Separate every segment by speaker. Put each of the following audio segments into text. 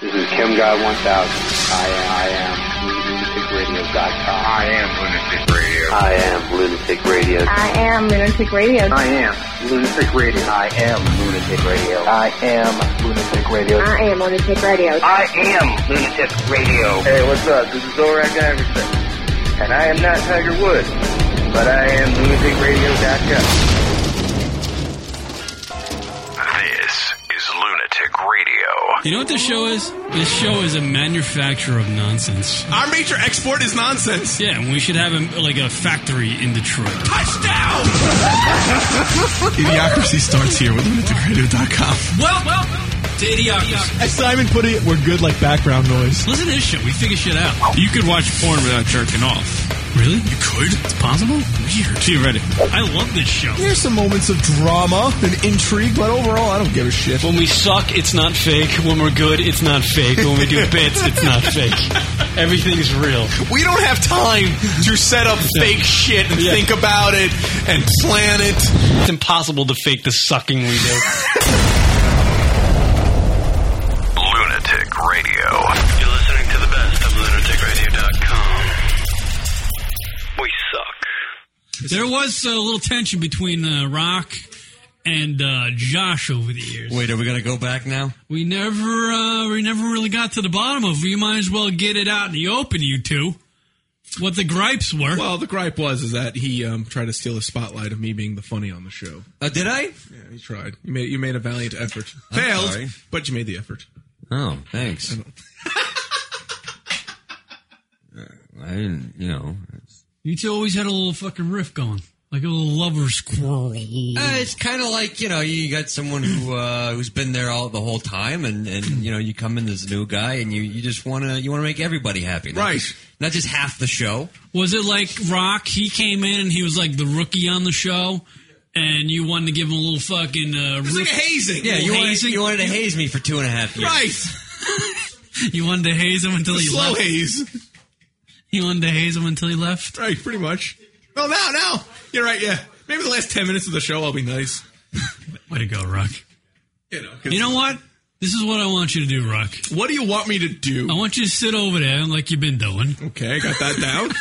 Speaker 1: This is Kim God 1000. I am, I am lunaticradio.com.
Speaker 2: I am Lunatic Radio.
Speaker 1: I am Lunatic Radio.
Speaker 3: I am Lunatic Radio.
Speaker 1: I am Lunatic Radio. I am Lunatic Radio. I am Lunatic Radio.
Speaker 3: I am Lunatic Radio.
Speaker 2: I am Lunatic Radio.
Speaker 1: Hey, what's up? This is Zorak Iverson. And I am not Tiger Woods, but I am lunaticradio.com.
Speaker 2: This is Lunatic Radio.
Speaker 4: You know what this show is? This show is a manufacturer of nonsense.
Speaker 5: Our major export is nonsense.
Speaker 4: Yeah, and we should have a, like a factory in Detroit.
Speaker 5: Touchdown!
Speaker 6: Idiocracy starts here with lunaticradio.com.
Speaker 4: Well, well, to Idiocracy.
Speaker 6: As Simon put it, we're good like background noise.
Speaker 4: Listen to this show. We figure shit out. You could watch porn without jerking off. Really? You could? It's possible? Weird. Theoretically. I love this show.
Speaker 6: There's some moments of drama and intrigue, but overall, I don't give a shit.
Speaker 7: When we suck, it's not fake. When we're good, it's not fake. When we do bits, it's not fake. Everything's real.
Speaker 5: We don't have time to set up fake shit and
Speaker 7: Yeah.
Speaker 5: think about it and plan it.
Speaker 7: It's impossible to fake the sucking we do.
Speaker 2: Lunatic Radio. You're listening to the best of lunaticradio.com. We suck.
Speaker 4: There was a little tension between uh, Rock and uh, Josh over the years.
Speaker 8: Wait, are we gonna go back now?
Speaker 4: We never, uh, we never really got to the bottom of. it. You might as well get it out in the open, you two. What the gripes were?
Speaker 6: Well, the gripe was is that he um, tried to steal the spotlight of me being the funny on the show.
Speaker 8: Uh, did I?
Speaker 6: Yeah, he tried. You made you made a valiant effort.
Speaker 8: I'm
Speaker 6: Failed,
Speaker 8: sorry.
Speaker 6: but you made the effort.
Speaker 8: Oh, thanks. I didn't, you know. It's,
Speaker 4: you two always had a little fucking riff going, like a little lovers quarrel.
Speaker 8: uh, it's kind of like you know, you got someone who uh, who's been there all the whole time, and, and you know, you come in as a new guy, and you, you just wanna you wanna make everybody happy, not
Speaker 6: Right.
Speaker 8: Just, not just half the show.
Speaker 4: Was it like Rock? He came in and he was like the rookie on the show, and you wanted to give him a little fucking uh,
Speaker 6: It's like a
Speaker 4: riff.
Speaker 6: hazing.
Speaker 8: Yeah, you wanted,
Speaker 4: hazing.
Speaker 8: you wanted to haze me for two and a half years.
Speaker 6: right.
Speaker 4: you wanted to haze him until he
Speaker 6: Slow
Speaker 4: left.
Speaker 6: haze.
Speaker 4: You wanted to haze him until he left.
Speaker 6: Right, pretty much. Well, now, now you're right. Yeah, maybe the last ten minutes of the show I'll be nice.
Speaker 4: Way to go, Rock.
Speaker 6: You know. 'cause-
Speaker 4: You know what? This is what I want you to do, Rock.
Speaker 6: What do you want me to do?
Speaker 4: I want you to sit over there like you've been doing.
Speaker 6: Okay, I got that down.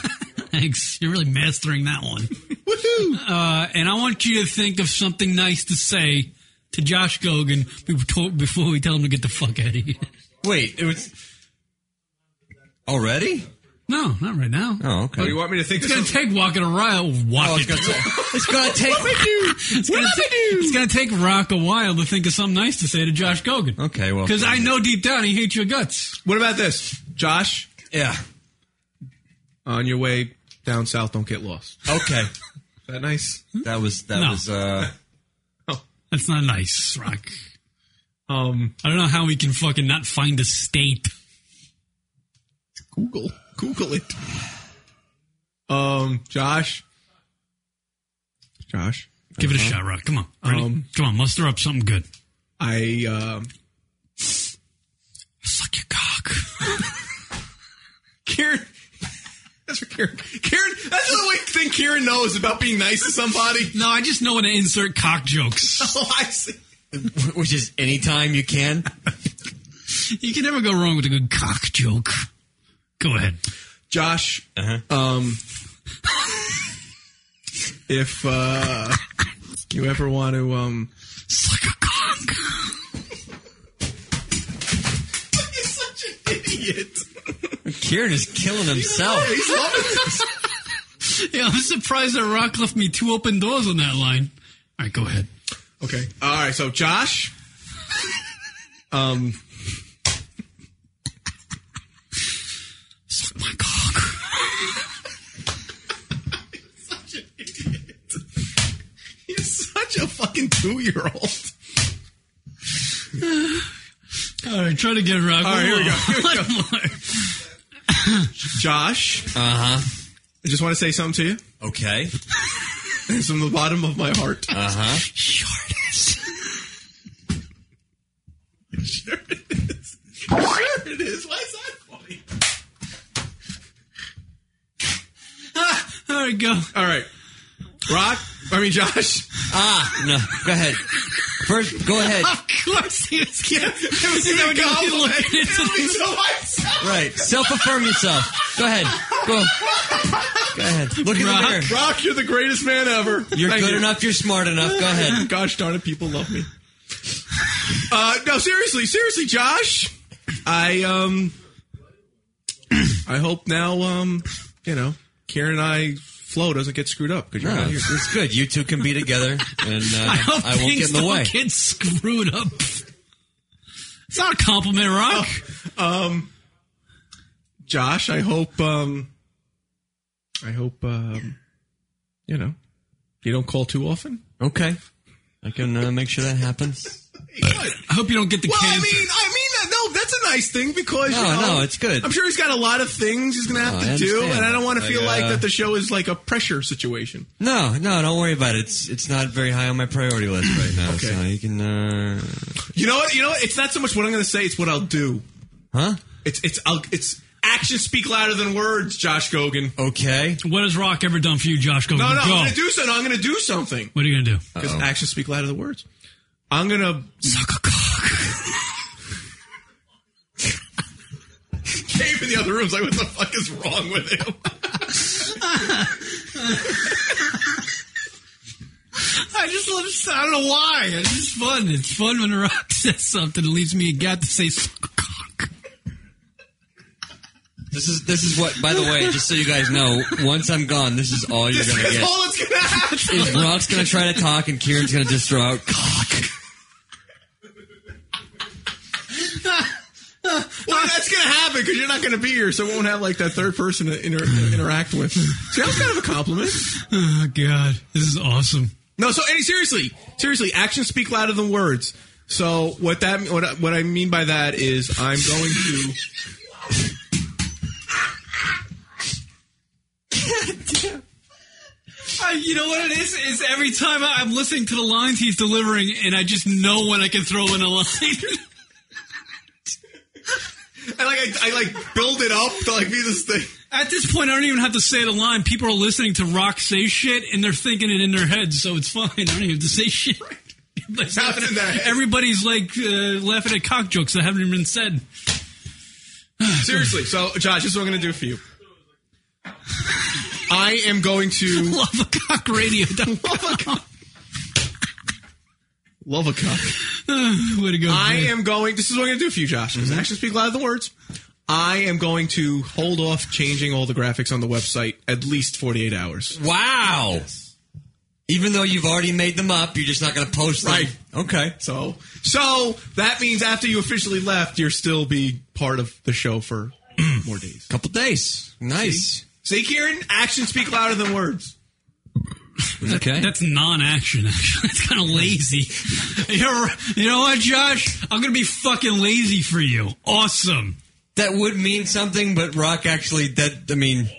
Speaker 4: Thanks. You're really mastering that one.
Speaker 6: Woohoo!
Speaker 4: Uh, and I want you to think of something nice to say to Josh Gogan be- to- before we tell him to get the fuck out of here.
Speaker 8: Wait, it was already.
Speaker 4: No, not right now.
Speaker 8: Oh, okay.
Speaker 6: Oh, you want me to think?
Speaker 4: It's gonna
Speaker 6: of something?
Speaker 4: take walking around. Walking.
Speaker 8: Oh, it's gonna take. It's gonna take.
Speaker 4: It's gonna, ta- it's gonna take Rock a while to think of something nice to say to Josh Gogan.
Speaker 8: Okay, well,
Speaker 4: Because I know deep down he hates your guts.
Speaker 6: what about this, Josh?
Speaker 8: yeah.
Speaker 6: On your way down south, don't get lost.
Speaker 8: Okay,
Speaker 6: Is that nice?
Speaker 8: that was that
Speaker 4: No.
Speaker 8: was. uh
Speaker 4: Oh, That's not nice, Rock.
Speaker 6: Um,
Speaker 4: I don't know how we can fucking not find a state.
Speaker 6: Google, Google it. Um, Josh, Josh, Uh-huh.
Speaker 4: Give it a shot, Rock. Come on. Ready?
Speaker 6: Um,
Speaker 4: Come on, muster up something good.
Speaker 6: I um,
Speaker 4: Suck your cock.
Speaker 6: Karen. That's for Karen. Karen, that's the only thing Karen knows about being nice to somebody.
Speaker 4: No, I just know when to insert cock jokes.
Speaker 6: Oh, I see.
Speaker 8: which is anytime you can.
Speaker 4: You can never go wrong with a good cock joke. Go ahead.
Speaker 6: Josh,
Speaker 8: Uh-huh.
Speaker 6: um, if uh, you ever want to, um,
Speaker 4: Suck a cock.
Speaker 6: he's such an idiot.
Speaker 8: Kieran is killing himself.
Speaker 6: He's loving this.
Speaker 4: Yeah, I'm surprised that Rock left me two open doors on that line. All right, go ahead.
Speaker 6: Okay. All right. So Josh, um,
Speaker 4: Suck my cock.
Speaker 6: he's such a fucking two-year-old.
Speaker 4: All right, try to get Rock.
Speaker 6: All right, here we go, here we go.
Speaker 4: One Uh-huh. more.
Speaker 6: Josh, I
Speaker 8: Uh huh.
Speaker 6: just want to say something to you.
Speaker 8: Okay.
Speaker 6: It's from the bottom of my heart.
Speaker 8: Uh
Speaker 4: Uh-huh.
Speaker 8: huh.
Speaker 4: Shortest.
Speaker 6: Sure it is. Sure it is. Why is that funny?
Speaker 4: All right, go.
Speaker 6: All right. Rock. I mean Josh.
Speaker 8: Ah, no. Go ahead. First, go ahead.
Speaker 4: I've seen his kid. I've seen
Speaker 6: Even
Speaker 4: that guy
Speaker 6: goblin.
Speaker 4: looking into
Speaker 6: It'll be so high-
Speaker 8: Right. Self affirm yourself. Go ahead. Go. Go ahead. Look in the mirror.
Speaker 6: Rock, you're the greatest man ever.
Speaker 8: You're
Speaker 6: Thank
Speaker 8: good
Speaker 6: you.
Speaker 8: enough. You're smart enough. Go ahead.
Speaker 6: Gosh darn it, people love me. Uh, no, seriously, seriously, Josh. I um, I hope now um, you know, Karen and I flow doesn't get screwed up because you're
Speaker 8: No,
Speaker 6: not here.
Speaker 8: it's, it's good. You two can be together, and uh, I, won't get in the way.
Speaker 4: get screwed up. It's not a compliment, Rock.
Speaker 6: Oh, um, Josh, I hope um, I hope um, you know, you don't call too often.
Speaker 8: Okay, I can uh, make sure that happens.
Speaker 4: I hope you don't get the
Speaker 6: Well, I
Speaker 4: cancer.
Speaker 6: mean, I mean that. No, that's a nice thing because
Speaker 8: No,
Speaker 6: you know,
Speaker 8: no, it's good.
Speaker 6: I'm sure he's got a lot of things he's going to have
Speaker 8: No,
Speaker 6: to
Speaker 8: I
Speaker 6: do,
Speaker 8: understand.
Speaker 6: and I don't want to
Speaker 8: Like,
Speaker 6: feel like
Speaker 8: uh,
Speaker 6: that the show is like a pressure situation.
Speaker 8: No, no, don't worry about it. It's it's not very high on my priority list right now.
Speaker 6: Okay.
Speaker 8: So you can, uh,
Speaker 6: You know what? You know what? It's not so much what I'm going to say; it's what I'll do.
Speaker 8: huh?
Speaker 6: It's it's I'll, it's actions speak louder than words, Josh Gogan.
Speaker 8: Okay.
Speaker 4: what has Rock ever done for you, Josh? Go,
Speaker 6: No, no,
Speaker 4: go.
Speaker 6: I'm going to do something. I'm going to do something
Speaker 4: what are you gonna do?
Speaker 6: because actions speak louder than words. I'm going to suck a cock. Came in the other rooms. Like, what the fuck is wrong with him?
Speaker 4: I just love. I don't know why. It's just fun. It's fun when Rock says something. It leaves me a gap to say suck a cock.
Speaker 8: This is this is what. By the way, just so you guys know, once I'm gone, this is all you're
Speaker 6: This
Speaker 8: gonna
Speaker 6: is
Speaker 8: get.
Speaker 6: all that's going to happen.
Speaker 8: Is Rock's gonna try to talk and Kieran's gonna just throw out cock.
Speaker 6: Well, that's going to happen because you're not going to be here, so we won't have like that third person to inter- interact with. See, that was kind of a compliment.
Speaker 4: Oh God, this is awesome.
Speaker 6: No, so Eddie, seriously, seriously, actions speak louder than words. So what that what I- what I mean by that is I'm going to.
Speaker 4: I, you know what it is? Is every time I, I'm listening to the lines he's delivering, and I just know when I can throw in a line.
Speaker 6: I like I, I like build it up to like be this thing.
Speaker 4: At this point, I don't even have to say the line. People are listening to Rock say shit, and they're thinking it in their heads, so it's fine. I don't even have to say shit. It's
Speaker 6: Happened in their head.
Speaker 4: Everybody's like uh, laughing at cock jokes that haven't even been said.
Speaker 6: Seriously, so Josh, this is what I'm going to do for you. I am going to
Speaker 4: Love a cock radio.
Speaker 6: love a cock.
Speaker 4: Way to go. Mm-hmm.
Speaker 6: I
Speaker 4: Greg.
Speaker 6: am going. This is what I'm going to do for you, Josh. Because actions speak louder than words. I am going to hold off changing all the graphics on the website at least 48 hours.
Speaker 8: Wow. Even though you've already made them up, you're just not going to post them.
Speaker 6: Right.
Speaker 8: Okay.
Speaker 6: So, so that means after you officially left, you'll still be part of the show for more days.
Speaker 8: Couple days. Nice.
Speaker 6: See, Kieran, actions speak louder than words.
Speaker 8: Okay.
Speaker 4: That's non-action. Actually, that's kind of lazy. You're, you know what, Josh? I'm gonna be fucking lazy for you. Awesome.
Speaker 8: that would mean something, but Rock actually that I mean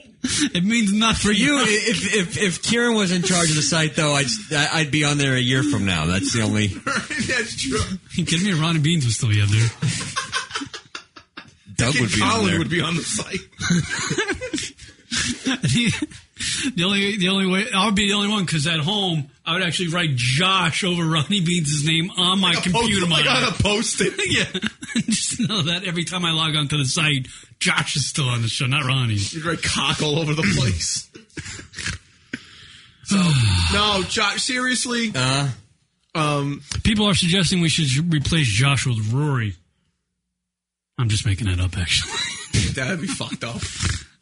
Speaker 4: It means nothing
Speaker 8: for you if if if Kieran was in charge of the site though, I'd I'd be on there a year from now. That's the only
Speaker 6: That's true.
Speaker 4: You kidding me? Ronnie Beans was still be up there.
Speaker 8: Doug would
Speaker 6: Kid
Speaker 8: be on
Speaker 6: Colin
Speaker 8: there.
Speaker 6: would be on the site.
Speaker 4: the only the only way I'll be the only one because at home I would actually write Josh over Ronnie Beans' name on my computer
Speaker 6: Post- like on a
Speaker 4: monitor.
Speaker 6: post-it.
Speaker 4: Yeah, just know that every time I log onto the site, Josh is still on the show, not Ronnie.
Speaker 6: You'd write cock all over the place. so, no, Josh, seriously.
Speaker 8: Uh,
Speaker 6: Um,
Speaker 4: People are suggesting we should replace Josh with Rory. I'm just making that up, actually.
Speaker 6: that'd be fucked up.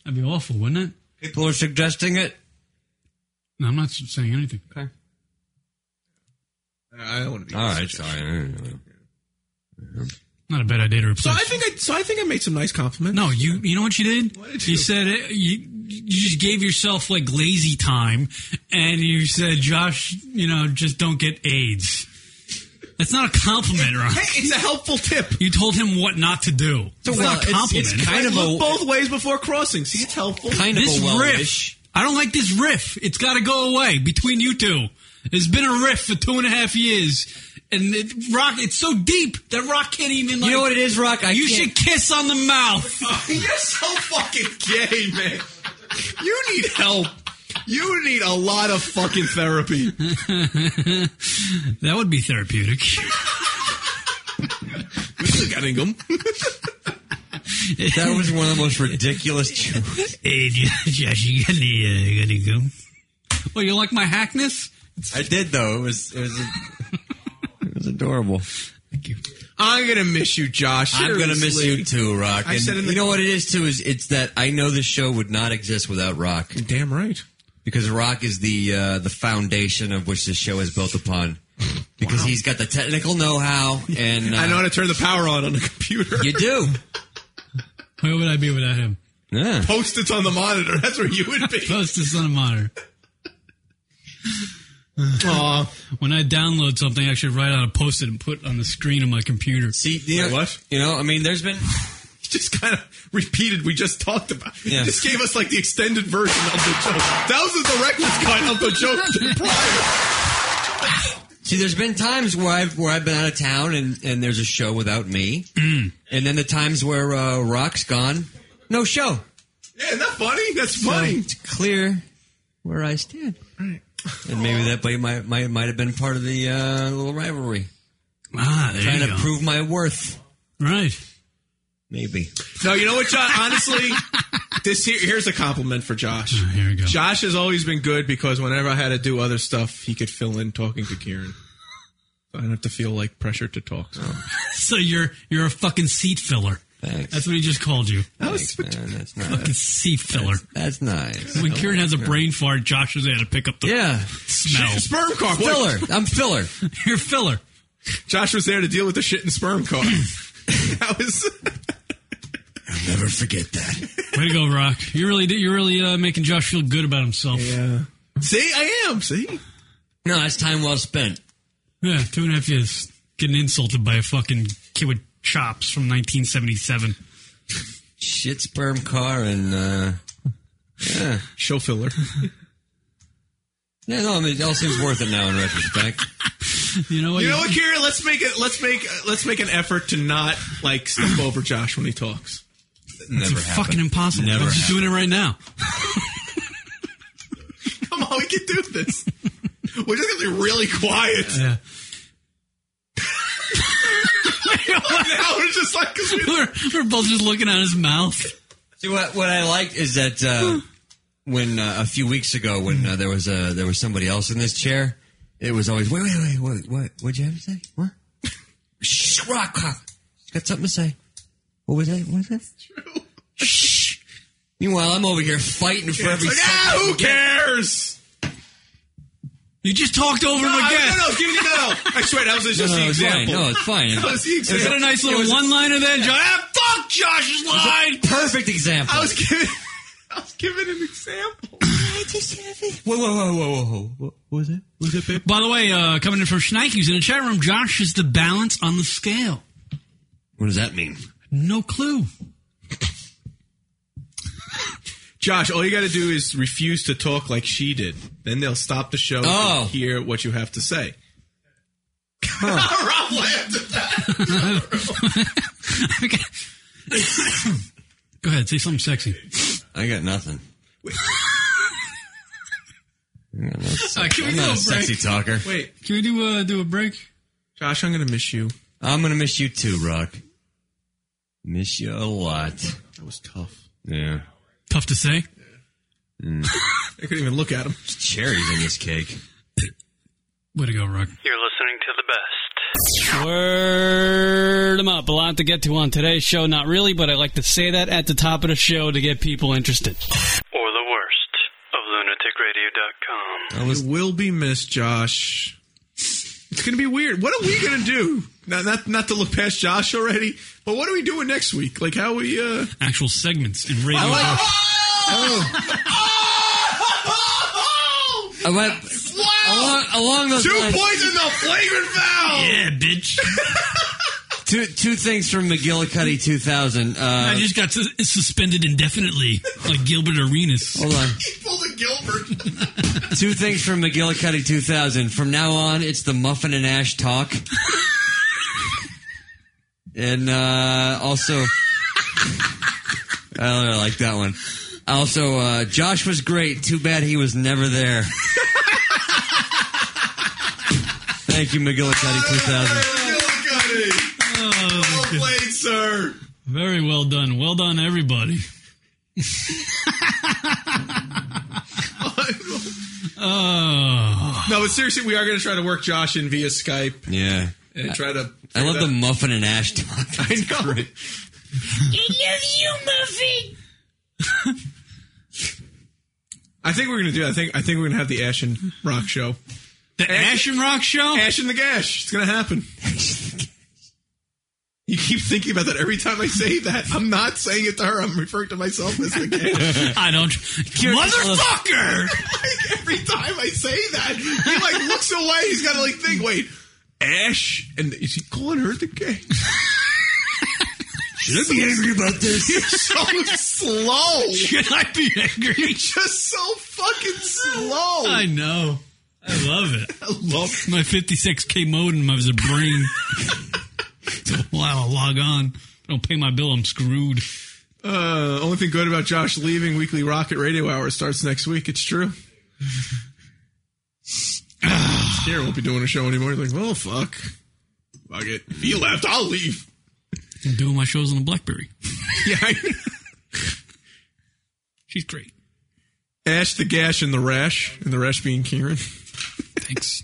Speaker 4: That'd be awful, wouldn't it?
Speaker 8: people are suggesting it.
Speaker 4: No, I'm not saying anything.
Speaker 8: Okay.
Speaker 6: I don't want to be.
Speaker 8: All right. Sorry.
Speaker 4: Not a bad idea to
Speaker 6: So
Speaker 4: replace.
Speaker 6: I think I so I think I made some nice compliments.
Speaker 4: No, you you know what you did?
Speaker 6: What did
Speaker 4: you
Speaker 6: you-
Speaker 4: said it, you you just gave yourself like lazy time, and you said, Josh, you know, just don't get AIDS. That's not a compliment, Ron.
Speaker 6: Hey, it's a helpful tip.
Speaker 4: You told him what not to do. It's
Speaker 8: Well,
Speaker 4: not a
Speaker 8: it's-
Speaker 4: compliment.
Speaker 8: it's kind of
Speaker 6: Look
Speaker 8: a
Speaker 6: both ways before crossing. See, it's helpful.
Speaker 8: kind of
Speaker 4: this
Speaker 8: a well
Speaker 4: riff.
Speaker 8: wish.
Speaker 4: I don't like this riff. It's got to go away between you two. There's been a riff for two and a half years, and it, rock. It's so deep that rock can't even. Like,
Speaker 8: You know what it is, Rock? I
Speaker 4: You
Speaker 8: can't-
Speaker 4: should kiss on the mouth.
Speaker 6: You're so fucking gay, man. You need help. You need a lot of fucking therapy.
Speaker 4: That would be therapeutic.
Speaker 6: Mr. Cunningham.
Speaker 8: That was one of the most ridiculous jokes.
Speaker 4: Hey, Josh, you got any, uh, got any gum? Oh, you like my hackness?
Speaker 8: I did though. It was it was it was adorable.
Speaker 6: I'm gonna miss you, Josh.
Speaker 8: I'm gonna miss
Speaker 6: Seriously.
Speaker 8: you too, Rock.
Speaker 6: I
Speaker 8: And
Speaker 6: said in the-
Speaker 8: you know what it is too is it's that I know this show would not exist without Rock
Speaker 6: Damn right.
Speaker 8: because Rock is the uh, the foundation of which this show is built upon. Because he's got the technical know-how, and uh,
Speaker 6: I know how to turn the power on on the computer.
Speaker 8: you do.
Speaker 4: Where would I be without him?
Speaker 8: Yeah.
Speaker 6: Post it's on the monitor. That's where you would be.
Speaker 4: Post this on a monitor.
Speaker 6: Aw.
Speaker 4: When I download something, I should write out a post it and put it on the screen of my computer.
Speaker 8: See, you know,
Speaker 6: Wait, what?
Speaker 8: uh, You know, I mean, there's been
Speaker 6: just kind of repeated we just talked about.
Speaker 8: Yeah.
Speaker 6: He just gave us like the extended version of the joke. That was the reckless kind of the joke prior.
Speaker 8: See, there's been times where I've where I've been out of town and, and there's a show without me,
Speaker 6: Mm.
Speaker 8: and then the times where uh, Rock's gone, no show.
Speaker 6: Yeah, isn't that funny? That's
Speaker 8: So
Speaker 6: funny.
Speaker 8: it's clear where I stand. And maybe that might might might, might have been part of the uh, little rivalry,
Speaker 4: Ah, there
Speaker 8: trying
Speaker 4: you
Speaker 8: to
Speaker 4: go.
Speaker 8: prove my worth.
Speaker 4: right.
Speaker 8: Maybe
Speaker 6: No, you know what, John? Honestly, this here, here's a compliment for Josh.
Speaker 4: here we go.
Speaker 6: Josh has always been good because whenever I had to do other stuff, he could fill in talking to Kieran. So I don't have to feel like pressure to talk. So.
Speaker 4: So you're you're a fucking seat filler.
Speaker 8: thanks.
Speaker 4: That's what he just called you.
Speaker 6: That
Speaker 8: Thanks, man. That's
Speaker 4: Fucking
Speaker 8: nice.
Speaker 4: seat filler.
Speaker 8: That's nice.
Speaker 4: When Kieran has a brain fart, Josh is there to pick up the
Speaker 8: Yeah,
Speaker 4: smell.
Speaker 6: sperm car. What?
Speaker 8: filler. I'm filler.
Speaker 4: You're filler.
Speaker 6: Josh was there to deal with the shit and sperm car. that was.
Speaker 8: Never forget that.
Speaker 4: Way to go, Rock. You really did. You're really uh, making Josh feel good about himself. Yeah.
Speaker 6: Yeah. See, I am. See,
Speaker 8: No, that's time well spent.
Speaker 4: two and a half years getting insulted by a fucking kid with chops from 1977.
Speaker 8: Shit, sperm car, and uh, yeah.
Speaker 6: show filler.
Speaker 8: Yeah, no, I mean, it all seems worth it now in retrospect.
Speaker 4: You know what?
Speaker 6: You know what, Kira? Let's make it. Let's make. Let's make an effort to not like step over Josh when he talks.
Speaker 8: Never
Speaker 4: It's fucking impossible.
Speaker 8: Never
Speaker 4: I'm just doing it right now.
Speaker 6: Come on, we can do this. We're just gonna be really quiet.
Speaker 4: Yeah.
Speaker 6: now we're just like, 'cause we-
Speaker 4: We're, we're both just looking at his mouth.
Speaker 8: See, what what I like is that uh, when uh, a few weeks ago, when uh, there was uh, there was somebody else in this chair, it was always wait, wait, wait, what, what, what'd you have to say? What? Shh, rock, rock. Got something to say? What was that? What was that? Shh. Meanwhile, I'm over here fighting for every.
Speaker 6: like,
Speaker 8: second.
Speaker 6: ah, who cares?
Speaker 4: You just talked over
Speaker 6: No,
Speaker 4: him again.
Speaker 6: no, no, give me no. I swear that was just
Speaker 8: No,
Speaker 6: the
Speaker 8: no, it's fine.
Speaker 6: example.
Speaker 8: No, it's fine.
Speaker 6: That was the
Speaker 4: Is that
Speaker 6: example.
Speaker 4: a nice
Speaker 6: It
Speaker 4: little
Speaker 6: was-
Speaker 4: one-liner there, Josh? Ah, fuck Josh's line.
Speaker 8: Perfect example.
Speaker 6: I was giving. I was giving an example.
Speaker 8: Whoa, whoa,
Speaker 6: Ah.
Speaker 8: whoa, whoa, whoa, whoa. What was it? What was it, babe?
Speaker 4: By the way, uh, coming in from Schneikes in the chat room, Josh is the balance on the scale.
Speaker 8: What does that mean?
Speaker 4: No clue.
Speaker 6: Josh, all you got to do is refuse to talk like she did. Then they'll stop the show
Speaker 8: Oh.
Speaker 6: and hear what you have to say. Rob laughed at that.
Speaker 4: Okay. Go ahead, say something sexy.
Speaker 8: I got nothing.
Speaker 4: Uh, can we
Speaker 8: I'm
Speaker 4: do
Speaker 8: not
Speaker 4: a
Speaker 8: a sexy
Speaker 4: break?
Speaker 8: talker.
Speaker 6: Wait,
Speaker 4: Can we do uh, do a break?
Speaker 6: Josh, I'm gonna miss you.
Speaker 8: I'm gonna miss you too, Rock. Miss you a lot.
Speaker 6: That was tough.
Speaker 8: Yeah.
Speaker 4: Tough to say.
Speaker 6: I couldn't even look at him.
Speaker 8: There's cherries in this cake.
Speaker 4: Way to go, Rock.
Speaker 9: You're listening to the best.
Speaker 10: Word 'em up. A lot to get to on today's show. Not really, but I like to say that at the top of the show to get people interested.
Speaker 9: Or the worst of lunaticradio.com.
Speaker 8: I was
Speaker 6: You will be missed, Josh. It's gonna be weird. What are we gonna do? Not, not not to look past Josh already, but what are we doing next week? Like how we uh
Speaker 4: Actual segments in radio.
Speaker 8: I went along, along those
Speaker 6: Two
Speaker 8: lines.
Speaker 6: points in the flagrant foul!
Speaker 4: yeah, bitch.
Speaker 8: Two, two things from McGillicuddy 2000.
Speaker 4: I
Speaker 8: Uh,
Speaker 4: just got sus- suspended indefinitely, like Gilbert Arenas.
Speaker 8: hold on.
Speaker 6: He pulled a Gilbert.
Speaker 8: Two things from McGillicuddy 2000. From now on, it's the Muffin and Ash talk. and uh, also, I don't know, I like that one. Also, uh, Josh was great. Too bad he was never there. Thank you, McGillicuddy 2000.
Speaker 6: Gillicuddy. Well played, sir.
Speaker 4: Very well done. Well done, everybody. oh.
Speaker 6: No, but seriously, we are going to try to work Josh in via Skype
Speaker 8: Yeah.
Speaker 6: and try to.
Speaker 8: I love the muffin and ash talk.
Speaker 6: I know. I think we're going to do. That. I think. I think we're going to have the Ashen Rock show.
Speaker 4: The Ashen Rock Show?
Speaker 6: Ash and the Gash. It's going to happen. You keep thinking about that every time I say that. I'm not saying it to her. I'm referring to myself as the Gash.
Speaker 4: I don't. Motherfucker!
Speaker 6: like every time I say that, he like looks away. He's got to like think. Wait, Ash, and is he calling her the gay?
Speaker 8: Should I be angry about this?
Speaker 6: You're so slow.
Speaker 4: Should I be angry?
Speaker 6: Just so fucking slow.
Speaker 4: I know. I love it.
Speaker 6: Oh. I love.
Speaker 4: My 56K modem has a brain. Don't allow it to log on. If I don't pay my bill, I'm screwed.
Speaker 6: Uh, only thing good about Josh leaving Weekly Rocket Radio Hour starts next week. It's true. Here won't be doing a show anymore. He's like, well, fuck, fuck it. If he left, I'll leave.
Speaker 4: I'm doing my shows on the Blackberry.
Speaker 6: Yeah. I-
Speaker 4: She's great.
Speaker 6: Ash the Gash and the Rash, and the Rash being Kieran.
Speaker 4: Thanks.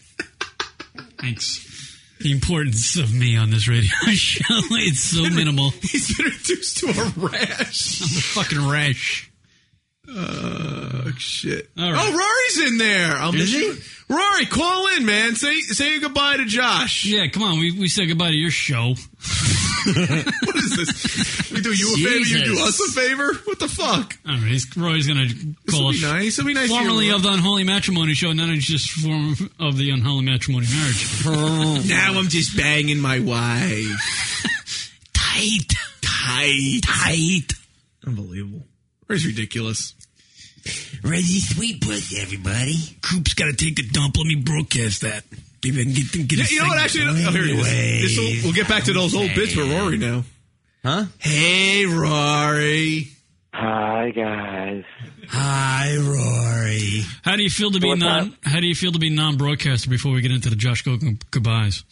Speaker 4: Thanks. The importance of me on this radio show it's so minimal.
Speaker 6: He's been reduced to a rash.
Speaker 4: I'm a fucking rash.
Speaker 6: Oh shit!
Speaker 4: All right.
Speaker 6: Oh, Rory's in there. I'll
Speaker 4: Is
Speaker 6: miss
Speaker 4: he?
Speaker 6: you. Rory, call in, man. Say say goodbye to Josh.
Speaker 4: Yeah, come on. We, we said goodbye to your show.
Speaker 6: What is this? We do you a favor, you do us
Speaker 4: Jesus.
Speaker 6: a favor. What the fuck?
Speaker 4: All right, he's, Roy's going to
Speaker 6: This
Speaker 4: call
Speaker 6: will
Speaker 4: us.
Speaker 6: be nice. It'll be nice. to you,
Speaker 4: Formerly
Speaker 6: Rory.
Speaker 4: of the Unholy Matrimony Show, now it's just form of the Unholy Matrimony Marriage.
Speaker 8: Mm.
Speaker 6: now, I'm just banging my wife.
Speaker 4: Tight. Tight. Tight.
Speaker 6: Unbelievable. Rory's ridiculous.
Speaker 8: Ready sweet pussy, everybody.
Speaker 4: Coop's got to take the dump. Let me broadcast that. Maybe I can get, get
Speaker 6: Yeah, you know what? Actually, oh, here it is. This'll- we'll get back to those old bits with Rory now.
Speaker 8: Huh?
Speaker 6: Hey, Rory.
Speaker 1: Hi, guys.
Speaker 8: Hi, Rory.
Speaker 4: How do you feel to be
Speaker 1: What's
Speaker 4: non? How do you feel to be non-broadcaster? Before we get into the Josh Gogan goodbyes,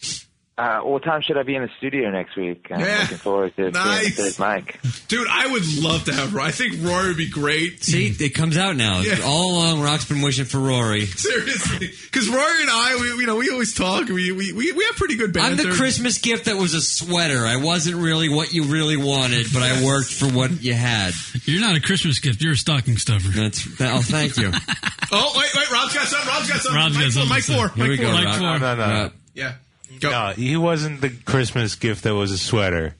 Speaker 1: Uh, what time should I be in the studio next week? I'm
Speaker 6: Yeah.
Speaker 1: looking forward to
Speaker 6: Nice.
Speaker 1: seeing the third mic.
Speaker 6: Dude, I would love to have Rory. I think Rory would be great.
Speaker 8: See, it comes out now.
Speaker 6: Yeah.
Speaker 8: All along, Rock's been wishing for Rory.
Speaker 6: Seriously, because Rory and I, we you know, we always talk. We we we, we have pretty good
Speaker 8: I'm
Speaker 6: banter.
Speaker 8: the Christmas gift that was a sweater. I wasn't really what you really wanted, but I worked for what you had.
Speaker 4: you're not a Christmas gift. You're a stocking stuffer.
Speaker 8: That's. That, oh, thank you.
Speaker 6: Oh wait, wait, Rob's got something. Rob's got something.
Speaker 4: Rob's
Speaker 6: Mike
Speaker 4: got something
Speaker 6: four, Mike
Speaker 4: to say.
Speaker 6: four.
Speaker 8: Here
Speaker 6: Mike
Speaker 8: we go,
Speaker 6: four.
Speaker 8: Rock.
Speaker 4: Like four.
Speaker 9: No, no, no.
Speaker 8: Rock.
Speaker 6: Yeah. Go.
Speaker 9: no. He wasn't the Christmas gift that was a sweater.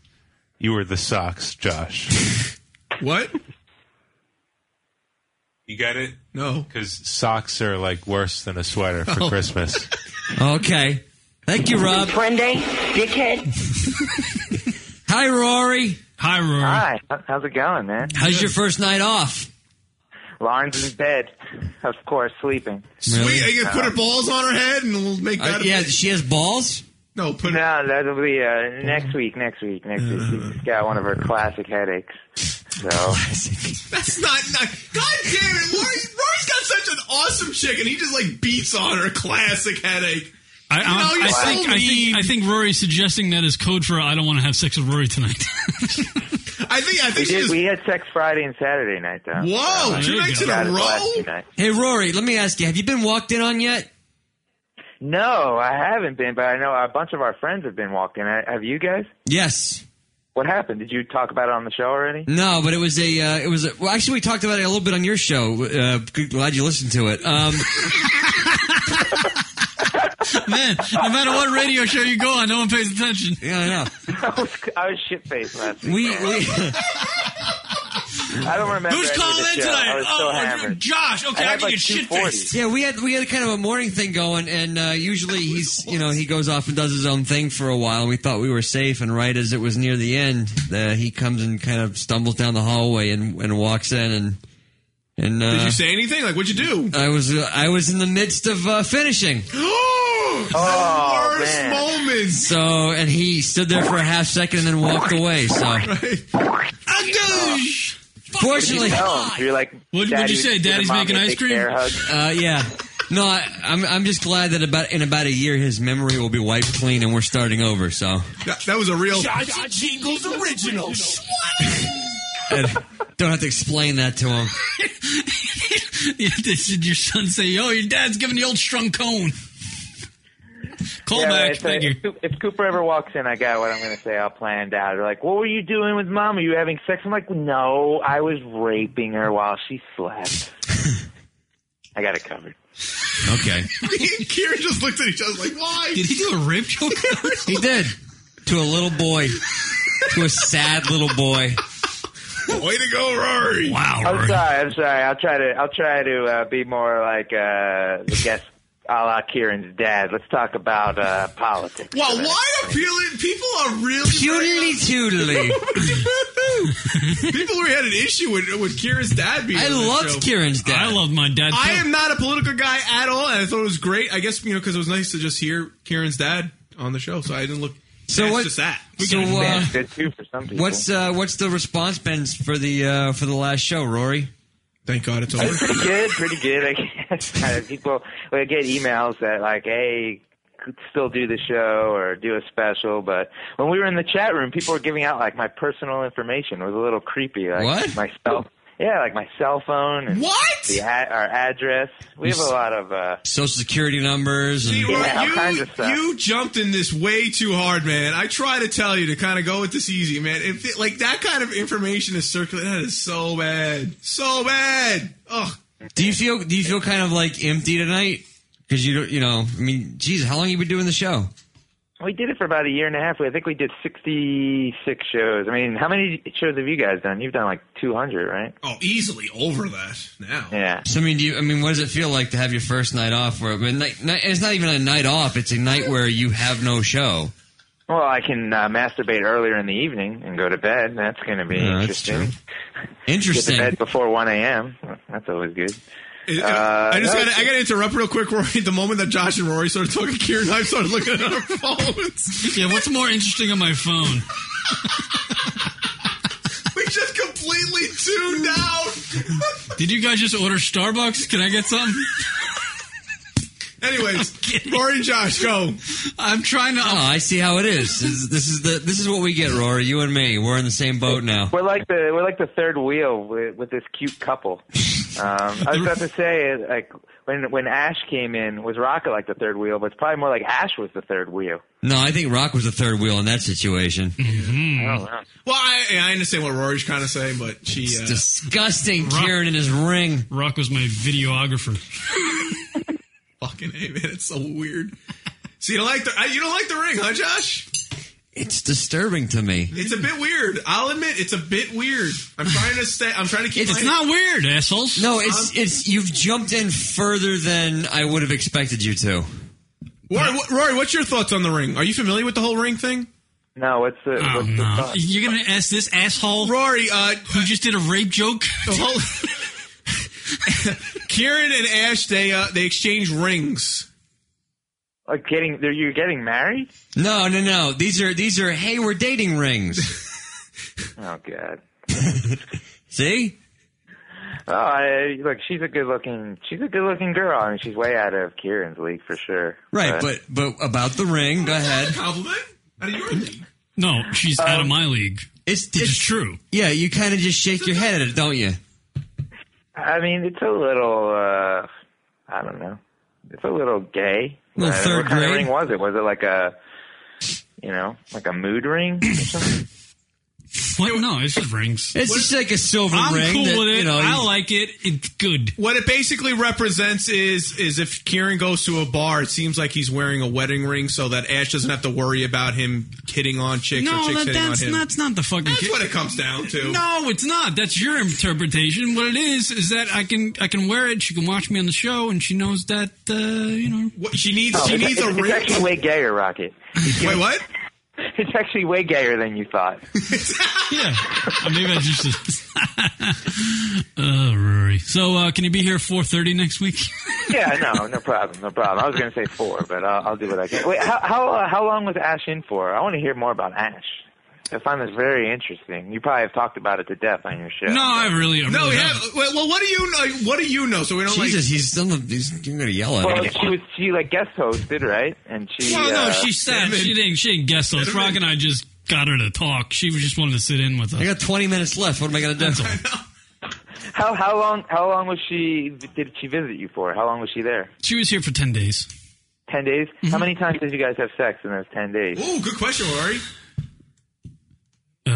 Speaker 9: You were the socks, Josh.
Speaker 6: What?
Speaker 9: You got it?
Speaker 6: No.
Speaker 9: Because socks are like worse than a sweater for Christmas.
Speaker 8: Oh. Okay. Thank you, Rob.
Speaker 1: Friendy, dickhead.
Speaker 8: Hi, Rory.
Speaker 4: Hi, Rory.
Speaker 1: Hi, h- how's it going, man?
Speaker 8: How's your first night off?
Speaker 1: Lauren's in bed, of course, sleeping.
Speaker 6: Sweet. Are you gonna put her balls on her head and we'll make
Speaker 8: Uh,
Speaker 6: that? a-
Speaker 8: yeah, she has balls.
Speaker 6: No. Put. her
Speaker 1: No, that'll be uh, next week. Next week. Next week.
Speaker 8: Uh.
Speaker 1: She's got one of her classic headaches. So
Speaker 6: That's not. not God damn it, Rory. Rory's got such an awesome chick, and he just like beats on her. Classic headache.
Speaker 4: I,
Speaker 6: know,
Speaker 4: I'm-
Speaker 6: you're
Speaker 4: I
Speaker 6: so
Speaker 4: think, I think I think Rory's suggesting that is code for I don't want to have sex with Rory tonight.
Speaker 6: I think. I
Speaker 1: we
Speaker 6: think she
Speaker 1: did.
Speaker 6: just.
Speaker 1: We had sex Friday and Saturday night, though. Uh,
Speaker 6: Whoa!
Speaker 4: There
Speaker 6: two
Speaker 4: you
Speaker 6: nights
Speaker 4: go.
Speaker 6: in
Speaker 1: Got
Speaker 6: a
Speaker 1: it last
Speaker 6: row.
Speaker 1: two nights.
Speaker 8: Hey, Rory. Let me ask you: Have you been walked in on yet?
Speaker 1: No, I haven't been, but I know a bunch of our friends have been walking. I- Have you guys?
Speaker 8: Yes.
Speaker 1: What happened? Did you talk about it on the show already?
Speaker 8: No, but it was a. Uh, it was a, well. Actually, we talked about it a little bit on your show. Uh, good- glad you listened to it. Um,
Speaker 4: Man, no matter what radio show you go on, no one pays attention.
Speaker 8: yeah, I know.
Speaker 1: I was, I was shit faced last week.
Speaker 8: We, we
Speaker 1: I don't remember.
Speaker 4: Who's
Speaker 1: any of
Speaker 4: calling
Speaker 1: the
Speaker 4: in
Speaker 1: show. I
Speaker 4: tonight? Oh,
Speaker 1: was so
Speaker 4: you're-
Speaker 1: hammered.
Speaker 4: Josh. Okay,
Speaker 1: I
Speaker 4: I,
Speaker 1: had
Speaker 4: can
Speaker 1: like
Speaker 4: get shit
Speaker 1: 240.
Speaker 4: faced.
Speaker 8: yeah, we had we had kind of a morning thing going, and uh, usually he's you know he goes off and does his own thing for a while. And we thought we were safe, and right as it was near the end, uh, he comes and kind of stumbles down the hallway and, and walks in, and and uh,
Speaker 6: Did you say anything? Like, what'd you do?
Speaker 8: I was uh, I was in the midst of uh, finishing.
Speaker 6: oh, the worst
Speaker 1: man.
Speaker 6: moments.
Speaker 8: So, and he stood there for a half second and then walked away. So, uh, fortunately,
Speaker 1: No, you're like,
Speaker 4: What'd- what'd
Speaker 1: Daddy
Speaker 4: you say?
Speaker 1: give the
Speaker 4: Daddy's
Speaker 1: mommy
Speaker 4: making
Speaker 1: a
Speaker 4: ice
Speaker 1: big
Speaker 4: cream?
Speaker 1: bear hug.
Speaker 8: uh, yeah, No, I, I'm I'm just glad that about in about a year his memory will be wiped clean and we're starting over. So
Speaker 6: That, that was a real.
Speaker 11: Jingles original.
Speaker 8: I don't have to explain that to him.
Speaker 4: Yeah, this did your son say, "Oh, your dad's giving the old strung cone"? Call
Speaker 1: Yeah,
Speaker 4: back.
Speaker 1: it's like,
Speaker 4: Thank you.
Speaker 1: if, Coop- if Cooper ever walks in, I got what I'm going to say all planned out. They're like, "What were you doing with mom? Are you having sex?" I'm like, "No, I was raping her while she slept." I got it covered.
Speaker 8: Okay,
Speaker 6: Kieran just looked at each other like, why?
Speaker 4: Did he do a rape joke?
Speaker 8: he did to a little boy, to a sad little boy.
Speaker 6: Way to go, Rory.
Speaker 4: wow.
Speaker 1: I'm sorry. I'm sorry. I'll try to. I'll try to uh, be more like uh, the guest, a la Kieran's dad. Let's talk about uh, politics.
Speaker 6: Wow, why are peel- people are really
Speaker 8: Toodly toodly.
Speaker 6: people who had an issue with with Kieran's dad being.
Speaker 8: I
Speaker 6: on the
Speaker 8: loved
Speaker 6: show.
Speaker 8: Kieran's dad.
Speaker 4: I love my dad. Too.
Speaker 6: I am not a political guy at all, and I thought it was great. I guess you know because it was nice to just hear Kieran's dad on the show, so I didn't look.
Speaker 8: So
Speaker 6: past
Speaker 8: what-
Speaker 6: Just that.
Speaker 8: So uh,
Speaker 1: That's good too for some people.
Speaker 8: what's uh, what's the response been for the uh, for the last show, Rory?
Speaker 6: Thank God it's over.
Speaker 1: pretty good? Pretty good. I guess. Kind of people we get emails that like, hey. Could still do the show or do a special, but when we were in the chat room, people were giving out like my personal information. It was a little creepy. Like
Speaker 8: What?
Speaker 1: My cell, yeah, like my cell phone and
Speaker 6: What?
Speaker 1: the ad- our address. We have a lot of uh,
Speaker 8: Social security numbers. And-
Speaker 6: You,
Speaker 1: Yeah, all
Speaker 6: you,
Speaker 1: kinds of stuff.
Speaker 6: you jumped in this way too hard, man. I try to tell you to kind of go with this easy, man. If it, like that kind of information is circulating, that is so bad, so bad. Oh, Ugh.
Speaker 8: Do you feel Do you feel kind of like empty tonight? Because you don't, you know, I mean, geez, how long you been doing the show?
Speaker 1: We did it for about a year and a half. I think we did 66 shows. I mean, how many shows have you guys done? You've done like 200, right?
Speaker 6: Oh, easily over that now.
Speaker 1: Yeah.
Speaker 8: So I mean, do you, I mean, what does it feel like to have your first night off? Where I mean, night, night, it's not even a night off; it's a night where you have no show.
Speaker 1: Well, I can uh, masturbate earlier in the evening and go to bed. That's going to be
Speaker 8: Yeah, that's
Speaker 1: interesting. Get to
Speaker 8: Interesting.
Speaker 1: bed before 1 a.m. That's always good.
Speaker 6: It-
Speaker 1: Uh,
Speaker 6: I just
Speaker 1: no,
Speaker 6: gotta,
Speaker 1: it's-
Speaker 6: I gotta interrupt real quick, Rory. The moment that Josh and Rory started talking, Kieran and I started looking at our phones.
Speaker 4: Yeah, what's more interesting on my phone?
Speaker 6: We just completely tuned out.
Speaker 4: Did you guys just order Starbucks? Can I get some?
Speaker 6: Anyways, Rory and Josh, go.
Speaker 4: I'm trying to.
Speaker 8: Oh, I see how it is. This, is- this is the this is what we get, Rory. You and me, we're in the same boat now.
Speaker 1: We're like the we're like the third wheel with, with this cute couple. Um, I was about to say like when when Ash came in, was Rocket like the third wheel? But it's probably more like Ash was the third wheel.
Speaker 8: No, I think Rock was the third wheel in that situation.
Speaker 1: Mm-hmm. I don't know.
Speaker 6: Well, I, I understand what Rory's trying to say, but she.
Speaker 8: It's
Speaker 6: Uh,
Speaker 8: disgusting, Kieran in his ring.
Speaker 4: Rock was my videographer.
Speaker 6: Fucking hey, man, it's so weird. So you don't like the I- you don't like the ring, huh, Josh?
Speaker 8: It's disturbing to me.
Speaker 6: It's a bit weird. I'll admit, it's a bit weird. I'm trying to stay. I'm trying to keep.
Speaker 4: It's
Speaker 6: my-
Speaker 4: not weird, assholes.
Speaker 8: No, it's it's you've jumped in further than I would have expected you to.
Speaker 6: Rory, what- Rory, what's your thoughts on the ring? Are you familiar with the whole ring thing?
Speaker 1: No, what's the
Speaker 4: Oh,
Speaker 1: what's the
Speaker 4: no.
Speaker 1: thought?
Speaker 4: You're gonna ask this asshole
Speaker 6: Rory, uh,
Speaker 4: who just did a rape joke?
Speaker 6: the whole. Kieran and Ash, they uh, they exchange rings.
Speaker 1: Like getting there, you're getting married?
Speaker 8: No, no, no. These are these are hey, we're dating rings.
Speaker 1: Oh God.
Speaker 8: See?
Speaker 1: Oh, I, look, she's a good-looking, she's a good-looking girl. I mean, she's way out of Kieran's league for sure.
Speaker 8: Right, but but about the ring, go ahead.
Speaker 6: Compliment. Out of your league.
Speaker 4: No, she's out of my league.
Speaker 8: It's,
Speaker 4: Which is
Speaker 8: it's
Speaker 4: true.
Speaker 8: yeah, you kind of just shake your head at it, don't you?
Speaker 1: I mean, it's a little, uh, I don't know, it's a little gay.
Speaker 8: Little
Speaker 1: I don't know,
Speaker 8: third
Speaker 1: what kind
Speaker 8: grade.
Speaker 1: of ring was it? Was it like a, you know, like a mood ring? Oh, Or something?
Speaker 4: What? No, it's just rings.
Speaker 8: It's just like a silver
Speaker 4: I'm
Speaker 8: ring.
Speaker 4: cool
Speaker 8: that,
Speaker 4: with it.
Speaker 8: You know,
Speaker 4: I like it. It's good.
Speaker 6: What it basically represents is is if Kieran goes to a bar, it seems like he's wearing a wedding ring, so that Ash doesn't have to worry about him hitting on chicks or
Speaker 4: No,
Speaker 6: chicks
Speaker 4: that,
Speaker 6: hitting
Speaker 4: that's
Speaker 6: on him.
Speaker 4: that's not the fucking.
Speaker 6: That's
Speaker 4: ki-
Speaker 6: what it comes down to.
Speaker 4: No, it's not. That's your interpretation. What it is is that I can I can wear it. She can watch me on the show, and she knows that uh, you know.
Speaker 6: What, she needs. she
Speaker 1: Oh, it's,
Speaker 6: needs a
Speaker 1: it's, it's
Speaker 6: ring.
Speaker 1: actually way gayer, Rocket.
Speaker 6: Wait, what?
Speaker 1: It's actually way gayer than you thought.
Speaker 4: Yeah, Uh, maybe I just. oh, Rory. So uh, can you be here four thirty next week?
Speaker 1: yeah, no, no problem, no problem. I was going to say four, but I'll, I'll do what I can. Wait, how how, uh, how long was Ash in for? I want to hear more about Ash. I find this very interesting. You probabh have talked about it to death on your show.
Speaker 4: No, I really, I really
Speaker 6: No, we
Speaker 4: don't.
Speaker 6: have. Well, well, what do you know? What do you know? So we don't
Speaker 8: Jesus, he's still. He's, you're gonna yell at
Speaker 1: Well,
Speaker 8: him.
Speaker 1: she was she like guest hosted, right? And she.
Speaker 4: Well, no,
Speaker 1: uh,
Speaker 4: she sat. Oh, She didn't. She didn't guess those. Rock and I just got her to talk. She was just wanted to sit in with
Speaker 8: I
Speaker 4: us.
Speaker 8: got 20 minutes left. What am I gonna do?
Speaker 1: How how long how long was she? Did she visit you for? How long was she there?
Speaker 4: She was here for ten days.
Speaker 1: Ten days. How
Speaker 4: Mm-hmm.
Speaker 1: many times did you guys have sex in those ten days?
Speaker 6: like. Ooh, good question, Rory.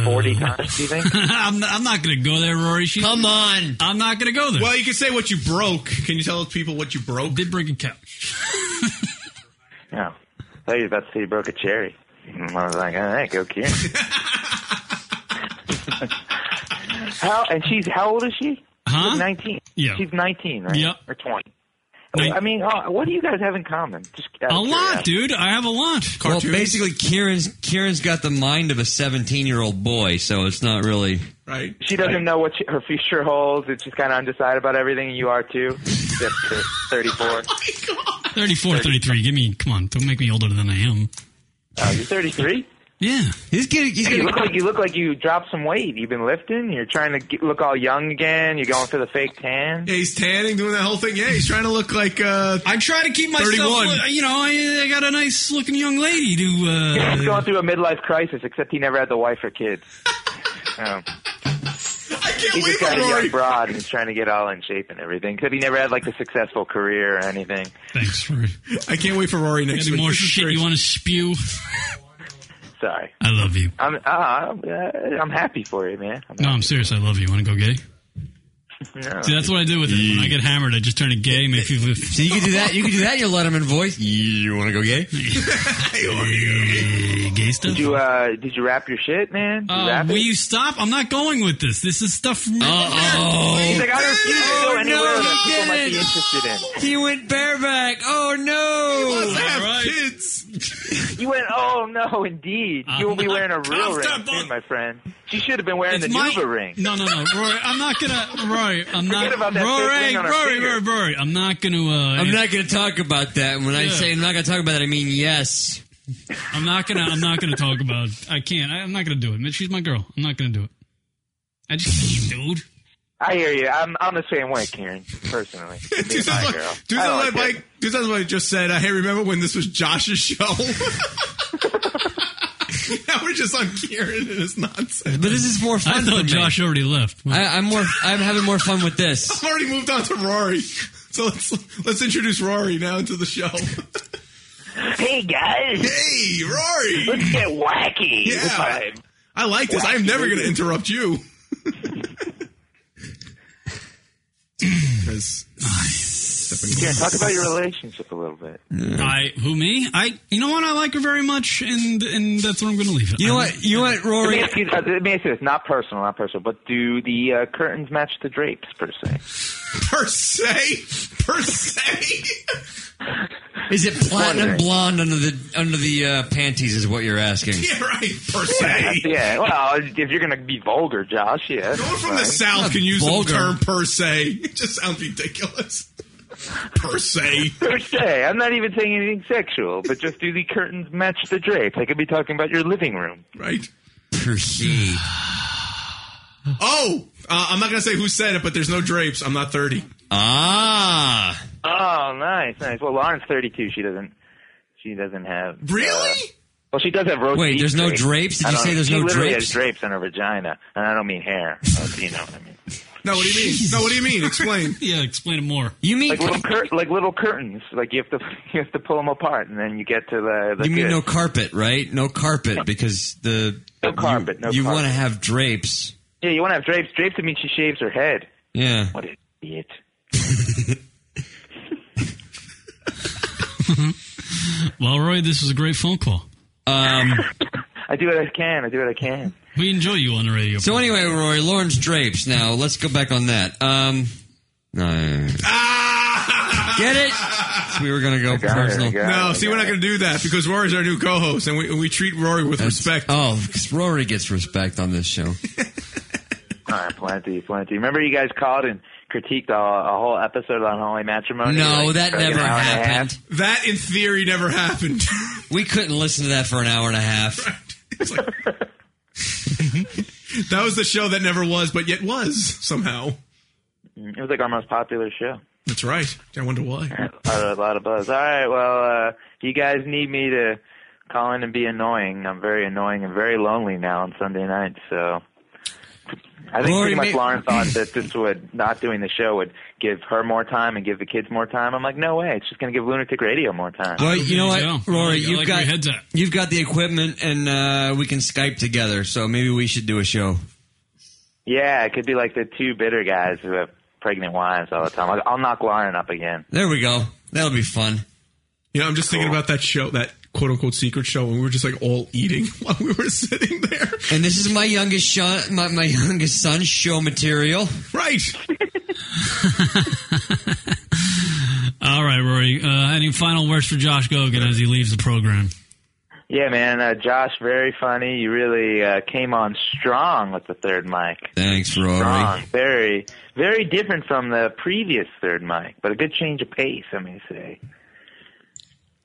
Speaker 1: Forty
Speaker 4: Uh,
Speaker 1: times, do you think?
Speaker 4: I'm not, I'm not going to go there, Rory. She,
Speaker 8: Come on.
Speaker 4: I'm not going to go there.
Speaker 6: Well, you can say what you broke. Can you tell people what you broke?
Speaker 4: Did break a couch.
Speaker 1: No. I thought you were about to say you broke a cherry. And I was like, all right, go Kieran. how and she's how old is she?
Speaker 4: Huh?
Speaker 1: She's nineteen.
Speaker 4: Yeah.
Speaker 1: She's nineteen, right?
Speaker 4: Yep.
Speaker 1: Or twenty.
Speaker 4: Nin-
Speaker 1: I mean, uh, what do you guys have in common? Just out
Speaker 4: A
Speaker 1: of
Speaker 4: lot,
Speaker 1: curiosity.
Speaker 4: dude. I have a lot.
Speaker 8: Well, basically, Kieran's Kieran's got the mind of a 17 year old boy, so it's not really.
Speaker 6: Right.
Speaker 1: She doesn't know what she, her future holds. It's just kind of undecided about everything. and You are too. Except for 34.
Speaker 4: 34, 33. Give me. Come on. Don't make me older than I am.
Speaker 1: Uh, you're 33.
Speaker 4: Yeah.
Speaker 8: He's getting. He's
Speaker 1: You
Speaker 8: getting.
Speaker 1: look like you look like you dropped some weight. You've been lifting. You're trying to get, look all young again. You're going for the fake tan.
Speaker 6: Yeah, he's tanning, doing that whole thing. Yeah, he's trying to look like. uh
Speaker 4: I try to keep myself. uh,
Speaker 6: 31.
Speaker 4: You know, I, I got a nice looking young lady to. Uh,
Speaker 1: He's going through a midlife crisis, except he never had the wife or kids. Um,
Speaker 6: I can't
Speaker 1: he
Speaker 6: wait
Speaker 1: just
Speaker 6: for
Speaker 1: got a young
Speaker 6: Rory.
Speaker 1: broad and he's trying to get all in shape and everything. Except he never had like a successful career or anything.
Speaker 4: Thanks, Rory.
Speaker 6: I can't wait for Rory next
Speaker 4: Any
Speaker 6: week.
Speaker 4: more
Speaker 6: This is
Speaker 4: shit
Speaker 6: great.
Speaker 4: you want to spew?
Speaker 1: Sorry,
Speaker 4: I love you.
Speaker 1: I'm uh, I'm, uh, I'm happy for you, man. I'm
Speaker 4: No, I'm serious. I love you. Want to go gay?
Speaker 1: no.
Speaker 4: See, that's what I do with it. When I get hammered, I just turn it gay, make people.
Speaker 8: So you can do that. You can do that. in Your Letterman voice. You want to go gay?
Speaker 4: Eh, gay stuff.
Speaker 1: Did you uh, did you wrap your shit, man? Did you
Speaker 4: Uh,
Speaker 1: wrap it?
Speaker 4: will you stop? I'm not going with this. This is stuff. From-
Speaker 1: He's
Speaker 8: oh.
Speaker 1: like, I refuse to
Speaker 8: Oh,
Speaker 1: go anywhere
Speaker 8: no,
Speaker 1: that
Speaker 8: he
Speaker 1: people might be
Speaker 8: didn't.
Speaker 1: interested
Speaker 8: He went bareback. Oh no.
Speaker 6: Have
Speaker 4: Alright.
Speaker 6: kids.
Speaker 1: in. You went, oh no, indeed.
Speaker 4: Uh,
Speaker 1: You will be wearing a real ring
Speaker 4: Uncomfortable.
Speaker 1: soon, my friend. She should have been wearing the Nuva ring.
Speaker 4: No, no, no, Rory. I'm not gonna. Rory, I'm
Speaker 1: Forget
Speaker 4: not.
Speaker 1: about that fake
Speaker 4: Rory,
Speaker 1: ring on her
Speaker 4: Rory,
Speaker 1: finger.
Speaker 4: Rory, Rory. I'm not gonna. Uh,
Speaker 8: I'm not going to talk about that. And when I
Speaker 4: Yeah.
Speaker 8: say I'm not going to talk about it, I mean yes.
Speaker 4: I'm not gonna. I'm not gonna talk about. I can't. I, I'm not gonna do it. She's my girl. I'm not gonna do it. I just, dude.
Speaker 1: I hear you. I'm I'm the same way, Karen. Personally, Me
Speaker 6: Dude,
Speaker 1: and
Speaker 6: sounds
Speaker 1: my
Speaker 6: like,
Speaker 1: girl.
Speaker 6: dude,
Speaker 1: I
Speaker 6: sounds
Speaker 1: don't
Speaker 6: like
Speaker 1: like it.
Speaker 6: Mike. Dude, sounds like just said. Uh, hey, remember when this was Josh's show? now we're just on Kieran and his nonsense.
Speaker 8: But this is more
Speaker 4: I
Speaker 8: fun. for
Speaker 4: thought
Speaker 8: me.
Speaker 4: Josh already left. Well,
Speaker 8: I, I'm more. I'm having more fun with this.
Speaker 6: I've already moved on to Rory, so let's let's introduce Rory now into the show.
Speaker 1: Hey guys,
Speaker 6: hey, Rory.
Speaker 1: let's get wacky.
Speaker 6: Yeah.
Speaker 1: With my-
Speaker 6: I like this. I'm never going to interrupt you. Because
Speaker 1: Karen, talk about your relationship a little bit.
Speaker 6: Mm.
Speaker 4: I who me? I you know what? I like her very much, and and that's where I'm gonna leave it.
Speaker 8: You know what? You know what,
Speaker 1: Let
Speaker 8: Rory?
Speaker 1: me ask you, uh, let me ask you this: not personal, not personal, but do the uh, curtains match the drapes per se?
Speaker 6: per se, per se.
Speaker 8: Is it platinum
Speaker 1: Wondering.
Speaker 8: blonde under the under the uh, panties? Is what you're asking?
Speaker 6: yeah, right. Per se.
Speaker 1: Yeah. Well, if you're gonna be vulgar, Josh, yeah.
Speaker 6: No one from the
Speaker 1: that's fine.
Speaker 6: South can use
Speaker 8: vulgar.
Speaker 6: the term per se. It just sounds ridiculous. Per se.
Speaker 1: per se. I'm not even saying anything sexual, but just do the curtains match the drapes? I could be talking about your living room.
Speaker 6: Right?
Speaker 8: Per se.
Speaker 6: Oh, uh, I'm not going to say who said it, but there's no drapes. I'm not 30.
Speaker 8: Ah.
Speaker 1: Oh, nice, nice. Well, Lauren's 32. She doesn't. She doesn't have. uh,
Speaker 6: Really?
Speaker 1: well, she does have rose.
Speaker 8: Wait,
Speaker 1: beef
Speaker 8: there's no drapes? Did
Speaker 1: I
Speaker 8: you
Speaker 1: don't-
Speaker 8: say there's
Speaker 1: she
Speaker 8: no
Speaker 1: literally
Speaker 8: drapes?
Speaker 1: Has drapes on her vagina, and I don't mean hair. but, you know, what I mean,
Speaker 6: No, what do you mean? No, what do you mean? Explain.
Speaker 4: Yeah, explain it more.
Speaker 8: You mean
Speaker 1: like little cur- like little curtains. Like you have to you have to pull them apart, and then you get to the. the
Speaker 8: you mean
Speaker 1: good.
Speaker 8: no carpet, right? No carpet because the
Speaker 1: No carpet,
Speaker 8: You,
Speaker 1: no
Speaker 8: you
Speaker 1: carpet.
Speaker 8: want to have drapes.
Speaker 1: Yeah, you want to have drapes. Drapes would mean she shaves her head.
Speaker 8: Yeah.
Speaker 1: What an idiot.
Speaker 4: Well, Roy, this was a great phone call.
Speaker 6: Uh.
Speaker 8: Um,
Speaker 1: I do what I can. I do what I can.
Speaker 4: We enjoy you on the radio.
Speaker 8: so anyway, Rory, Lauren's drapes. Now let's go back on that. Um, no, no, no, no.
Speaker 6: Ah!
Speaker 8: get it? We were gonna go
Speaker 1: Got it,
Speaker 8: personal.
Speaker 1: got it,
Speaker 6: No,
Speaker 1: I
Speaker 6: see,
Speaker 1: got
Speaker 6: we're not
Speaker 1: it.
Speaker 6: going to do that because Rory's our new co-host, and we, we treat Rory with respect.
Speaker 8: Oh, 'cause Rory gets respect on this show.
Speaker 1: All right, plenty, plenty. Remember, you guys called and critiqued a, a whole episode on holy matrimony.
Speaker 8: No,
Speaker 1: like,
Speaker 8: that
Speaker 1: for like an
Speaker 8: never
Speaker 1: hour and a half?
Speaker 8: happened.
Speaker 6: That, in theory, never happened.
Speaker 8: We couldn't listen to that for an hour and a half.
Speaker 6: It's like,
Speaker 12: that was the show that never was, but yet was somehow.
Speaker 1: Mm, It was like our most popular show.
Speaker 12: That's right. I wonder why.
Speaker 1: A lot of, a lot of buzz. All right. Well, uh, if you guys need me to call in and be annoying, I'm very annoying and very lonely now on Sunday night. So I think
Speaker 8: Well,
Speaker 1: pretty
Speaker 8: you
Speaker 1: much
Speaker 8: may-
Speaker 1: Lauren thought that this would not doing the show would give her more time and give the kids more time. I'm like, no way. It's just going to give Lunatic Radio more time.
Speaker 8: Well, you know
Speaker 13: Yeah.
Speaker 8: what, Rory,
Speaker 13: I
Speaker 8: you've
Speaker 13: like where
Speaker 8: got
Speaker 13: your head's at.
Speaker 8: you've got the equipment, and uh, we can Skype together. So maybe we should do a show.
Speaker 1: Yeah, it could be like the two bitter guys who have pregnant wives all the time. Like, I'll knock Lauren up again.
Speaker 8: There we go. That'll be fun.
Speaker 12: You know, I'm just thinking about that show, that quote unquote secret show, and we were just like all eating while we were sitting there.
Speaker 8: And this is my youngest son, my, my youngest son's show material.
Speaker 12: Right.
Speaker 13: All right, Rory. Uh, any final words for Josh Gogan as he leaves the program?
Speaker 1: Yeah, man. Uh, Josh, very funny. You really uh, came on strong with the third mic.
Speaker 8: Thanks, Rory.
Speaker 1: Strong, very, very different from the previous third mic, but a good change of pace. I may say.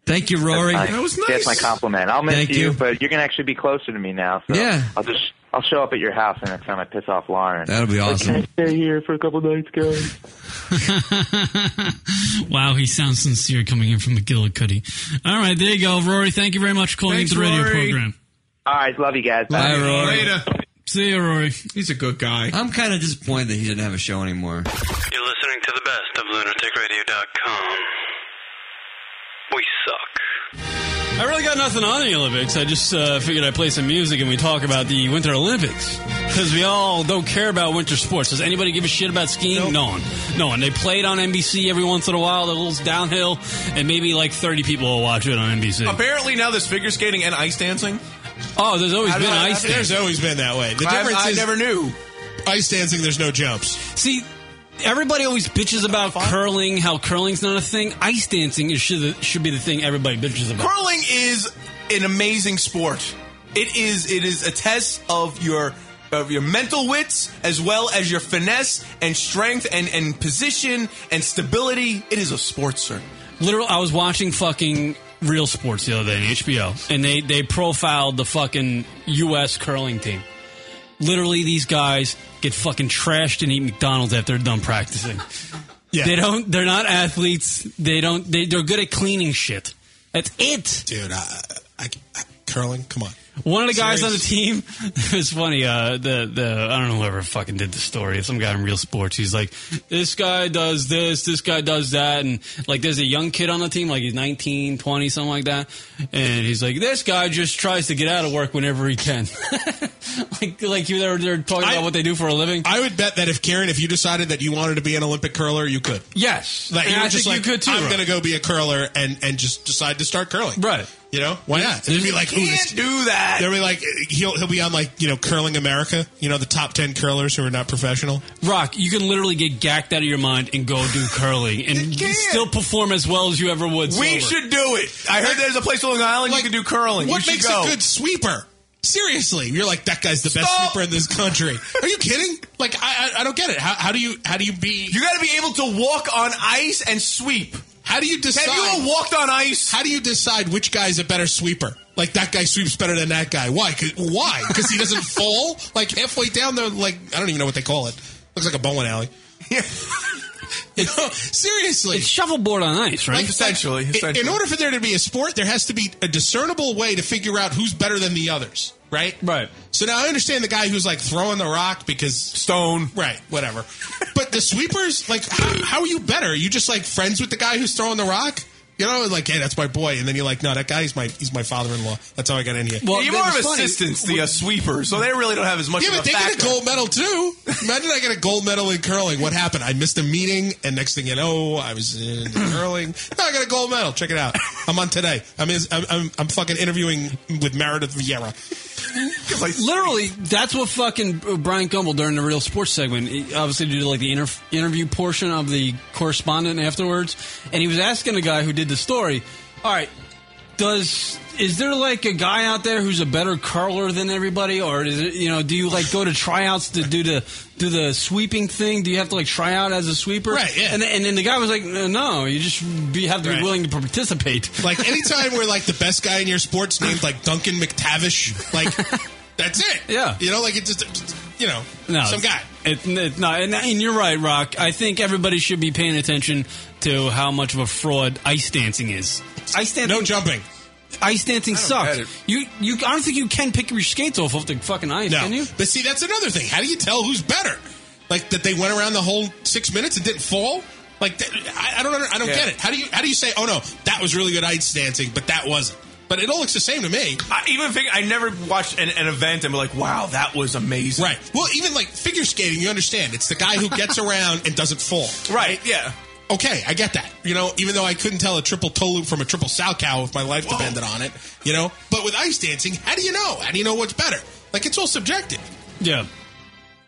Speaker 8: Thank you, Rory.
Speaker 1: Nice.
Speaker 12: That was
Speaker 1: That's my
Speaker 12: nice.
Speaker 1: compliment. I'll miss
Speaker 8: Thank you.
Speaker 1: but you're gonna actually be closer to me now. So
Speaker 8: Yeah.
Speaker 1: I'll just I'll show up at your house the next time I piss off Lauren.
Speaker 8: That'll be awesome.
Speaker 1: Stay here for a couple nights, guys.
Speaker 13: wow, he sounds sincere coming in from McGillicuddy. All right, there you go, Rory. Thank you very much for calling
Speaker 12: Thanks,
Speaker 13: into the radio
Speaker 12: Rory.
Speaker 13: program.
Speaker 1: All right, love you guys.
Speaker 8: Bye, Rory.
Speaker 12: Later.
Speaker 13: See you, Rory.
Speaker 12: He's a good guy.
Speaker 8: I'm kind of disappointed that he didn't have a show anymore.
Speaker 14: You're listening to the best of lunaticradio.com. We suck.
Speaker 4: I really got nothing on the Olympics. I just uh, figured I'd play some music and we talk about the Winter Olympics. Because we all don't care about winter sports. Does anybody give a shit about skiing? No one. No one. They play it on NBC every once in a while, the little downhill, and maybe like 30 people will watch it on NBC.
Speaker 9: Apparently now there's figure skating and ice dancing.
Speaker 4: Oh, there's always
Speaker 9: I
Speaker 4: been
Speaker 9: don't- I-
Speaker 4: ice dancing.
Speaker 6: There's always been that way. The
Speaker 9: I,
Speaker 6: difference
Speaker 9: I
Speaker 6: is
Speaker 9: never knew.
Speaker 6: ice dancing. There's no jumps.
Speaker 4: See, everybody always bitches about curling, how curling's not a thing. Ice dancing is should, should be the thing everybody bitches about.
Speaker 9: Curling is an amazing sport. It is it is a test of your of your mental wits as well as your finesse and strength and, and position and stability. It is a sport, sir.
Speaker 4: Literal. I was watching fucking Real Sports the other day on HBO, and they they profiled the fucking U.S. curling team. Literally, these guys get fucking trashed and eat McDonald's after they're done practicing.
Speaker 6: Yeah.
Speaker 4: They don't. They're not athletes. They don't. They, they're good at cleaning shit. That's it.
Speaker 6: Dude, I, I, I, curling. Come on.
Speaker 4: One of the guys on the team, it was funny. Uh, the the I don't know whoever fucking did the story. Some guy in Real Sports. He's like, this guy does this, this guy does that, and like there's a young kid on the team, like he's 19, 20, something like that, and he's like, this guy just tries to get out of work whenever he can. like like you they're, they're talking
Speaker 6: I-
Speaker 4: about what they do for a living.
Speaker 6: I would bet that if Karen, if you decided that you wanted to be an Olympic curler, you could.
Speaker 4: yes,
Speaker 6: Like,
Speaker 4: and
Speaker 6: you were
Speaker 4: I
Speaker 6: just
Speaker 4: think
Speaker 6: like,
Speaker 4: you could too.
Speaker 6: I'm
Speaker 4: Rob.
Speaker 6: going to go be a curler and, and just decide to start curling.
Speaker 4: Right.
Speaker 6: You know, why not? And you'd be like, ooh, this,
Speaker 9: Can't do that.
Speaker 6: they'll be like, he'll, he'll be on like, you know, Curling America, you know, the top 10 curlers who are not professional.
Speaker 4: Rock, you can literally get gacked out of your mind and go do curling and
Speaker 9: You can.
Speaker 4: still perform as well as you ever would. sober.
Speaker 9: We should do it. I heard there's a place on Long Island
Speaker 6: Like,
Speaker 9: you can do curling.
Speaker 6: What
Speaker 9: you should
Speaker 6: makes
Speaker 9: go.
Speaker 6: a good sweeper? Seriously, you're like that guy's the best
Speaker 9: Stop.
Speaker 6: sweeper in this country. Are you kidding? Like I, I, I don't get it. How, how do you how do you be?
Speaker 9: You got to be able to walk on ice and sweep.
Speaker 6: How do you decide?
Speaker 9: Have you ever walked on ice?
Speaker 6: how do you decide which guy's a better sweeper? Like that guy sweeps better than that guy. Why? 'Cause- why? Because he doesn't fall. Like halfway down there, like I don't even know what they call it. Looks like a bowling alley. You know, seriously.
Speaker 4: It's shuffleboard on ice, right?
Speaker 6: Like,
Speaker 9: Essentially,
Speaker 6: like,
Speaker 9: essentially.
Speaker 6: In order for there to be a sport, there has to be a discernible way to figure out who's better than the others, right?
Speaker 4: Right.
Speaker 6: So now I understand the guy who's like throwing the rock because
Speaker 9: Stone.
Speaker 6: right, whatever. But the sweepers, like, how, how are you better? Are you just like friends with the guy who's throwing the rock? You know, like, hey, that's my boy, and then you're like, no, that guy's my he's my father-in-law. That's how I got in here.
Speaker 4: Well,
Speaker 9: You're
Speaker 4: that
Speaker 9: more of
Speaker 4: was funny.
Speaker 9: assistants, the uh, sweeper, so they really don't have as much.
Speaker 6: yeah,
Speaker 9: of
Speaker 6: but
Speaker 9: a
Speaker 6: they get a
Speaker 9: factor.
Speaker 6: gold medal too. Imagine I got a gold medal in curling. What happened? I missed a meeting, and next thing you know, I was in curling. No, I got a gold medal. Check it out. I'm on today. I'm in, I'm, I'm I'm fucking interviewing with Meredith Vieira.
Speaker 4: Literally, that's what fucking uh, Brian Gumble during the real sports segment. He obviously did like the inter- interview portion of the correspondent afterwards, and he was asking the guy who did the story, "All right, does is there like a guy out there who's a better curler than everybody, or is it you know do you like go to tryouts to do the do the sweeping thing? Do you have to like try out as a sweeper?
Speaker 6: Right, yeah.
Speaker 4: And, then- and then the guy was like, "No, you just be, have to
Speaker 6: Right.
Speaker 4: be willing to participate."
Speaker 6: Like anytime we're like the best guy in your sports named like Duncan McTavish, like That's it.
Speaker 4: Yeah.
Speaker 6: You know, like it just, you know,
Speaker 4: No,
Speaker 6: some guy.
Speaker 4: It, it, no, and, and you're right, Rock. I think everybody should be paying attention to how much of a fraud ice dancing is. Ice dancing, no
Speaker 6: jumping.
Speaker 4: Ice dancing
Speaker 6: I don't get it.
Speaker 4: sucks. You, you. I don't think you can pick your skates off of the fucking ice.
Speaker 6: No.
Speaker 4: Can you?
Speaker 6: But see, that's another thing. How do you tell who's better? Like that they went around the whole six minutes and didn't fall. Like that, I, I don't, under- I don't
Speaker 9: Yeah.
Speaker 6: get it. How do you, how do you say, oh no, that was really good ice dancing, but that wasn't. But it all looks the same to me.
Speaker 9: I even think I never watched an, an event and be like, wow, that was amazing.
Speaker 6: Right. Well, even like figure skating, you understand. It's the guy who gets around and doesn't fall.
Speaker 9: Right. Yeah.
Speaker 6: Okay, I get that. You know, even though I couldn't tell a triple toe loop from a triple sow cow if my life depended on it, you know? But with ice dancing, how do you know? How do you know what's better? Like, it's all subjective.
Speaker 4: Yeah.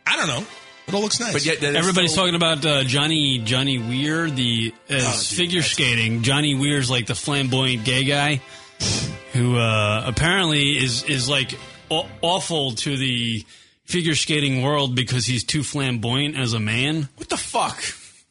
Speaker 6: I don't know. It all looks nice.
Speaker 9: But yet that is
Speaker 4: Everybody's
Speaker 9: so- Oh,
Speaker 4: talking about uh, Johnny Johnny Weir, the uh, figure skating. Johnny Weir's like the flamboyant gay guy who uh, apparently is is like aw- awful to the figure skating world because he's too flamboyant as a man.
Speaker 9: What the fuck?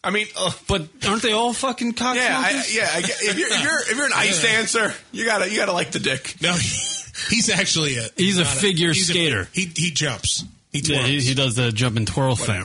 Speaker 9: I mean, uh,
Speaker 4: but aren't they all fucking cock
Speaker 9: Yeah, I,
Speaker 4: blockers?
Speaker 9: yeah. I, get- if you're if you're if you're an ice dancer, you gotta you gotta like the dick.
Speaker 6: No, he's actually a
Speaker 4: He's a
Speaker 6: not
Speaker 4: figure
Speaker 6: he's a-
Speaker 4: skater.
Speaker 6: he he jumps. He
Speaker 4: Yeah,
Speaker 6: twirls.
Speaker 4: he, he does the jump and twirl thing.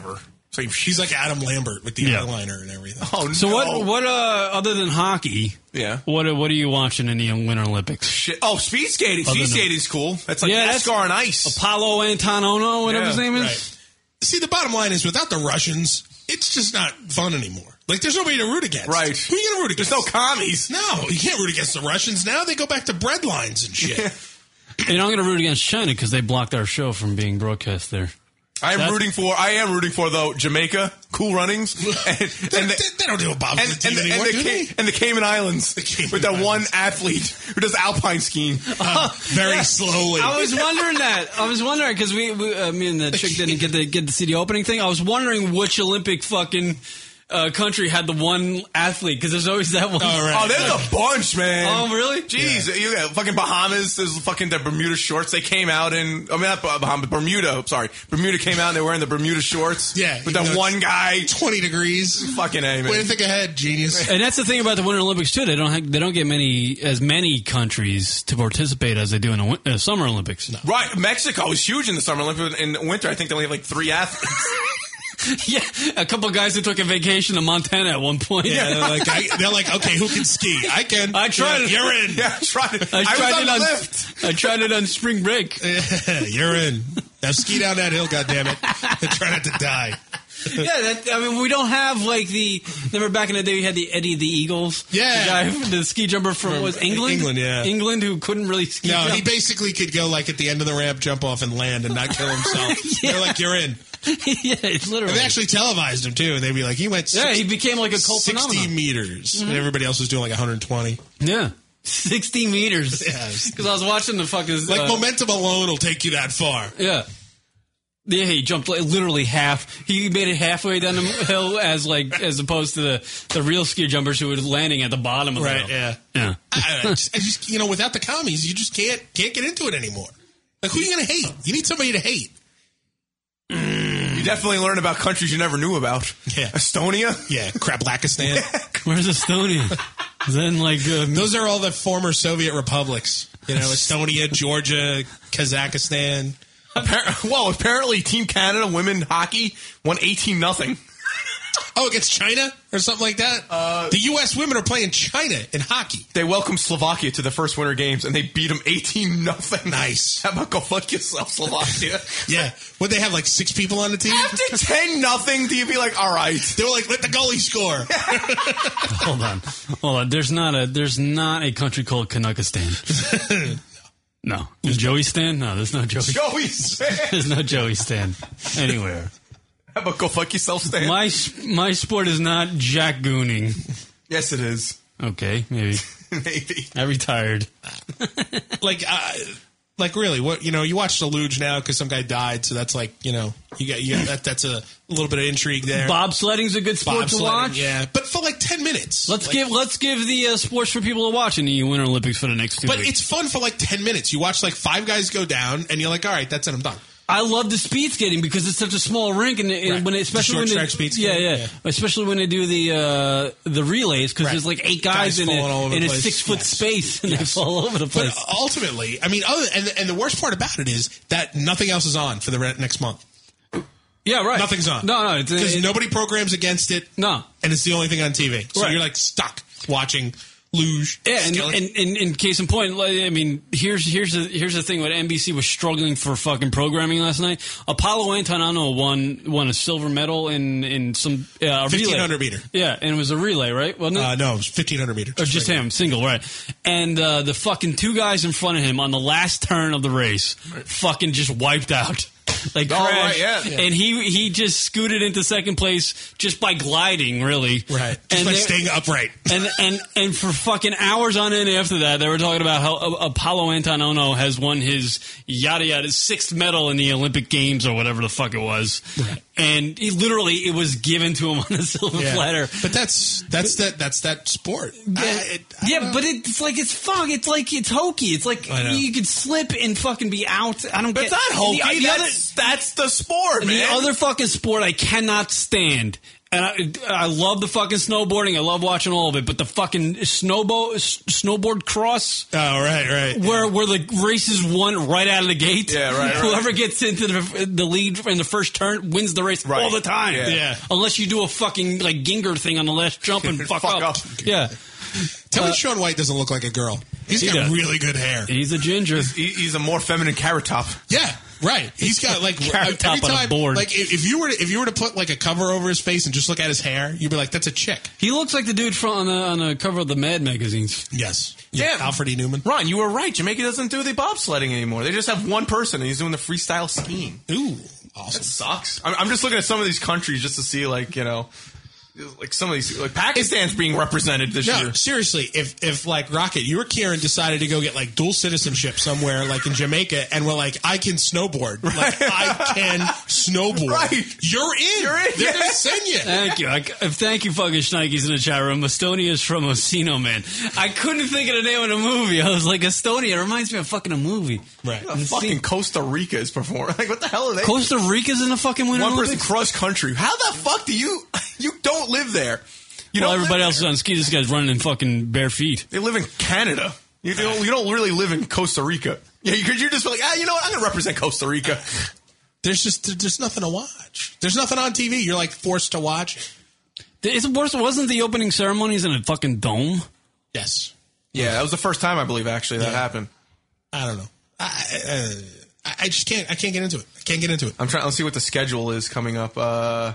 Speaker 9: Same shit.
Speaker 6: he's like Adam Lambert with the
Speaker 4: Yeah.
Speaker 6: eyeliner and everything.
Speaker 9: Oh
Speaker 4: So
Speaker 9: no.
Speaker 4: what? What? Uh, other than hockey,
Speaker 9: Yeah.
Speaker 4: what? What are you watching in the Winter Olympics?
Speaker 9: Shit. Oh, speed skating.
Speaker 4: Other
Speaker 9: Speed
Speaker 4: than-
Speaker 9: skating's cool. That's like
Speaker 4: Yeah,
Speaker 9: NASCAR
Speaker 4: that's-
Speaker 9: on ice.
Speaker 4: Apollo Antonono, whatever
Speaker 9: Yeah,
Speaker 4: his name is.
Speaker 6: Right. See, the bottom line is without the Russians, it's just not fun anymore. Like, there's nobody to root against.
Speaker 9: Right.
Speaker 6: Who are you going to root
Speaker 9: There's
Speaker 6: against?
Speaker 9: no commies.
Speaker 6: No, you can't root against the Russians now. They go back to bread lines and shit.
Speaker 4: And I'm going to root against China because they blocked our show from being broadcast there.
Speaker 9: I am
Speaker 4: That's-
Speaker 9: rooting for. I am rooting for though Jamaica, Cool Runnings, and,
Speaker 6: They,
Speaker 9: and
Speaker 6: they-
Speaker 9: the,
Speaker 6: they don't do a Bob
Speaker 9: and,
Speaker 6: for the
Speaker 9: and,
Speaker 6: team
Speaker 9: the, and,
Speaker 6: anymore,
Speaker 9: the,
Speaker 6: do they?
Speaker 9: Ca- and the Cayman Islands
Speaker 6: Cayman
Speaker 9: with that one
Speaker 6: Islands.
Speaker 9: athlete who does alpine skiing.
Speaker 6: Very slowly.
Speaker 4: I was wondering that. I was wondering because we, we uh, me and the chick didn't get to get to see the opening thing. I was wondering which Olympic fucking uh, country had the one athlete because there's always that one.
Speaker 6: Oh, right.
Speaker 9: Oh, there's a bunch, man.
Speaker 4: Oh, really?
Speaker 9: Jeez, you got fucking Bahamas. There's fucking the Bermuda shorts they came out in. I mean, not Bah- Bahamas, Bermuda. Sorry, Bermuda came out and they were wearing the Bermuda shorts.
Speaker 6: Yeah,
Speaker 9: with
Speaker 6: even though
Speaker 9: that
Speaker 6: it's-
Speaker 9: one guy.
Speaker 6: 20 degrees.
Speaker 9: Fucking a man.
Speaker 6: Way to think ahead, genius.
Speaker 4: And that's the thing about the Winter Olympics too. They don't have, they don't get many as many countries to participate as they do in the win- uh, Summer Olympics.
Speaker 9: Right, Mexico was huge in the summer Olympics. In the winter, I think they only have like three athletes.
Speaker 4: yeah, a couple guys who took a vacation to Montana at one point.
Speaker 6: Yeah, they're like, I, they're like, okay, who can ski? I can.
Speaker 4: I tried
Speaker 6: Yeah,
Speaker 4: it.
Speaker 6: You're in.
Speaker 9: yeah, I tried it. I,
Speaker 4: I tried
Speaker 9: was on
Speaker 4: it
Speaker 9: the
Speaker 4: on
Speaker 9: lift.
Speaker 4: I tried it on spring break.
Speaker 6: You're in. Now ski down that hill, goddammit. And try not to die.
Speaker 4: yeah, that, I mean, we don't have like the. Remember back in the day, we had the Eddie the Eagles.
Speaker 6: Yeah.
Speaker 4: the, guy, who- the ski jumper from was England.
Speaker 6: England, yeah.
Speaker 4: England, who couldn't really ski.
Speaker 6: No,
Speaker 4: jump.
Speaker 6: he basically could go like at the end of the ramp, jump off and land and not kill himself. They're like, you're in.
Speaker 4: yeah, it's
Speaker 6: And
Speaker 4: literally.
Speaker 6: they actually televised him too, and they'd be like, he went
Speaker 4: yeah,
Speaker 6: 60,
Speaker 4: he became like a cult
Speaker 6: 60
Speaker 4: phenomenon. Mm-hmm.
Speaker 6: meters, and everybody else was doing like 120.
Speaker 4: Yeah, sixty meters.
Speaker 6: Yeah, it was-
Speaker 4: because I was watching the fucking
Speaker 6: Like
Speaker 4: uh,
Speaker 6: momentum alone will take you that far.
Speaker 4: Yeah. Yeah, he jumped like, literally half. He made it halfway down the hill, as like as opposed to the, the real ski jumpers who were landing at the bottom of the hill.
Speaker 6: Yeah.
Speaker 4: Yeah.
Speaker 6: I, I just, I just- you know, without the commies, you just can't can't get into it anymore. Like, who are you going to hate? You need somebody to hate.
Speaker 9: You definitely learn about countries you never knew about.
Speaker 6: Yeah.
Speaker 9: Estonia.
Speaker 6: Yeah, Krablakistan.
Speaker 4: Where's Estonia? then like uh,
Speaker 6: Those are all the former Soviet republics. You know, Estonia, Georgia, Kazakhstan.
Speaker 9: Appar- well, apparently, Team Canada women hockey won eighteen nothing.
Speaker 6: Oh, against China or something like that. the U.S. women are playing China in hockey.
Speaker 9: Uh, They welcomed Slovakia to the first Winter Games and they beat them eighteen nothing.
Speaker 6: Nice.
Speaker 9: How about go fuck yourself, Slovakia?
Speaker 6: Yeah, would they have like six people on the team?
Speaker 9: After ten nothing, do you be like, all right?
Speaker 6: They were like, let the goalie score.
Speaker 4: hold on, hold on. There's not a there's not a country called Kanukistan. no, Is Joey Stan? No, there's no Joey.
Speaker 9: Joey Stan.
Speaker 4: There's no Joey Stan anywhere.
Speaker 9: How about go fuck yourself, Stan?
Speaker 4: My s- my sport is not jack gooning.
Speaker 9: yes, it is.
Speaker 4: Okay, maybe
Speaker 9: Maybe.
Speaker 4: I retired.
Speaker 6: like, uh, like really? What you know? You watch the luge now because some guy died, so that's like you know you got you got that. That's a little bit of intrigue there.
Speaker 4: Bobsledding's a good sport to
Speaker 6: Bobsledding,
Speaker 4: watch.
Speaker 6: yeah, but for like ten minutes.
Speaker 4: Let's
Speaker 6: Like,
Speaker 4: give let's give the uh, sports for people to watch in the Winter Olympics for the next two
Speaker 6: But
Speaker 4: weeks.
Speaker 6: it's fun for like ten minutes. You watch like five guys go down, and you're like, all right, that's it. I'm done.
Speaker 4: I love the speed skating because it's such a small rink, and, and
Speaker 6: Right.
Speaker 4: when they, especially
Speaker 6: The short
Speaker 4: when they,
Speaker 6: track speed skating,
Speaker 4: yeah, yeah,
Speaker 6: yeah.
Speaker 4: especially when they do the uh, the relays because
Speaker 6: Right.
Speaker 4: there's like eight guys,
Speaker 6: Guys
Speaker 4: in,
Speaker 6: falling all over
Speaker 4: a, in
Speaker 6: the
Speaker 4: a
Speaker 6: place.
Speaker 4: six foot
Speaker 6: Yes.
Speaker 4: space, and they fall all over the place.
Speaker 6: But ultimately, I mean, other and and the worst part about it is that nothing else is on for the re- next month.
Speaker 4: Yeah, right.
Speaker 6: Nothing's on.
Speaker 4: No, no, it's-
Speaker 6: because
Speaker 4: it-
Speaker 6: nobody programs against it.
Speaker 4: No,
Speaker 6: and it's the only thing on TV. So
Speaker 4: Right.
Speaker 6: you're like stuck watching luge.
Speaker 4: Yeah, and,
Speaker 6: skeleton.
Speaker 4: and, and, and case in point, like, I mean, here's here's the here's the thing. What NBC was struggling for fucking programming last night. Apollo Antonano won won a silver medal in in some uh, relay.
Speaker 6: 1500 meter.
Speaker 4: Yeah, and it was a relay, right? Wasn't it?
Speaker 6: Uh, no, it was 1500 meters.
Speaker 4: or just him, single, right? And uh, the fucking two guys in front of him on the last turn of the race, fucking just wiped out. Like
Speaker 9: Oh, right,
Speaker 4: crashed,
Speaker 9: yeah. Yeah.
Speaker 4: and he he just scooted into second place just by gliding, really,
Speaker 6: Right. Just by
Speaker 4: there-
Speaker 6: staying upright.
Speaker 4: and and and for fucking hours on end after that, they were talking about how uh, Apollo Antonono has won his yada yada sixth medal in the Olympic Games or whatever the fuck it was, and he literally it was given to him on a silver
Speaker 6: Yeah.
Speaker 4: platter.
Speaker 6: But that's that's that that's that sport.
Speaker 4: Yeah, yeah but it's like it's fuck. It's like it's hokey. It's like
Speaker 6: I know.
Speaker 4: you could slip and fucking be out. I don't.
Speaker 9: But
Speaker 4: get,
Speaker 9: it's not hokey.
Speaker 4: The, the other,
Speaker 9: that's, that's the sport,
Speaker 4: the
Speaker 9: man.
Speaker 4: other fucking sport I cannot stand. And I, I love the fucking snowboarding. I love watching all of it. But the fucking snowbo- s- snowboard cross
Speaker 6: Oh right, right.
Speaker 4: where where the race is won right out of the gate.
Speaker 9: Yeah, right, right.
Speaker 4: Whoever gets into the, the lead in the first turn wins the race
Speaker 9: Right.
Speaker 4: all the time.
Speaker 9: Yeah.
Speaker 6: Yeah.
Speaker 4: Unless you do a fucking like Ginger thing on the last jump and fuck,
Speaker 9: Fuck
Speaker 4: up.
Speaker 9: up.
Speaker 4: Yeah. Uh,
Speaker 6: Tell me Sean White doesn't look like a girl. He's
Speaker 4: He
Speaker 6: got
Speaker 4: does.
Speaker 6: really good hair.
Speaker 4: He's a ginger.
Speaker 9: He- he's a more feminine carrot top.
Speaker 6: Yeah, right. He's got like every
Speaker 4: Carrot top on a
Speaker 6: time.
Speaker 4: board.
Speaker 6: Like if, if you were to, if you were to put like a cover over his face and just look at his hair, you'd be like, that's a chick.
Speaker 4: He looks like the dude from on the, on the cover of the Mad magazines.
Speaker 6: Yes.
Speaker 9: Yeah.
Speaker 6: Alfred E. Newman.
Speaker 9: Ron, you were right. Jamaica doesn't do the bobsledding anymore. They just have one person, and he's doing the freestyle skiing.
Speaker 6: Ooh,
Speaker 9: That
Speaker 6: awesome.
Speaker 9: sucks. I'm, I'm just looking at some of these countries just to see, like you know, like some of these, like Pakistan's being represented this
Speaker 6: No,
Speaker 9: year.
Speaker 6: seriously, if if like Rocket, you or Kieran decided to go get like dual citizenship somewhere like in Jamaica and we're like, I can snowboard. Like I can snowboard.
Speaker 9: Right.
Speaker 6: You're in.
Speaker 9: You're in,
Speaker 6: They're gonna
Speaker 9: yeah.
Speaker 6: send you.
Speaker 4: Thank you. I, c- uh, thank you, fucking Schneikes in the chat room. Estonia's from Osino Man. I couldn't think of the name of the movie. I was like, Estonia. It reminds me of fucking a movie.
Speaker 6: Right.
Speaker 9: Yeah, fucking Costa Rica is performing. Like what the hell are they?
Speaker 4: Costa Rica's in the fucking Winter
Speaker 9: one person
Speaker 4: Olympics.
Speaker 9: cross country. How the fuck do you? You don't live there. You
Speaker 4: While
Speaker 9: don't
Speaker 4: everybody
Speaker 9: live
Speaker 4: else is on ski, this guy's running in fucking bare feet.
Speaker 9: They live in Canada. You don't, you don't really live in Costa Rica. Yeah, because you're just like, ah, you know what? I'm going to represent Costa Rica.
Speaker 6: There's just there- there's nothing to watch. There's nothing on TV. You're like forced to watch. it.
Speaker 4: It's worse. Wasn't the opening ceremonies in a fucking dome?
Speaker 6: Yes.
Speaker 9: Yeah, that was the first time I believe actually that happened.
Speaker 6: I don't know. I, I- uh, I I just can't. I can't get into it. I can't get into it.
Speaker 9: I'm trying. Let's see what the schedule is coming up. Uh,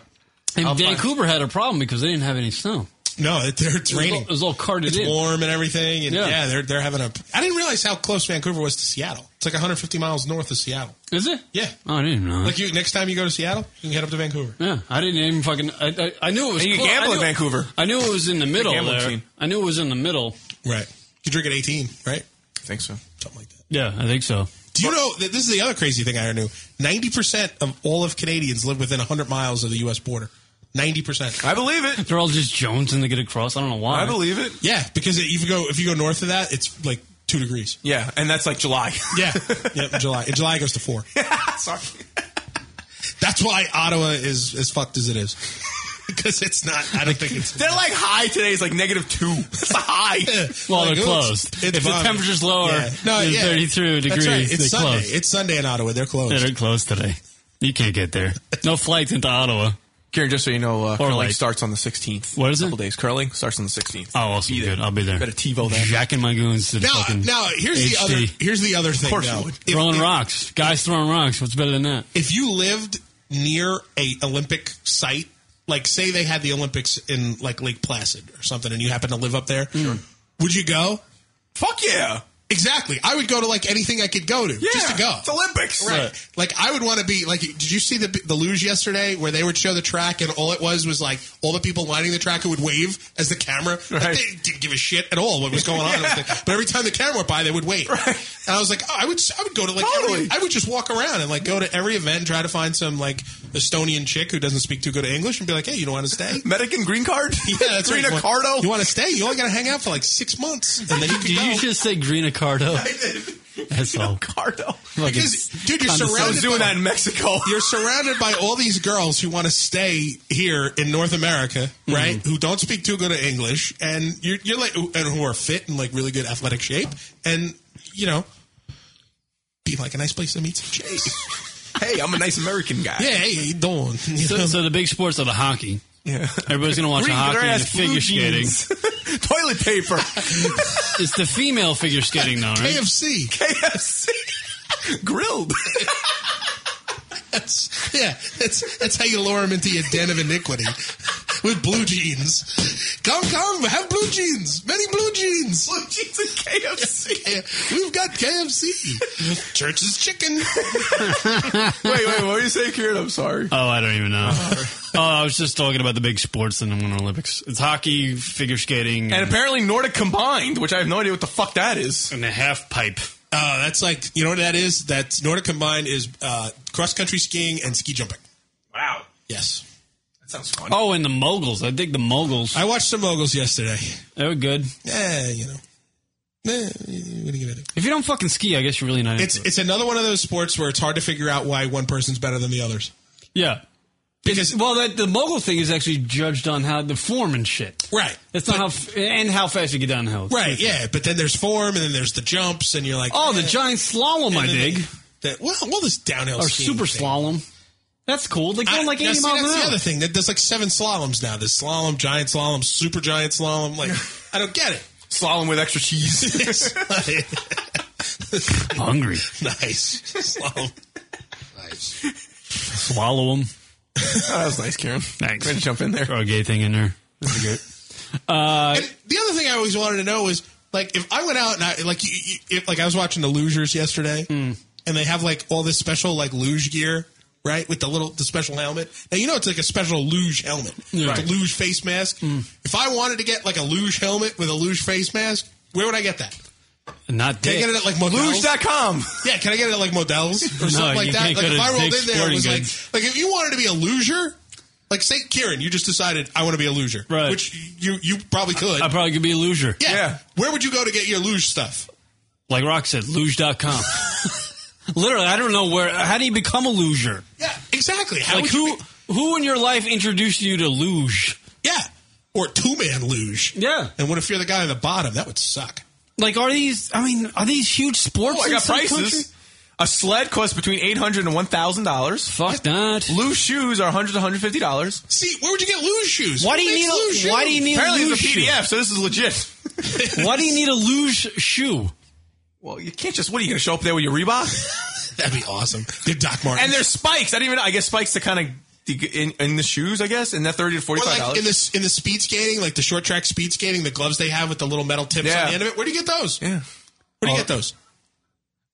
Speaker 4: And
Speaker 9: I'll find-
Speaker 4: Vancouver had a problem because they didn't have any snow.
Speaker 6: No, it, they're- it's
Speaker 4: It was all-
Speaker 6: raining.
Speaker 4: It was all carted
Speaker 6: It's
Speaker 4: in.
Speaker 6: warm and everything, and yeah.
Speaker 4: Yeah.
Speaker 6: they're they're having a. I didn't realize how close Vancouver was to Seattle. It's like 150 miles north of Seattle.
Speaker 4: Is it?
Speaker 6: Yeah.
Speaker 4: Oh, I didn't know. that.
Speaker 6: Like you, next time you go to Seattle, you can head up to Vancouver.
Speaker 4: Yeah, I didn't even fucking. I, I, I knew it was.
Speaker 9: And you
Speaker 4: close.
Speaker 9: gamble
Speaker 4: I
Speaker 9: in
Speaker 4: knew-
Speaker 9: Vancouver.
Speaker 4: I knew it was in the middle
Speaker 9: gambling
Speaker 4: there.
Speaker 9: scene.
Speaker 4: I knew it was in the middle.
Speaker 6: Right. You drink at 18, right?
Speaker 9: I think so.
Speaker 6: Something like that.
Speaker 4: Yeah, I think so.
Speaker 6: Do you know that this is the other crazy thing I knew? 90% of all of Canadians live within 100 miles of the U.S. border. 90%.
Speaker 9: I believe it.
Speaker 4: They're all just jonesing to get across. I don't know why.
Speaker 9: I believe it.
Speaker 6: Yeah, because if you go if you go north of that, it's like two degrees.
Speaker 9: Yeah, and that's like July.
Speaker 6: Yeah, yep, July. In July it goes to four.
Speaker 9: Sorry.
Speaker 6: That's why Ottawa is as fucked as it is. Because it's not. I don't think it's.
Speaker 9: They're like high today is like negative two. It's a high.
Speaker 4: Well,
Speaker 6: Like,
Speaker 4: they're
Speaker 6: oh, it's-
Speaker 4: closed.
Speaker 6: it's
Speaker 4: if the
Speaker 6: bombing.
Speaker 4: temperature's lower
Speaker 6: Yeah. No,
Speaker 4: than
Speaker 6: yeah.
Speaker 4: 32
Speaker 6: That's
Speaker 4: degrees,
Speaker 6: right.
Speaker 4: they
Speaker 6: It's Sunday.
Speaker 4: close.
Speaker 6: It's Sunday in Ottawa. They're closed.
Speaker 4: Yeah, they're closed today. You can't get there. No flights into Ottawa.
Speaker 9: Karen, just so you know, uh, curling
Speaker 4: like-
Speaker 9: starts on the 16th.
Speaker 4: What is it?
Speaker 9: Couple days. Curling starts on the 16th.
Speaker 4: Oh, awesome. Good. I'll be there.
Speaker 9: Better TiVo that.
Speaker 4: Jacking my goons to the
Speaker 6: now,
Speaker 4: fucking
Speaker 6: now here's the
Speaker 4: HD.
Speaker 6: other. Here's the other thing.
Speaker 9: course
Speaker 6: though.
Speaker 9: you would.
Speaker 6: If-
Speaker 4: throwing
Speaker 6: if-
Speaker 4: rocks. Guys throwing rocks. What's better than that?
Speaker 6: if you lived near a Olympic site, like say they had the Olympics in like Lake Placid or something, and you happen to live up there, would you go?
Speaker 9: Fuck yeah.
Speaker 6: Exactly. I would go to like anything I could go to
Speaker 9: Yeah.
Speaker 6: just to go.
Speaker 9: It's Olympics.
Speaker 6: Right. Like I would want to be like. Did you see the the luge yesterday where they would show the track and all it was was like all the people lining the track who would wave as the camera. Like,
Speaker 9: Right.
Speaker 6: they didn't give a shit at all what was going on. But every time the camera went by, they would wave. And I was like, oh, I would I would go to like every-
Speaker 9: Totally.
Speaker 6: I would just walk around and like go to every event and try to find some like Estonian chick who doesn't speak too good English and be like, hey, you don't want to stay.
Speaker 9: American green card?
Speaker 6: Yeah, that's
Speaker 9: Green
Speaker 6: right. You want-
Speaker 9: Ricardo?
Speaker 6: You want to stay? You only got to hang out for like six months, and then you can
Speaker 4: Did
Speaker 6: go.
Speaker 4: you just say Green Accardo? Asshole.
Speaker 9: Cardo.
Speaker 4: Like
Speaker 6: because,
Speaker 4: it's
Speaker 6: dude, you're
Speaker 4: condescending.
Speaker 6: surrounded.
Speaker 4: I was doing
Speaker 6: by-
Speaker 9: that in Mexico.
Speaker 6: You're surrounded by all these girls who want to stay here in North America,
Speaker 9: Mm-hmm.
Speaker 6: right? Who don't speak too good of English, and you're, you're like, and who are fit and like really good athletic shape, and you know, be like a nice place to meet some chicks.
Speaker 9: hey, I'm a nice American guy.
Speaker 6: yeah, hey, how you doing? You
Speaker 4: So,
Speaker 6: know?
Speaker 4: so the big sports are the hockey.
Speaker 9: Yeah.
Speaker 4: Everybody's gonna watch the
Speaker 9: Green
Speaker 4: hockey and the
Speaker 9: grass, blue
Speaker 4: figure skating.
Speaker 9: jeans. Toilet paper.
Speaker 4: It's the female figure skating, though, right?
Speaker 6: KFC.
Speaker 9: KFC. Grilled.
Speaker 6: That's, yeah, that's that's how you lure them into your den of iniquity with blue jeans. Come, come, have blue jeans. Many blue jeans.
Speaker 9: Blue jeans and KFC.
Speaker 6: Yeah, We've got KFC. Church's chicken.
Speaker 9: wait, wait, what were you saying, Kieran? I'm sorry.
Speaker 4: Oh, I don't even know. oh, I was just talking about the big sports in the Winter Olympics. It's hockey, figure skating,
Speaker 9: And
Speaker 4: and,
Speaker 9: apparently Nordic combined, which I have no idea what the fuck that is.
Speaker 4: and the half pipe.
Speaker 6: Oh, that's like you know what that is. That's Nordic combined is uh, cross country skiing and ski jumping.
Speaker 9: Wow.
Speaker 6: Yes,
Speaker 9: That sounds fun.
Speaker 4: Oh, and the moguls. I think the moguls.
Speaker 6: I watched some moguls yesterday.
Speaker 4: They were good.
Speaker 6: Yeah, you know. Eh, what are you gonna do?
Speaker 4: If you don't fucking ski, I guess you're really not.
Speaker 6: It's
Speaker 4: into it.
Speaker 6: it's another one of those sports where it's hard to figure out why one person's better than the others.
Speaker 4: yeah.
Speaker 6: Because
Speaker 4: Well, that, the mogul thing is actually judged on how the form and shit.
Speaker 6: right,
Speaker 4: That's not how f- and how fast you get down the hill.
Speaker 6: right, yeah. But then there's form, and then there's the jumps, and you're like,
Speaker 4: Oh, the
Speaker 6: eh,
Speaker 4: giant slalom I
Speaker 6: and then
Speaker 4: dig,
Speaker 6: they- That well, well, this downhill
Speaker 4: or
Speaker 6: skiing
Speaker 4: super
Speaker 6: thing.
Speaker 4: slalom. That's cool. They go
Speaker 6: I-
Speaker 4: like
Speaker 6: now,
Speaker 4: eighty
Speaker 6: see,
Speaker 4: miles
Speaker 6: that's
Speaker 4: an
Speaker 6: the
Speaker 4: hour.
Speaker 6: other thing. That there's like seven slaloms now. There's slalom, giant slalom, super giant slalom. Like I don't get it.
Speaker 9: Slalom with extra cheese.
Speaker 4: Hungry,
Speaker 6: nice slalom.
Speaker 4: swallow them.
Speaker 9: Oh, that was nice, Karen.
Speaker 4: Thanks.
Speaker 9: Way to jump in there.
Speaker 4: Throw a gay thing in there.
Speaker 6: And the other thing I always wanted to know is like if I went out and I like you, you, if like I was watching the Losers yesterday, and they have like all this special like luge gear. Right with the little the special helmet. Now you know it's like a special luge helmet,
Speaker 4: Yeah.
Speaker 6: It's a luge face mask. If I wanted to get like a luge helmet with a luge face mask, where would I get that?
Speaker 4: Not
Speaker 6: Can I
Speaker 4: dick.
Speaker 6: get it at like Modell's?
Speaker 9: Luge.com.
Speaker 6: Yeah, can I get it at like Modell's or something like
Speaker 4: you
Speaker 6: that?
Speaker 4: can't
Speaker 6: Like
Speaker 4: go
Speaker 6: if
Speaker 4: to
Speaker 6: I rolled
Speaker 4: Dick's
Speaker 6: in there, it was
Speaker 4: Sporting
Speaker 6: like, like if you wanted to be a loser, like say Kieran, you just decided I want to be a loser,
Speaker 4: Right.
Speaker 6: Which you you probably could.
Speaker 4: I probably could be a loser.
Speaker 6: yeah.
Speaker 9: yeah.
Speaker 6: where would you go to get your luge stuff?
Speaker 4: Like Rock said, luge.com. Literally, I don't know where. How do you become a loser?
Speaker 6: Yeah, exactly. How
Speaker 4: Like
Speaker 6: would you
Speaker 4: who?
Speaker 6: be-
Speaker 4: Who in your life introduced you to luge?
Speaker 6: yeah, or two man luge.
Speaker 4: Yeah.
Speaker 6: and what if you're the guy on the bottom? That would suck.
Speaker 4: Like, are these? I mean, are these huge sports?
Speaker 9: Oh, I
Speaker 4: in
Speaker 9: got
Speaker 4: some country?
Speaker 9: prices. A sled costs between $800 and $1,000.
Speaker 4: Fuck that.
Speaker 9: Loose shoes are $100 to $150.
Speaker 6: See, where would you get luge shoes?
Speaker 4: Why do
Speaker 6: Who
Speaker 4: you
Speaker 6: makes
Speaker 4: need a-
Speaker 6: luge
Speaker 4: why
Speaker 6: shoes?
Speaker 4: do you need-
Speaker 9: Apparently,
Speaker 4: Luge
Speaker 9: it's a
Speaker 4: shoe.
Speaker 9: PDF, so this is legit.
Speaker 4: Why do you need a luge shoe?
Speaker 9: Well, you can't just. What are you going to show up there with your Reebok?
Speaker 6: That'd be awesome. They're Doc Martens.
Speaker 9: and there's spikes. I didn't even. know. I guess spikes to kind of in, in the shoes. I guess and that thirty to
Speaker 6: Or
Speaker 9: forty five
Speaker 6: like
Speaker 9: dollars.
Speaker 6: in this in the speed skating, like the short track speed skating, the gloves they have with the little metal tips
Speaker 9: Yeah.
Speaker 6: on the end of it. Where do you get those?
Speaker 9: yeah.
Speaker 6: Where
Speaker 4: Oh,
Speaker 6: do you get those?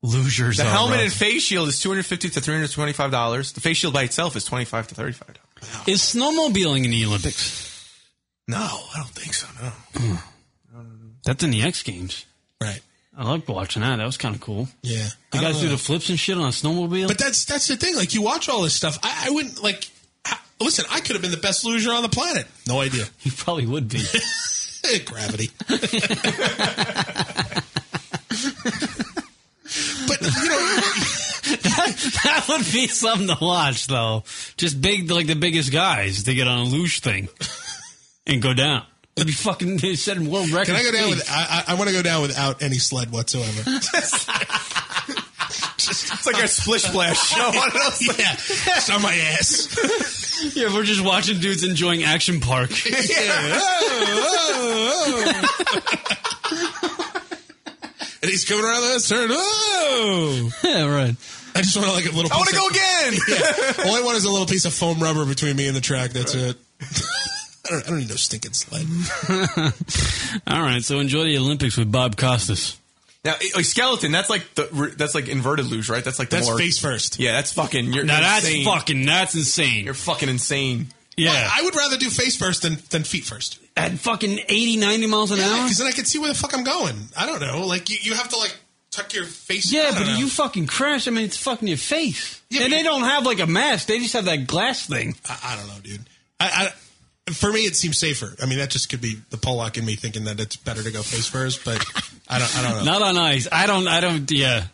Speaker 4: Losers.
Speaker 9: The helmet and face shield is two hundred fifty to three hundred twenty five dollars. The face shield by itself is twenty five to thirty five dollars.
Speaker 4: Is snowmobiling in the Olympics?
Speaker 9: No, I don't think so. No.
Speaker 4: Hmm. That's in the X Games.
Speaker 6: Right.
Speaker 4: I liked watching that. That was kind of cool.
Speaker 6: Yeah.
Speaker 4: The
Speaker 6: I
Speaker 4: guys
Speaker 6: don't
Speaker 4: do
Speaker 6: know.
Speaker 4: the flips and shit on a snowmobile.
Speaker 6: But that's that's the thing. Like you watch all this stuff. I, I wouldn't like. I, listen, I could have been the best loser on the planet. No idea.
Speaker 4: you probably would be.
Speaker 6: Eh, Gravity. but you know,
Speaker 4: that would be something to watch, though. Just big, like the biggest guys to get on a luge thing and go down. It'd be fucking. They set world records.
Speaker 6: can I go down with? I, I, I want to go down without any sled whatsoever.
Speaker 9: It's like a splish splash show. I don't know. It's like-
Speaker 6: yeah, it's on my ass.
Speaker 4: Yeah, we're just watching dudes enjoying Action Park.
Speaker 6: And he's coming around the turn. Oh!
Speaker 4: yeah, right.
Speaker 6: I just want to like a little.
Speaker 9: I want
Speaker 6: piece
Speaker 9: to
Speaker 6: of-
Speaker 9: go again.
Speaker 6: All I want is a little piece of foam rubber between me and the track. That's it. I don't, I don't need no stinking sled.
Speaker 4: All right, so enjoy the Olympics with Bob Costas.
Speaker 9: Now, like skeleton. That's like the that's like inverted luge, right? That's like the
Speaker 6: That's
Speaker 9: more,
Speaker 6: face first.
Speaker 9: Yeah, that's fucking. You're
Speaker 4: Now that's
Speaker 9: insane.
Speaker 4: fucking. That's insane.
Speaker 9: You're fucking insane.
Speaker 4: yeah,
Speaker 6: I would rather do face first than, than feet first.
Speaker 4: at fucking 80, 90 miles an hour.
Speaker 6: Because then I can see where the fuck I'm going. I don't know. Like, you, you have to, like, tuck your face. I
Speaker 4: Yeah,
Speaker 6: don't
Speaker 4: but
Speaker 6: know.
Speaker 4: if you fucking crash, I mean, it's fucking your face.
Speaker 6: Yeah,
Speaker 4: and
Speaker 6: but-
Speaker 4: they don't have like a mask; they just have that glass thing.
Speaker 6: I, I don't know, dude. I, I, for me, it seems safer. I mean, that just could be the Pollock in me thinking that it's better to go face first, but I don't, I don't know.
Speaker 4: Not on ice. I don't. I don't. Yeah,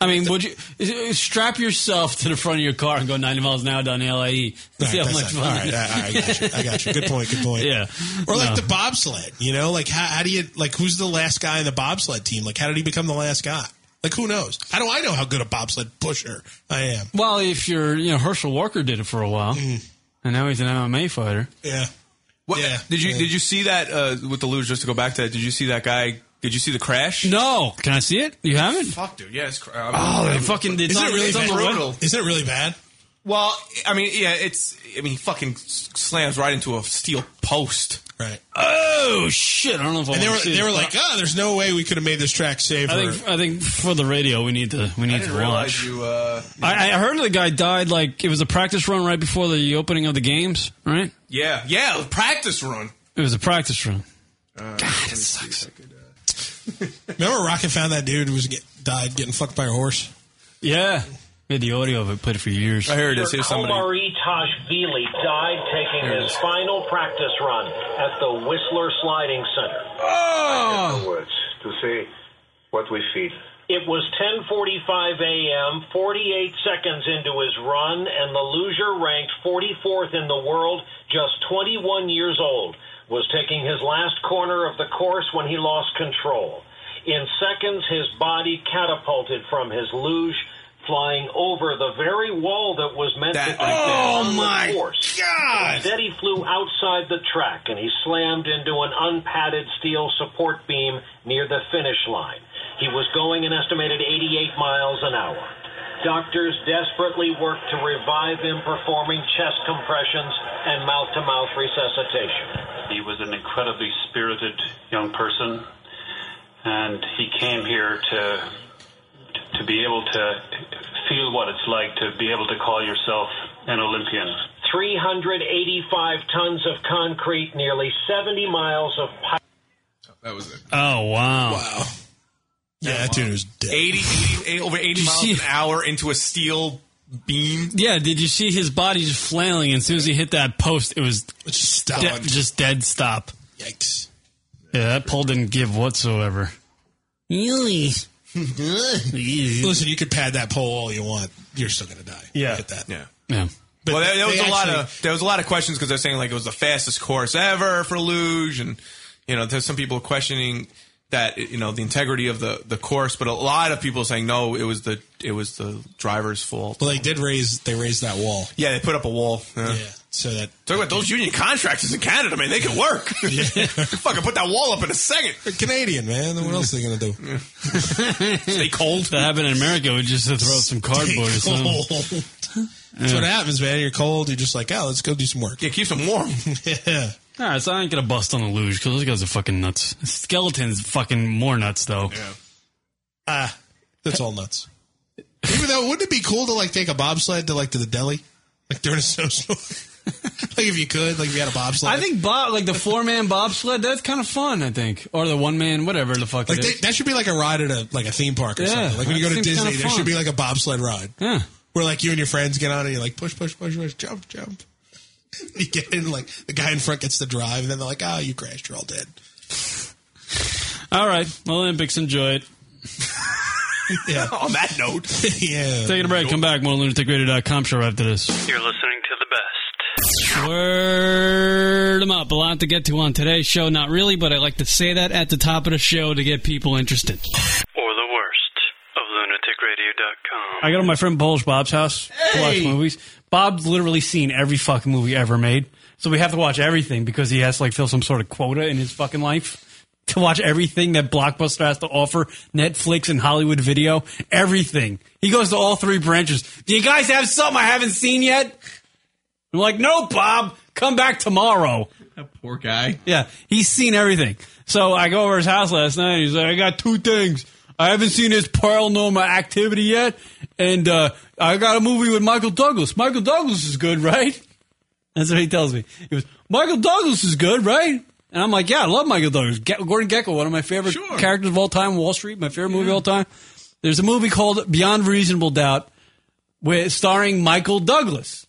Speaker 4: I mean, would you is- is- strap yourself to the front of your car and go 90 miles an hour down the LAE?
Speaker 15: All
Speaker 4: See
Speaker 15: right,
Speaker 4: how
Speaker 15: that's
Speaker 4: much
Speaker 15: not-
Speaker 4: fun.
Speaker 15: all right,
Speaker 4: it is.
Speaker 15: I- I got you. I got you. Good point, good point.
Speaker 4: Yeah.
Speaker 15: Or like
Speaker 4: No.
Speaker 15: the bobsled, you know, like how, how do you like who's the last guy in the bobsled team? Like how did he become the last guy? Like who knows? How do I know how good a bobsled pusher I am? Mm.
Speaker 4: Well, if you're, you know, Herschel Walker did it for a while, and now he's an MMA fighter.
Speaker 15: Yeah.
Speaker 6: What,
Speaker 15: Yeah.
Speaker 6: Did you
Speaker 15: Yeah.
Speaker 6: did you see that uh, with the luge? Just to go back to that, did you see that guy? Did you see the crash?
Speaker 4: No, can I see it? You haven't?
Speaker 6: Fuck, dude. Yeah, it's cr-
Speaker 4: Oh, they fucking did.
Speaker 15: Isn't it really
Speaker 6: it's
Speaker 15: bad?
Speaker 6: brutal.
Speaker 15: Isn't it really bad?
Speaker 6: Well, I mean, yeah, it's. I mean, he fucking s- slams right into a steel post.
Speaker 15: Right.
Speaker 4: Oh shit! I don't know if I
Speaker 15: And they
Speaker 4: wanna
Speaker 15: were
Speaker 4: see
Speaker 15: they
Speaker 4: this,
Speaker 15: were like,
Speaker 4: but
Speaker 15: oh, there's no way we could have made this track safer.
Speaker 4: I think I think for the radio we need to we need
Speaker 6: I didn't
Speaker 4: to
Speaker 6: realize
Speaker 4: watch.
Speaker 6: you. Uh,
Speaker 4: I, I heard the guy died like it was a practice run right before the opening of the games, right?
Speaker 6: yeah, yeah. Practice run. Uh,
Speaker 4: It was a practice run.
Speaker 15: Remember, Rocket found that dude who was get, died getting fucked by a horse.
Speaker 4: Yeah, we had the audio of it played for years.
Speaker 6: I heard it is. Here's somebody.
Speaker 14: Omari Tajvili died taking
Speaker 6: There it
Speaker 14: his
Speaker 6: is.
Speaker 14: final practice run at the Whistler Sliding Center.
Speaker 6: Oh,
Speaker 14: words to say what we feel. It was 10:45 a.m., 48 seconds into his run, and the loser, ranked 44th in the world, just 21 years old, was taking his last corner of the course when he lost control. In seconds, his body catapulted from his luge, flying over the very wall that was meant
Speaker 6: That-
Speaker 14: to oh
Speaker 6: my
Speaker 14: the course. Instead, he flew outside the track and he slammed into an unpadded steel support beam near the finish line. He was going an estimated 88 miles an hour. Doctors desperately worked to revive him, performing chest compressions and mouth to mouth resuscitation. He was an incredibly spirited young person, and he came here to to be able to feel what it's like to be able to call yourself an Olympian. 385 tons of concrete, nearly 70 miles of pipe.
Speaker 6: that was it.
Speaker 4: Oh wow!
Speaker 15: Wow. Yeah, that dude was dead.
Speaker 6: 80, 80, eight- over 80
Speaker 4: you
Speaker 6: miles
Speaker 4: see-
Speaker 6: an hour into a steel beam.
Speaker 4: Yeah, did you see his body just flailing? And as soon as he hit that post, it was
Speaker 15: Let's just stop.
Speaker 4: de- just dead stop.
Speaker 15: Yikes.
Speaker 4: Yeah, that pole didn't give whatsoever. Really? yeah.
Speaker 15: Listen, you could pad that pole all you want. You're still gonna die.
Speaker 4: Yeah.
Speaker 15: I get that.
Speaker 6: Yeah.
Speaker 15: But
Speaker 6: well, there, there was a
Speaker 15: they
Speaker 6: lot
Speaker 15: actually-
Speaker 6: of there was a lot of questions because they're saying like it was the fastest course ever for luge, and you know there's some people questioning that you know the integrity of the the course, but a lot of people saying no, it was the it was the driver's fault.
Speaker 15: Well, they did raise. They raised that wall.
Speaker 6: Yeah, they put up a wall. Yeah.
Speaker 15: Yeah. So that.
Speaker 6: Talk about those union contractors in Canada, man. They can work. Fucking put that wall up in a second.
Speaker 15: They're Canadian man. What else are they gonna do?
Speaker 6: Stay cold.
Speaker 4: If that happened in America, we would just throw up some cardboard or something.
Speaker 15: Cold. That's what happens, man. You're cold. You're just like, oh, let's go do some work.
Speaker 6: Yeah, keeps them warm.
Speaker 15: yeah.
Speaker 4: All right, so I ain't gonna bust on the luge because those guys are fucking nuts. Skeleton's fucking more nuts though.
Speaker 15: Ah, that's all nuts. Even though, wouldn't it be cool to like take a bobsled to like to the deli, like during a snowstorm? like if you could, like if you had a bobsled.
Speaker 4: I think Bob, like the four man bobsled, that's kind of fun. I think, or the one man, whatever the fuck
Speaker 15: like
Speaker 4: it
Speaker 15: they,
Speaker 4: is.
Speaker 15: that should be like a ride at a like a theme park or
Speaker 4: Yeah,
Speaker 15: something. Like when you
Speaker 4: that
Speaker 15: go to
Speaker 4: seems
Speaker 15: Disney,
Speaker 4: kinda
Speaker 15: there
Speaker 4: fun.
Speaker 15: should be like a bobsled ride
Speaker 4: yeah,
Speaker 15: where like you and your friends get on and you're like push, push, push, push, jump, jump. You get in, like the guy in front gets to drive, and then they're like, "Ah, you crashed, you're all dead."
Speaker 4: all right, Olympics, enjoy it.
Speaker 15: Yeah,
Speaker 6: On that note,
Speaker 15: yeah.
Speaker 4: Taking a break, come back. More lunaticradio.com show right after this.
Speaker 16: You're listening to the best.
Speaker 4: Word 'em up. A lot to get to on today's show. Not really, but I like to say that at the top of the show to get people interested.
Speaker 16: Or the worst of lunaticradio.com.
Speaker 17: I go to my friend Bulge Bob's house to watch movies. Bob's literally seen every fucking movie ever made, so we have to watch everything because he has to like fill some sort of quota in his fucking life to watch everything that Blockbuster has to offer, Netflix and Hollywood Video, everything. He goes to all three branches. Do you guys have something I haven't seen yet? I'm like, no, Bob, come back tomorrow.
Speaker 6: poor guy.
Speaker 17: Yeah, he's seen everything.
Speaker 4: So I go over to his house last night. He's like, I got two things. I haven't seen his paranormal activity yet, and uh, I got a movie with Michael Douglas. Michael Douglas is good, right? That's what he tells me. He goes, Michael Douglas is good, right? And I'm like, yeah, I love Michael Douglas. Ge- Gordon Gecko, one of my favorite
Speaker 6: Sure.
Speaker 4: characters of all time, Wall Street, my favorite movie of all time. There's a movie called Beyond Reasonable Doubt, with starring Michael Douglas.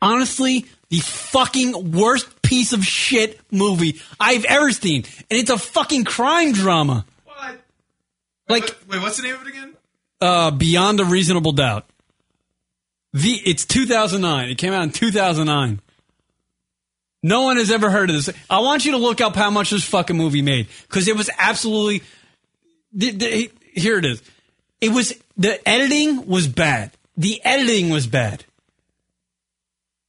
Speaker 4: Honestly, the fucking worst piece of shit movie I've ever seen, and it's a fucking crime drama.
Speaker 6: What?
Speaker 4: Like,
Speaker 18: wait, what's the name of it again?
Speaker 4: uh, Beyond a Reasonable Doubt. The it's 2009. It came out in 2009. No one has ever heard of this. I want you to look up how much this fucking movie made because it was absolutely. the- the- here it is. It was the editing was bad. The editing was bad.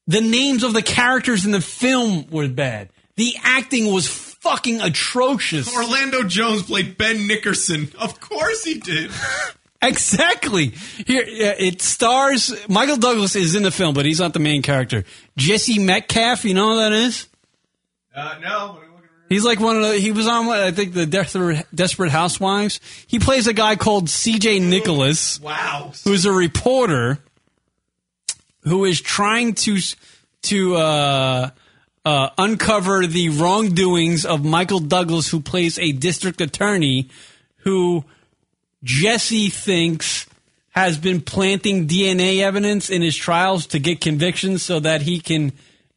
Speaker 4: The names of the characters in the film were bad. The acting was fucking atrocious.
Speaker 18: Orlando Jones played Ben Nickerson. Of course he did.
Speaker 4: Exactly. Here yeah, it stars Michael Douglas is in the film, but he's not the main character. Jesse Metcalf, you know who that is?
Speaker 18: Uh, no.
Speaker 4: He's like one of the. He was on what I think the Desperate, Desperate Housewives. He plays a guy called C.J. Nicholas.
Speaker 18: Wow.
Speaker 4: Who's a reporter who is trying to to uh, uh, uncover the wrongdoings of Michael Douglas, who plays a district attorney who Jesse thinks has been planting DNA evidence in his trials to get convictions so that he can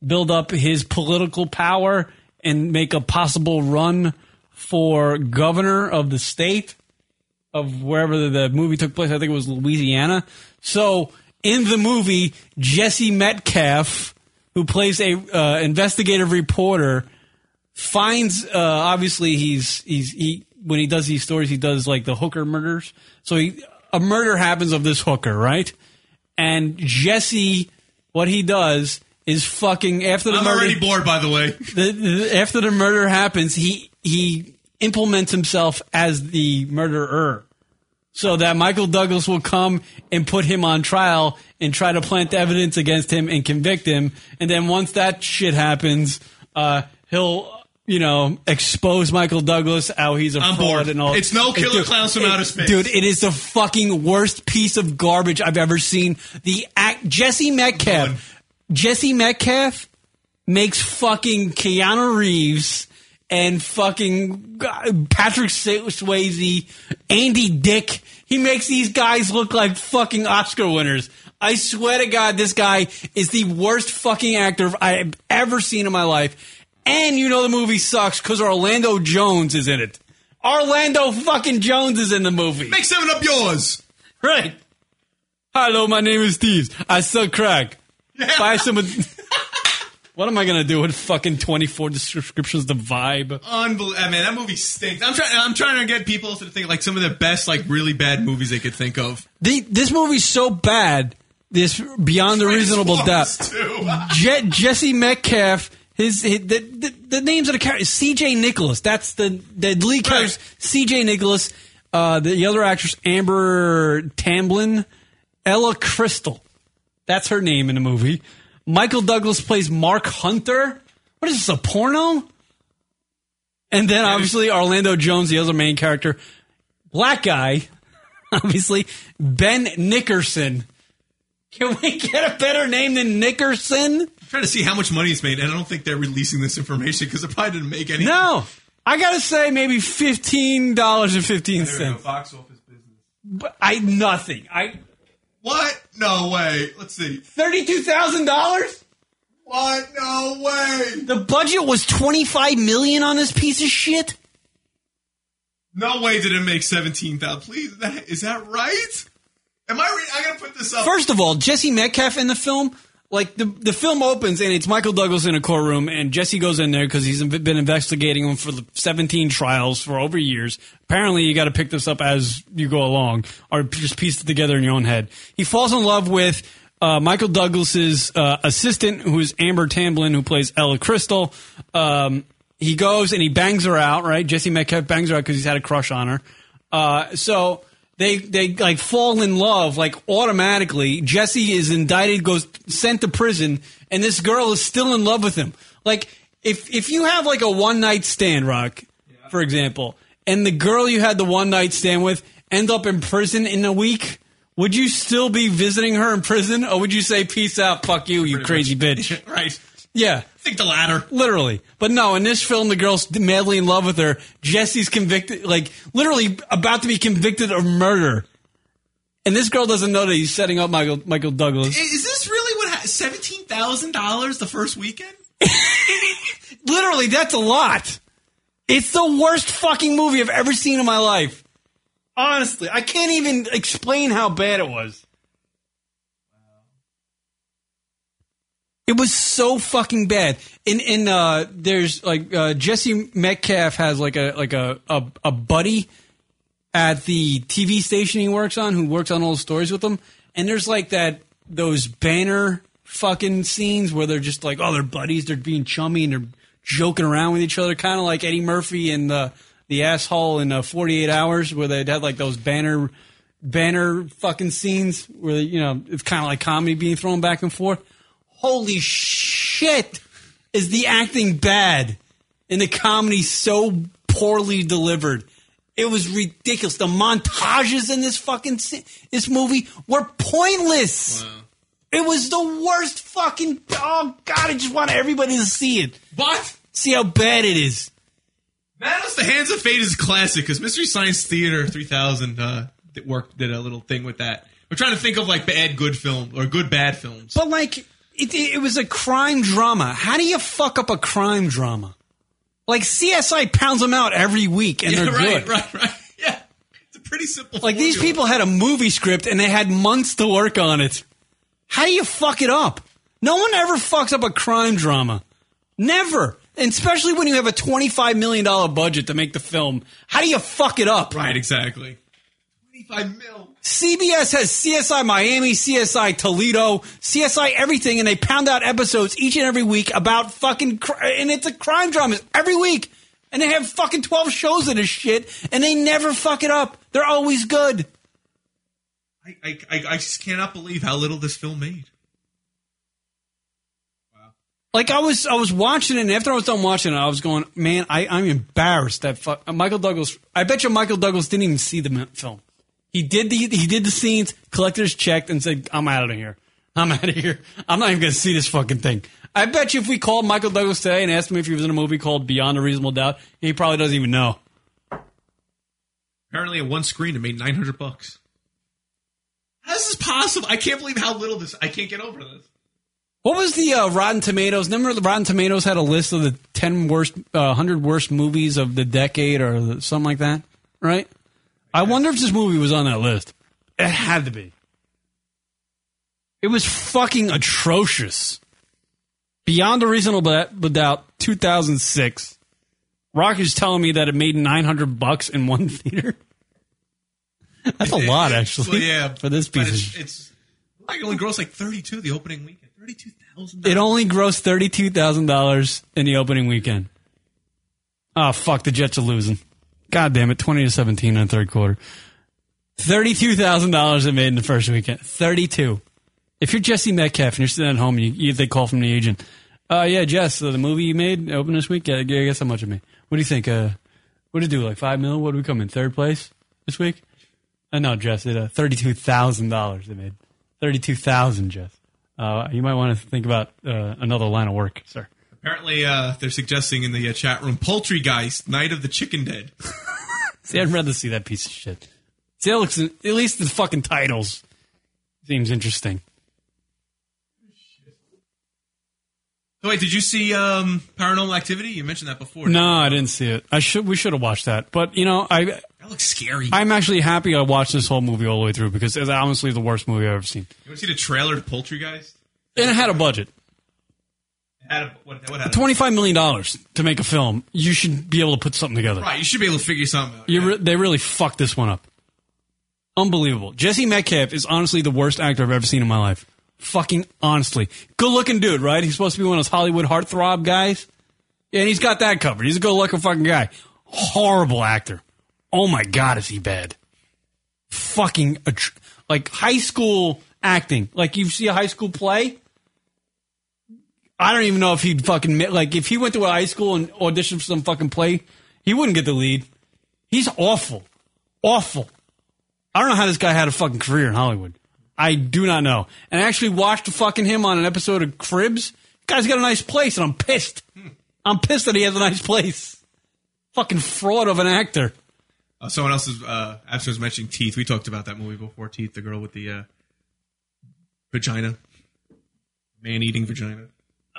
Speaker 4: build up his political power and make a possible run for governor of the state of wherever the movie took place. I think it was Louisiana. So in the movie, Jesse Metcalf, who plays a uh, investigative reporter, finds uh, obviously he's he's he when he does these stories he does like the hooker murders. So he, a murder happens of this hooker, right? And Jesse, what he does is fucking after the
Speaker 18: I'm
Speaker 4: murder.
Speaker 18: already bored, by the way.
Speaker 4: The, the- after the murder happens, he he implements himself as the murderer, so that Michael Douglas will come and put him on trial and try to plant evidence against him and convict him. And then once that shit happens, uh, he'll you know expose Michael Douglas how he's a
Speaker 18: I'm
Speaker 4: fraud
Speaker 18: bored.
Speaker 4: and all.
Speaker 18: It's no
Speaker 4: And
Speaker 18: Killer
Speaker 4: dude,
Speaker 18: Clowns from
Speaker 4: it-
Speaker 18: Outer Space.
Speaker 4: dude. It is the fucking worst piece of garbage I've ever seen. The act Jesse Metcalf. Jesse Metcalf makes fucking Keanu Reeves and fucking Patrick Swayze, Andy Dick. He makes these guys look like fucking Oscar winners. I swear to God, this guy is the worst fucking actor I've ever seen in my life. And you know the movie sucks because Orlando Jones is in it. Orlando fucking Jones is in the movie. Make
Speaker 18: seven up yours.
Speaker 4: Right. Hello, my name is Steve. I sell crack. Buy some. of- what am I gonna do with fucking twenty four descriptions? The vibe.
Speaker 18: Unbelievable, man! That movie stinks. I'm trying. I'm trying to get people to think like some of the best, like really bad movies they could think of.
Speaker 4: The, this movie's so bad. This beyond a reasonable doubt. Je- Jesse Metcalf. His, his- the, the the names of the characters. C.J. Nicholas. That's the the lead characters. C.J. Nicholas. Uh, the, the other actress Amber Tamblyn. Ella Crystal. That's her name in the movie. Michael Douglas plays Mark Hunter. What is this, a porno? And then obviously Orlando Jones, the other main character, black guy, obviously Ben Nickerson. Can we get a better name than Nickerson?
Speaker 18: I'm trying to see how much money it's made, and I don't think they're releasing this information because it probably didn't make any.
Speaker 4: No, I gotta say maybe fifteen dollars and fifteen
Speaker 18: There we go,
Speaker 4: cents.
Speaker 18: box office.
Speaker 4: But I nothing. I
Speaker 18: what? No way. Let's see.
Speaker 4: Thirty-two thousand dollars.
Speaker 18: What? No way.
Speaker 4: The budget was twenty-five million on this piece of shit.
Speaker 18: No way did it make seventeen thousand. Please, that, is that right? Am I? Re- I gotta put this up.
Speaker 4: First of all, Jesse Metcalf in the film, like the the film opens and it's Michael Douglas in a courtroom, and Jesse goes in there because he's been investigating him for the 17 trials for over years. Apparently, you got to pick this up as you go along, or just piece it together in your own head. He falls in love with. Uh, Michael Douglas's uh, assistant, who is Amber Tamblyn, who plays Ella Crystal, um, he goes and he bangs her out. Right, Jesse Metcalf bangs her out because he's had a crush on her. Uh, so they they like fall in love like automatically. Jesse is indicted, goes sent to prison, and this girl is still in love with him. Like if if you have like a one night stand, Rock, for example, and the girl you had the one night stand with end up in prison in a week. Would you still be visiting her in prison, or would you say "peace out, fuck you, you crazy bitch"?
Speaker 18: right.
Speaker 4: Yeah.
Speaker 18: I think the latter.
Speaker 4: Literally. But no, in this film, the girl's madly in love with her. Jesse's convicted, like, literally about to be convicted of murder. And this girl doesn't know that he's setting up Michael, Michael Douglas.
Speaker 18: Is this really what ha- seventeen thousand dollars the first weekend?
Speaker 4: literally, that's a lot. It's the worst fucking movie I've ever seen in my life. Honestly, I can't even explain how bad it was. It was so fucking bad. In in uh, there's like uh, Jesse Metcalf has like a like a, a a buddy at the TV station he works on who works on old stories with him, and there's like that those banner fucking scenes where they're just like oh they're buddies they're being chummy and they're joking around with each other kind of like Eddie Murphy and the the asshole in uh, 48 hours where they'd had like those banner banner fucking scenes where you know it's kind of like comedy being thrown back and forth holy shit is the acting bad and the comedy so poorly delivered it was ridiculous the montages in this fucking si- this movie were pointless it was the worst fucking oh god i just want everybody to see it
Speaker 18: what
Speaker 4: see how bad it is
Speaker 18: Manos, The Hands of Fate is classic because Mystery Science Theater 3000 uh, did- work did a little thing with that. We're trying to think of like bad good film or good bad films.
Speaker 4: But like, it, it, it was a crime drama. How do you fuck up a crime drama? Like CSI pounds them out every week, and
Speaker 18: yeah,
Speaker 4: they're
Speaker 18: right,
Speaker 4: good.
Speaker 18: right, right. Yeah, it's a pretty simple.
Speaker 4: Like these
Speaker 18: formula.
Speaker 4: people had a movie script and they had months to work on it. How do you fuck it up? No one ever fucks up a crime drama. Never. And especially when you have a $25 million budget to make the film. How do you fuck it up?
Speaker 18: Right, exactly. 25 mil.
Speaker 4: CBS has CSI Miami, CSI Toledo, CSI everything, and they pound out episodes each and every week about fucking cr- and it's a crime dramas every week, and they have fucking twelve shows of this shit, and they never fuck it up. They're always good.
Speaker 18: I, I, I I just cannot believe how little this film made.
Speaker 4: Like I was, I was watching it, and after I was done watching it, I was going, man, I, I'm embarrassed that fuck, Michael Douglas. I bet you Michael Douglas didn't even see the mi- film. He did the he did the scenes, collectors checked, and said, I'm out of here. I'm out of here. I'm not even going to see this fucking thing. I bet you if we called Michael Douglas today and asked him if he was in a movie called Beyond a Reasonable Doubt, he probably doesn't even know.
Speaker 18: Apparently, at one screen, it made 900 bucks. How is this possible? I can't believe how little this. I can't get over this.
Speaker 4: What was the uh, Rotten Tomatoes? Remember, the Rotten Tomatoes had a list of the ten worst, uh, hundred worst movies of the decade, or the- something like that, right? I wonder if this movie was on that list. It had to be. It was fucking atrocious. Beyond a reasonable Dou- doubt, two thousand six. Rock is telling me that it made nine hundred bucks in one theater. That's a lot, actually.
Speaker 18: Well, yeah,
Speaker 4: for this
Speaker 18: but
Speaker 4: piece of
Speaker 18: it's, it's like it only grossed like 32 the opening weekend. 32,000.
Speaker 4: It only grossed thirty-two thousand dollars in the opening weekend. Oh fuck, the Jets are losing. God damn it, twenty to seventeen in the third quarter. Thirty-two thousand dollars it made in the first weekend. Thirty-two. If you're Jesse Metcalf and you're sitting at home, you, you they call from the agent. Uh, yeah, Jess, uh, the movie you made opened this week. Yeah, guess how much it made? What do you think? Uh, what did it do? Like five mil? What did we come in third place this week? Uh, no, Jess, it uh, thirty-two thousand dollars they made. Thirty-two thousand, Jess. Uh, you might want to think about uh, another line of work, sir.
Speaker 18: Apparently, uh, they're suggesting in the uh, chat room Poultrygeist, Night of the Chicken Dead.
Speaker 4: See, I'd rather see that piece of shit. See, that looks, at least the fucking titles seems interesting.
Speaker 18: So wait, did you see um, Paranormal Activity? You mentioned that before.
Speaker 4: No, I didn't see it. I should. We should have watched that. But you know, I
Speaker 18: That looks scary.
Speaker 4: I'm actually happy I watched this whole movie all the way through because it's honestly the worst movie I've ever seen.
Speaker 18: You want to see the trailer to Poultrygeist?
Speaker 4: And it had a budget.
Speaker 18: It had a- what, what had a-
Speaker 4: $25 million to make a film. You should be able to put something together.
Speaker 18: Right, you should be able to figure something out.
Speaker 4: You re- they really fucked this one up. Unbelievable. Jesse Metcalf is honestly the worst actor I've ever seen in my life. Fucking honestly. Good looking dude, right? He's supposed to be one of those Hollywood heartthrob guys. Yeah, and he's got that covered. He's a good looking fucking guy. Horrible actor. Oh my God, is he bad. Fucking, atr- like high school acting. Like you see a high school play. I don't even know if he'd fucking, ma- like if he went to a high school and auditioned for some fucking play, he wouldn't get the lead. He's awful. Awful. I don't know how this guy had a fucking career in Hollywood. I do not know. And I actually watched fucking him on an episode of Cribs. Guy's got a nice place, and I'm pissed. I'm pissed that he has a nice place. Fucking fraud of an actor.
Speaker 18: Uh, someone else is uh, actually was mentioning Teeth. We talked about that movie before. Teeth, the girl with the uh, vagina, man-eating vagina.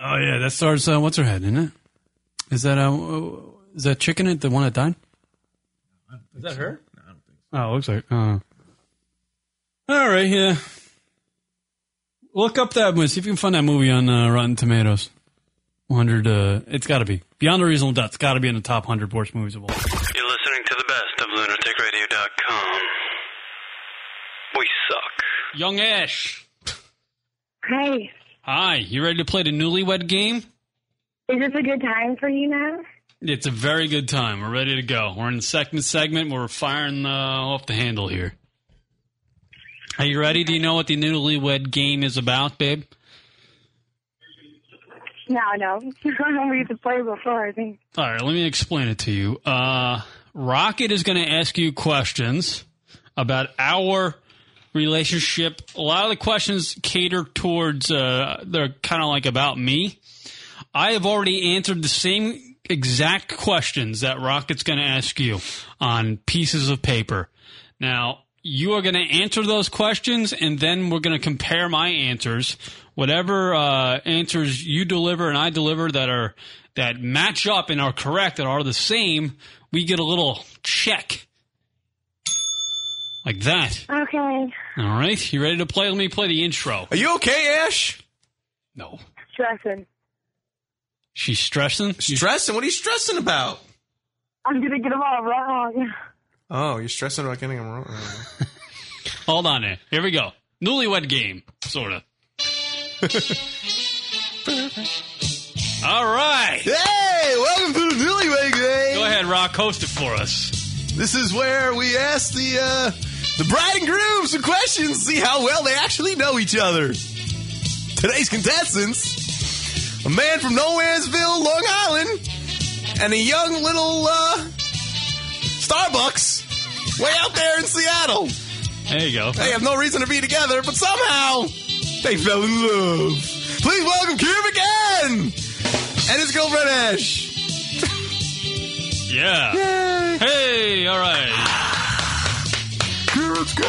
Speaker 4: Oh yeah, that stars uh, what's her head, isn't it? Is that uh, is that chicken? It the one that died? Is that her?
Speaker 18: No, I don't think so.
Speaker 4: Oh, it looks like. Uh, all right, yeah. Look up that movie. See if you can find that movie on uh, Rotten Tomatoes. 100. Uh, it's got to be Beyond a Reasonable Doubt. It's got to be in the top 100 worst movies of all. time.
Speaker 16: You're listening to the best of lunaticradio.com. We suck.
Speaker 4: Young Ash.
Speaker 3: Hi.
Speaker 4: Hi. You ready to play the newlywed game?
Speaker 3: Is this a good time for you now?
Speaker 4: It's a very good time. We're ready to go. We're in the second segment. We're firing uh, off the handle here. Are you ready? Do you know what the newlywed game is about, babe?
Speaker 3: No, no. we used to play before, I think.
Speaker 4: All right, let me explain it to you. Uh, Rocket is going to ask you questions about our relationship. A lot of the questions cater towards, uh, they're kind of like about me. I have already answered the same exact questions that Rocket's going to ask you on pieces of paper. Now, you are going to answer those questions, and then we're going to compare my answers. Whatever uh, answers you deliver and I deliver that are that match up and are correct and are the same, we get a little check like that.
Speaker 3: Okay.
Speaker 4: All right, you ready to play? Let me play the intro.
Speaker 6: Are you okay, Ash?
Speaker 4: No.
Speaker 3: Stressing.
Speaker 4: She's stressing.
Speaker 6: Stressing? What are you stressing about?
Speaker 3: I'm going to get them all wrong.
Speaker 6: Oh, you're stressing about getting them wrong.
Speaker 4: Hold on there. Here we go. Newlywed game, sort of. All right.
Speaker 6: Hey, welcome to the Newlywed Game.
Speaker 4: Go ahead, Rock. Host it for us.
Speaker 6: This is where we ask the uh, the bride and groom some questions, see how well they actually know each other. Today's contestants: a man from Nowheresville, Long Island, and a young little uh, Starbucks way out there in Seattle.
Speaker 4: There you go.
Speaker 6: They have no reason to be together, but somehow they fell in love. Please welcome Kieran again and his girlfriend Ash.
Speaker 4: Yeah. Hey, all right.
Speaker 6: Kieran's gay.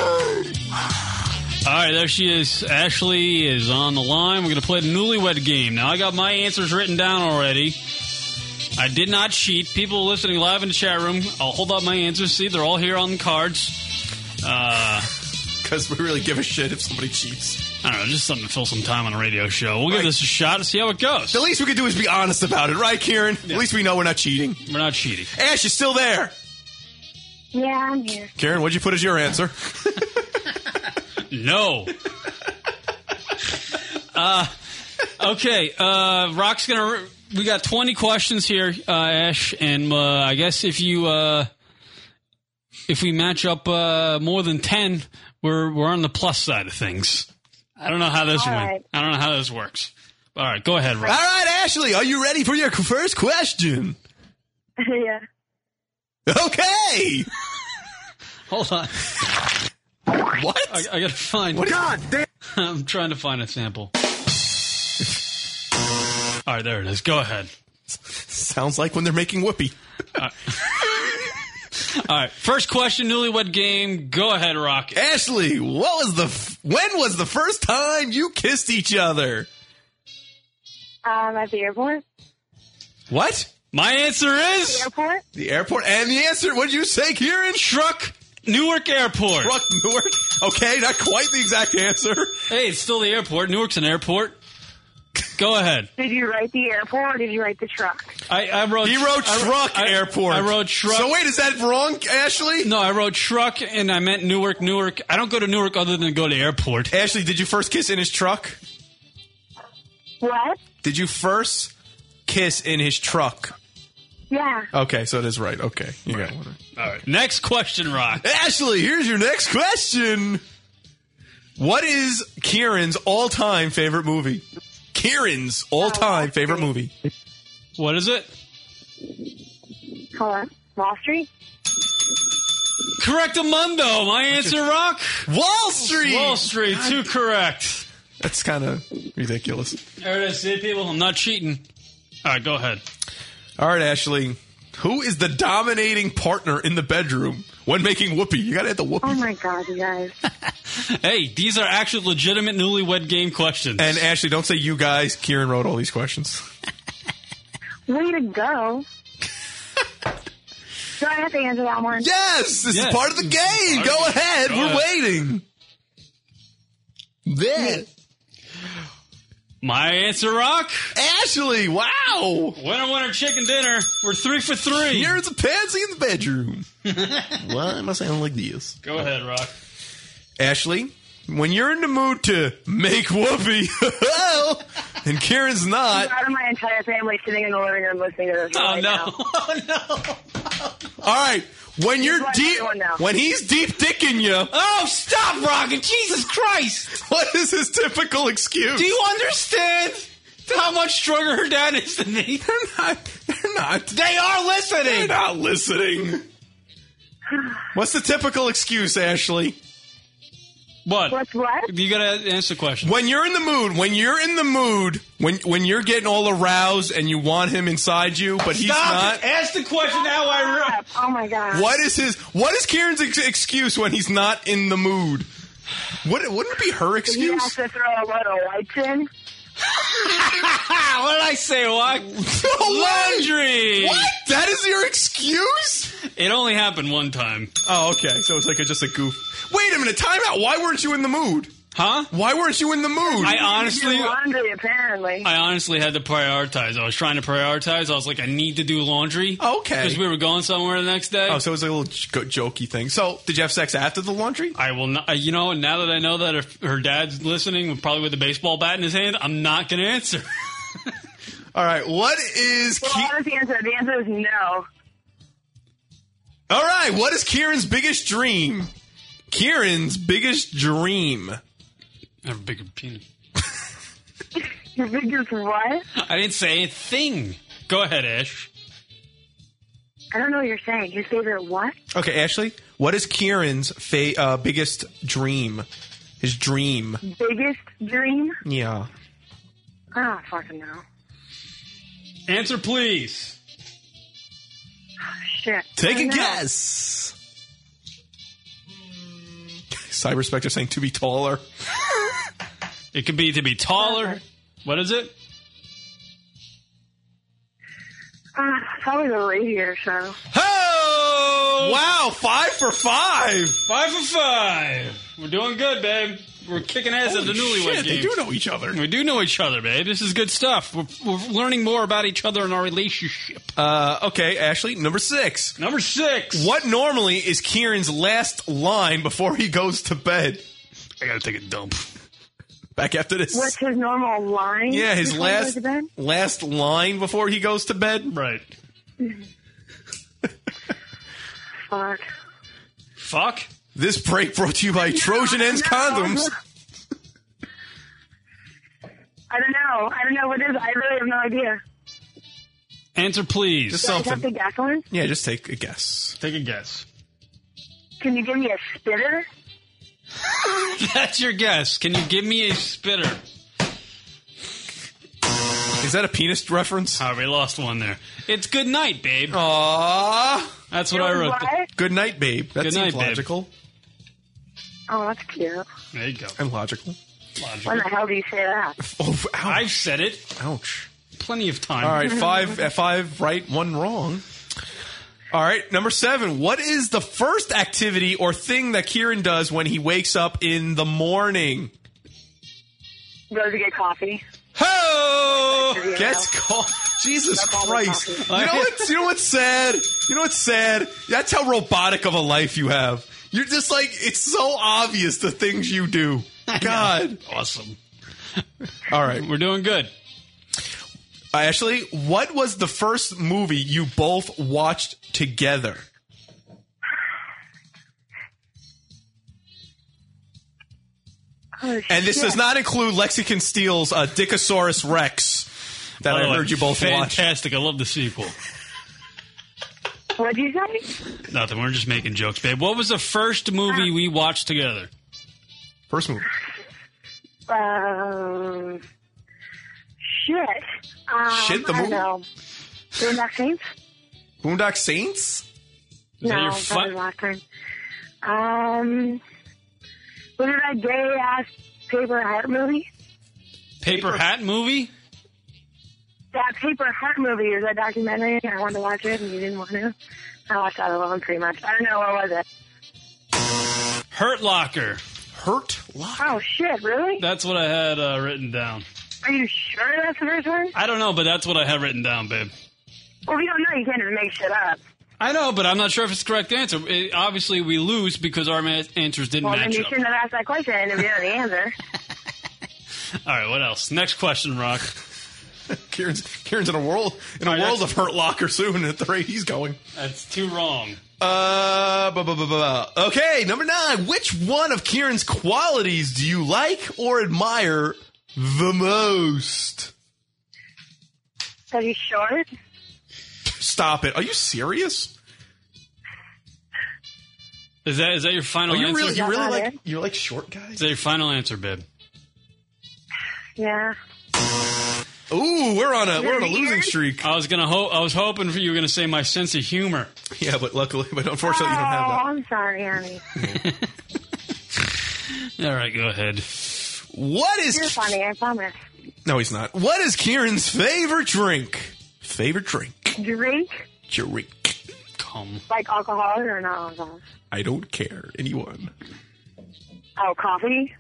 Speaker 4: All right, there she is. Ashley is on the line. We're going to play the newlywed game. Now, I got my answers written down already. I did not cheat. People listening live in the chat room, I'll hold up my answers. See, they're all here on the cards. Because
Speaker 6: we really give a shit if somebody cheats.
Speaker 4: I don't know, just something to fill some time on a radio show. We'll give this a shot and see how it goes.
Speaker 6: The least we could do is be honest about it, right, Kieran? At least we know we're not cheating.
Speaker 4: We're not cheating.
Speaker 6: Ash, you're still there.
Speaker 3: Yeah, I'm here.
Speaker 6: Karen, what'd you put as your answer?
Speaker 4: No. uh, okay, uh, Rock's gonna. Re- we got twenty questions here, uh, Ash, and uh, I guess if you uh, if we match up uh, more than ten, we're we're on the plus side of things. I don't know how this
Speaker 6: All
Speaker 4: went.
Speaker 6: right.
Speaker 4: I don't know how this works. All right, go ahead,
Speaker 6: All
Speaker 4: Rock.
Speaker 6: right, Ashley, are you ready for your first question?
Speaker 3: yeah.
Speaker 6: Okay.
Speaker 4: Hold on.
Speaker 6: What?
Speaker 4: I, I gotta find.
Speaker 6: God damn!
Speaker 4: I'm trying to find a sample. All right, there it is. Go ahead.
Speaker 6: Sounds like when they're making whoopee.
Speaker 4: All right, first question, newlywed game. Go ahead, Rock.
Speaker 6: Ashley, what was the f- when was the first time you kissed each other?
Speaker 3: Um, at the airport?
Speaker 6: What?
Speaker 4: My answer is
Speaker 3: The airport?
Speaker 6: the airport. And the answer, what did you say, Kieran?
Speaker 4: Truck Newark Airport.
Speaker 6: Truck Newark. Okay, not quite the exact answer.
Speaker 4: Hey, it's still the airport. Newark's an airport. Go ahead.
Speaker 3: Did you write the airport or did you write the truck?
Speaker 4: I, I wrote.
Speaker 6: He wrote
Speaker 4: I-
Speaker 6: truck
Speaker 4: I-
Speaker 6: airport.
Speaker 4: I wrote truck.
Speaker 6: So wait, is that wrong, Ashley?
Speaker 4: No, I wrote truck, and I meant Newark. Newark. I don't go to Newark other than go to airport.
Speaker 6: Ashley, did you first kiss in his truck?
Speaker 3: What?
Speaker 6: Did you first kiss in his truck?
Speaker 3: Yeah.
Speaker 6: Okay, so it is right. Okay, you got one.
Speaker 4: All right. Next question, Rock.
Speaker 6: Ashley, here's your next question. What is Kieran's all-time favorite movie? Kieran's all-time favorite movie.
Speaker 4: What is it?
Speaker 3: Hold on. Wall Street?
Speaker 4: Correct, Amundo. Oh, My answer, Rock.
Speaker 6: Wall Street.
Speaker 4: Wall Street. Too correct.
Speaker 6: That's kind of ridiculous.
Speaker 4: There it is. See, people, I'm not cheating. All right, go ahead.
Speaker 6: All right, Ashley. Who is the dominating partner in the bedroom when making whoopee? You gotta hit the whoopee.
Speaker 3: Oh my god, you guys.
Speaker 4: Hey, these are actual legitimate newlywed game questions.
Speaker 6: And Ashley, don't say you guys. Kieran wrote all these questions.
Speaker 3: Way to go. Do I have to answer that one?
Speaker 6: Yes, this is part of the game. Go ahead. We're waiting. There.
Speaker 4: My answer, Rock.
Speaker 6: Ashley, wow.
Speaker 4: Winner, winner, chicken dinner. We're three for three.
Speaker 6: Here's a pansy in the bedroom. Why am I sounding like this?
Speaker 4: Go ahead, Rock.
Speaker 6: Ashley, when you're in the mood to make whoopee, and Kieran's
Speaker 3: I'm
Speaker 6: not,
Speaker 3: proud of my entire family sitting in the living room listening to
Speaker 6: Oh,
Speaker 3: this.
Speaker 19: Oh,
Speaker 3: right now.
Speaker 6: All right. When you're
Speaker 3: That's what I'm
Speaker 6: deep,
Speaker 3: doing now.
Speaker 6: when he's deep dicking you. Oh, stop, Rocket! Jesus Christ! What is his typical excuse?
Speaker 19: Do you understand how much stronger her dad is than me? They're
Speaker 6: not. They're not.
Speaker 19: They are listening.
Speaker 6: They're not listening. What's the typical excuse, Ashley?
Speaker 4: What?
Speaker 3: What's what?
Speaker 4: You gotta answer the question.
Speaker 6: When you're in the mood, when you're in the mood, when when you're getting all aroused and you want him inside you, but he's
Speaker 19: Stop.
Speaker 6: not.
Speaker 19: Ask the question now. I. Re-
Speaker 3: Oh my god.
Speaker 6: What is his? What is Kieran's ex- excuse when he's not in the mood? Would wouldn't it be her
Speaker 3: Did you
Speaker 6: excuse?
Speaker 3: have to throw a load of lights in?
Speaker 4: what did I say, Rock? Laundry.
Speaker 6: What? That is your excuse?
Speaker 4: It only happened one time.
Speaker 6: Oh, okay. So it's like a, just a goof. Wait a minute, time out. Why weren't you in the mood?
Speaker 4: Huh?
Speaker 6: Why weren't you in the mood?
Speaker 4: I honestly,
Speaker 3: Your laundry, apparently.
Speaker 4: I honestly had to prioritize. I was trying to prioritize. I was like, I need to do laundry.
Speaker 6: Okay.
Speaker 4: Because we were going somewhere the next day.
Speaker 6: oh, so it's like a little j- jokey thing. So did you have sex after the laundry?
Speaker 4: I will not. You know, now that I know that if her dad's listening, probably with a baseball bat in his hand, I'm not going to answer.
Speaker 6: All right. What is?
Speaker 3: Well,
Speaker 6: Ki-
Speaker 3: what is the answer? The answer is no.
Speaker 6: All right. What is Kieran's biggest dream? Kieran's biggest dream.
Speaker 4: I have a bigger penis.
Speaker 3: Your biggest what?
Speaker 4: I didn't say a thing. Go ahead, Ash.
Speaker 3: I don't know what you're saying. Your favorite what?
Speaker 6: Okay, Ashley. What is Kieran's fa- uh, biggest dream? His dream.
Speaker 3: Biggest dream?
Speaker 6: Yeah.
Speaker 3: I don't fucking know.
Speaker 4: Answer, please.
Speaker 3: Shit.
Speaker 6: Take
Speaker 3: I
Speaker 6: a
Speaker 3: know.
Speaker 6: guess. Cyber Spectre saying to be taller.
Speaker 4: It could be to be taller. What is it?
Speaker 3: Uh, probably the radio show.
Speaker 6: Oh! Wow, five for five.
Speaker 4: Five for five. We're doing good, babe. We're kicking ass at the newlywed
Speaker 6: Shit,
Speaker 4: game.
Speaker 6: they do know each other.
Speaker 4: We do know each other, babe. This is good stuff. We're, we're learning more about each other and our relationship.
Speaker 6: Uh, okay, Ashley, number six.
Speaker 4: Number six.
Speaker 6: What normally is Kieran's last line before he goes to bed?
Speaker 4: I gotta take a dump.
Speaker 6: Back after this.
Speaker 3: What's his normal line?
Speaker 6: Yeah, his
Speaker 3: before he goes
Speaker 6: last
Speaker 3: to bed?
Speaker 6: last line before he goes to bed.
Speaker 4: Right.
Speaker 3: Fuck.
Speaker 4: Fuck.
Speaker 6: This break brought to you by Trojan Ends
Speaker 3: no.
Speaker 6: condoms.
Speaker 3: I don't know. I don't know what it is. I really have no idea.
Speaker 4: Answer, please.
Speaker 6: Just
Speaker 3: Do I have to
Speaker 6: something.
Speaker 3: guess one?
Speaker 6: Yeah, just take a guess.
Speaker 4: take a guess.
Speaker 3: Can you give me a spitter?
Speaker 4: That's your guess. Can you give me a spitter?
Speaker 6: Is that a penis reference?
Speaker 4: Ah, we lost one there. It's good night, babe.
Speaker 6: Aww.
Speaker 4: That's what I wrote.
Speaker 3: What?
Speaker 6: Good night, babe. That
Speaker 4: Good
Speaker 6: seems
Speaker 4: night, babe.
Speaker 6: logical
Speaker 3: Oh, that's cute.
Speaker 4: There you go.
Speaker 6: and logical.
Speaker 3: When
Speaker 4: Logical.
Speaker 3: the hell do you say that?
Speaker 6: Oh, ouch.
Speaker 4: I've said it
Speaker 6: ouch.
Speaker 4: plenty of times.
Speaker 6: All right, five uh, five right, one wrong. All right, number seven. What is the first activity or thing that Kieran does when he wakes up in the morning?
Speaker 3: Go to get coffee.
Speaker 6: Ho!
Speaker 3: Yeah.
Speaker 6: Gets caught. Jesus
Speaker 3: all the
Speaker 6: Christ! You
Speaker 3: coffee.
Speaker 6: know what's you know what's sad? You know what's sad? That's how robotic of a life you have. You're just like it's so obvious the things you do. God.
Speaker 4: Awesome.
Speaker 6: All right, Uh,
Speaker 4: We're doing good.
Speaker 6: Ashley. What was the first movie you both watched together?
Speaker 3: Oh,
Speaker 6: And this does not include Lexicon Steel's uh, Dickosaurus Rex that
Speaker 4: By the
Speaker 6: I
Speaker 4: way,
Speaker 6: heard you both watch.
Speaker 4: Fantastic. I love the sequel.
Speaker 3: What'd you say?
Speaker 4: Nothing. We're just making jokes, babe. What was the first movie we watched together?
Speaker 6: First movie.
Speaker 3: Um, shit. Um,
Speaker 6: Shit, the
Speaker 3: I don't
Speaker 6: movie?
Speaker 3: know. Boondock Saints?
Speaker 6: Boondock Saints?
Speaker 4: Is that
Speaker 3: no,
Speaker 4: your
Speaker 3: that
Speaker 4: fu-
Speaker 3: was last time. Um, was it that gay ass paper hat movie?
Speaker 4: Paper Hat movie?
Speaker 3: that Paper Heart movie or that documentary. I wanted to watch it, and you didn't want to. I watched that alone, pretty much. I don't know what was it.
Speaker 4: Hurt Locker. Hurt?
Speaker 3: Oh shit! Really?
Speaker 4: That's what I had uh, written down.
Speaker 3: Are you sure that's the first one?
Speaker 4: I don't know, but that's what I had written down, babe.
Speaker 3: Well, if you don't know, you can't just make shit up.
Speaker 4: I know, but I'm not sure if it's the correct answer. It- obviously, we lose because our ma- answers didn't
Speaker 3: well, then
Speaker 4: match
Speaker 3: you
Speaker 4: up.
Speaker 3: shouldn't have asked that question if you know the answer.
Speaker 4: All right, what else? Next question, Rock.
Speaker 6: Kieran's Kieran's in a world in a
Speaker 4: All right,
Speaker 6: world of
Speaker 4: that's-
Speaker 6: hurt locker soon at the rate he's going.
Speaker 4: That's too wrong.
Speaker 6: Uh, bu- bu- bu- bu- bu- okay, number nine. Which one of Kieran's qualities do you like or admire the most?
Speaker 3: Are you short?
Speaker 6: Stop it. Are you serious?
Speaker 4: Is that is that your final
Speaker 6: Are you
Speaker 4: answer?
Speaker 6: really you really like you like short guys?
Speaker 4: Is that your final answer, babe?
Speaker 3: Yeah.
Speaker 6: Ooh, we're on a we're on a losing streak.
Speaker 4: I was gonna ho- I was hoping for you were gonna say my sense of humor.
Speaker 6: Yeah, but luckily, but
Speaker 3: oh,
Speaker 6: unfortunately,
Speaker 3: I'm sorry, honey.
Speaker 4: All right, go ahead.
Speaker 6: What is?
Speaker 3: You're funny. I promise.
Speaker 6: No, he's not. What is Kieran's favorite drink? Favorite drink?
Speaker 3: Drink
Speaker 6: Drink.
Speaker 3: like alcohol or not alcohol?
Speaker 6: I don't care. Anyone.
Speaker 3: Oh, coffee.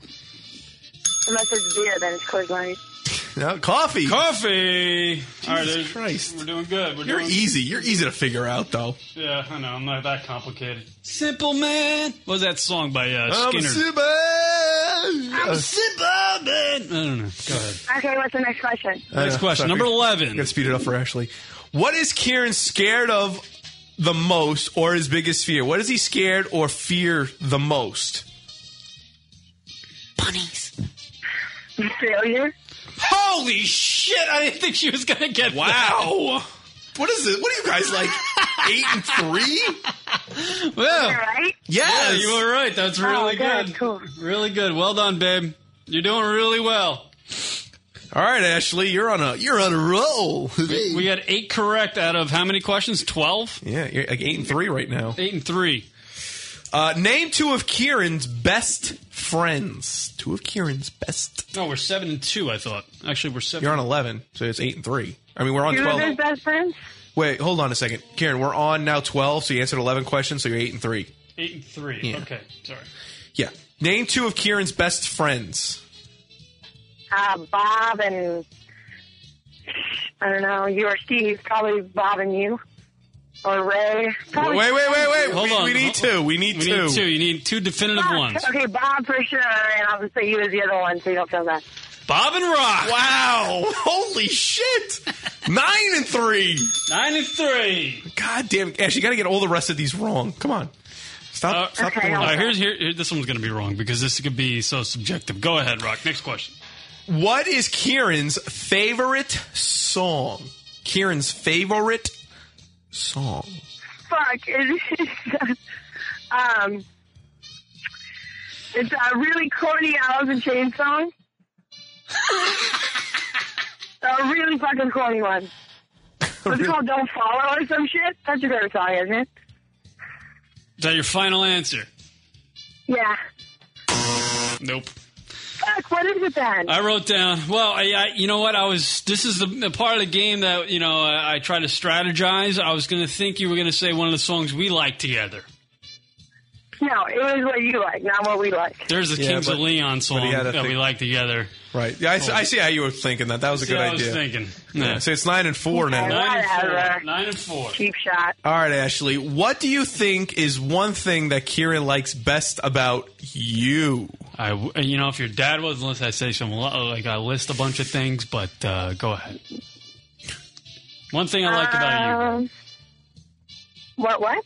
Speaker 3: Unless it's beer, then it's Coors Light.
Speaker 6: No, coffee.
Speaker 4: Coffee. All right, there's-
Speaker 6: Christ.
Speaker 4: We're doing good. We're
Speaker 6: You're
Speaker 4: doing
Speaker 6: easy. You're easy to figure out, though.
Speaker 4: Yeah, I know. I'm not that complicated. Simple man. What was that song by uh,
Speaker 6: I'm a
Speaker 4: Skinner?
Speaker 6: simple-
Speaker 4: I'm a simple man. I don't know. Go ahead.
Speaker 3: Okay, what's the next question?
Speaker 4: Uh, Next question, number eleven.
Speaker 6: Got to Uh, speed it up for Ashley. What is Kieran scared of the most, or his biggest fear? What is he scared or fear the most?
Speaker 3: Bunnies. Failure.
Speaker 4: Holy shit! I didn't think she was gonna get.
Speaker 6: Wow. What is it? What are you guys like? Eight and three?
Speaker 4: Well,
Speaker 3: right?
Speaker 4: Yeah, you were right. That's
Speaker 6: Oh,
Speaker 4: really
Speaker 6: good,
Speaker 4: good. Really good. Well done, babe. You're doing really well.
Speaker 6: All right, Ashley, you're on a you're on a roll.
Speaker 4: We, we had eight correct out of how many questions? Twelve.
Speaker 6: Yeah, you're like eight and three right now.
Speaker 4: Eight and three.
Speaker 6: Uh, name two of Kieran's best friends. Two of Kieran's best.
Speaker 4: No, we're seven and two. I thought. Actually, we're seven.
Speaker 6: You're on eleven, so it's eight and three. I mean, we're on
Speaker 3: Two of
Speaker 6: twelve.
Speaker 3: his best friends.
Speaker 6: Wait, hold on a second, Kieran. We're on now twelve, so you answered eleven questions, so you're eight and three.
Speaker 4: Eight and three.
Speaker 6: Yeah.
Speaker 4: Okay, sorry.
Speaker 6: Yeah. Name two of Kieran's best friends.
Speaker 3: Uh, Bob and I don't know. You or Steve? Probably Bob and you, or Ray. Probably
Speaker 6: wait, wait, wait, wait.
Speaker 4: Hold
Speaker 6: we,
Speaker 4: on.
Speaker 6: we need
Speaker 4: Hold on.
Speaker 6: two. We need
Speaker 4: We
Speaker 6: two.
Speaker 4: need two. You need two definitive
Speaker 3: Bob.
Speaker 4: ones.
Speaker 3: Okay, Bob for sure, and obviously he was the other one, so you don't feel that.
Speaker 4: Bob and Rock.
Speaker 6: Wow! Holy shit! Nine and three.
Speaker 4: Nine and three.
Speaker 6: God damn, Ash, you got to get all the rest of these wrong. Come on. Stop. stop
Speaker 4: All
Speaker 6: doing
Speaker 4: right,
Speaker 6: that.
Speaker 4: here's here, here. This one's going to be wrong because this could be so subjective. Go ahead, Rock. Next question.
Speaker 6: What is Kieran's favorite song? Kieran's favorite song.
Speaker 3: Fuck. It's, um, it's a really corny Alice in Chains song. a really fucking corny one. What's it called? Don't Follow or some shit? That's your favorite song, isn't it?
Speaker 4: Is that your final answer?
Speaker 3: Yeah.
Speaker 4: Nope.
Speaker 3: Fuck, what is it then?
Speaker 4: I wrote down. Well, I, I you know what? I was. This is the, the part of the game that you know I, I try to strategize. I was going to think you were going to say one of the songs we like together.
Speaker 3: no, it was what you like, not what we like.
Speaker 4: There's the
Speaker 6: Yeah,
Speaker 4: Kings
Speaker 6: but-
Speaker 4: of Leon song
Speaker 6: had a
Speaker 4: that we
Speaker 6: thing-
Speaker 4: like together. Oh.
Speaker 6: Right. Yeah, I, s- I see how you were thinking that. That was a
Speaker 4: See
Speaker 6: good
Speaker 4: how I was
Speaker 6: idea.
Speaker 4: thinking.
Speaker 6: Yeah.
Speaker 4: Yeah.
Speaker 6: So it's nine and four now.
Speaker 4: Nine and
Speaker 3: Whatever.
Speaker 4: four. Nine and four.
Speaker 3: Cheap shot.
Speaker 6: All right, Ashley. What do you think is one thing that Kieran likes best about you?
Speaker 4: I, w- uh, you know, if your dad was, unless I say some, lo- like I list a bunch of things, but uh, go ahead. One thing I like about
Speaker 3: Um, What, what?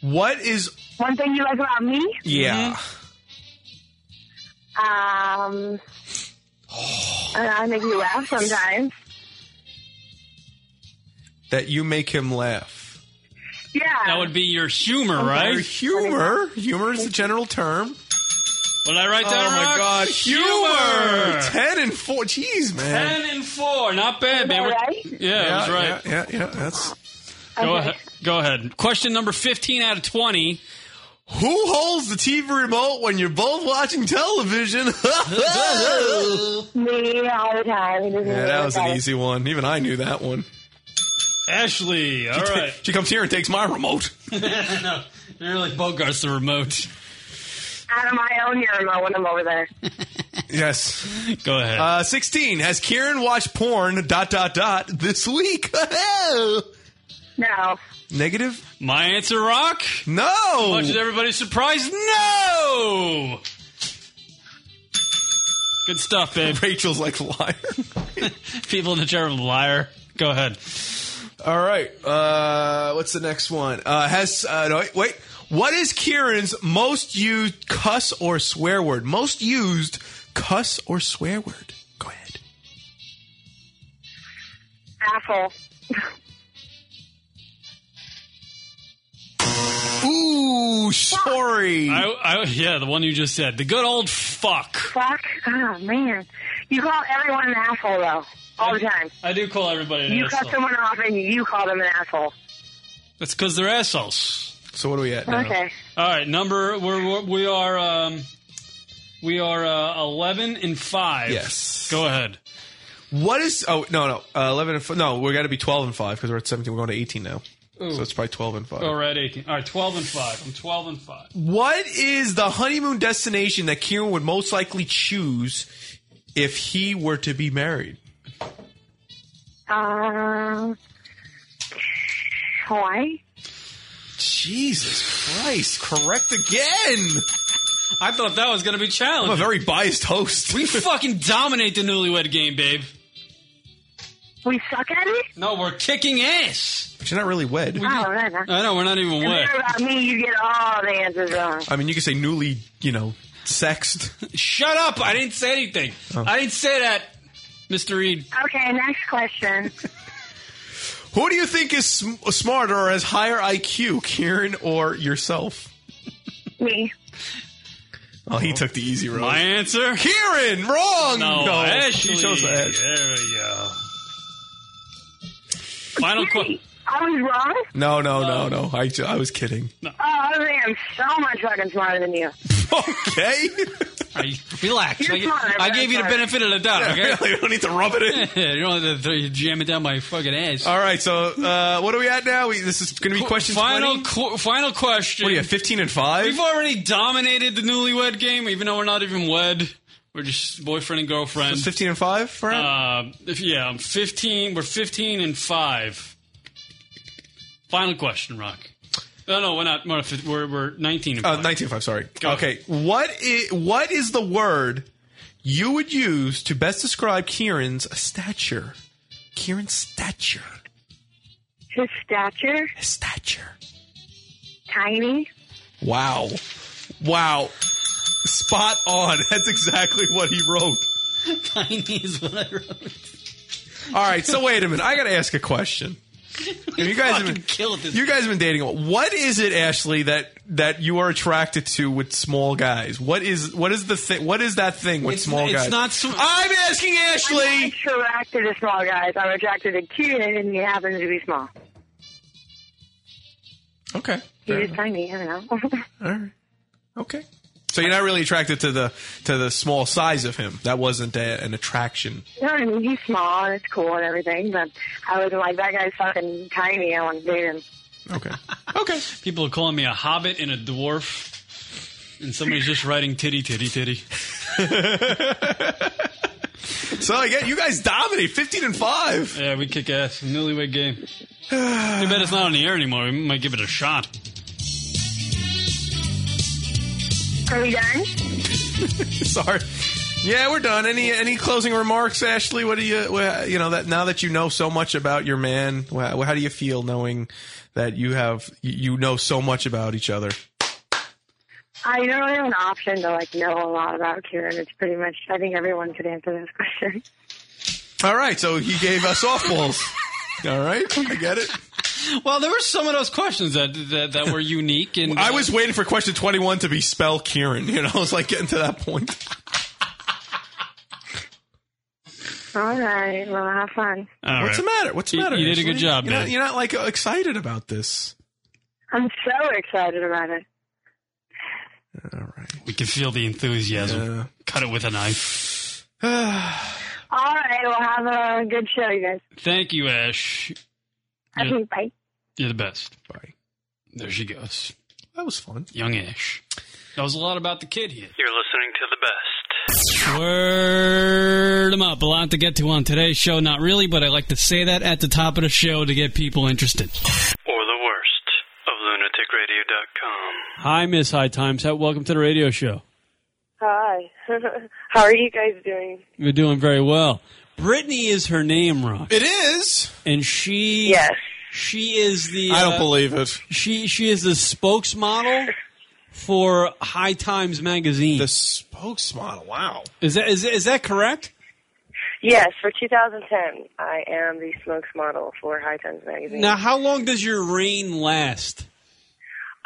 Speaker 6: What is?
Speaker 3: One thing you like about me?
Speaker 6: Yeah.
Speaker 3: Um, I, I make you laugh sometimes.
Speaker 6: That you make him laugh.
Speaker 3: Yeah.
Speaker 4: you, that would be your humor,
Speaker 6: Or
Speaker 4: right?
Speaker 6: humor. Humor is the general term.
Speaker 4: What did I write down?
Speaker 6: oh my
Speaker 4: Rock?
Speaker 6: God! Humor.
Speaker 4: Humor.
Speaker 6: Ten and four. Jeez, man.
Speaker 4: Ten and four, not bad, man.
Speaker 3: that
Speaker 4: We're-
Speaker 3: right?
Speaker 4: Yeah, that was right.
Speaker 6: Yeah, yeah, yeah, that's
Speaker 4: Go
Speaker 3: Okay.
Speaker 4: ahead. Go ahead. Question number fifteen out of twenty.
Speaker 6: Who holds the TV remote when you're both watching television?
Speaker 3: Me all the time.
Speaker 6: yeah,
Speaker 3: It doesn't matter.
Speaker 6: that was an easy one. Even I knew that one.
Speaker 4: Ashley, all right.
Speaker 6: She comes here and takes my remote.
Speaker 4: no, you're like Bogart's the remote.
Speaker 3: Out of my own your remote when I'm over there.
Speaker 6: Yes.
Speaker 4: Go ahead.
Speaker 6: Uh, 16. Has Kieran watched porn dot dot dot this week?
Speaker 3: no.
Speaker 6: Negative?
Speaker 4: My answer, Rock?
Speaker 6: No.
Speaker 4: Much as everybody's surprised, no! Good stuff, babe.
Speaker 6: Rachel's like liar.
Speaker 4: People in the chair are liar. Go ahead.
Speaker 6: All right. Uh, what's the next one? Uh, has uh, no, wait, wait. What is Kieran's most used cuss or swear word? Most used cuss or swear word?
Speaker 3: Asshole.
Speaker 6: Ooh, sorry.
Speaker 4: I, I, yeah, the one you just said. The good old fuck.
Speaker 3: Fuck. Oh, man. You call everyone an asshole, though. All the time.
Speaker 4: I do call everybody an
Speaker 3: You cut
Speaker 4: asshole.
Speaker 3: someone off and you call them an asshole.
Speaker 4: That's because they're assholes.
Speaker 6: So what are we at
Speaker 3: now? Okay.
Speaker 4: All right, number we're, we're we are um, we are uh, eleven and five.
Speaker 6: Yes.
Speaker 4: Go ahead.
Speaker 6: What is? Oh no no. Uh, Eleven and f- no. We're gonna be twelve and five because we're at seventeen. We're going to eighteen now.
Speaker 4: Ooh.
Speaker 6: So it's probably twelve and five.
Speaker 4: Go red eighteen. All right, twelve and five. I'm twelve and five.
Speaker 6: What is the honeymoon destination that Kieran would most likely choose if he were to be married?
Speaker 3: Um, Hawaii?
Speaker 6: Jesus Christ! Correct again.
Speaker 4: I thought that was going to be challenging.
Speaker 6: I'm a very biased host.
Speaker 4: we fucking dominate the newlywed game, babe.
Speaker 3: We suck at it?
Speaker 4: No, we're kicking ass.
Speaker 6: But you're not really wed.
Speaker 3: Oh, no, no.
Speaker 4: I know we're not even
Speaker 3: And
Speaker 4: wet.
Speaker 3: then about me, you get all the answers wrong.
Speaker 6: I mean, you could say newly, you know, sexed.
Speaker 4: Shut up! I didn't say anything. I didn't say that, Mister Reed.
Speaker 3: Okay, next question.
Speaker 6: Who do you think is sm- smarter or has higher IQ, Kieran or yourself?
Speaker 3: me.
Speaker 6: Oh, he took the easy road.
Speaker 4: My answer.
Speaker 6: Kieran, wrong.
Speaker 4: Oh, No, Ashley.
Speaker 6: She chose Ash.
Speaker 4: There we go. Final question.
Speaker 3: I was wrong?
Speaker 6: No, no, no, no. I, ju- I was kidding.
Speaker 3: Oh, I am so much fucking smarter than you.
Speaker 6: Okay.
Speaker 4: Relax.
Speaker 3: You're
Speaker 4: I,
Speaker 3: smart,
Speaker 4: I gave you the
Speaker 3: Brad, sorry.
Speaker 4: benefit of the doubt. Okay.
Speaker 6: Really, we don't need to rub it in.
Speaker 4: you don't have to th- jam it down my fucking ass.
Speaker 6: All right, so uh, what are we at now? We, this is going to be question
Speaker 4: final
Speaker 6: 20?
Speaker 4: qu- final question.
Speaker 6: What are you, 15 and 5?
Speaker 4: We've already dominated the newlywed game, even though we're not even wed. We're just boyfriend and girlfriend.
Speaker 6: 15 and 5, friend?
Speaker 4: Uh, if, yeah, I'm 15. We're 15 and five. Final question, Rock. No, no, we're not. We're, not fif- we're, we're 19 and
Speaker 6: Uh,
Speaker 4: five.
Speaker 6: 19 and 5, sorry.
Speaker 4: Go.
Speaker 6: okay, what is, what is the word you would use to best describe Kieran's stature? Kieran's stature.
Speaker 3: His stature,
Speaker 6: His stature.
Speaker 3: tiny.
Speaker 6: Wow. Wow. Spot on. That's exactly what he wrote.
Speaker 4: Tiny is what I wrote.
Speaker 6: All right, so wait a minute. I got to ask a question. You guys have
Speaker 4: Fucking
Speaker 6: been,
Speaker 4: killed this.
Speaker 6: you guys have been dating. a while. What is it, Ashley, that that you are attracted to with small guys? What is what is the thing? What is that thing with
Speaker 4: It's-
Speaker 6: small
Speaker 4: it's
Speaker 6: guys?
Speaker 4: not sm-
Speaker 6: I'm asking
Speaker 3: I'm
Speaker 6: Ashley.
Speaker 3: not attracted to small guys. I'm attracted to cute, and he happens to be small.
Speaker 6: Okay.
Speaker 3: He's
Speaker 6: Fair
Speaker 3: just
Speaker 6: enough.
Speaker 3: tiny. I don't know.
Speaker 6: All right. Okay. So you're not really attracted to the to the small size of him. That wasn't a, an attraction.
Speaker 3: no, I mean he's small and it's cool and everything, but I wasn't like that guy's fucking tiny. I want to date him.
Speaker 6: Okay. Okay.
Speaker 4: People are calling me a hobbit and a dwarf. And somebody's just writing titty, titty, titty.
Speaker 6: So again, you guys dominate, fifteen and five.
Speaker 4: Yeah, we kick ass. Newlywed game. Too bad it's not on the air anymore. We might give it a shot.
Speaker 3: Are we done?
Speaker 6: Sorry. Yeah, we're done. Any any closing remarks, Ashley? What do you wha- you know that now that you know so much about your man? wha- How do you feel knowing that you have you you know so much about each other?
Speaker 3: I don't really have an option to like know a lot about Kieran. It's pretty much. I think everyone could answer this question.
Speaker 6: All right, so he gave us softballs. All right, I get it.
Speaker 4: Well, there were some of those questions that that, that were unique. And
Speaker 6: I was waiting for question twenty one to be spell Kieran. You know, I was like getting to that point.
Speaker 3: All right. Well, have fun.
Speaker 4: All
Speaker 6: What's the
Speaker 4: right.
Speaker 6: matter? What's the
Speaker 4: You-
Speaker 6: matter?
Speaker 4: you did a good
Speaker 6: Ashley?
Speaker 4: job,
Speaker 6: You're not,
Speaker 4: man.
Speaker 6: you're not like excited about this.
Speaker 3: I'm so excited about it.
Speaker 20: All right.
Speaker 4: We can feel the enthusiasm. Cut it with a knife.
Speaker 3: All right. Well, have a good show, you guys.
Speaker 4: Thank you, Ash.
Speaker 3: Okay,
Speaker 4: You're,
Speaker 3: bye.
Speaker 4: you're the best. Bye. There she goes.
Speaker 20: That was fun.
Speaker 4: Young Ash. That was a lot about the kid here.
Speaker 9: You're listening to the best.
Speaker 4: Word 'em up. A lot to get to on today's show. Not really, but I like to say that at the top of the show to get people interested.
Speaker 9: Or the worst of lunaticradio.com.
Speaker 4: Hi, Miss High Times. Hat. Welcome to the radio show.
Speaker 2: Hi. How are you guys doing?
Speaker 4: You're doing very well. Brittany is her name, Rock. It is, and she yes, she is the.
Speaker 20: I don't
Speaker 4: uh,
Speaker 20: believe it.
Speaker 4: She she is the spokesmodel for High Times magazine. The
Speaker 20: spokesmodel. Wow,
Speaker 4: is that is is that correct?
Speaker 2: Yes, for 2010, I am the smokes model for High Times magazine.
Speaker 4: Now, how long does your reign last?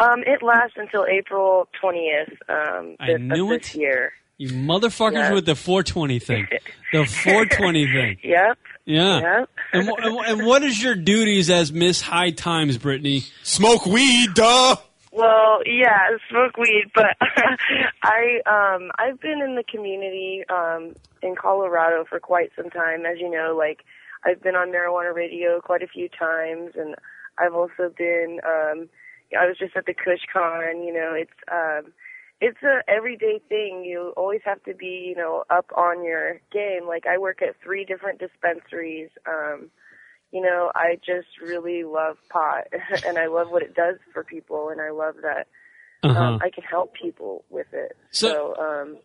Speaker 2: Um, it lasts until April 20th um,
Speaker 4: I
Speaker 2: this,
Speaker 4: knew
Speaker 2: of this year.
Speaker 4: You motherfuckers
Speaker 2: Yes.
Speaker 4: with the 420 thing, the 420 thing.
Speaker 2: Yep.
Speaker 4: Yeah.
Speaker 2: Yep.
Speaker 4: And, wh- and, wh- and what is your duties as Miss High Times, Brittany? Smoke weed, duh.
Speaker 2: Well, yeah, I smoke weed, but I um I've been in the community um in Colorado for quite some time. As you know, like I've been on marijuana radio quite a few times and I've also been um I was just at the Kush Con, you know, it's um it's a everyday thing. You always have to be, you know, up on your game. Like I work at three different dispensaries. Um you know, I just really love pot and I love what it does for people and I love that
Speaker 21: Uh-huh.
Speaker 2: um, I can help people with it.
Speaker 21: So-
Speaker 2: So, um,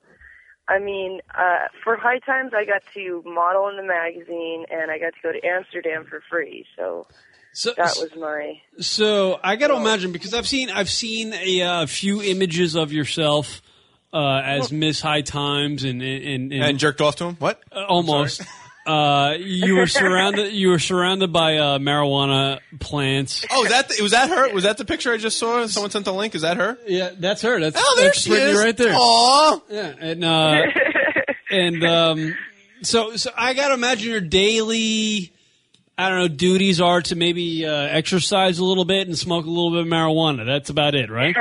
Speaker 2: I mean, uh, for High Times, I got to model in the magazine and I got to go to Amsterdam for free. So,
Speaker 4: So-
Speaker 2: that was my.
Speaker 4: So I got to imagine because I've seen I've seen a uh, few images of yourself uh, as Miss High Times and and, and,
Speaker 6: And jerked off to him. What?
Speaker 4: Uh, almost. Uh, you were surrounded. You were surrounded by uh, marijuana plants.
Speaker 6: Oh, that was that her? Was that the picture I just saw? Someone sent the link. Is that her?
Speaker 4: Yeah, that's her. That's
Speaker 6: oh, there
Speaker 4: that's
Speaker 6: she
Speaker 4: Brittany
Speaker 6: is.
Speaker 4: right there.
Speaker 6: Aw.
Speaker 4: Yeah, and uh, and um, so so I gotta imagine your daily, I don't know, duties are to maybe uh, exercise a little bit and smoke a little bit of marijuana. That's about it, right?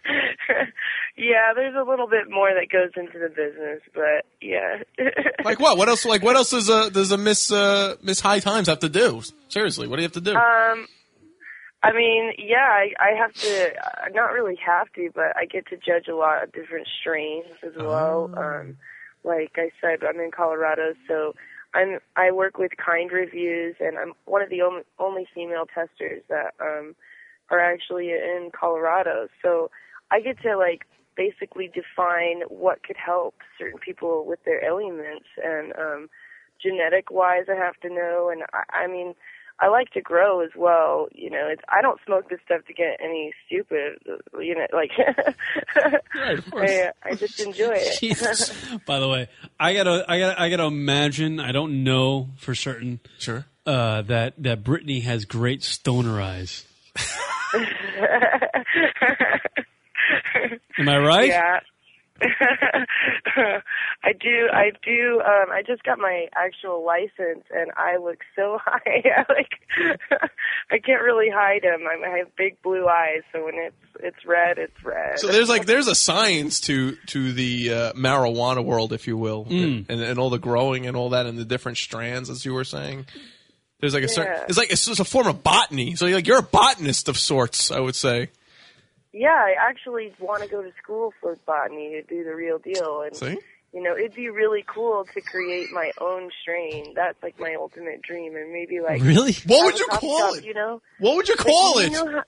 Speaker 2: yeah, there's a little bit more that goes into the business, but yeah.
Speaker 6: Like what? What else? Like what else does a does a Miss uh, Miss High Times have to do? Seriously, what do you have to do?
Speaker 2: Um, I mean, yeah, I, I have to, uh, not really have to, but I get to judge a lot of different strains as
Speaker 1: Uh-huh.
Speaker 2: well. Um, like I said, I'm in Colorado, so I'm I work with Kind Reviews, and I'm one of the only, only female testers that um, are actually in Colorado. So I get to like basically define what could help certain people with their ailments, and um, genetic wise, I have to know. And I, I mean, I like to grow as well. You know, it's I don't smoke this stuff to get any stupid. You know, like I, I just enjoy it.
Speaker 4: Jesus. By the way, I gotta, I gotta, I gotta imagine. I don't know for certain.
Speaker 6: Sure.
Speaker 4: Uh, that that Brittany has great stoner eyes. Am I right?
Speaker 2: Yeah. I do. I do. Um, I just got my actual license, and I look so high. I like I can't really hide them. I'm, I have big blue eyes, so when it's it's red, it's red.
Speaker 6: So there's like there's a science to to the uh, marijuana world, if you will,
Speaker 4: Mm.
Speaker 6: and and all the growing and all that, and the different strands, as you were saying. There's like a certain.
Speaker 2: Yeah.
Speaker 6: It's like it's, just a form of botany. So you're like you're a botanist of sorts, I would say.
Speaker 2: yeah, I actually want to go to school for botany to do the real deal, and
Speaker 6: See?
Speaker 2: you know, it'd be really cool to create my own strain. That's like my ultimate dream, and maybe like
Speaker 4: Really?
Speaker 6: What would
Speaker 2: have a
Speaker 6: you
Speaker 2: coffee
Speaker 6: call
Speaker 2: shop,
Speaker 6: it?
Speaker 2: You know,
Speaker 6: What would you
Speaker 2: Like,
Speaker 6: call
Speaker 2: when
Speaker 6: it? Hmm,
Speaker 2: You know how,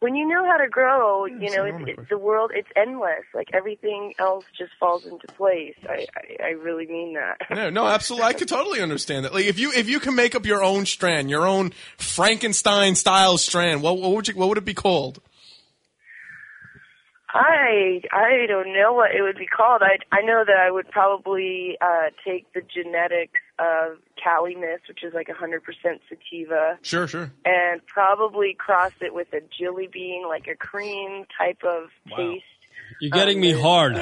Speaker 2: when you know how to grow, you
Speaker 6: it's
Speaker 2: know
Speaker 6: a
Speaker 2: it's,
Speaker 6: normal
Speaker 2: it's the world. It's endless. Like everything else just falls into place. I I, I really mean that.
Speaker 6: No, no, absolutely. I could totally understand that. Like if you if you can make up your own strand, your own Frankenstein style strand, what, what would you what would it be called?
Speaker 2: I I don't know what it would be called. I I know that I would probably uh, take the genetics of Cali Mist, which is like 100% sativa,
Speaker 6: Sure, sure.
Speaker 2: and probably cross it with a jelly bean, like a cream type of taste.
Speaker 4: You're getting
Speaker 2: Uh,
Speaker 4: me hard.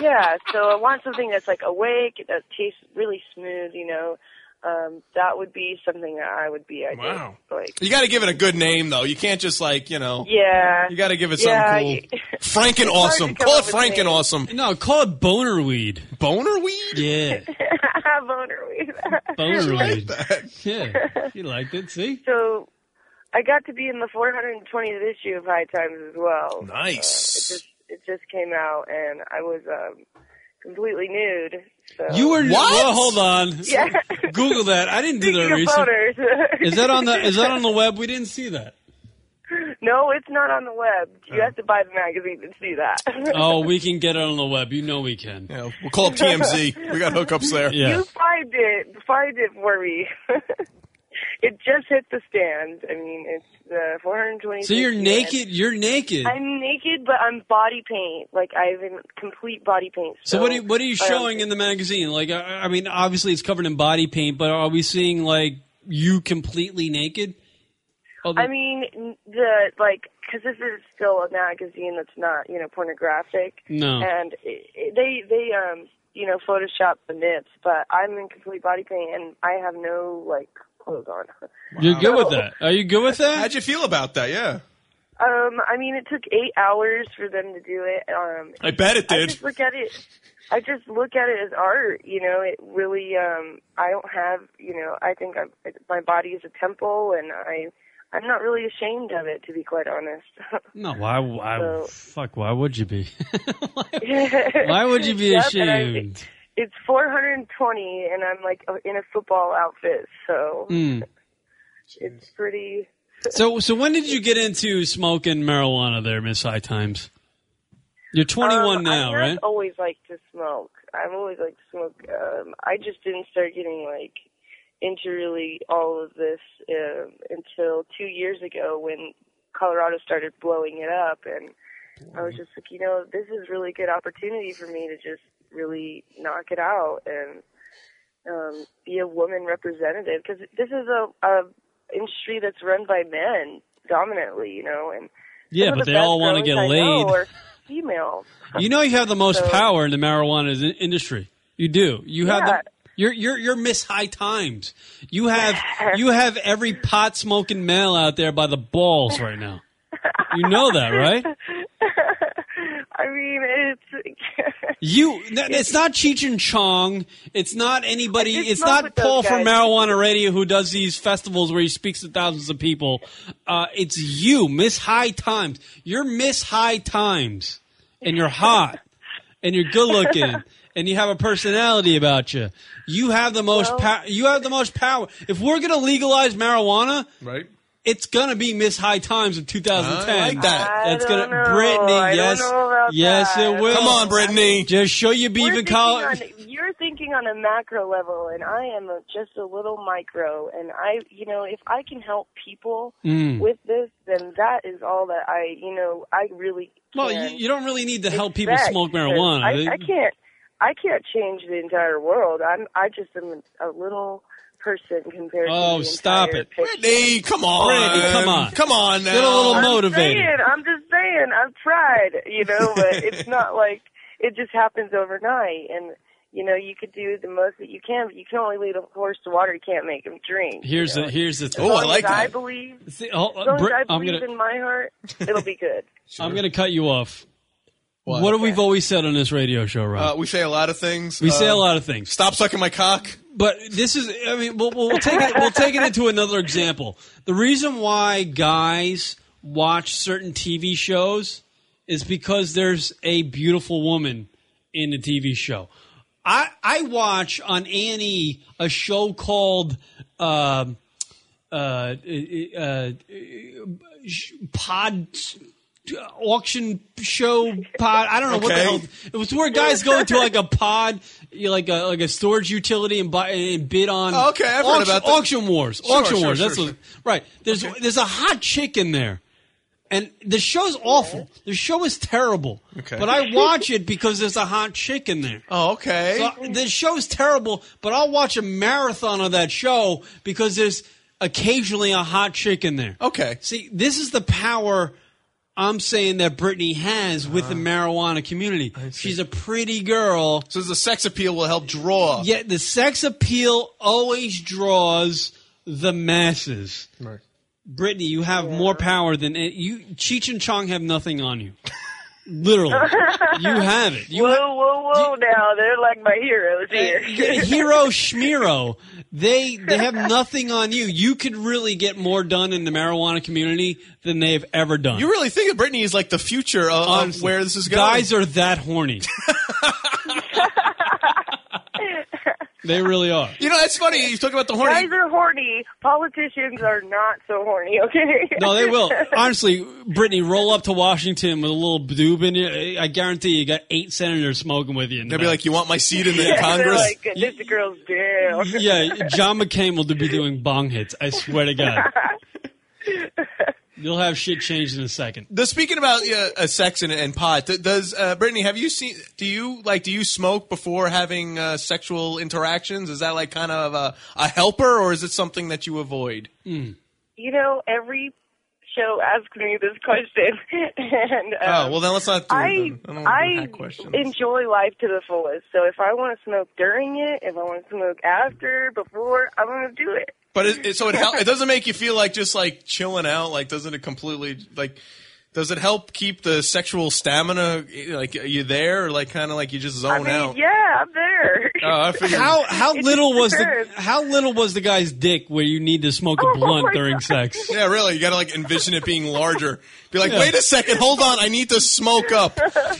Speaker 2: Yeah, so I want something that's like awake, that tastes really smooth, you know. um, that would be something that I would be. I wow. Like,
Speaker 6: You got to give it a good name though. You can't just like you know.
Speaker 2: yeah.
Speaker 6: You got to give it
Speaker 2: Yeah,
Speaker 6: something cool. Franken awesome. Call it Franken
Speaker 2: Franken
Speaker 6: awesome. No, call it boner weed. Boner weed.
Speaker 4: Yeah.
Speaker 2: Boner weed.
Speaker 4: Boner weed. Yeah. You liked it, see?
Speaker 2: So I got to be in the 420th issue of High Times as well.
Speaker 6: Nice.
Speaker 2: Uh, it just it just came out, and I was um, completely nude. So.
Speaker 4: You were Well, hold on.
Speaker 2: Yeah.
Speaker 4: Google that. I didn't do the
Speaker 2: Speaking of
Speaker 4: research.
Speaker 2: boners.
Speaker 4: Is that on the is that on the web? We didn't see that.
Speaker 2: No, it's not on the web. You have to buy the magazine to see that.
Speaker 4: Oh, we can get it on the web. You know we can.
Speaker 6: Yeah, we'll call up TMZ. We got hookups there.
Speaker 4: Yeah.
Speaker 2: You find it, find it for me. it just hit the stands. I mean, it's the 420.
Speaker 4: So you're naked. You're naked.
Speaker 2: I'm naked, but I'm body paint. Like I've in complete body paint.
Speaker 4: So what are you, what are you
Speaker 2: um,
Speaker 4: showing in the magazine? Like I, I mean, obviously it's covered in body paint, but are we seeing like you completely naked? Other-
Speaker 2: I mean, n- the like, because this is still a magazine that's not, you know, pornographic.
Speaker 4: No.
Speaker 2: And it, it, they they um you know Photoshop the nips, but I'm in complete body paint and I have no like clothes on.
Speaker 4: You're good with that. Are you good with that?
Speaker 6: How'd you feel about that? Yeah.
Speaker 2: Um, I mean, it took eight hours for them to do it. Um,
Speaker 6: I bet it
Speaker 2: I
Speaker 6: did.
Speaker 2: just look at it. I just look at it as art. You know, it really. Um, I don't have. You know, I think I'm, my body is a temple, and I. I'm not really ashamed of it, to be quite honest.
Speaker 4: No, why? why
Speaker 2: So-
Speaker 4: fuck. Why would you be? Why would you be
Speaker 2: Yep, and I-
Speaker 4: ashamed?
Speaker 2: it's 420, and I'm like uh, in a football outfit, so
Speaker 4: Hmm.
Speaker 2: it's pretty.
Speaker 4: So so when did you get into smoking marijuana there, Miss High Times? You're 21
Speaker 2: Um,
Speaker 4: now,
Speaker 2: I have
Speaker 4: right?
Speaker 2: always like to smoke. I've always liked to smoke. Um, I just didn't start getting like into really all of this um, until two years ago when Colorado started blowing it up, and I was just like, you know, this is really good opportunity for me to just really knock it out and um, be a woman representative because this is a, a industry that's run by men dominantly, you know, and
Speaker 4: Yeah,
Speaker 2: some of
Speaker 4: but
Speaker 2: the
Speaker 4: they all
Speaker 2: best
Speaker 4: wanna
Speaker 2: girls
Speaker 4: get
Speaker 2: I know
Speaker 4: laid.
Speaker 2: Are female.
Speaker 4: You know you have the most
Speaker 2: So-
Speaker 4: power in the marijuana is- industry. You do. You have
Speaker 2: Yeah.
Speaker 4: the, you're you're you're Miss High Times. You have you have every pot smoking male out there by the balls right now. You know that, right?
Speaker 2: I mean, it's
Speaker 4: You th- it's not Cheech and Chong. It's not anybody.
Speaker 2: I just
Speaker 4: It's
Speaker 2: smoke
Speaker 4: not
Speaker 2: with those
Speaker 4: Paul from
Speaker 2: guys.
Speaker 4: Marijuana Radio who does these festivals where he speaks to thousands of people. Uh, it's you, Miss High Times. You're Miss High Times, and you're hot, and you're good looking, and you have a personality about you. You have the most.
Speaker 22: Well-
Speaker 4: pow- you have the most power. If we're gonna legalize marijuana,
Speaker 6: right?
Speaker 4: It's gonna be Miss High Times of 2010.
Speaker 6: I like that. I
Speaker 4: That's gonna
Speaker 6: don't know.
Speaker 4: Brittany.
Speaker 6: I don't
Speaker 4: yes,
Speaker 6: know about
Speaker 4: yes,
Speaker 6: that.
Speaker 4: it will.
Speaker 6: Come on, Brittany.
Speaker 4: Just show you
Speaker 2: We're
Speaker 4: beaver
Speaker 2: thinking
Speaker 4: collar.
Speaker 2: on- you're thinking on a macro level, and I am a, just a little micro. And I, you know, if I can help people
Speaker 4: Mm.
Speaker 2: with this, then that is all that I, you know, I really.
Speaker 4: Well,
Speaker 2: can
Speaker 4: you, you don't really need to help people
Speaker 2: expect,
Speaker 4: smoke
Speaker 2: 'cause
Speaker 4: marijuana.
Speaker 2: I, I can't. I can't change the entire world. I'm. I just am a little person compared to.
Speaker 4: Oh,
Speaker 2: the
Speaker 4: stop
Speaker 2: entire
Speaker 4: it.
Speaker 2: picture.
Speaker 6: Brittany, come on.
Speaker 4: Brittany, come on.
Speaker 6: Come on
Speaker 4: Get a
Speaker 6: now.
Speaker 4: little
Speaker 2: I'm,
Speaker 4: motivated.
Speaker 2: saying, I'm just saying, I've tried, you know, but it's not like it just happens overnight. And you know, you could do the most that you can, but you can only lead a horse to water. You can't make him drink.
Speaker 4: Here's the here's the
Speaker 2: As
Speaker 6: oh,
Speaker 4: thing.
Speaker 2: long as I believe.
Speaker 4: See, hold-
Speaker 2: as long as
Speaker 4: Brit-
Speaker 2: I
Speaker 4: I'm
Speaker 2: believe
Speaker 4: gonna-
Speaker 2: in my heart, it'll be good.
Speaker 4: I'm going to cut you off. What, have we've always said on this radio show, Rob?
Speaker 6: Uh, we say a lot of things.
Speaker 4: we say a
Speaker 6: Um,
Speaker 4: lot of things.
Speaker 6: Stop sucking my cock.
Speaker 4: But this is, I mean, we'll, we'll, we'll take it. We'll take it into another example. The reason why guys watch certain TV shows is because there's a beautiful woman in the TV show. I I watch on Annie a show called. um uh, uh, uh, sh- pod auction show pod. I don't know what the
Speaker 22: Okay.
Speaker 4: hell. It was where guys go into like a pod, you know, like a like a storage utility, and buy and bid on.
Speaker 6: Oh, okay, I've heard
Speaker 4: auction,
Speaker 6: about that.
Speaker 4: auction wars.
Speaker 6: Sure,
Speaker 4: auction
Speaker 6: sure,
Speaker 4: wars.
Speaker 6: sure,
Speaker 4: That's what,
Speaker 6: sure.
Speaker 4: right. There's there's a hot chick in there. And the show's awful. The show is terrible.
Speaker 6: Okay.
Speaker 4: But I watch it because there's a hot chick in there.
Speaker 6: Oh, okay.
Speaker 4: So the show's terrible, but I'll watch a marathon of that show because there's occasionally a hot chick in there.
Speaker 6: Okay.
Speaker 4: See, this is the power I'm saying that Brittany has with the marijuana community. She's a pretty girl.
Speaker 6: Uh-huh. So the sex appeal will help draw.
Speaker 4: Yeah, the sex appeal always draws the masses.
Speaker 15: Right.
Speaker 4: Brittany, you have more power than a- you. Cheech and Chong have nothing on you. Literally, you have it. You
Speaker 2: whoa, whoa, whoa! now they're like my heroes here.
Speaker 4: Yeah, Hero Schmiro. They they have nothing on you. You could really get more done in the marijuana community than they've ever done.
Speaker 6: You really think that Britney is like the future of, of
Speaker 4: Honestly,
Speaker 6: where this is going?
Speaker 4: Guys are that horny. they really are.
Speaker 6: You know, that's funny. You talk about the horny.
Speaker 2: Guys are horny. Politicians are not so horny. Okay.
Speaker 4: No, they will. Honestly, Brittany, roll up to Washington with a little doob in you. I guarantee you got eight senators smoking with you.
Speaker 6: They'll be like, "You want my seat in
Speaker 2: yeah, They're like, this girl's deal.
Speaker 4: yeah, John McCain will be doing bong hits. I swear to God. You'll have shit changed in a second.
Speaker 6: The, speaking about uh, uh, sex and, and pot, th- does uh, Brittany have you seen? Do you like? Do you smoke before having uh, sexual interactions? Is that like kind of a, a helper, or is it something that you avoid?
Speaker 4: Hmm.
Speaker 2: You know, every show asks me this question, and um,
Speaker 6: oh well, then let's not. Do it
Speaker 2: I
Speaker 6: then. I don't wanna do
Speaker 2: I
Speaker 6: that question.
Speaker 2: enjoy life to the fullest. So if I want to smoke during it, if I want to smoke after, before, I'm gonna do it.
Speaker 6: But it, it, so it hel- it doesn't make you feel like just like chilling out. Like doesn't it completely like? Does it help keep the sexual stamina? Like are you there, or like kind of like you just zone
Speaker 2: I mean,
Speaker 6: out?
Speaker 2: yeah, I'm there.
Speaker 6: Oh, I figured-
Speaker 4: How how
Speaker 2: It
Speaker 4: little was the
Speaker 2: depends.
Speaker 4: how little was the guy's dick where you need to smoke
Speaker 2: Oh
Speaker 4: a blunt during sex?
Speaker 6: Yeah, really. You got to like envision it being larger. Be like,
Speaker 4: Yeah.
Speaker 6: wait a second, hold on. I need to smoke up.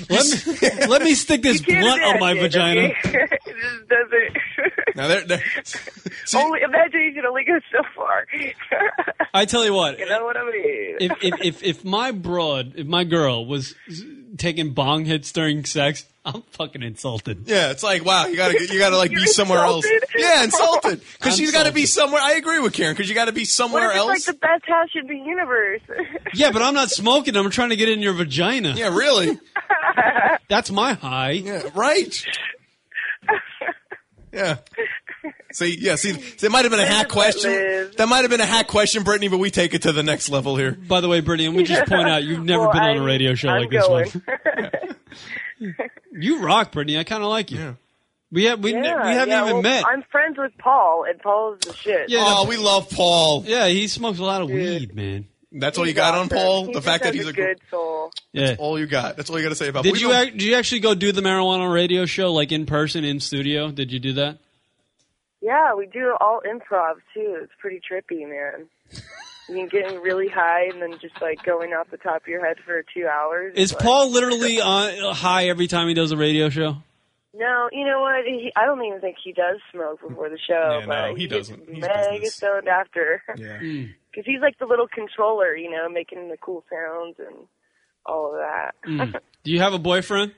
Speaker 4: Let me let me stick this
Speaker 2: Can't
Speaker 4: blunt on my
Speaker 2: imagine,
Speaker 4: vagina.
Speaker 2: okay? it just doesn't.
Speaker 6: Now there, there-
Speaker 2: only imagination only goes so far.
Speaker 4: I tell you what,
Speaker 2: you know what I mean?
Speaker 4: if, if if if my broad, if my girl was taking bong hits during sex, I'm fucking insulted.
Speaker 6: yeah, it's like wow, you gotta get- you gotta like be
Speaker 2: You're
Speaker 6: somewhere
Speaker 2: insulted?
Speaker 6: else. Yeah, insulted because
Speaker 4: I'm
Speaker 6: she's got to be
Speaker 4: insulted.
Speaker 6: somewhere. I agree with Karen because you got to be
Speaker 2: what
Speaker 6: somewhere
Speaker 2: if it's
Speaker 6: else.
Speaker 2: like the best house in the universe?
Speaker 4: Yeah, but I'm not smoking. I'm trying to get in your vagina.
Speaker 6: yeah, really.
Speaker 4: That's my high.
Speaker 6: Yeah, right. Yeah. See, yeah, see, it might have been a hack question.
Speaker 2: Live.
Speaker 6: That might have been a hack question, Brittany, but we take it to the next level here.
Speaker 4: By the way, Brittany, and we just point out you've never
Speaker 2: Well,
Speaker 4: been on a
Speaker 2: I'm-
Speaker 4: radio show
Speaker 2: I'm
Speaker 4: like this
Speaker 2: going.
Speaker 4: one. You rock, Brittany. I kind of like you. We have we, ne-
Speaker 2: yeah,
Speaker 4: we haven't
Speaker 2: yeah,
Speaker 4: even
Speaker 2: well,
Speaker 4: met.
Speaker 2: I'm friends with Paul, and Paul is the shit.
Speaker 4: Yeah,
Speaker 6: Oh, we love Paul.
Speaker 4: yeah, he smokes a lot of weed, man.
Speaker 6: That's all you got on Paul.
Speaker 2: He
Speaker 6: the
Speaker 2: just
Speaker 6: fact that
Speaker 2: has
Speaker 6: he's
Speaker 2: a
Speaker 6: a
Speaker 2: good soul.
Speaker 4: Yeah.
Speaker 6: all you got. That's all you got to say about.
Speaker 4: Did
Speaker 6: we
Speaker 4: you
Speaker 6: don't-
Speaker 4: ac- did you actually go do the marijuana radio show like in person in studio? Did you do that?
Speaker 2: Yeah, we do all improv too. It's pretty trippy, man. You can getting really high and then just like going off the top of your head for two hours.
Speaker 4: Is
Speaker 2: It's like-
Speaker 4: Paul literally on high every time he does a radio show?
Speaker 2: No, you know what? He, I don't even think he does smoke before the show.
Speaker 6: Yeah,
Speaker 2: but
Speaker 6: no, he
Speaker 2: gets
Speaker 6: doesn't. He's
Speaker 2: Mega
Speaker 6: business.
Speaker 2: stoned after,
Speaker 6: Yeah.
Speaker 2: because he's like the little controller, you know, making the cool sounds and all of that.
Speaker 4: Do you have a boyfriend?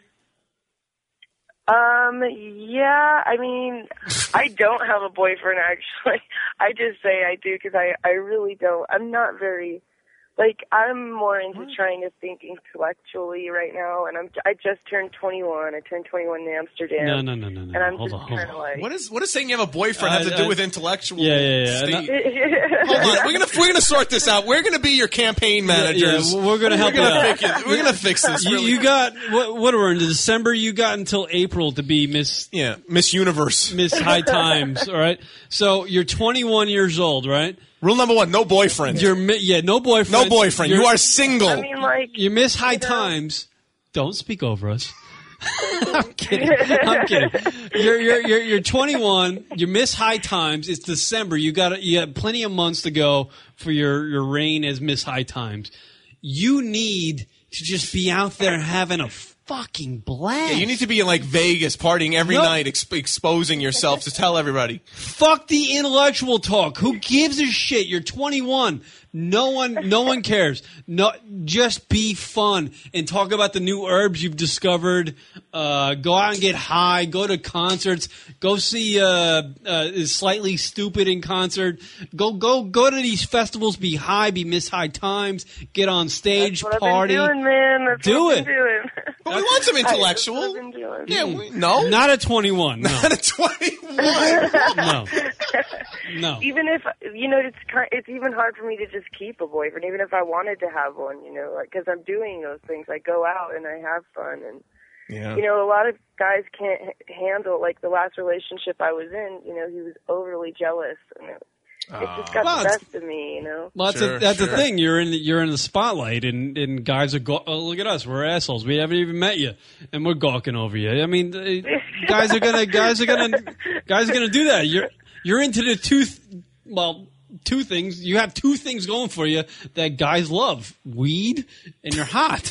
Speaker 2: Um, yeah, I mean, I don't have a boyfriend actually. I just say I do because I, I really don't. I'm not very, like, I'm more into trying to think intellectually right now, and I'm, I just turned 21. I turned 21 in Amsterdam.
Speaker 4: No, no, no, no, no.
Speaker 2: And I'm
Speaker 4: hold
Speaker 2: just
Speaker 4: on, hold
Speaker 2: kind of
Speaker 4: on.
Speaker 2: like,
Speaker 6: What is what is saying you have a boyfriend have to
Speaker 4: I-
Speaker 6: do
Speaker 4: I-
Speaker 6: with intellectual?
Speaker 4: Yeah, yeah, yeah.
Speaker 6: state?
Speaker 4: And
Speaker 6: Hold on, we're gonna we're gonna sort this out. We're gonna be your campaign managers.
Speaker 4: we're gonna help
Speaker 6: We're gonna,
Speaker 4: you out.
Speaker 6: pick it- we're gonna fix this.
Speaker 4: You,
Speaker 6: really.
Speaker 4: you got what? What are we in December? You got until April to be Miss
Speaker 6: yeah, Miss Universe.
Speaker 4: Miss High Times. All right. So you're 21 years old, right?
Speaker 6: Rule number one: no boyfriend.
Speaker 4: You're mi- yeah, no boyfriend.
Speaker 6: no boyfriend.
Speaker 4: You're,
Speaker 6: You are single.
Speaker 2: I mean, like,
Speaker 4: you Miss High
Speaker 2: know-
Speaker 4: Times. Don't speak over us. I'm kidding. I'm kidding. You're, you're you're you're 21. You miss High Times. It's December. You got you have plenty of months to go for your your reign as Miss High Times. You need to just be out there having a fucking blast.
Speaker 6: Yeah, you need to be in like Vegas, partying every
Speaker 4: Nope.
Speaker 6: night, exp- exposing yourself to tell everybody.
Speaker 4: Fuck the intellectual talk. Who gives a shit? You're 21. No one, no one cares. No, just be fun and talk about the new herbs you've discovered. Uh, go out and get high. Go to concerts. Go see uh, uh, slightly stupid in concert. Go, go, go to these festivals. Be high. Be miss high times. Get on stage,
Speaker 2: that's what
Speaker 4: party.
Speaker 2: I've been doing, man. That's
Speaker 4: Do
Speaker 2: what
Speaker 4: it.
Speaker 2: I've been doing.
Speaker 6: But we want some
Speaker 2: That's what
Speaker 6: intellectual.
Speaker 2: I've been doing.
Speaker 6: Yeah, we, no,
Speaker 4: Not at 21. No,
Speaker 6: Not a twenty-one.
Speaker 4: no.
Speaker 6: Oh.
Speaker 17: No.
Speaker 2: Even if you know, it's kind, it's even hard for me to just keep a boyfriend, even if I wanted to have one. You know, because I'm doing those things. I go out and I have fun, and
Speaker 6: Yeah.
Speaker 2: you know, a lot of guys can't h- handle. Like the last relationship I was in, you know, he was overly jealous, and it, it
Speaker 6: Ah.
Speaker 2: just got
Speaker 4: Well,
Speaker 2: the
Speaker 4: it's-
Speaker 2: best of me. You know.
Speaker 4: Well, that's, a, that's the thing. You're in the, you're in the spotlight, and, and guys are go- oh, look at us. We're assholes. We haven't even met you, and we're gawking over you. I mean, eh, guys are gonna guys are gonna guys are gonna do that. You're you're into the two th- well two things. You have two things going for you that guys love: weed and you're hot.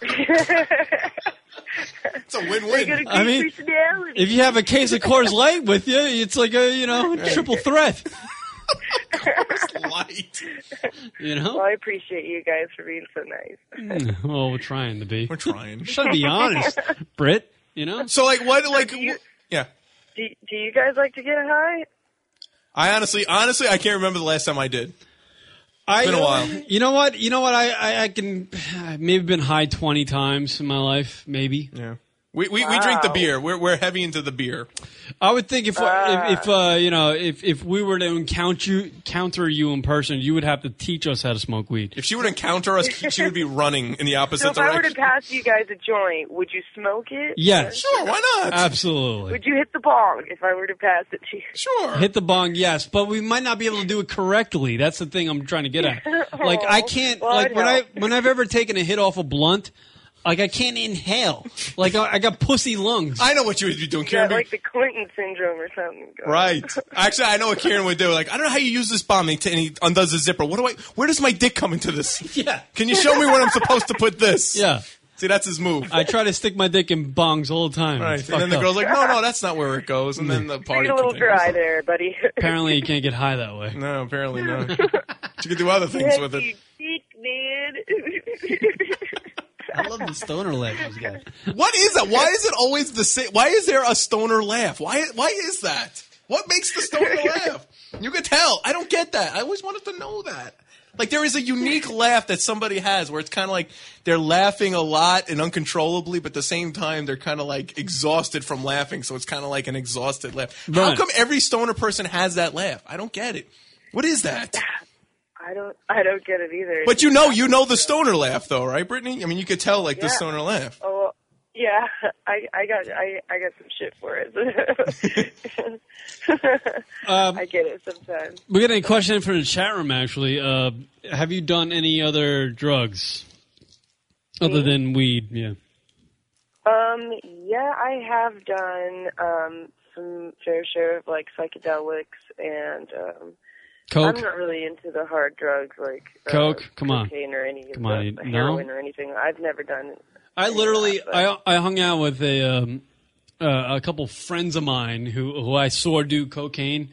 Speaker 2: It's a win-win.
Speaker 4: I mean, if you have a case of Coors Light with you, it's like a you know triple threat. You know?
Speaker 2: Well, I appreciate you guys for being so nice.
Speaker 4: Mm, Well, we're trying to be. We're
Speaker 6: trying.
Speaker 4: Should be honest, Brit. You know.
Speaker 6: So like what like yeah.
Speaker 2: Do, do you guys like to get high?
Speaker 6: I honestly, honestly, I can't remember the last time I did.
Speaker 4: I,
Speaker 6: been a while.
Speaker 4: You know what? You know what? I, I, I can. I've maybe been high twenty times in my life. Maybe.
Speaker 6: Yeah. We we, we drink the beer. We're we're heavy into the beer.
Speaker 4: I would think if if, if uh, you know if, if we were to encounter you counter you in person, you would have to teach us how to smoke weed.
Speaker 6: If she would encounter us, she would be running in the
Speaker 2: So
Speaker 6: opposite
Speaker 2: if I were
Speaker 6: direction.
Speaker 2: to pass you guys a joint, would you smoke it?
Speaker 4: Yes.
Speaker 6: Sure, why not?
Speaker 4: Absolutely.
Speaker 2: Would you hit the bong if I were to pass it to you?
Speaker 6: Sure.
Speaker 4: Hit the bong, yes, but we might not be able to do it correctly. That's the thing I'm trying to get at. Like I can't.
Speaker 2: Well,
Speaker 4: like when
Speaker 2: no.
Speaker 4: I when I've ever taken a hit off a blunt, like I can't inhale. Like I, I got pussy lungs.
Speaker 6: I know what you would be doing,
Speaker 2: You got
Speaker 6: Karen.
Speaker 2: like the Clinton syndrome or something. going.
Speaker 6: Right. Actually, I know what Karen would do. Like, I don't know how you use this bomb. And he, t- and he undoes the zipper. What do I? Where does my dick come into this?
Speaker 4: Yeah.
Speaker 6: Can you show me where I'm supposed to put this?
Speaker 4: Yeah.
Speaker 6: See, that's his move.
Speaker 4: I try to stick my dick in bongs all the time.
Speaker 6: Right.
Speaker 4: It's
Speaker 6: And then
Speaker 4: fucked
Speaker 6: the
Speaker 4: up.
Speaker 6: girl's like, no, no, that's not where it goes. And then the
Speaker 2: You
Speaker 6: party.
Speaker 2: get a little
Speaker 6: continues.
Speaker 2: dry there, buddy.
Speaker 4: apparently you can't get high that way.
Speaker 6: No, apparently not. She could do other things
Speaker 2: Yes,
Speaker 6: with
Speaker 2: you
Speaker 6: it.
Speaker 2: dick, man.
Speaker 4: I love the stoner laugh he's got.
Speaker 6: What is that? Why is it always the same? Why is there a stoner laugh? Why? Why is that? What makes the stoner laugh? You could tell. I don't get that. I always wanted to know that. Like there is a unique laugh that somebody has where it's kind of like they're laughing a lot and uncontrollably, but at the same time they're kind of like exhausted from laughing, so it's kind of like an exhausted laugh. How
Speaker 2: Right.
Speaker 6: come every stoner person has that laugh? I don't get it. What is that?
Speaker 2: I don't, I don't get it either.
Speaker 6: But you know, you know the stoner laugh though, right, Brittany? I mean, you could tell like
Speaker 2: Yeah.
Speaker 6: the stoner laugh.
Speaker 2: Oh, well, yeah. I, I got, I, I got some shit for it.
Speaker 4: Um,
Speaker 2: I get it sometimes.
Speaker 4: We got a question from the chat room actually. Uh, have you done any other drugs other than weed? Yeah.
Speaker 2: Um, yeah, I have done um some fair share of like psychedelics and um
Speaker 4: Coke?
Speaker 2: I'm not really into the hard drugs like uh,
Speaker 4: Coke? Come on.
Speaker 2: cocaine or any of
Speaker 4: Come on,
Speaker 2: the
Speaker 4: you-
Speaker 2: heroin
Speaker 4: no?
Speaker 2: or anything. I've never done
Speaker 4: I literally, I, I hung out with a um, uh, a couple friends of mine who who I saw do cocaine,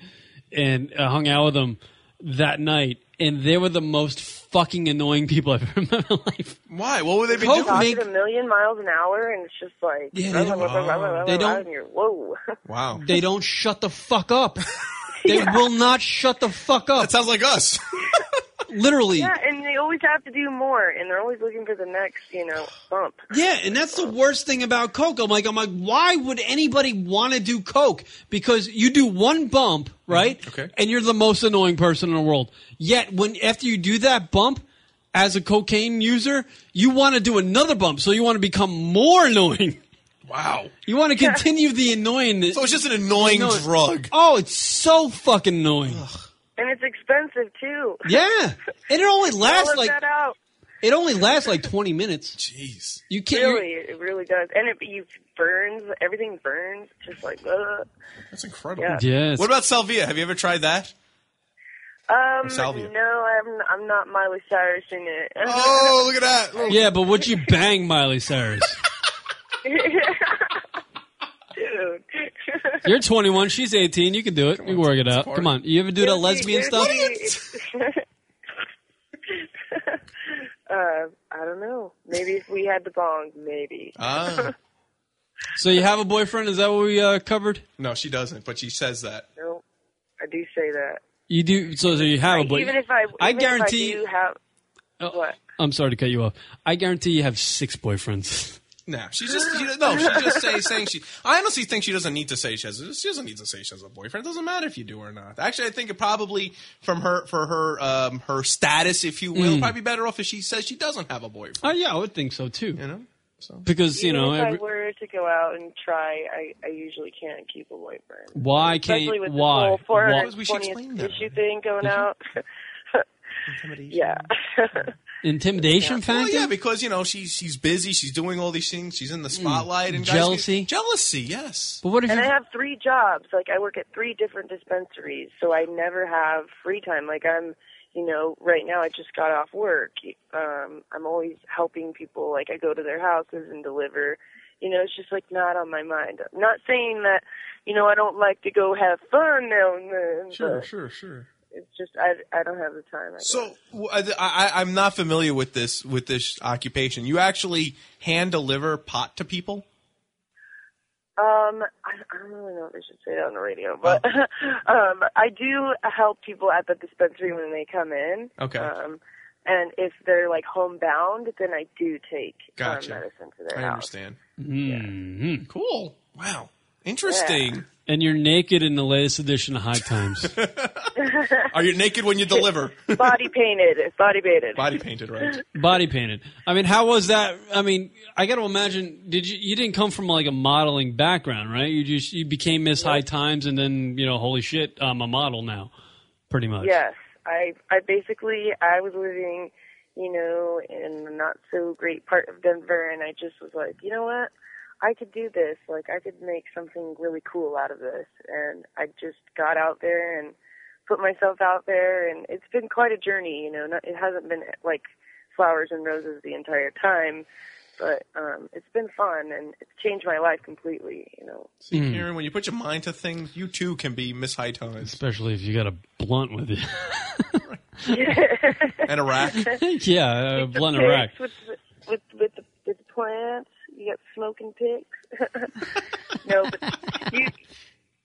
Speaker 4: and I hung out with them that night, and they were the most fucking annoying people I've ever met in my life.
Speaker 6: Why? What would they be
Speaker 4: Coke
Speaker 2: doing?
Speaker 4: make-
Speaker 2: a million miles an hour, and it's just like
Speaker 4: Yeah, they don't- they don't-
Speaker 2: And you're, whoa.
Speaker 6: Wow.
Speaker 4: They don't shut the fuck up. They will not shut the fuck up. That
Speaker 6: sounds like us.
Speaker 4: literally.
Speaker 2: yeah, and they always have to do more, and they're always looking for the next, you know, bump.
Speaker 4: Yeah, and that's the worst thing about coke. I'm like, I'm like, why would anybody want to do coke? Because you do one bump,
Speaker 6: Mm-hmm.
Speaker 4: right? Okay. And you're the most annoying person in the world. Yet when after you do that bump, as a cocaine user, you want to do another bump, so you want to become more annoying.
Speaker 6: Wow.
Speaker 4: You want to continue the annoying. So
Speaker 6: it's just an annoying drug.
Speaker 4: Oh, it's so fucking annoying.
Speaker 2: And it's expensive too.
Speaker 4: Yeah, and it only lasts
Speaker 2: All of
Speaker 4: like
Speaker 2: that out.
Speaker 4: it only lasts like 20 minutes. Jeez, you can't. you're-
Speaker 2: really, it really does, and it you burns everything burns just like. Ugh.
Speaker 6: That's incredible.
Speaker 2: Yeah.
Speaker 6: What about salvia? Have you ever tried that?
Speaker 2: Um,
Speaker 6: Or salvia.
Speaker 2: no, I'm I'm not Miley Cyrus in it.
Speaker 6: Oh, look at that!
Speaker 4: Yeah, but would you bang Miley Cyrus?
Speaker 2: Dude.
Speaker 4: You're 21. She's 18. You can do it. you work it out. Come on. You ever do that lesbian stuff?
Speaker 2: uh, I don't know. Maybe if we had the bong, maybe.
Speaker 6: Ah.
Speaker 4: So you have a boyfriend? Is that what we uh, covered?
Speaker 6: No, she doesn't, but she says that.
Speaker 2: no, I do say that.
Speaker 4: You do. So, so you have a boy.
Speaker 2: even if I, even
Speaker 4: I
Speaker 2: if
Speaker 4: guarantee- Oh.
Speaker 2: I do have. What?
Speaker 4: I'm sorry to cut you off. I guarantee you have six boyfriends.
Speaker 6: No, she's just she, no. She just say, saying she. I honestly think she doesn't need to say she has. She doesn't need to say she has a boyfriend. It doesn't matter if you do or not. Actually, I think it probably from her for her um, her status, if you will,
Speaker 4: Mm.
Speaker 6: probably better off if she says she doesn't have a boyfriend.
Speaker 4: Oh yeah, I would think so too. You
Speaker 6: know, so
Speaker 4: because you
Speaker 2: Even
Speaker 4: know,
Speaker 2: if
Speaker 4: every,
Speaker 2: I were to go out and try, I, I usually can't keep a boyfriend.
Speaker 4: why can't
Speaker 2: Especially with
Speaker 4: why
Speaker 2: this whole
Speaker 4: why
Speaker 2: 420th issue thing going out. yeah.
Speaker 4: intimidation
Speaker 6: Well,
Speaker 4: factor? Mm.
Speaker 6: yeah, because you know she's she's busy. She's doing all these things. She's in the spotlight and guys
Speaker 4: Jealousy?
Speaker 6: get- jealousy. Yes.
Speaker 4: But what if
Speaker 2: and I have three jobs. Like I work at three different dispensaries, so I never have free time. Like I'm, you know, right now I just got off work. Um, I'm always helping people. Like I go to their houses and deliver. You know, it's just like not on my mind. Not saying that, you know, I don't like to go have fun now and then. but
Speaker 6: sure, sure.
Speaker 2: It's just I I don't have the time. I guess.
Speaker 6: So w- I, I, am not familiar with this with this occupation. You actually hand deliver pot to people.
Speaker 2: Um, I, I don't really know if I should say that on the radio, but um, I do help people at the dispensary when they come in.
Speaker 6: Okay.
Speaker 2: Um, and if they're like homebound, then I do take
Speaker 6: Gotcha.
Speaker 2: um, medicine to their
Speaker 6: I
Speaker 2: house.
Speaker 6: understand.
Speaker 4: Mhm.
Speaker 6: Cool. Wow. Interesting.
Speaker 4: And you're naked in the latest edition of High Times.
Speaker 6: Are you naked when you deliver?
Speaker 2: body painted, body painted,
Speaker 6: body painted, right?
Speaker 4: Body painted. I mean, how was that? I mean, I got to imagine. Did you? You didn't come from like a modeling background, right? You just you became Miss High Times, and then you know, holy shit, I'm a model now, pretty much.
Speaker 2: Yes, I I basically I was living, you know, in a not so great part of Denver, and I just was like, you know what, I could do this. Like I could make something really cool out of this, and I just got out there and put myself out there, and it's been quite a journey. You know, not, it hasn't been like flowers and roses the entire time. But um, it's been fun, and it's changed my life completely. You know,
Speaker 6: See,
Speaker 4: Hmm.
Speaker 6: Karen, when you put your mind to things, you too can be Miss High Tones
Speaker 4: Especially if you got a blunt with you.
Speaker 6: and a rack.
Speaker 4: yeah, a Uh, blunt and a rack.
Speaker 2: With, with, with, the, with the plants, you got smoking picks. no, but you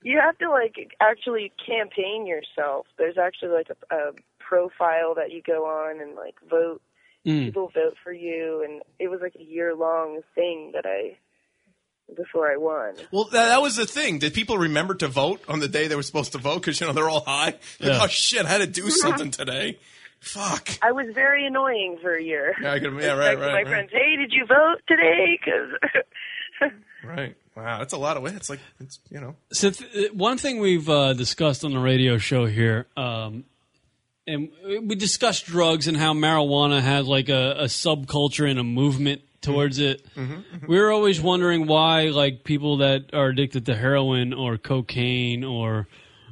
Speaker 2: you have to like actually campaign yourself. There's actually like a, a profile that you go on and like vote.
Speaker 4: Mm.
Speaker 2: People vote for you, and it was like a year long thing that I before I won.
Speaker 6: Well, that, that was the thing. Did people remember to vote on the day they were supposed to vote? Because you know they're all high. Like,
Speaker 2: Yeah.
Speaker 6: oh shit, I had to
Speaker 2: Uh-huh.
Speaker 6: do something today. Fuck.
Speaker 2: I was very annoying for a year.
Speaker 6: Yeah, I can- yeah,
Speaker 2: It's
Speaker 6: right,
Speaker 2: like to
Speaker 6: right,
Speaker 2: My
Speaker 6: right.
Speaker 2: friends, hey, did you vote today? Because
Speaker 6: Right. Wow, that's a lot of weight. It's like it's you know.
Speaker 4: So th- one thing we've uh, discussed on the radio show here, um, and we discussed drugs and how marijuana has like a, a subculture and a movement towards it. We were always wondering why, like people that are addicted to heroin or cocaine or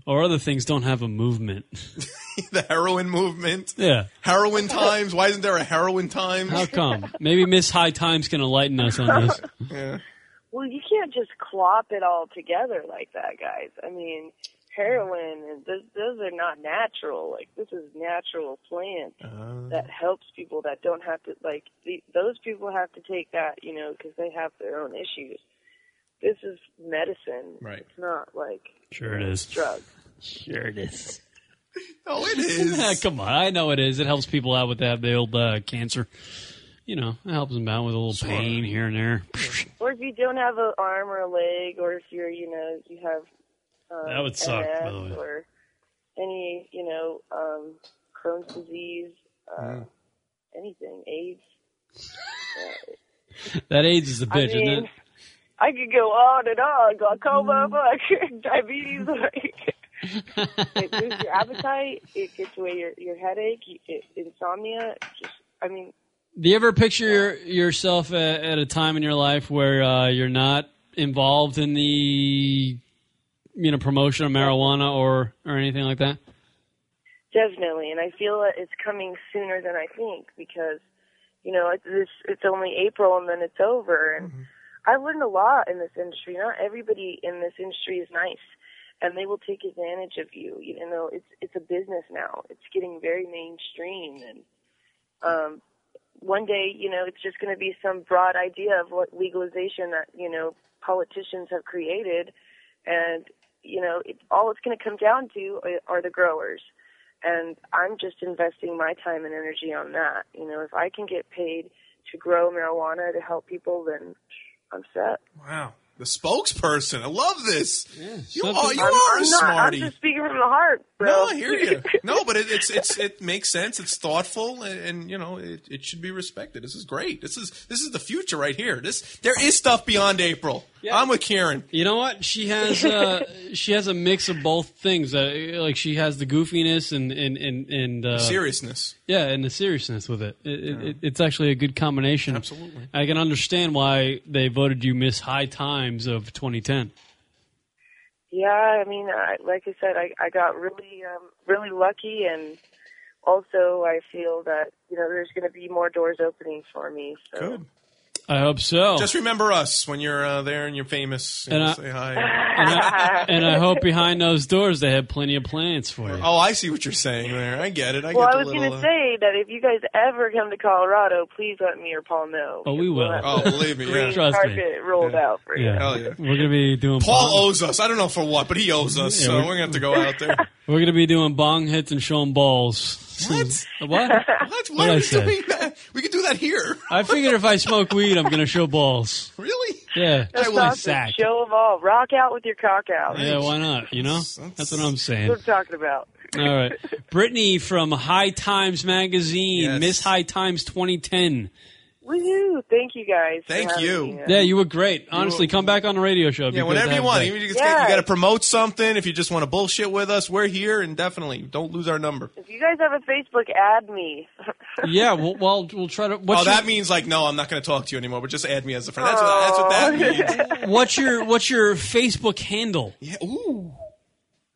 Speaker 4: or other things, don't have a movement.
Speaker 6: the heroin movement.
Speaker 4: Yeah.
Speaker 6: Heroin times. Why isn't there a heroin times?
Speaker 4: How come? Maybe Miss High Times can enlighten us on this.
Speaker 6: Yeah.
Speaker 2: Well, you can't just clop it all together like that, guys. I mean, heroin and those, those are not natural. Like this is natural plant
Speaker 4: Uh.
Speaker 2: that helps people that don't have to like the, those people have to take that, you know, because they have their own issues. This is medicine.
Speaker 4: Right.
Speaker 2: It's not like
Speaker 4: Sure it is.
Speaker 2: drugs.
Speaker 4: Sure it is.
Speaker 6: Oh, it
Speaker 4: is. Come on, I know it is. It helps people out with that the old uh, cancer. You know, it helps them out with a little pain here and there.
Speaker 2: Or if you don't have an arm or a leg, or if you're, you know, you have um,
Speaker 4: That would suck,
Speaker 2: MS
Speaker 4: by the way.
Speaker 2: or any, you know, um, Crohn's disease, uh, anything, AIDS. Uh,
Speaker 4: That AIDS is a bitch,
Speaker 2: I mean,
Speaker 4: isn't it?
Speaker 2: I could go on and on, glaucoma, like diabetes, like it loses your appetite, it gets away your your headache, you get insomnia. Just, I mean,
Speaker 4: Do you ever picture your, yourself at, at a time in your life where uh, you're not involved in the you know promotion of marijuana or or anything like that?
Speaker 2: Definitely, and I feel that it's coming sooner than I think because, you know, it's this it's only April and then it's over, and I've learned a lot in this industry. Not everybody in this industry is nice, and they will take advantage of you. You know, it's it's a business now. It's getting very mainstream, and um, one day, you know, it's just going to be some broad idea of what legalization that you know politicians have created, and you know, it, all it's going to come down to uh, are, are the growers and I'm just investing my time and energy on that. You know, if I can get paid to grow marijuana to help people, then I'm set.
Speaker 6: Wow. The spokesperson. I love this. you
Speaker 2: I'm,
Speaker 6: are you are
Speaker 2: I'm
Speaker 6: a
Speaker 2: not,
Speaker 6: smarty.
Speaker 2: I'm just speaking from the heart, bro.
Speaker 6: No, I hear you. No, but it, it's it's it makes sense. It's thoughtful, and, and you know it, it should be respected. This is great. This is this is the future right here. This there is stuff beyond April. I'm with Karen.
Speaker 4: You know what? She has uh, she has a mix of both things. Uh, like she has the goofiness and and and, and uh,
Speaker 6: Seriousness.
Speaker 4: Yeah, and the seriousness with it. It, it, it. It's actually a good combination. Absolutely. I can understand why they voted you Miss High Times of 2010.
Speaker 2: Yeah, I mean, I, like I said, I, I got really, um, really lucky, and also I feel that you know there's going to be more doors opening for me. So.
Speaker 6: Good.
Speaker 4: I hope so.
Speaker 6: Just remember us when you're uh, there and you're famous. And,
Speaker 4: And I-
Speaker 6: say hi.
Speaker 4: And I, and I hope behind those doors they had plenty of plans for you.
Speaker 6: oh, I see what you're saying there. I get it. I
Speaker 2: well,
Speaker 6: get the
Speaker 2: I was
Speaker 6: little.
Speaker 2: going to
Speaker 6: uh,
Speaker 2: say that if you guys ever come to Colorado, please let me or Paul know.
Speaker 4: Oh, we will.
Speaker 6: Oh, believe me. Yeah.
Speaker 2: Green carpet rolled out for you.
Speaker 4: Yeah.
Speaker 6: Hell yeah.
Speaker 4: We're gonna be doing
Speaker 6: Paul owes us. I don't know for what, but he owes us.
Speaker 4: Yeah,
Speaker 6: so
Speaker 4: we're-
Speaker 6: we're gonna have to go out there.
Speaker 4: We're gonna be doing bong hits and showing balls. What? what?
Speaker 6: What? Why
Speaker 4: What'd I
Speaker 6: are we
Speaker 4: say?
Speaker 6: doing that? We can do that here.
Speaker 4: I figured if I smoke weed, I'm gonna show balls.
Speaker 6: Really?
Speaker 4: Yeah.
Speaker 2: That's awesome.
Speaker 4: sack.
Speaker 2: Show of all. Rock out with your cock out.
Speaker 4: Yeah. Why not? You know. That's what I'm
Speaker 2: That's
Speaker 4: saying.
Speaker 2: what I'm talking about.
Speaker 4: All right. Brittany from High Times Magazine, Miss High Times 2010.
Speaker 2: Woohoo. Thank you guys. for
Speaker 6: Thank
Speaker 2: having
Speaker 6: you.
Speaker 2: me.
Speaker 4: Yeah, you were great. Honestly, come back on the radio show.
Speaker 6: Yeah, whenever you want. Even if you,
Speaker 2: Yeah.
Speaker 6: you got to promote something. If you just want to bullshit with us, we're here, and definitely don't lose our number.
Speaker 2: If you guys have a Facebook, add me.
Speaker 4: yeah, we'll, well, we'll try to. What's
Speaker 6: oh,
Speaker 4: your,
Speaker 6: that means like no, I'm not going to talk to you anymore. But just add me as a friend. That's, what, that's what that means.
Speaker 4: Oh. what's your what's your Facebook handle?
Speaker 6: Yeah. Ooh.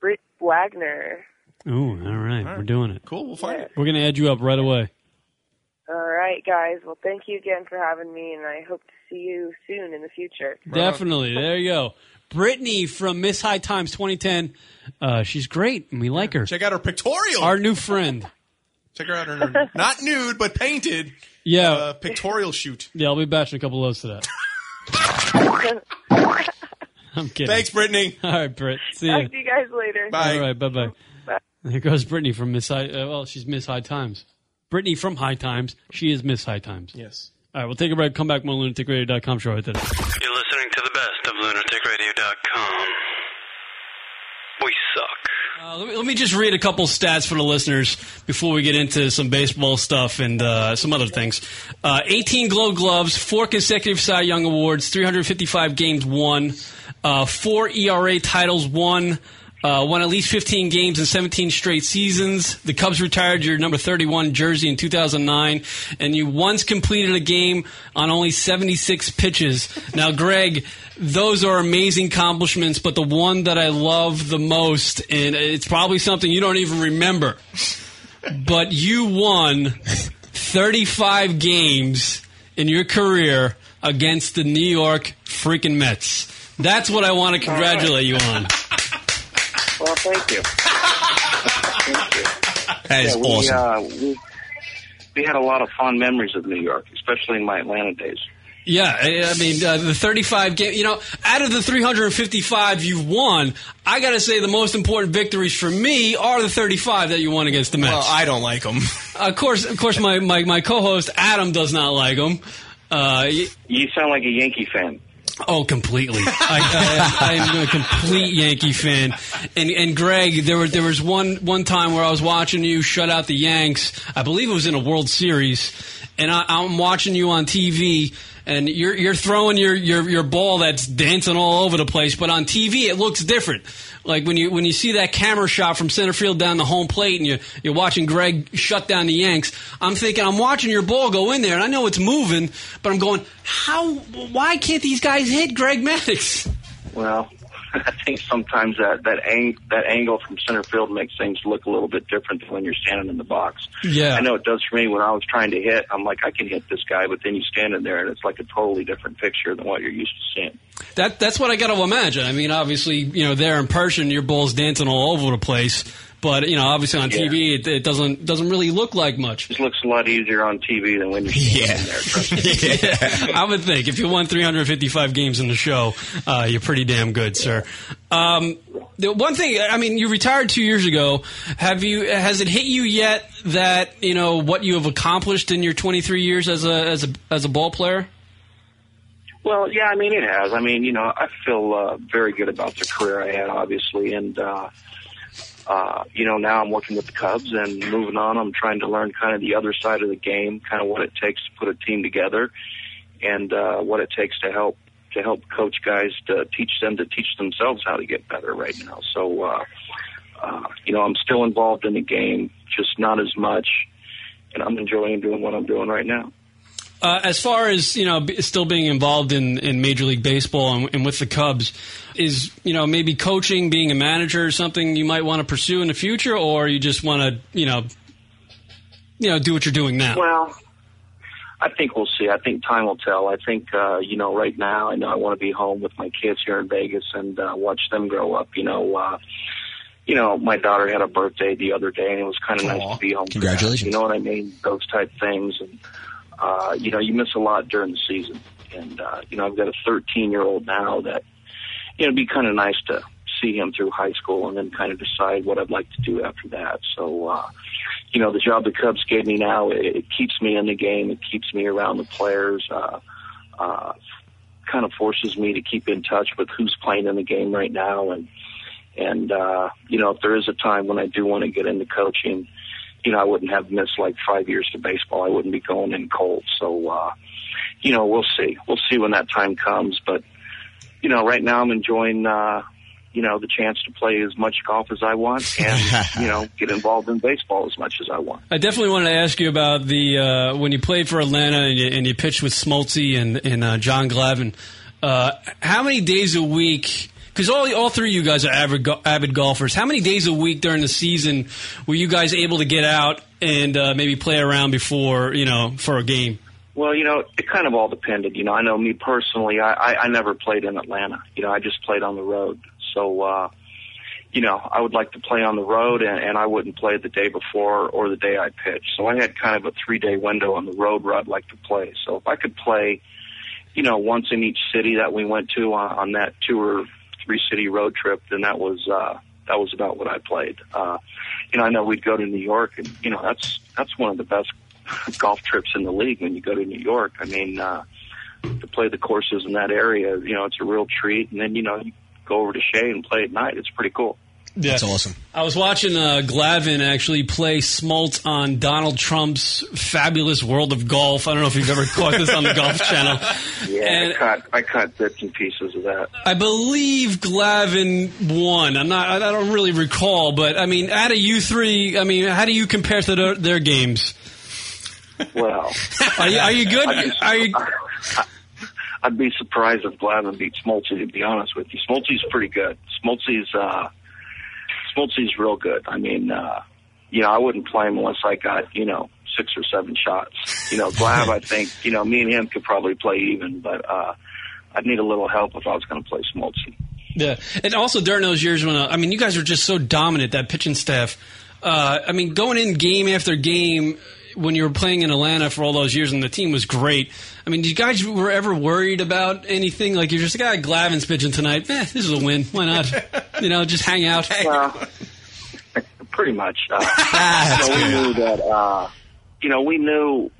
Speaker 2: Britt Wagner.
Speaker 4: Ooh, all right, we're doing it.
Speaker 6: Cool, we'll find it.
Speaker 4: We're gonna add you up right away.
Speaker 2: All right, guys. Well, thank you again for having me, and I hope to see you soon in the future.
Speaker 4: Definitely. There you go. Brittany from Miss High Times 2010. Uh, she's great, and we like her.
Speaker 6: Check out her pictorial.
Speaker 4: Our new friend.
Speaker 6: Check her out. Her, her- not nude, but painted
Speaker 4: Yeah,
Speaker 6: uh, pictorial shoot.
Speaker 4: yeah. I'll be batching a couple loads to that. I'm kidding.
Speaker 6: Thanks, Brittany.
Speaker 4: All right, Britt. See ya.
Speaker 2: Talk to you guys later.
Speaker 6: Bye.
Speaker 4: All right, bye bye. Here goes Brittany from Miss High. Uh, well, she's Miss High Times. Brittany from High Times. She is Miss High Times.
Speaker 6: Yes.
Speaker 4: All right, we'll take a break. Come back more lunaticradio.com show right there.
Speaker 16: You're listening to the best of lunaticradio.com. We suck.
Speaker 4: Uh, let, me, let me just read a couple stats for the listeners before we get into some baseball stuff and uh, some other things. Uh, 18 Glow Gloves, four consecutive Cy Young Awards, 355 games won, uh, four ERA titles won, uh, won at least 15 games in 17 straight seasons. The Cubs retired your number 31 jersey in 2009, and you once completed a game on only 76 pitches. Now, Greg, those are amazing accomplishments, but the one that I love the most, and it's probably something you don't even remember, but you won 35 games in your career against the New York freaking Mets. That's what I want to congratulate you on.
Speaker 23: Well, thank you. Thank you.
Speaker 15: That is
Speaker 23: yeah, we,
Speaker 15: awesome.
Speaker 23: Uh, we, we had a lot of fond memories of New York, especially in my Atlanta days.
Speaker 4: Yeah, I I mean uh, the 35 game. You know, out of the 355 you've won, I got to say the most important victories for me are the 35 that you won against the Mets.
Speaker 6: Well, I don't like them.
Speaker 4: of course, of course, my, my, my co-host Adam does not like them. Uh, y-
Speaker 23: You sound like a Yankee fan.
Speaker 4: oh, completely. I, I, I am a complete Yankee fan. And and Greg, there were there was one one time where I was watching you shut out the Yanks. I believe it was in a World Series, and I, I'm watching you on TV. And you're you're throwing your, your, your ball that's dancing all over the place, but on TV it looks different. Like when you when you see that camera shot from center field down the home plate, and you you're watching Greg shut down the Yanks. I'm thinking I'm watching your ball go in there, and I know it's moving, but I'm going, how? Why can't these guys hit Greg Maddox?
Speaker 23: Well, I think sometimes that that, ang- that angle from center field makes things look a little bit different than when you're standing in the box.
Speaker 4: Yeah.
Speaker 23: I know it does for me when I was trying to hit. I'm like, I can hit this guy, but then you stand in there and it's like a totally different picture than what you're used to seeing.
Speaker 4: That that's what I got to imagine. I mean, obviously, you know, there in person, your ball's dancing all over the place, but you know, obviously on TV, it, it doesn't doesn't really look like much.
Speaker 23: It looks a lot easier on TV than when you're standing in there. Trust me.
Speaker 4: I would think if you won 355 games in the show, uh, you're pretty damn good, sir. Um, the one thing, I mean, you retired two years ago. Have you? Has it hit you yet that you know what you have accomplished in your 23 years as a as a as a ball player?
Speaker 23: Well, yeah, I mean it has. I mean, you know, I feel uh, very good about the career I had, obviously, and uh, uh, you know, now I'm working with the Cubs and moving on. I'm trying to learn kind of the other side of the game, kind of what it takes to put a team together, and uh, what it takes to help to help coach guys to teach them to teach themselves how to get better right now. So, uh, uh, you know, I'm still involved in the game, just not as much, and I'm enjoying doing what I'm doing right now.
Speaker 4: Uh, as far as you know, b- still being involved in, in Major League Baseball and, and with the Cubs, is you know maybe coaching, being a manager, or something you might want to pursue in the future, or you just want to you know you know do what you're doing now.
Speaker 23: Well, I think we'll see. I think time will tell. I think uh, you know, right now, I know I want to be home with my kids here in Vegas and uh, watch them grow up. You know, uh, you know, my daughter had a birthday the other day, and it was kind of nice to be home. for that.
Speaker 24: Congratulations.
Speaker 23: You know what I mean? Those type things, and uh, you know, you miss a lot during the season. And uh, you know, I've got a 13 year old now that you know, it'd be kind of nice to see him through high school and then kind of decide what I'd like to do after that. So, uh, you know, the job the Cubs gave me now, it, it keeps me in the game. It keeps me around the players. Uh, uh, kind of forces me to keep in touch with who's playing in the game right now. And, and, uh, you know, if there is a time when I do want to get into coaching, you know, I wouldn't have missed like five years to baseball. I wouldn't be going in cold. So, uh, you know, we'll see. We'll see when that time comes. But, you know, right now I'm enjoying, uh, you know, the chance to play as much golf as I want and, you know, get involved in baseball as much as I want.
Speaker 4: I definitely wanted to ask you about the uh, when you played for Atlanta and you, and you pitched with Smoltz and and uh, John Glavin. Uh, how many days a week? Because all all three of you guys are avid, go- avid golfers. How many days a week during the season were you guys able to get out and uh, maybe play around before you know for a game?
Speaker 23: Well, you know, it kind of all depended. You know, I know me personally, I, I, I never played in Atlanta. You know, I just played on the road. So, uh, you know, I would like to play on the road and, and I wouldn't play the day before or the day I pitched. So I had kind of a three day window on the road where I'd like to play. So if I could play, you know, once in each city that we went to on, on that two or three city road trip, then that was, uh, that was about what I played. Uh, you know, I know we'd go to New York and, you know, that's, that's one of the best golf trips in the league when you go to New York. I mean, uh, to play the courses in that area, you know, it's a real treat. And then, you know, you go over to Shea and play at night. It's pretty cool.
Speaker 4: That's awesome. I was watching uh, Glavin actually play Smoltz on Donald Trump's Fabulous World of Golf. I don't know if you've ever caught this on the Golf Channel.
Speaker 23: Yeah, I caught I caught bits and pieces of that.
Speaker 4: I believe Glavin won. I'm not. I don't really recall, but I mean, out of you three, I mean, how do you compare to their, their games?
Speaker 23: Well,
Speaker 4: Are you- are you good?
Speaker 23: I'd be,
Speaker 4: Are you?
Speaker 23: I'd be surprised if Glavin beat Smoltzy. To be honest with you, Smoltzy's pretty good. Smoltzy's uh, Smoltzy's real good. I mean, uh, you know, I wouldn't play him unless I got you know six or seven shots. You know, Glav, I think you know me and him could probably play even, but uh, I'd need a little help if I was going to play Smoltzy.
Speaker 4: Yeah, and also during those years when uh, I mean, you guys were just so dominant that pitching staff. Uh, I mean, going in game after game when you were playing in Atlanta for all those years, and the team was great. I mean, you guys were ever worried about anything? Like you're just like, ah, Glavin's pitching tonight. Eh, this is a win. Why not? you know, just hang out.
Speaker 23: pretty much. Uh, you know, we knew that. Uh, you know, we knew.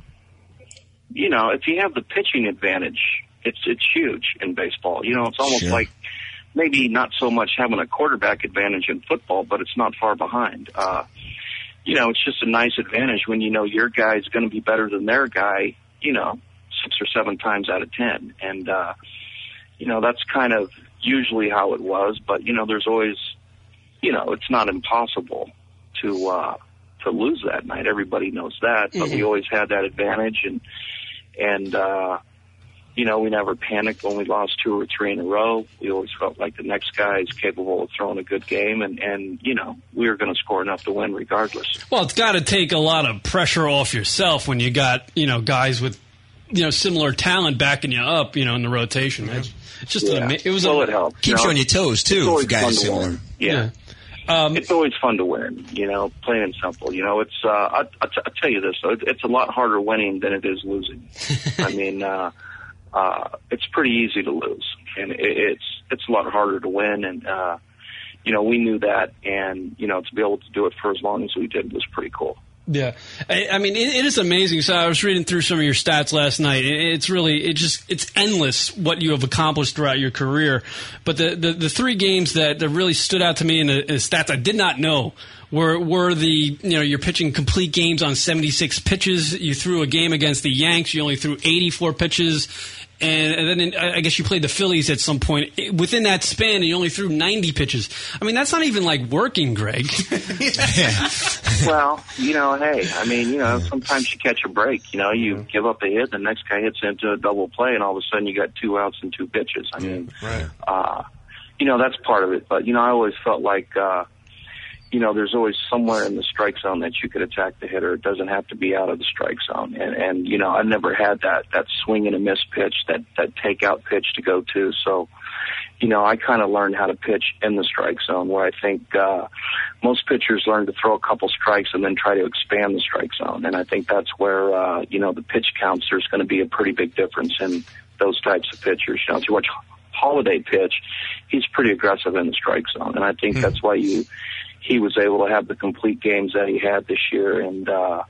Speaker 23: You know, if you have the pitching advantage, it's it's huge in baseball. You know, it's almost
Speaker 3: Sure.
Speaker 23: like maybe not so much having a quarterback advantage in football, but it's not far behind. Uh, you know, it's just a nice advantage when you know your guy's going to be better than their guy. You know, six or seven times out of ten, and uh, you know that's kind of usually how it was. But you know, there's always, you know, it's not impossible to uh, to lose that night. Everybody knows that, but we
Speaker 3: Mhm.
Speaker 23: always had that advantage, and and uh, you know we never panicked when we lost two or three in a row. We always felt like the next guy is capable of throwing a good game, and and you know we were going to score enough to win regardless.
Speaker 4: Well, it's got to take a lot of pressure off yourself when you got you know guys with you know similar talent backing you up. You know, in the rotation. It's it's just an
Speaker 23: Yeah.
Speaker 4: ama- it was
Speaker 23: Well,
Speaker 4: a,
Speaker 23: it helped.
Speaker 4: keeps
Speaker 23: know,
Speaker 4: you on your toes, too,
Speaker 23: it's
Speaker 4: if
Speaker 23: always
Speaker 4: guys
Speaker 23: fun to
Speaker 4: similar.
Speaker 23: win. Yeah.
Speaker 4: it's
Speaker 23: always fun to win, you know, plain and simple. You know, it's, uh, I, I, t- I tell you this, though, it, it's a lot harder winning than it is losing. I mean, uh, uh, it's pretty easy to lose and it, it's, it's a lot harder to win. And, uh, you know, we knew that and, you know, to be able to do it for as long as we did was pretty cool.
Speaker 4: Yeah, I, I mean, it, it is amazing. So I was reading through some of your stats last night. It, it's really, it just, it's endless what you have accomplished throughout your career. But the the, the three games that, that really stood out to me in the, in the stats I did not know were were the you know you're pitching complete games on 76 pitches. You threw a game against the Yanks. You only threw 84 pitches. And, and then in, I I guess you played the Phillies at some point It- within that span, and you only threw 90 pitches. I mean, that's not even like working, Greg.
Speaker 23: well, you know, hey, I mean, you know, sometimes you catch a break. You know, you give up a hit, the next guy hits into a double play, and all of a sudden you got two outs and two pitches. I mean, uh, you know, that's part of it. But you know, I always felt like, uh, you know, there's always somewhere in the strike zone that you could attack the hitter. It doesn't have to be out of the strike zone. And and you know, I never had that that swing and a miss pitch, that that takeout pitch to go to. So. You know, I kind of learned how to pitch in the strike zone, where I think uh, most pitchers learn to throw a couple strikes and then try to expand the strike zone. And I think that's where, uh, you know, the pitch counts, there's going to be a pretty big difference in those types of pitchers. You know, if you watch Holiday pitch, he's pretty aggressive in the strike zone. And I think that's why you, he was able to have the complete games that he had this year. And, uh,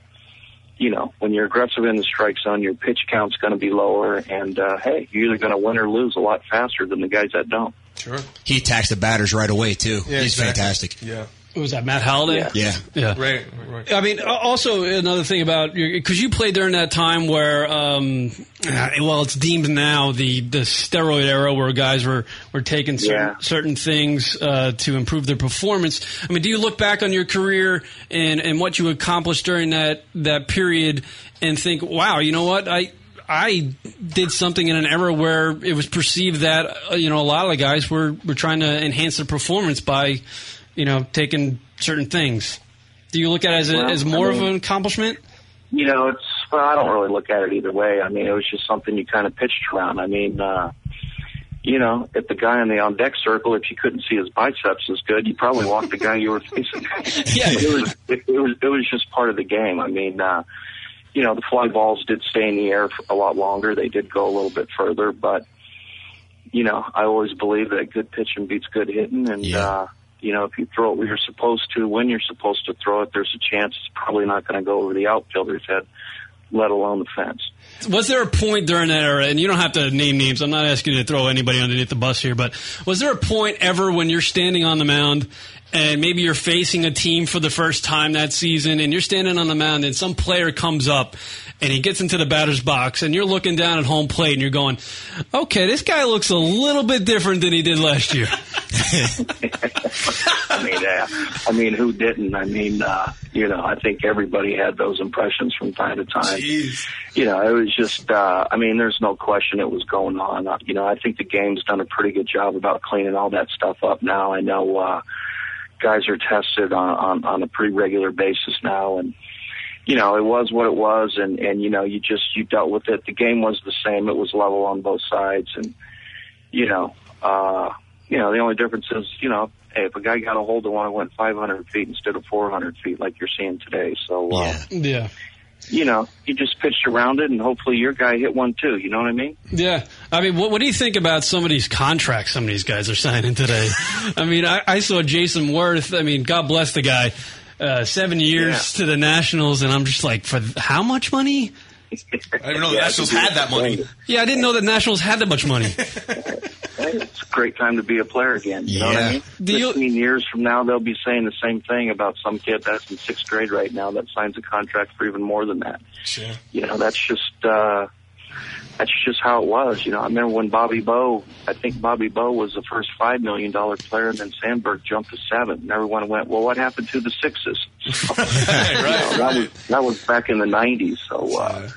Speaker 23: you know, when you're aggressive in the strike zone, your pitch count's going to be lower. And, uh, hey, you're either going to win or lose a lot faster than the guys that don't.
Speaker 15: Sure.
Speaker 24: He attacks the batters right away too.
Speaker 15: Yeah,
Speaker 24: He's
Speaker 15: exactly.
Speaker 24: fantastic.
Speaker 15: Yeah.
Speaker 4: Was that Matt Halliday?
Speaker 24: Yeah.
Speaker 4: Yeah.
Speaker 15: Right.
Speaker 4: I mean, a- also another thing about because you played during that time where, um, uh, well, it's deemed now the, the steroid era where guys were were taking certain,
Speaker 23: Yeah.
Speaker 4: certain things uh, to improve their performance. I mean, do you look back on your career and and what you accomplished during that that period and think, wow, you know what, I. I did something in an era where it was perceived that uh, you know a lot of the guys were, were trying to enhance their performance by you know taking certain things. Do you look at it as, a,
Speaker 23: Well,
Speaker 4: as more
Speaker 23: I mean-
Speaker 4: of an accomplishment?
Speaker 23: you know, it's well, I don't really look at it either way. I mean, it was just something you kind of pitched around. I mean, uh, you know, if the guy in the on deck circle, if you couldn't see his biceps as good, you probably walked the guy you were facing. yeah, it was it, it was it was just part of the game. I mean, uh, you know, the fly balls did stay in the air for a lot longer. They did go a little bit further, but you know, I always believe that good pitching beats good hitting, and uh, you know, if you throw it where you're supposed to, when you're supposed to throw it, there's a chance it's probably not going to go over the outfielder's head, let alone the fence.
Speaker 4: Was there a point during that era, and you don't have to name names, I'm not asking you to throw anybody underneath the bus here, but was there a point ever when you're standing on the mound and maybe you're facing a team for the first time that season and you're standing on the mound and some player comes up and he gets into the batter's box and you're looking down at home plate and you're going, okay, this guy looks a little bit different than he did last year.
Speaker 23: I mean, uh, I mean, who didn't? I mean, uh, you know, I think everybody had those impressions from time to time. You know, it was just, uh, I mean, there's no question it was going on. Uh, You know, I think the game's done a pretty good job about cleaning all that stuff up now. I know, uh, guys are tested on, on, on a pretty regular basis now and, you know, it was what it was and, and, you know, you just, you dealt with it. The game was the same. It was level on both sides and, you know, uh, you know, the only difference is, you know, hey, if a guy got a hold of one that went 500 feet instead of 400 feet like you're seeing today, so, uh,
Speaker 4: yeah.
Speaker 23: you know, you just pitched around it and hopefully your guy hit one too. You know what I mean?
Speaker 4: Yeah, I mean, what, what do you think about some of these contracts some of these guys are signing today? I mean, I, I saw Jason Worth. I mean, God bless the guy. Uh, seven years to the Nationals, and I'm just like, for th- how much money?
Speaker 15: I didn't know the Nationals had that money.
Speaker 4: Yeah, I didn't know the Nationals had that much money.
Speaker 23: It's a great time to be a player again. You know what I
Speaker 4: Yeah.
Speaker 23: mean? 15 years from now, they'll be saying the same thing about some kid that's in sixth grade right now that signs a contract for even more than that.
Speaker 15: Sure.
Speaker 23: you know that's just uh that's just how it was you know i remember when bobby Bowe, i think bobby Bowe was the first five million dollar player and then sandberg jumped to seven and everyone went well what happened to the sixes You know, that was that was back in the nineties so uh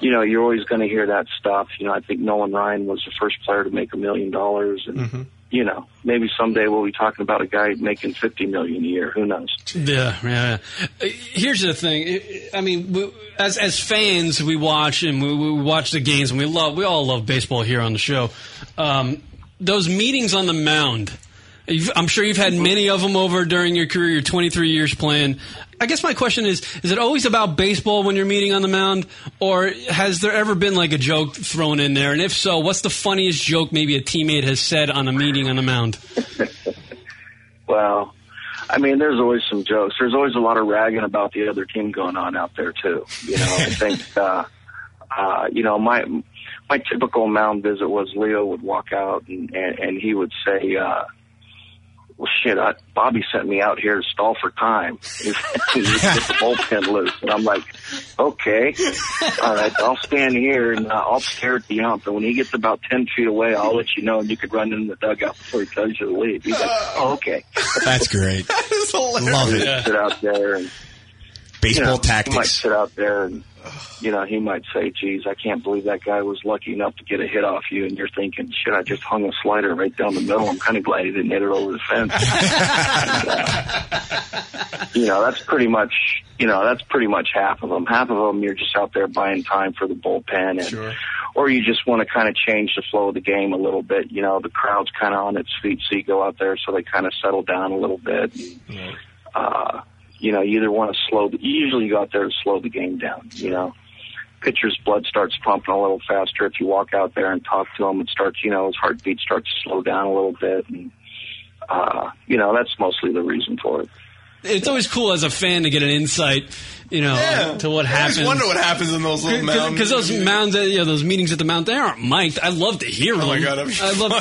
Speaker 23: you know you're always going to hear that stuff you know i think nolan ryan was the first player to make a million dollars and you know maybe someday we'll be talking about a guy making fifty million a year who knows
Speaker 4: Yeah, yeah. yeah. Uh, Here's the thing. I I mean, we, as as fans, we watch and we, we watch the games, and we love. We all love baseball here on the show. Um, those meetings on the mound. You've, I'm sure you've had many of them over during your career. Your 23 years playing. I guess my question is: Is it always about baseball when you're meeting on the mound, or has there ever been like a joke thrown in there? And if so, what's the funniest joke maybe a teammate has said on a meeting on the mound?
Speaker 23: Well, I mean, there's always some jokes. There's always a lot of ragging about the other team going on out there too. You know, I think, uh, uh, you know, my my typical mound visit was Leo would walk out and and, and he would say. uh well, shit, I, Bobby sent me out here to stall for time. He's get the bullpen loose. And I'm like, okay, all right, I'll stand here and uh, I'll stare at the ump. And when he gets about 10 feet away, I'll let you know and you could run into the dugout before he tells you to leave. He's like, oh, okay.
Speaker 24: That's great. Love
Speaker 23: Love
Speaker 24: it.
Speaker 23: Sit out there and
Speaker 24: Baseball
Speaker 23: you know, He might
Speaker 24: tactics.
Speaker 23: sit out there and you know he might say, "Geez, I can't believe that guy was lucky enough to get a hit off you." And you're thinking, "Shit, I just hung a slider right down the middle. I'm kind of glad he didn't hit it over the fence." And, uh, you know, that's pretty much you know that's pretty much half of them. Half of them, you're just out there buying time for the bullpen, and or you just want to kind of change the flow of the game a little bit. You know, the crowd's kind of on its feet, so you go out there so they kind of settle down a little bit. And, uh, you know, you either want to slow, the, you usually go out there to slow the game down, you know. Pitcher's blood starts pumping a little faster if you walk out there and talk to him. It starts, you know, his heartbeat starts to slow down a little bit. And, uh, you know, that's mostly the reason for it.
Speaker 4: It's always cool as a fan to get an insight, you know, to what
Speaker 23: I always
Speaker 4: happens.
Speaker 23: wonder what happens
Speaker 6: in those little mound-
Speaker 4: because those mounds, uh, you know, those meetings at the mound, they aren't mic'd. I love to hear them.
Speaker 6: my God, that'd be
Speaker 4: I love,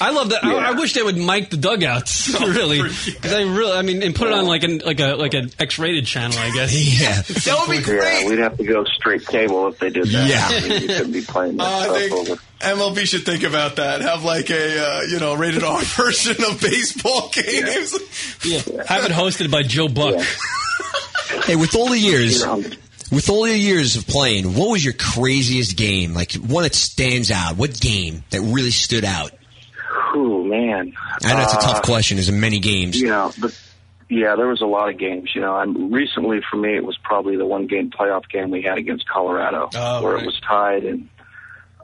Speaker 4: I love that. I, I wish they would mic the dugouts. really, because I really, I mean, and put it on like an like a like an X-rated channel, I guess.
Speaker 24: yeah,
Speaker 4: that would be
Speaker 23: Yeah, we'd have to go straight cable if they did that.
Speaker 4: Yeah.
Speaker 23: I mean, you couldn't be playing that
Speaker 4: Oh,
Speaker 6: Uh, I
Speaker 23: stuff
Speaker 6: think
Speaker 23: over.
Speaker 6: MLB should think about that. Have like a uh, you know rated R version of baseball games.
Speaker 4: Yeah, have it hosted by Joe Buck.
Speaker 24: Hey, with all the years, with all your years of playing, what was your craziest game? Like one that stands out. What game that really stood out?
Speaker 23: Oh man,
Speaker 24: I know it's a tough
Speaker 23: Uh,
Speaker 24: question. There's many games.
Speaker 23: You know, but yeah, there was a lot of games. You know, I'm recently for me it was probably the one game playoff game we had against Colorado
Speaker 6: Oh,
Speaker 23: where
Speaker 6: right.
Speaker 23: it was tied and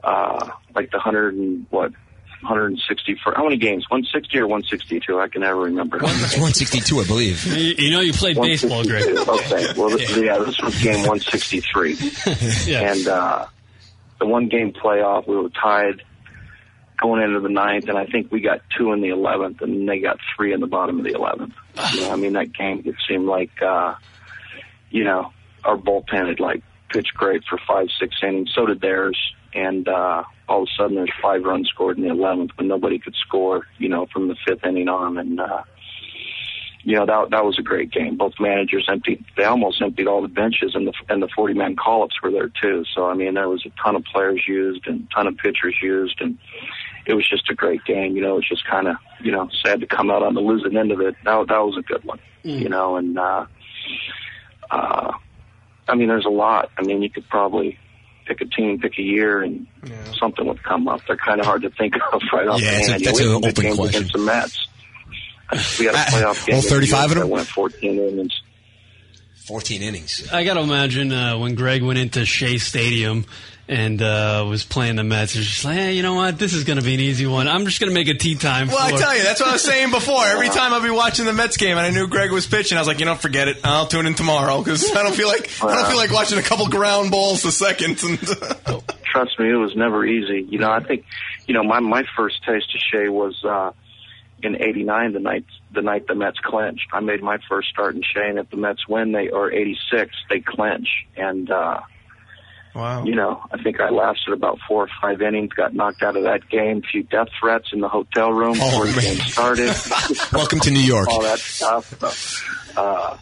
Speaker 23: uh like the hundred and what. 160 for how many games? 160 or 162? I can never remember.
Speaker 24: It's 162, I believe.
Speaker 4: You, you know, you played baseball, Greg.
Speaker 23: okay. Well, th- yeah, this was game 163. And uh, the one game playoff, we were tied going into the ninth, and I think we got two in the 11th, and they got three in the bottom of the 11th. You know, I mean, that game, it seemed like, uh, you know, our bullpen had like pitched great for five, six innings. So did theirs. And uh, all of a sudden, there's five runs scored in the 11th, but nobody could score, you know, from the fifth inning on. And, uh, you know that that was a great game. Both managers emptied; they almost emptied all the benches, and the and the forty man call ups were there too. So I mean, there was a ton of players used and a ton of pitchers used, and it was just a great game. You know, it was just kind of you know sad to come out on the losing end of it. That that was a good one, you know. And uh, uh, I mean, there's a lot. I mean, you could probably pick a team, pick a year, and something would come up. They're kind of hard to think of right off
Speaker 24: Yeah,
Speaker 23: the
Speaker 24: it's a-
Speaker 23: hand. You
Speaker 24: that's an
Speaker 23: went to the
Speaker 24: open
Speaker 23: games
Speaker 24: question.
Speaker 23: Against the Mets. We had a playoff game.
Speaker 24: all 35 of them?
Speaker 23: I went 14 innings.
Speaker 24: 14 innings.
Speaker 4: I got to imagine uh, when Greg went into Shea Stadium and uh, was playing the Mets, he was just like, hey, you know what? This is going to be an easy one. I'm just going to make a tea time.
Speaker 6: Well, I
Speaker 4: for-"
Speaker 6: tell you, that's what I was saying before. Every time I'd be watching the Mets game, and I knew Greg was pitching, I was like, you know, forget it. I'll tune in tomorrow because I don't feel like I don't feel like watching a couple ground balls to seconds. And
Speaker 4: Oh,
Speaker 23: Trust me, it was never easy. You know, I think, you know, my my first taste of Shea was uh, in '89, the night the night the Mets clinched. I made my first start in Shea, and if the Mets win, they or '86, they clinch, and. uh
Speaker 6: Wow.
Speaker 23: you know, I think I lasted about four or five innings, got knocked out of that game, a few death threats in the hotel room before the game started.
Speaker 24: Welcome to New York.
Speaker 23: All that stuff. So, uh,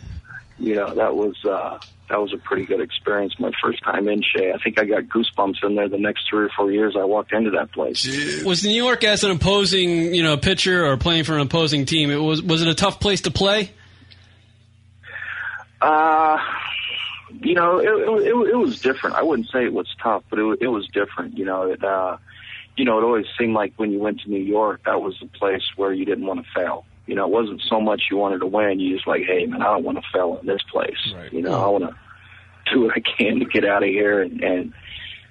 Speaker 23: you know, that was uh, that was a pretty good experience. My first time in Shea, I think I got goosebumps in there. The next three or four years, I walked into that place.
Speaker 4: Was New York as an opposing, you know, pitcher or playing for an opposing team? It was was it a tough place to play?
Speaker 23: Uh, you know, it, it, it, it was different. I wouldn't say it was tough, but it, wa- it was different. You know, it, uh, you know, it always seemed like when you went to New York, that was the place where you didn't want to fail. You know, it wasn't so much you wanted to win. You just like, hey, man, I don't want to fail in this place. You know, I want to do what I can to get out of here and, and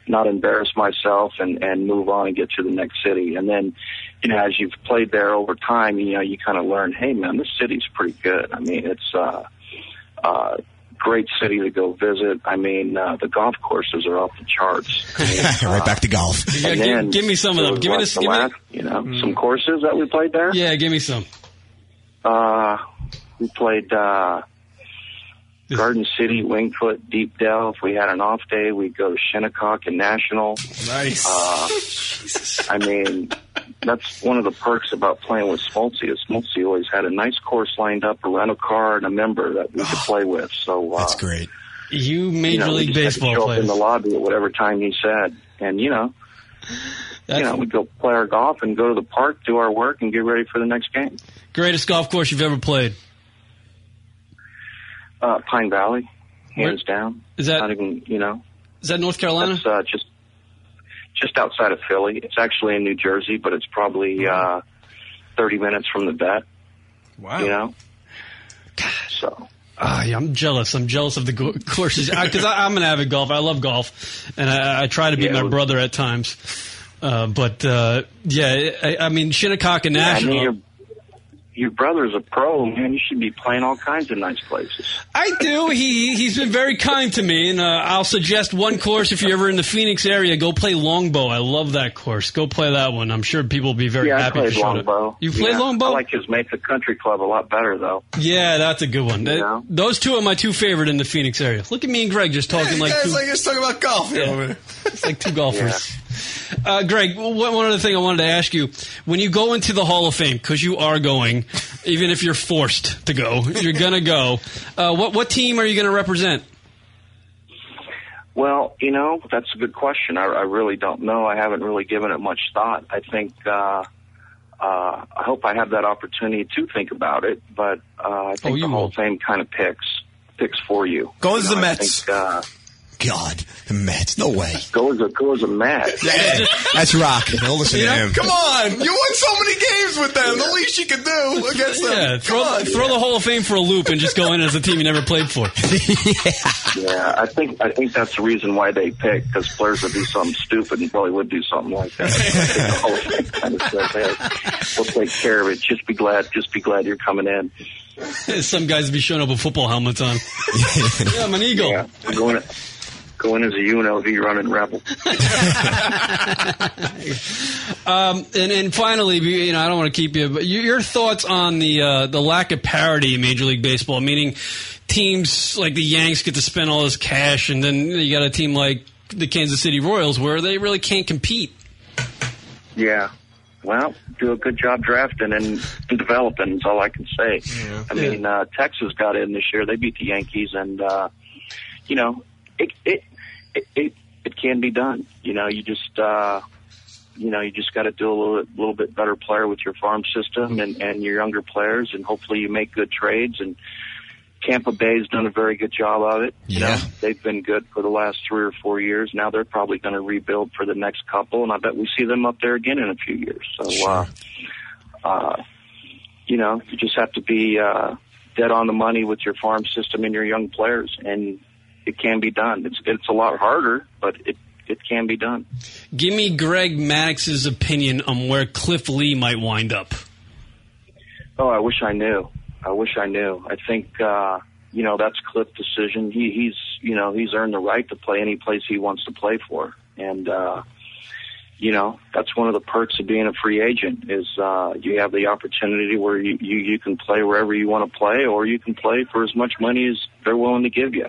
Speaker 23: not embarrass myself and, and move on and get to the next city. And then, you know, as you've played there over time, you know, you kind of learn, hey, man, this city's pretty good. I mean, it's, uh, uh, great city to go visit. I mean, uh, the golf courses are off the charts.
Speaker 24: right back to golf.
Speaker 23: And
Speaker 4: gi-
Speaker 23: then
Speaker 4: give me some of
Speaker 23: it was
Speaker 4: them. Give me Hmm.
Speaker 23: like
Speaker 4: this-
Speaker 23: the
Speaker 4: give me-
Speaker 23: last, you know, some courses that we played there.
Speaker 4: Yeah, give me some.
Speaker 23: Uh, We played uh, Garden City, Wingfoot, Deep Delve. We had an off day. We'd go to Shinnecock and National.
Speaker 9: Nice.
Speaker 23: Uh, I mean, that's one of the perks about playing with Smoltzy is Smoltzy always had a nice course lined up, a rental car, and a member that we could
Speaker 4: Oh,
Speaker 23: play with. So uh, that's
Speaker 9: great.
Speaker 4: You Major
Speaker 23: you know, we
Speaker 4: League
Speaker 23: just had to
Speaker 4: Baseball
Speaker 23: show up
Speaker 4: players.
Speaker 23: in the lobby at whatever time he said, and you know, you know, we'd go play our golf and go to the park, do our work, and get ready for the next game.
Speaker 4: Greatest golf course you've ever played.
Speaker 23: Uh, Pine Valley, hands down.
Speaker 4: Is that
Speaker 23: not even you know?
Speaker 4: Is that North Carolina?
Speaker 23: That's uh, just just outside of Philly. It's actually in New Jersey, but it's probably uh, thirty minutes from the vet.
Speaker 4: Wow.
Speaker 23: You know. So
Speaker 4: Ah, yeah, I'm jealous. I'm jealous of the go- courses because I'm an avid golfer. I love golf, and I, I try to be my brother at times. Uh, but uh, yeah, I, I mean Shinnecock and
Speaker 23: yeah, I
Speaker 4: National.
Speaker 23: mean, your your brother's a pro, man. You should be playing all kinds of nice places.
Speaker 4: I do. He he's been very kind to me, and uh, I'll suggest one course if you're ever in the Phoenix area. Go play Longbow. I love that course. Go play that one. I'm sure people will be very
Speaker 23: yeah, I
Speaker 4: happy.
Speaker 23: played
Speaker 4: to show it.
Speaker 23: longbow.
Speaker 4: You played
Speaker 23: yeah.
Speaker 4: longbow.
Speaker 23: I like his Mesa Country Club a lot better, though.
Speaker 4: Yeah, that's a good one. Th- Those two are my two favorite in the Phoenix area. Look at me and Greg just talking
Speaker 6: you
Speaker 4: like
Speaker 6: guys
Speaker 4: two,
Speaker 6: like just talking about golf.
Speaker 4: Yeah.
Speaker 6: Yeah.
Speaker 4: it's like two golfers. Uh, Greg, one, one other thing I wanted to ask you: when you go into the Hall of Fame, because you are going, even if you're forced to go, you're gonna go. Uh, what what team are you gonna represent?
Speaker 23: Well, you know, that's a good question. I, I really don't know. I haven't really given it much thought. I think uh, uh, I hope I have that opportunity to think about it, but uh, I think the Hall of Fame kind of picks picks for you.
Speaker 25: Oh, Go as
Speaker 23: You
Speaker 25: the
Speaker 23: know, I
Speaker 25: Mets.
Speaker 23: think, uh,
Speaker 25: God, the Mets. No way.
Speaker 23: go as a go as a Mets.
Speaker 25: That's rock. Don't listen to him.
Speaker 6: Come on, you won so many games with them. The least you can do against them.
Speaker 4: Yeah,
Speaker 6: Come
Speaker 4: throw
Speaker 6: on.
Speaker 4: throw the Hall of Fame for a loop and just go in as a team you never played for.
Speaker 23: yeah, I think I think that's the reason why they pick because players would do something stupid and probably would do something like that. I think the Hall of Fame kind of says, "Hey, we'll take care of it. Just be glad. Just be glad you're coming in.
Speaker 4: Some guys be showing up with football helmets on. yeah, I'm an eagle.
Speaker 23: Going going as a UNLV running rebel.
Speaker 4: Um, and, and finally, you know, I don't want to keep you, but your, your thoughts on the uh, the lack of parity in Major League Baseball, meaning teams like the Yanks get to spend all this cash, and then you got a team like the Kansas City Royals where they really can't compete.
Speaker 23: Yeah. Well, do a good job drafting and developing is all I can say. I mean, uh, Texas got in this year. They beat the Yankees, and uh, you know, it it it it, it can be done. You know, you just uh, you know you just got to do a little little bit better player with your farm system and and your younger players, and hopefully you make good trades. And Tampa Bay's done a very good job of it. You know, they've been good for the last three or four years. Now they're probably going to rebuild for the next couple, and I bet we see them up there again in a few years. So, uh, uh, you know, you just have to be uh, dead on the money with your farm system and your young players, and it can be done. It's it's a lot harder, but it it can be done.
Speaker 4: Give me Greg Maddox's opinion on where Cliff Lee might wind up.
Speaker 23: Oh, I wish I knew. I wish I knew. I think uh, you know that's Cliff's decision. He, he's you know he's earned the right to play any place he wants to play for, and uh, you know that's one of the perks of being a free agent is uh, you have the opportunity where you, you you can play wherever you want to play, or you can play for as much money as they're willing to give you,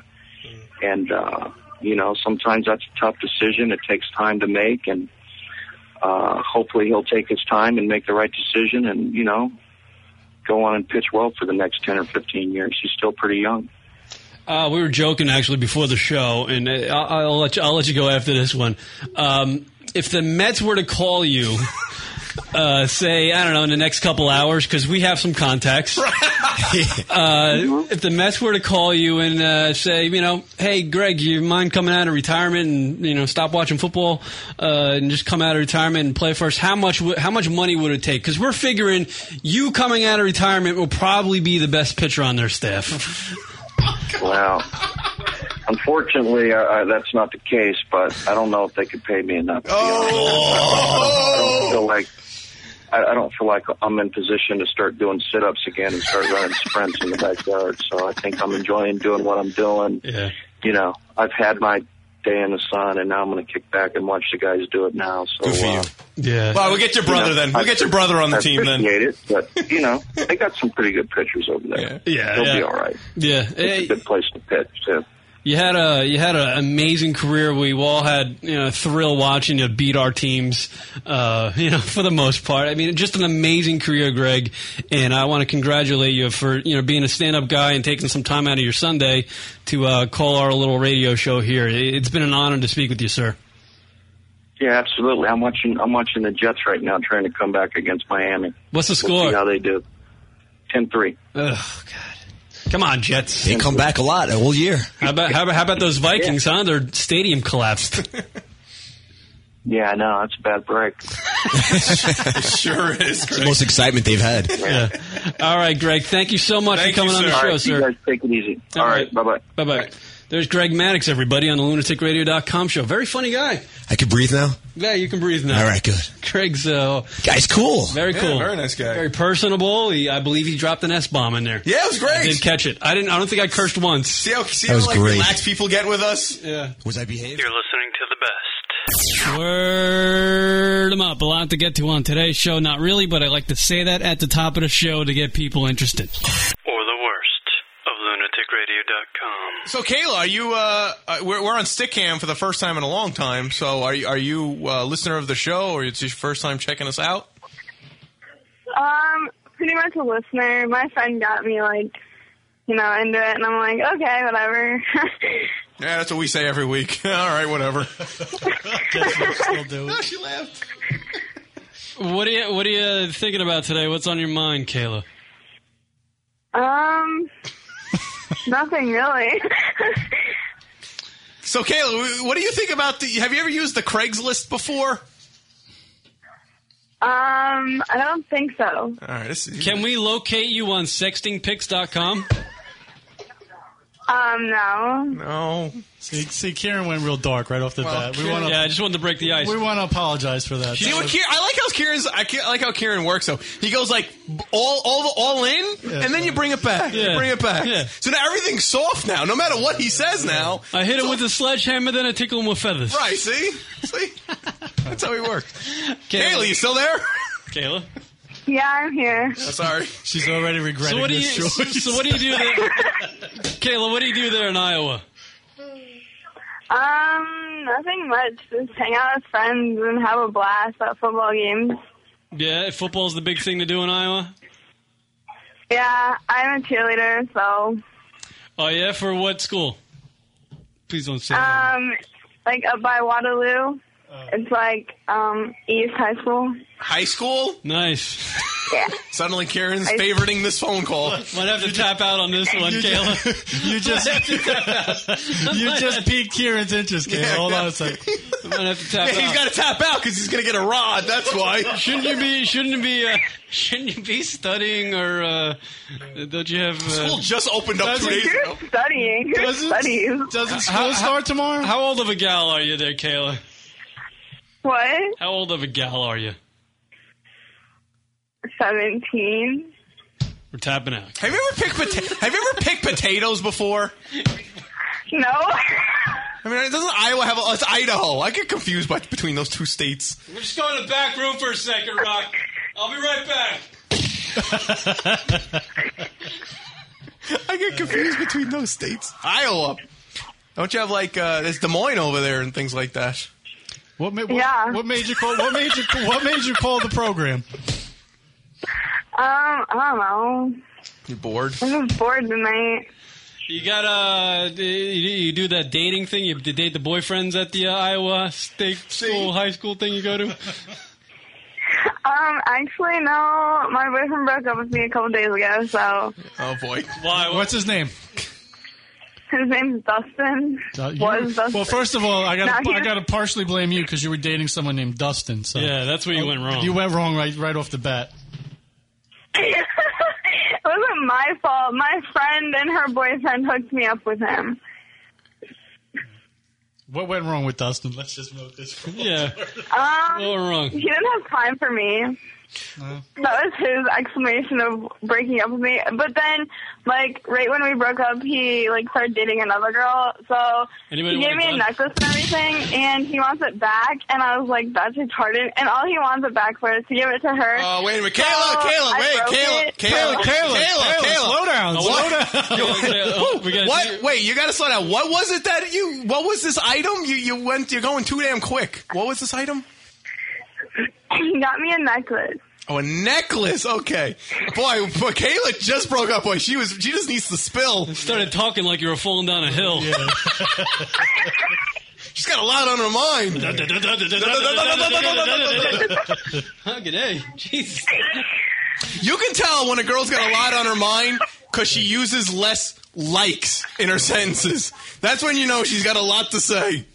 Speaker 23: and uh, you know sometimes that's a tough decision. It takes time to make, and uh, hopefully he'll take his time and make the right decision, and you know go on and pitch well for the next 10 or 15 years. He's still pretty young.
Speaker 4: Uh, we were joking actually before the show, and uh, I'll, I'll let you, I'll let you go after this one. Um, if the Mets were to call you, uh, say I don't know in the next couple hours because we have some contacts. uh, if the Mets were to call you and uh, say, you know, hey Greg, you mind coming out of retirement and you know stop watching football uh, and just come out of retirement and play first? How much w- how much money would it take? Because we're figuring you coming out of retirement will probably be the best pitcher on their staff.
Speaker 23: Wow. Unfortunately, uh, uh, that's not the case, but I don't know if they could pay me enough. To oh! I don't feel like I, I don't feel like I'm in position to start doing sit-ups again and start running sprints in the backyard. So I think I'm enjoying doing what I'm doing.
Speaker 4: Yeah.
Speaker 23: You know, I've had my day in the sun, and now I'm going to kick back and watch the guys do it now. So
Speaker 6: Good for you.
Speaker 23: uh,
Speaker 17: Yeah.
Speaker 6: Well, we'll get your
Speaker 23: you
Speaker 6: brother
Speaker 23: know,
Speaker 6: then. We'll
Speaker 23: I
Speaker 6: get your brother on the team then.
Speaker 23: Appreciate it, but you know they got some pretty good pitchers over there.
Speaker 17: Yeah,
Speaker 23: they'll be
Speaker 17: yeah.
Speaker 23: all right.
Speaker 4: Yeah.
Speaker 23: It's a good place to pitch too.
Speaker 4: You had a you had an amazing career. We all had you know thrill watching you beat our teams. Uh, you know for the most part. I mean, just an amazing career, Greg. And I want to congratulate you for you know being a stand up guy and taking some time out of your Sunday to uh, call our little radio show here. It- It's been an honor to speak with you, sir.
Speaker 23: Yeah, absolutely. I'm watching. I'm watching the Jets right now, trying to come back against Miami.
Speaker 4: What's the
Speaker 23: We'll
Speaker 4: score?
Speaker 23: see how they do. 10-3.
Speaker 4: Ugh, God. Come on, Jets.
Speaker 24: They come back a lot all year.
Speaker 4: How about how about, how about those Vikings? Huh? Their stadium collapsed.
Speaker 23: Yeah, I know. It's a bad break.
Speaker 6: sure is.
Speaker 24: It's the most excitement they've had.
Speaker 4: yeah. All right, Greg. Thank you so much for coming on the show, sir.
Speaker 23: You guys take it easy. all right. Bye bye.
Speaker 4: Bye bye. There's Greg Maddox, everybody, on the lunaticradio.com show. Very funny guy.
Speaker 24: I could breathe now.
Speaker 4: Yeah, you can breathe now.
Speaker 24: All right, good.
Speaker 4: Greg's uh,
Speaker 24: guy's cool.
Speaker 4: Very
Speaker 24: Yeah,
Speaker 4: cool.
Speaker 24: very
Speaker 6: nice guy.
Speaker 4: Very personable. He, I believe he dropped an S bomb in there.
Speaker 6: Yeah, it was great.
Speaker 4: I did catch it. I didn't. I don't think I cursed once. See
Speaker 6: how, see how like relaxed people get with us.
Speaker 4: Yeah.
Speaker 24: Was I behaving?
Speaker 16: You're listening to the best.
Speaker 4: Word 'em up. A lot to get to on today's show. Not really, but I like to say that at the top of the show to get people interested.
Speaker 16: Or the worst of lunaticradio.com.
Speaker 6: So Kayla, are you? Uh, uh, we're, we're on stick cam for the first time in a long time. So are you, are you uh, listener of the show, or it's your first time checking us out?
Speaker 3: Um, pretty much a listener. My friend got me like, you know, into it, and I'm like, okay, whatever.
Speaker 6: Yeah, that's what we say every week. All right, whatever.
Speaker 4: she laughed. What are you What are you thinking about today? What's on your mind, Kayla?
Speaker 3: um, nothing really.
Speaker 6: So Kayla, wh- what do you think about the? Have you ever used the Craigslist before?
Speaker 3: um, I don't think so.
Speaker 6: All right, this is,
Speaker 4: Can we locate you on sextingpics.com?
Speaker 3: Um, no.
Speaker 6: No.
Speaker 9: See, see, Kieran went real dark right off the bat. We want to.
Speaker 4: yeah, I just wanted to break the ice.
Speaker 9: We want to apologize for that.
Speaker 6: See what Kieran, I like how Kieran's. I, ca- I like how Kieran works. though. he goes like b- all all all in, and then you bring it back. You
Speaker 4: Yeah.
Speaker 6: bring it back.
Speaker 4: Yeah.
Speaker 6: So now everything's soft now. No matter what he says now,
Speaker 4: I hit him with a sledgehammer, then I tickle him with feathers.
Speaker 6: Right, see? See? That's how he works. Kayla, you still there?
Speaker 4: Kayla?
Speaker 3: Yeah, I'm here.
Speaker 6: Sorry.
Speaker 9: She's already regretting
Speaker 4: So what do you?
Speaker 9: this choice.
Speaker 4: So what do you do there, Kayla? What do you do there in Iowa?
Speaker 3: Um, nothing much. Just hang out with friends and have a blast at football games.
Speaker 4: Yeah, football's the big thing to do in Iowa.
Speaker 3: Yeah, I'm a cheerleader, so
Speaker 4: Oh yeah, for what school? Uh, Please don't say. that.
Speaker 3: um, like up by Waterloo. It's like um East High School.
Speaker 6: High school?
Speaker 4: Nice.
Speaker 3: Yeah.
Speaker 6: Suddenly Karen's favoriting this phone call.
Speaker 4: Might have to tap out on this one,
Speaker 9: You
Speaker 4: Kayla.
Speaker 9: You just you just piqued Kieran's interest, Kayla. Hold on a second.
Speaker 4: Might have to tap
Speaker 6: Yeah, he's
Speaker 4: out.
Speaker 6: got to tap out because he's going to get a rod. That's why.
Speaker 4: shouldn't you be? Shouldn't you be? Uh, shouldn't you be studying or? Uh, don't you have? Uh,
Speaker 6: School just opened up two days ago.
Speaker 3: Studying. Studies.
Speaker 9: Doesn't
Speaker 4: How- how-
Speaker 9: tomorrow?
Speaker 4: How old of a gal are you there, Kayla?
Speaker 3: What?
Speaker 4: How old of a gal are you?
Speaker 3: Seventeen.
Speaker 4: We're tapping out.
Speaker 6: Have you ever picked pota- Have you ever picked potatoes before?
Speaker 3: No.
Speaker 6: I mean, doesn't Iowa have? A, it's Idaho. I get confused by, between those two states.
Speaker 4: We're just going to the back room for a second, Rock. I'll be right back.
Speaker 6: I get confused between those states. Iowa. Don't you have like uh, there's Des Moines over there and things like that?
Speaker 9: What, ma- what, what made you call? What made you? What made you call the program?
Speaker 3: Um, I
Speaker 6: You're bored.
Speaker 3: don't know. I'm just bored tonight.
Speaker 4: You got uh, d- you you do that dating thing. You d- date the boyfriends at the uh, Iowa State School, high school thing you go to.
Speaker 3: Um, actually, no. My boyfriend broke up with me a couple days ago, so
Speaker 6: Oh boy.
Speaker 4: Why?
Speaker 9: What's his name?
Speaker 3: his name's Dustin.
Speaker 9: Uh, you-
Speaker 3: was Dustin.
Speaker 9: well, first of all, I got
Speaker 3: Now
Speaker 9: to I
Speaker 3: here's-
Speaker 9: got to partially blame you because you were dating someone named Dustin. So
Speaker 4: Yeah, that's where you went wrong.
Speaker 9: You went wrong right right off the bat.
Speaker 3: it wasn't my fault. My friend and her boyfriend hooked me up with him.
Speaker 9: What went wrong with Dustin? Let's just note this.
Speaker 4: Yeah.
Speaker 3: Um,
Speaker 4: What went wrong?
Speaker 3: He didn't have time for me. that was his explanation of breaking up with me. But then, like right when we broke up, he like started dating another girl. So
Speaker 26: Anybody
Speaker 3: he
Speaker 26: want
Speaker 3: gave me
Speaker 26: a
Speaker 3: a
Speaker 26: gun?
Speaker 3: necklace and everything, and he wants it back. And I was like, that's retarded. And all he wants it back for is to give it to her.
Speaker 6: Oh wait a minute,
Speaker 3: So
Speaker 6: Kayla, Kayla,
Speaker 3: I
Speaker 6: wait,
Speaker 3: broke
Speaker 6: Kayla,
Speaker 3: it.
Speaker 6: Kayla,
Speaker 3: So-
Speaker 6: Kayla, Kayla,
Speaker 15: Kayla,
Speaker 6: Kayla,
Speaker 15: slow down,
Speaker 6: Oh,
Speaker 15: slow
Speaker 6: what?
Speaker 15: down.
Speaker 6: What? Wait, you gotta slow down. What was it that you? What was this item? You you went. You're going too damn quick. What was this item?
Speaker 3: He got me a necklace.
Speaker 6: Oh, a necklace. Okay, boy, but Kayla just broke up. Boy, she was. She just needs to spill.
Speaker 17: Started talking like you were falling down a hill.
Speaker 6: She's got a lot on her mind.
Speaker 17: Good day. Jeez.
Speaker 6: You can tell when a girl's got a lot on her mind because she uses less likes in her sentences. That's when you know she's got a lot to say.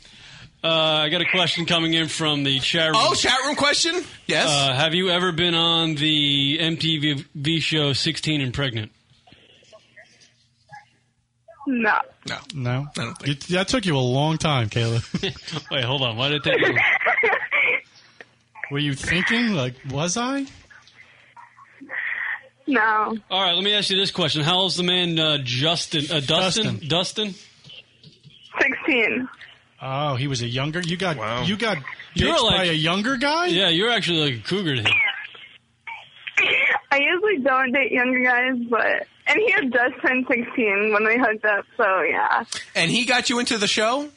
Speaker 17: Uh, I got a question coming in from the chat room.
Speaker 6: Oh, chat room question? Yes.
Speaker 17: Uh, have you ever been on the MTV show 16 and Pregnant?
Speaker 3: No.
Speaker 6: No.
Speaker 9: No. You- that took you a long time, Kayla.
Speaker 17: Wait, hold on. Why did it take you?
Speaker 9: Were you thinking, like, was I?
Speaker 3: No.
Speaker 17: All right, let me ask you this question. How old's the man uh, Justin? Uh, Dustin? Dustin?
Speaker 3: 16.
Speaker 9: Oh, he was a younger. You got you got
Speaker 17: You're
Speaker 9: ditched
Speaker 17: like-
Speaker 9: by a younger guy.
Speaker 17: Yeah, you're actually like a cougar. to him.
Speaker 3: I usually don't date younger guys, but and he had just turned 16 when we hooked up, so yeah.
Speaker 6: And he got you into the show?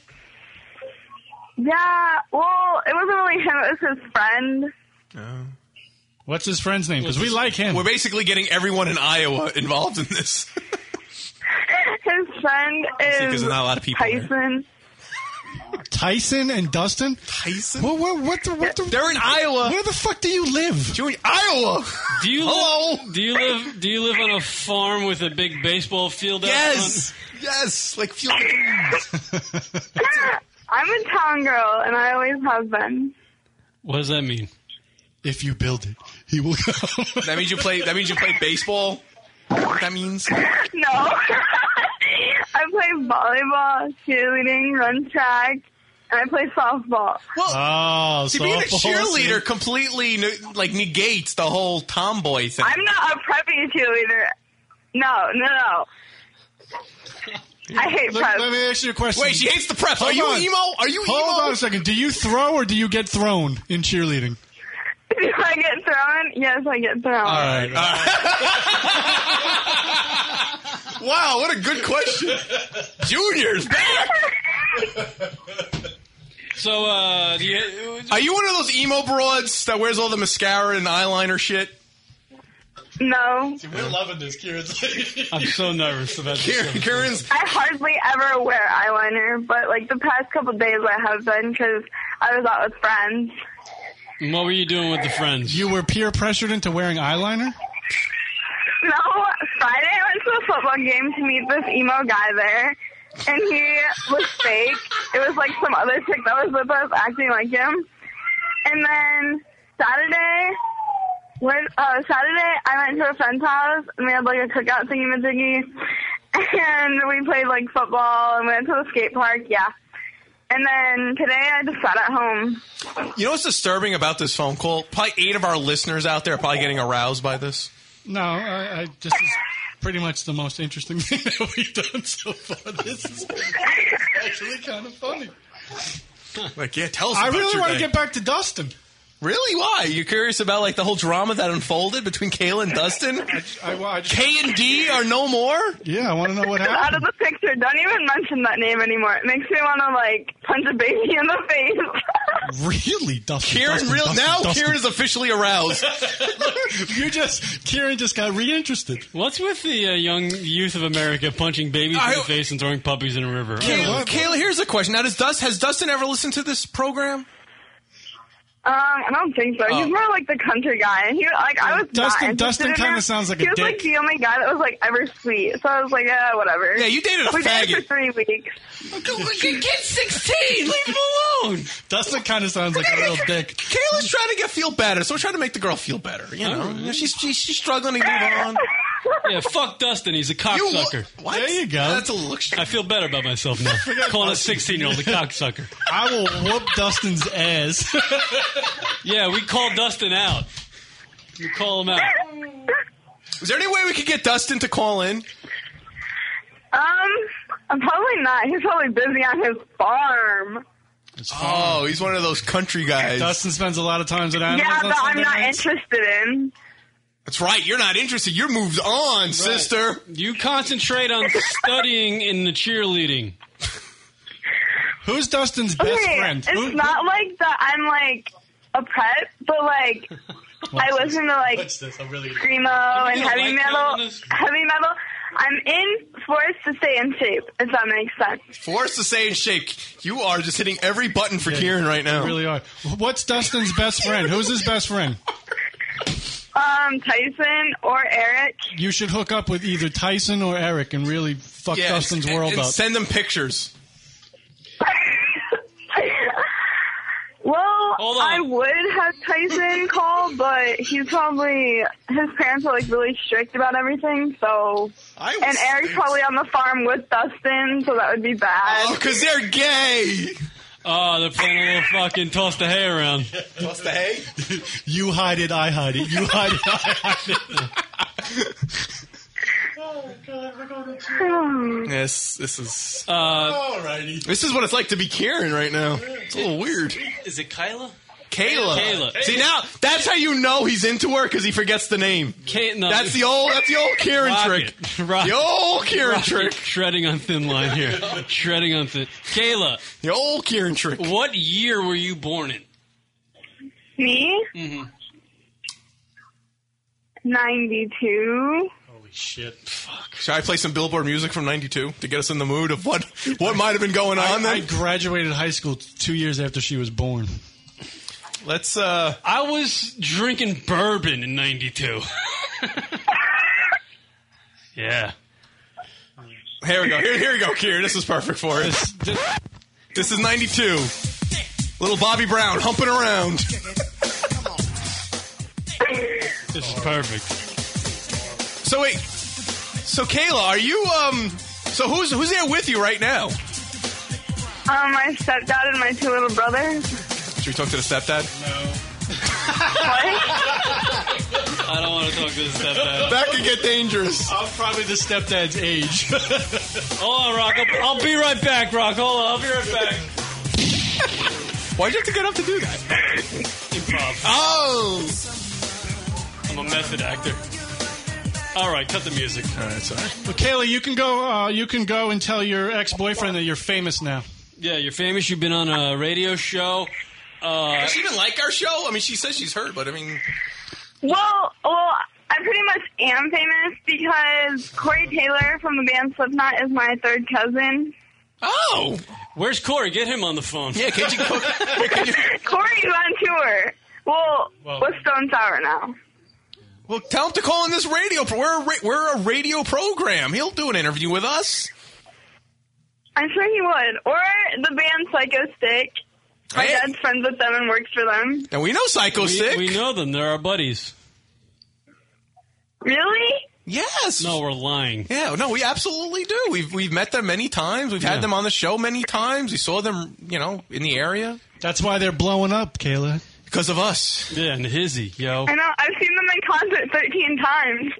Speaker 3: Yeah, well, it wasn't really him, it was his friend.
Speaker 9: What's his friend's name? Because we like him.
Speaker 6: We're basically getting everyone in Iowa involved in this.
Speaker 3: His friend
Speaker 6: See,
Speaker 3: is
Speaker 6: 'cause there's not a lot of people there.
Speaker 3: Tyson.
Speaker 9: Tyson and Dustin.
Speaker 6: Tyson.
Speaker 9: What? What? What? The, what the,
Speaker 6: They're in Iowa.
Speaker 9: Where the fuck do you live?
Speaker 6: Iowa.
Speaker 17: Do you live? Do you live? Do you live on a farm with a big baseball field? out
Speaker 6: Yes. Yes. Like feel like
Speaker 3: I'm a town girl, and I always have been.
Speaker 17: What does that mean?
Speaker 9: If you build it, he will go.
Speaker 6: that means you play. That means you play baseball. What that means?
Speaker 3: No. I play volleyball, cheerleading, run track, and I play softball.
Speaker 9: Oh,
Speaker 6: See, being a cheerleader completely ne- like negates the whole tomboy thing.
Speaker 3: I'm not a preppy cheerleader. No, no, no. I hate
Speaker 9: Let-
Speaker 3: prep.
Speaker 9: let me ask you a question.
Speaker 6: Wait, she hates the prep. Are
Speaker 9: Hold
Speaker 6: you
Speaker 9: on.
Speaker 6: emo? Are you
Speaker 9: Hold
Speaker 6: emo?
Speaker 9: on a second. Do you throw or do you get thrown in cheerleading?
Speaker 3: Do I get thrown? Yes, I get thrown.
Speaker 6: Uh,
Speaker 9: All right.
Speaker 6: Wow, what a good question. Junior's back.
Speaker 17: So, uh, do you,
Speaker 6: Are you one of those emo broads that wears all the mascara and eyeliner shit?
Speaker 3: No.
Speaker 9: We're loving this, Kieran's
Speaker 17: I'm so nervous about this.
Speaker 6: Karen's.
Speaker 3: I hardly ever wear eyeliner, but like the past couple days I have been because I was out with friends.
Speaker 17: And what were you doing with the friends?
Speaker 9: You were peer pressured into wearing eyeliner?
Speaker 3: No, Friday I went to a football game to meet this emo guy there, and he was fake. It was like some other chick that was with us acting like him. And then Saturday, when uh, Saturday I went to a friend's house and we had like a cookout thingy majiggy, and we played like football and went to the skate park. Yeah. And then today I just sat at home.
Speaker 6: You know what's disturbing about this phone call? Probably eight of our listeners out there are probably getting aroused by this.
Speaker 9: No, I, I just is pretty much the most interesting thing that we've done so far. This is actually kind of funny.
Speaker 6: Like, yeah, tell us.
Speaker 9: I
Speaker 6: about
Speaker 9: really
Speaker 6: your
Speaker 9: want to
Speaker 6: day.
Speaker 9: get back to Dustin.
Speaker 6: Really? Why? You're curious about like the whole drama that unfolded between Kayla and Dustin?
Speaker 9: I, I just-
Speaker 6: K and D are no more.
Speaker 9: Yeah, I want to know what
Speaker 3: It's out
Speaker 9: happened.
Speaker 3: of the picture. Don't even mention that name anymore. It makes me want to like punch a baby in the face.
Speaker 9: Really, Dustin?
Speaker 6: Kieran,
Speaker 9: Dustin,
Speaker 6: real
Speaker 9: Dustin,
Speaker 6: now
Speaker 9: Dustin.
Speaker 6: Kieran is officially aroused.
Speaker 9: you just Kieran just got reinterested.
Speaker 17: What's with the uh, young youth of America punching babies in the face and throwing puppies in a river?
Speaker 6: Kayla, Kayla, here's a question. Now, does Dust has Dustin ever listened to this program?
Speaker 3: Um, I don't think so. He's more like the country guy, and he like I was
Speaker 9: Oh. Dustin-
Speaker 3: Not interested
Speaker 9: Dustin
Speaker 3: in
Speaker 9: kinda
Speaker 3: him.
Speaker 9: sounds like
Speaker 3: he
Speaker 9: a
Speaker 3: was like
Speaker 9: dick.
Speaker 3: the only guy that was like ever sweet. So I was like, yeah, whatever.
Speaker 6: Yeah, you dated a
Speaker 3: we
Speaker 6: faggot.
Speaker 3: dated for three weeks.
Speaker 6: Kid's 16. Leave him alone.
Speaker 9: Dustin kind of sounds like a real dick.
Speaker 6: Kayla's trying to get feel better, so we're trying to make the girl feel better. You know,
Speaker 17: Alright.
Speaker 6: she's, she's she's struggling to move on.
Speaker 17: Yeah, fuck Dustin. He's a cocksucker.
Speaker 6: What?
Speaker 9: There you go.
Speaker 6: That's a look.
Speaker 17: I feel better about myself now. Calling a 16 year old a cocksucker.
Speaker 9: I will whoop Dustin's ass.
Speaker 17: Yeah, we called Dustin out.
Speaker 4: You call him out.
Speaker 6: Is there any way we could get Dustin to call in?
Speaker 3: Um, probably not. He's probably busy on his farm.
Speaker 6: Oh, he's one of those country guys.
Speaker 9: Dustin spends a lot of times at animals.
Speaker 3: Yeah,
Speaker 9: on
Speaker 3: but I'm
Speaker 9: Sunday
Speaker 3: not
Speaker 9: nights.
Speaker 3: interested in.
Speaker 6: That's right. You're not interested. You're moved on, sister.
Speaker 4: You concentrate on studying in the cheerleading.
Speaker 9: Who's Dustin's best
Speaker 3: Okay,
Speaker 9: friend?
Speaker 3: it's not like that. I'm like a pet, but like I listen to like screamo
Speaker 9: Can
Speaker 3: and
Speaker 9: you do a
Speaker 3: heavy
Speaker 9: light count on
Speaker 3: metal.
Speaker 9: this?
Speaker 3: Heavy metal. I'm in forced to stay in shape, if that makes sense.
Speaker 6: Forced to say and shake. You are just hitting every button for Kieran right now.
Speaker 9: You really are. What's Dustin's best friend? Who's his best friend?
Speaker 3: Um, Tyson or Eric.
Speaker 9: You should hook up with either Tyson or Eric and really fuck
Speaker 6: Yeah,
Speaker 9: Dustin's
Speaker 6: and-
Speaker 9: world
Speaker 6: and
Speaker 9: up.
Speaker 6: Send them pictures.
Speaker 3: Well, I would have Tyson call, but he's probably his parents are like really strict about everything. So, and Eric's probably on the farm with Dustin, so that would be bad.
Speaker 6: Oh, because they're gay.
Speaker 4: Oh, they're playing a little fucking toss the hay around.
Speaker 6: Toss the hay?
Speaker 9: you hide it, I hide it. You hide it, I hide it.
Speaker 14: Oh, God, we're going to
Speaker 6: Yes, this is.
Speaker 4: Uh,
Speaker 14: Alrighty.
Speaker 6: This is what it's like to be Kieran right now. It's a little weird.
Speaker 4: Is it Kyla?
Speaker 6: Kayla.
Speaker 4: Kayla.
Speaker 6: See now, that's how you know he's into her because he forgets the name.
Speaker 4: Kate, no.
Speaker 6: That's the old. That's the old Kieran
Speaker 4: Rocket.
Speaker 6: trick.
Speaker 4: Rocket.
Speaker 6: The old Kieran
Speaker 4: Rocket.
Speaker 6: trick.
Speaker 4: Shredding on thin line here. Shredding on thin. Kayla.
Speaker 6: The old Kieran trick.
Speaker 4: What year were you born in?
Speaker 3: Me,
Speaker 4: Mm-hmm.
Speaker 3: ninety-two.
Speaker 6: Shit. Fuck. Should I play some Billboard music from '92 to get us in the mood of what what might have been going on
Speaker 9: I
Speaker 6: then?
Speaker 9: graduated high school t- two years after she was born.
Speaker 6: Let's. uh
Speaker 4: I was drinking bourbon in '92. yeah.
Speaker 6: Here we go. Here, here we go, Kieran. This is perfect for it. This is '92. Little Bobby Brown humping around.
Speaker 4: This is perfect.
Speaker 6: So wait. So Kayla, are you um? So who's who's there with you right now?
Speaker 3: Um, my stepdad and my two little brothers.
Speaker 6: Should we talk to the stepdad?
Speaker 4: I don't want to talk to the stepdad.
Speaker 6: That could get dangerous.
Speaker 9: I'm probably the stepdad's age.
Speaker 4: Hold on, Rock. I'll, I'll be right back, Rock. Hold on. I'll be right back.
Speaker 6: Why'd you have to get up to do that?
Speaker 4: Improv.
Speaker 6: Oh.
Speaker 4: I'm a method actor. All right, cut the music. All right, sorry.
Speaker 9: Well, Kayla, you can go. Uh, you can go and tell your ex-boyfriend that you're famous now.
Speaker 4: Yeah, you're famous. You've been on a radio show. Uh,
Speaker 6: Does she even like our show? I mean, she says she's hurt, but I mean,
Speaker 3: Well, well, I pretty much am famous because Corey Taylor from the band Slipknot is my third cousin.
Speaker 6: Oh,
Speaker 4: where's Corey? Get him on the phone.
Speaker 6: Yeah, could you?
Speaker 3: Corey's on tour. Well,
Speaker 4: Whoa.
Speaker 3: with Stone Sour now.
Speaker 6: well, tell him to call in this radio. Pro- we're a ra- we're a radio program. He'll do an interview with us.
Speaker 3: I'm sure he would. Or the band Psycho Stick. My dad's friends with them and works for them.
Speaker 6: And we know Psycho
Speaker 4: we,
Speaker 6: Sick.
Speaker 4: We know them. They're our buddies.
Speaker 3: Really?
Speaker 6: Yes.
Speaker 4: No, we're lying.
Speaker 6: Yeah, no, we absolutely do. We've we've met them many times. We've had them on the show many times. We saw them, you know, in the area
Speaker 9: That's why they're blowing up, Kayla.
Speaker 6: because of us.
Speaker 4: Yeah, and Hizzy, yo.
Speaker 3: I know. I've seen them in concert 13 times.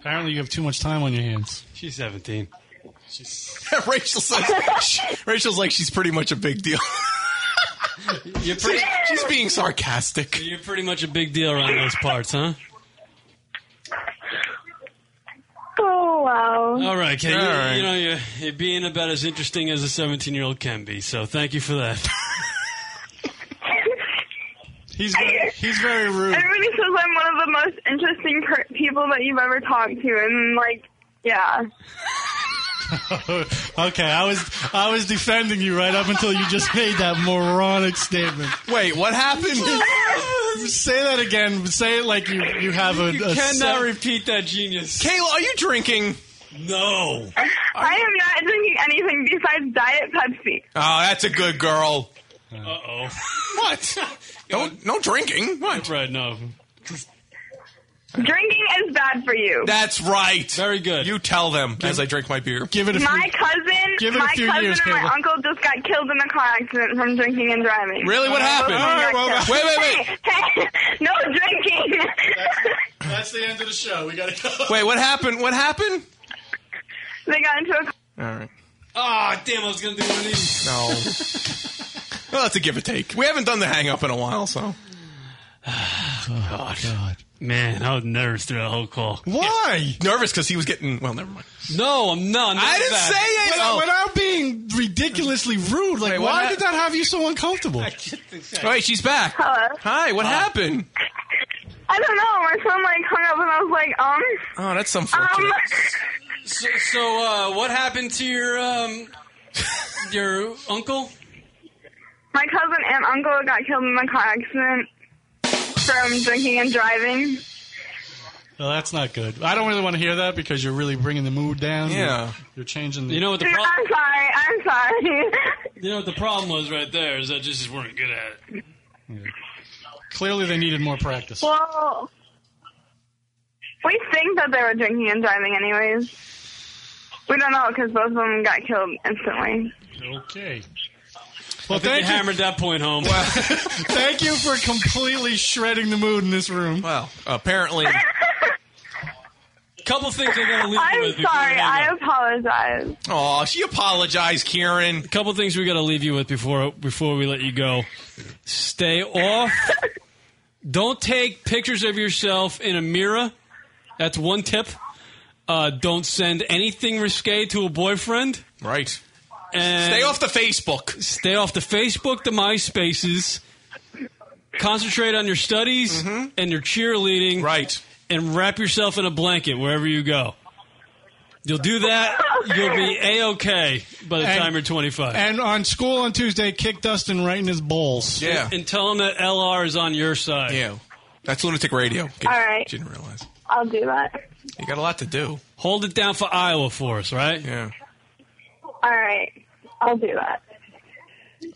Speaker 9: Apparently, you have too much time on your hands.
Speaker 4: She's 17.
Speaker 6: Rachel says Rachel's like she's pretty much a big deal.
Speaker 4: You're pretty,
Speaker 6: she's being sarcastic.
Speaker 4: You're pretty much a big deal around those parts, huh?
Speaker 3: Oh, wow.
Speaker 4: All right, Kay. you-
Speaker 6: All right.
Speaker 4: You, know, you're, you're being about as interesting as a 17 year old can be, so thank you for that.
Speaker 9: He's very, he's very rude.
Speaker 3: Everybody says I'm one of the most interesting per- people that you've ever talked to. And, like, yeah.
Speaker 9: okay, I was I was defending you right up until you just made that moronic statement.
Speaker 6: Wait, what happened?
Speaker 9: Say that again. Say it like you you have a.
Speaker 4: You
Speaker 9: a
Speaker 4: cannot
Speaker 9: set-
Speaker 4: repeat that genius.
Speaker 6: Kayla, are you drinking?
Speaker 4: No.
Speaker 3: I am not drinking anything besides Diet Pepsi.
Speaker 6: Oh, that's a good girl.
Speaker 4: Uh oh.
Speaker 6: What? No, no drinking. What?
Speaker 4: Right, no.
Speaker 3: Drinking is bad for you.
Speaker 6: That's right. Very good. You tell them as I drink my beer. Give
Speaker 3: my cousin,
Speaker 6: Give it a
Speaker 3: my
Speaker 6: few
Speaker 3: cousin,
Speaker 6: years,
Speaker 3: and my
Speaker 6: Kayla.
Speaker 3: uncle just got killed in a car accident from drinking and driving.
Speaker 6: Really? What
Speaker 3: They
Speaker 6: happened?
Speaker 3: both got
Speaker 6: All right, well,
Speaker 3: killed.
Speaker 6: wait, wait, wait.
Speaker 3: Hey, hey, no drinking.
Speaker 9: That's the end of the show. We gotta go.
Speaker 6: Wait, what happened? What happened?
Speaker 3: they got into a.
Speaker 6: All right.
Speaker 9: Ah, damn! I was gonna do one of these.
Speaker 6: No. well, that's a give and take. We haven't done the hang up in a while, so.
Speaker 17: Oh, God. Man, I was nervous through the whole call.
Speaker 6: Why? Nervous because he was getting. Well, never mind.
Speaker 17: No, I'm not.
Speaker 6: I didn't say it.
Speaker 9: Without,
Speaker 6: Oh.
Speaker 9: without being ridiculously rude, like
Speaker 6: Wait, what
Speaker 9: why
Speaker 6: hap-
Speaker 9: did that have you so uncomfortable?
Speaker 6: All right, she's back. Hi, what happened?
Speaker 3: I don't know. My phone like hung up, and I was like, um,
Speaker 6: Oh, that's
Speaker 3: um.
Speaker 6: unfortunate.
Speaker 4: So, so uh, what happened to your um, your uncle?
Speaker 3: My cousin and uncle got killed in a car accident from drinking and driving.
Speaker 9: Well, that's not good. I don't really want to hear that because you're really bringing the mood down.
Speaker 4: Yeah.
Speaker 9: You're, you're changing the.
Speaker 4: You know what the
Speaker 3: Dude,
Speaker 4: problem?
Speaker 3: I'm sorry. I'm sorry.
Speaker 4: You know what the problem was right there is I just weren't good at it.
Speaker 9: Clearly, they needed more practice.
Speaker 3: well, we think that they were drinking and driving, anyways. We don't know because both of them got killed instantly.
Speaker 9: Okay.
Speaker 4: Well, I think you hammered that point home.
Speaker 9: Thank you for completely shredding the mood in this room.
Speaker 6: Well, apparently.
Speaker 4: Couple things I gotta leave you
Speaker 3: I'm
Speaker 4: with.
Speaker 3: sorry. I apologize.
Speaker 6: Oh, she apologized, Kieran. A
Speaker 4: couple things we got to leave you with before before we let you go. Stay off. don't take pictures of yourself in a mirror. That's one tip. Uh, don't send anything risque to a boyfriend.
Speaker 6: Right.
Speaker 4: And
Speaker 6: Stay off the Facebook.
Speaker 4: Stay off the Facebook, the MySpaces. Concentrate on your studies and your cheerleading.
Speaker 6: Mm-hmm. Right.
Speaker 4: And wrap yourself in a blanket wherever you go. You'll do that. You'll be a okay by the
Speaker 9: And-
Speaker 4: time you're 25.
Speaker 9: And on school on Tuesday, kick Dustin right in his bowls.
Speaker 4: And, and tell him that LR is on your side.
Speaker 6: Yeah. That's lunatic radio.
Speaker 3: All right.
Speaker 6: Didn't realize.
Speaker 3: I'll do that.
Speaker 6: You got a lot to do.
Speaker 4: Hold it down for Iowa for us, right?
Speaker 6: Yeah.
Speaker 3: All right. I'll do that.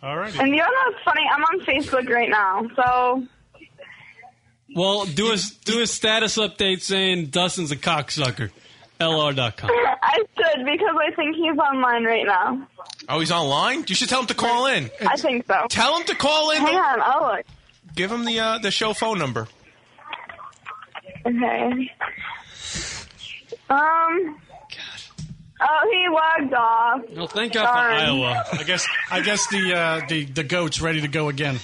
Speaker 4: All right.
Speaker 3: And you know what's funny? I'm on Facebook right now, so
Speaker 4: Well, do a do a status update saying Dustin's a cocksucker. LR.com.
Speaker 3: I should because I think he's online right now.
Speaker 6: Oh, he's online? You should tell him to call in.
Speaker 3: I think so.
Speaker 6: Tell him to call in.
Speaker 3: Hang on, I'll look.
Speaker 6: Give him the uh, the show phone number.
Speaker 3: Okay. Um. Oh, he logged off.
Speaker 4: Well, thank
Speaker 9: God for
Speaker 3: Darn.
Speaker 9: Iowa. I guess I guess the uh, the the goat's ready to go again.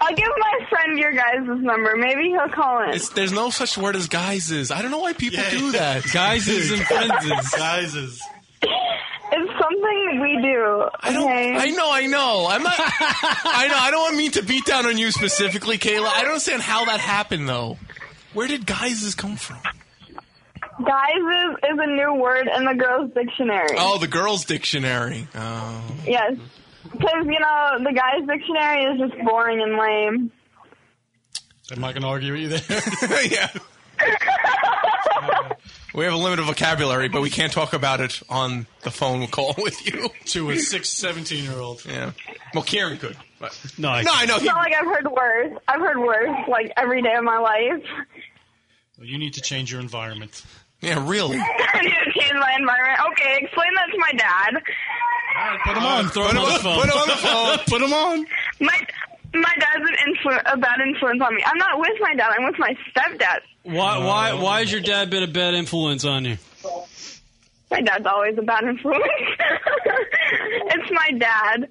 Speaker 3: I'll give my friend your guys' number. Maybe he'll call in.
Speaker 6: It's, there's no such word as guises. I don't know why people do that.
Speaker 4: Guises and friends.
Speaker 9: Guises.
Speaker 3: It's something we do.
Speaker 6: I don't.
Speaker 3: okay?
Speaker 6: I know. I know. I'm not. I know. I don't mean to beat down on you specifically, Kayla. I don't understand how that happened though. Where did guises come from?
Speaker 3: Guys is, is a new word in the girls' dictionary.
Speaker 6: Oh, the girls' dictionary. Oh,
Speaker 3: Yes. Because, you know, the guys' dictionary is just boring and lame.
Speaker 9: I'm not going to argue with you there.
Speaker 6: yeah. We have a limited vocabulary, but we can't talk about it on the phone call with you.
Speaker 9: to a six, 17 year old.
Speaker 6: Yeah. Well, Karen could. But.
Speaker 4: No,
Speaker 6: no, I know.
Speaker 3: It's
Speaker 6: He,
Speaker 3: not like I've heard worse. I've heard worse, like, every day of my life.
Speaker 9: Well, you need to change your environment.
Speaker 6: Yeah, really.
Speaker 3: I need to change my environment. Okay, explain that to my dad.
Speaker 9: Put him on.
Speaker 4: Throw him on the phone.
Speaker 6: put him on the phone.
Speaker 9: Put him on.
Speaker 3: My my dad's an influ- a bad influence on me. I'm not with my dad. I'm with my stepdad.
Speaker 4: Why why why has your dad been a bad influence on you?
Speaker 3: My dad's always a bad influence. it's my dad.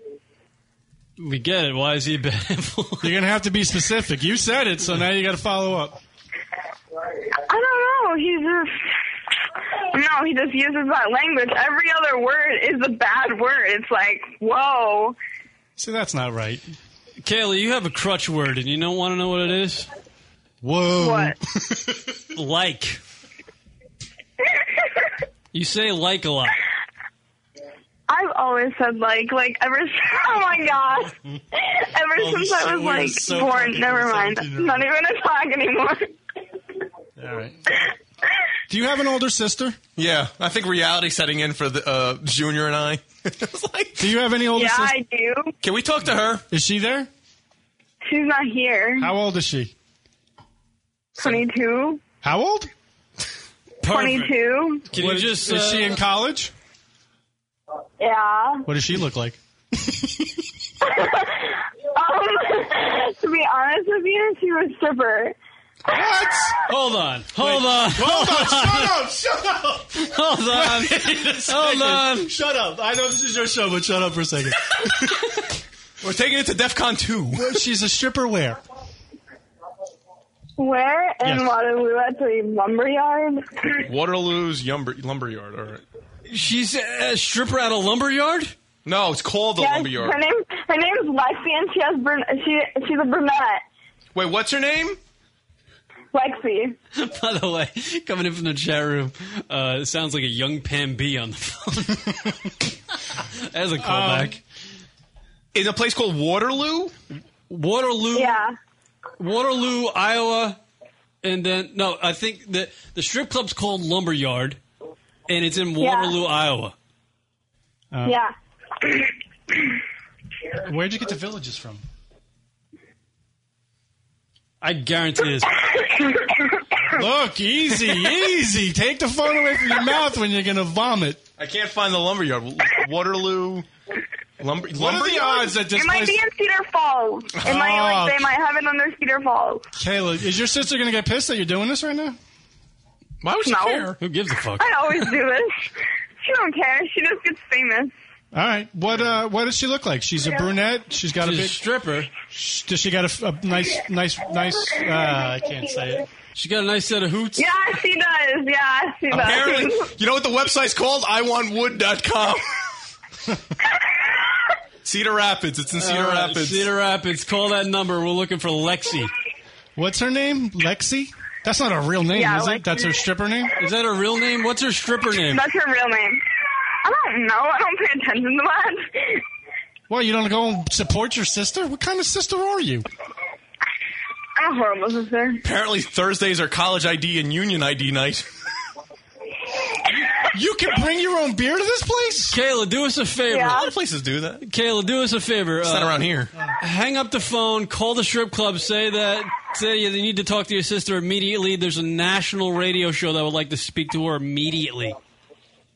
Speaker 4: We get it. Why is he a bad influence?
Speaker 9: You're going to have to be specific. You said it, so now you got to follow up.
Speaker 3: I don't know. He's just no. He just uses that language. Every other word is a bad word. It's like whoa.
Speaker 9: See, that's not right.
Speaker 4: Kayla, you have a crutch word and you don't want to know what it is?
Speaker 9: Whoa.
Speaker 4: What? like. You say like a lot.
Speaker 3: I've always said like like ever. s oh my god. Ever
Speaker 4: Oh,
Speaker 3: since
Speaker 4: so
Speaker 3: I was
Speaker 4: weird,
Speaker 3: like
Speaker 4: so
Speaker 3: born.
Speaker 4: fucking
Speaker 3: Never mind.
Speaker 9: insulting,
Speaker 3: I'm not even a talk anymore.
Speaker 9: All right. Do you have an older sister?
Speaker 6: yeah, I think reality setting in for the uh, Junior and I.
Speaker 9: Do you have any older
Speaker 3: yeah,
Speaker 9: sister?
Speaker 3: I do.
Speaker 6: Can we talk to her?
Speaker 9: Is she there?
Speaker 3: She's not here.
Speaker 9: How old is she?
Speaker 3: 22.
Speaker 27: How old?
Speaker 3: 22.
Speaker 9: Can you just? Is she in college?
Speaker 3: Yeah.
Speaker 9: What does she look like?
Speaker 3: Um, to be honest with you, she was stripper.
Speaker 27: What?
Speaker 4: Hold on. Hold on.
Speaker 27: Hold on. Shut up. Shut up.
Speaker 4: Hold on.
Speaker 9: Hold on. Shut up. I know this is your show, but shut up for a second.
Speaker 6: We're taking it to DEF CON 2.
Speaker 9: She's a stripper where?
Speaker 3: Where in
Speaker 6: Yes.
Speaker 3: Waterloo at the lumberyard?
Speaker 6: Waterloo's lumber, lumberyard. All right.
Speaker 28: She's a stripper at a lumberyard?
Speaker 6: No, it's called Oh, the
Speaker 3: Yes,
Speaker 6: lumberyard.
Speaker 3: her name her name's Lexi, and she has brun- she she's a brunette.
Speaker 6: Wait, what's her name?
Speaker 3: Lexi.
Speaker 4: By the way, coming in from the chat room, uh, it sounds like a young Pam B on the phone. As a callback.
Speaker 6: in Um, a place called Waterloo?
Speaker 28: Waterloo.
Speaker 3: Yeah.
Speaker 28: Waterloo, Iowa. And then, no, I think the, the strip club's called Lumberyard, and it's in
Speaker 3: Yeah.
Speaker 28: Waterloo, Iowa.
Speaker 3: yeah.
Speaker 9: Where'd you get the villages from?
Speaker 4: I guarantee this.
Speaker 9: Look, easy, easy. Take the phone away from your mouth when you're going to vomit.
Speaker 6: I can't find the lumberyard. W- Waterloo. Lumber,
Speaker 9: What are the odds that this
Speaker 3: it might
Speaker 9: place-
Speaker 3: be in Cedar Falls. It might like
Speaker 9: Oh.
Speaker 3: they might have it under Cedar Falls.
Speaker 9: Kayla, is your sister going to get pissed that you're doing this right now?
Speaker 6: Why would
Speaker 3: she No. care?
Speaker 4: Who gives a fuck?
Speaker 3: I always do this. She don't care. She just gets famous.
Speaker 9: All right. What uh, what does she look like? She's a brunette. She's got
Speaker 4: She's
Speaker 9: a
Speaker 4: a
Speaker 9: big
Speaker 4: stripper.
Speaker 9: Sh- Does she got a f- a, nice nice nice? Uh,
Speaker 6: Ah,
Speaker 9: I can't say it.
Speaker 4: She got a nice set of hoots.
Speaker 3: Yeah, she does. Yeah, she does.
Speaker 6: Apparently, you know what the website's called? IWantWood.com. Cedar Rapids. It's in Cedar
Speaker 4: All right,
Speaker 6: Rapids.
Speaker 4: Uh, Cedar Rapids. Call that number. We're looking for Lexi.
Speaker 9: What's her name? Lexi. That's not a real name,
Speaker 3: Yeah,
Speaker 9: is
Speaker 3: Lexi.
Speaker 9: it? That's her stripper name.
Speaker 4: Is that her real name? What's her stripper name?
Speaker 3: That's her real name. I don't know. I don't pay attention to that.
Speaker 9: Well, you don't go and support your sister. What kind of sister are you?
Speaker 3: I'm a horrible sister.
Speaker 6: Apparently, Thursdays are college ID and union ID night.
Speaker 9: You can bring your own beer to this place.
Speaker 4: Kayla, do us a favor.
Speaker 6: A lot of places do that.
Speaker 4: Kayla, do us a favor. uh,
Speaker 6: It's not around here.
Speaker 4: Hang up the phone. Call the strip club. Say that. Say you need to talk to your sister immediately. There's a national radio show that would like to speak to her immediately,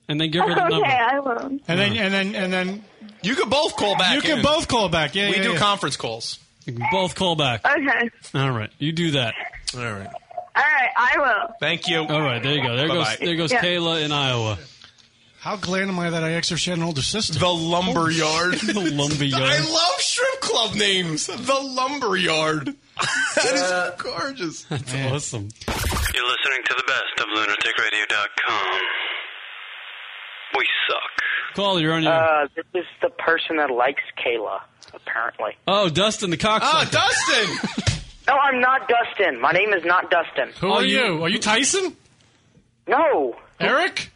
Speaker 4: and then give her the
Speaker 3: okay,
Speaker 4: number.
Speaker 3: I will.
Speaker 9: And then and then and then
Speaker 6: you can both call back.
Speaker 9: You can
Speaker 6: in.
Speaker 9: both call back. Yeah,
Speaker 6: we
Speaker 9: yeah,
Speaker 6: do
Speaker 9: yeah.
Speaker 6: conference calls.
Speaker 4: You can both call back.
Speaker 3: Okay.
Speaker 4: All right, you do that.
Speaker 6: All right.
Speaker 3: All right, I will.
Speaker 6: Thank you.
Speaker 4: All right, there you go. There
Speaker 6: Bye-bye.
Speaker 4: goes there goes
Speaker 3: Yeah.
Speaker 4: Kayla in Iowa.
Speaker 9: How glad am I that I exercised an older sister?
Speaker 6: The lumberyard.
Speaker 4: the lumberyard.
Speaker 6: I love strip club names. The lumberyard. that is gorgeous.
Speaker 4: That's awesome.
Speaker 29: You're listening to the best of lunaticradio.com. We suck.
Speaker 4: Call you're on your.
Speaker 30: Uh, this is the person that likes Kayla, apparently.
Speaker 4: oh, Dustin the cocksucker.
Speaker 6: Ah, Dustin!
Speaker 30: No, I'm not Dustin. My name is not Dustin.
Speaker 9: Who are you? Are you Tyson?
Speaker 30: No.
Speaker 9: Eric?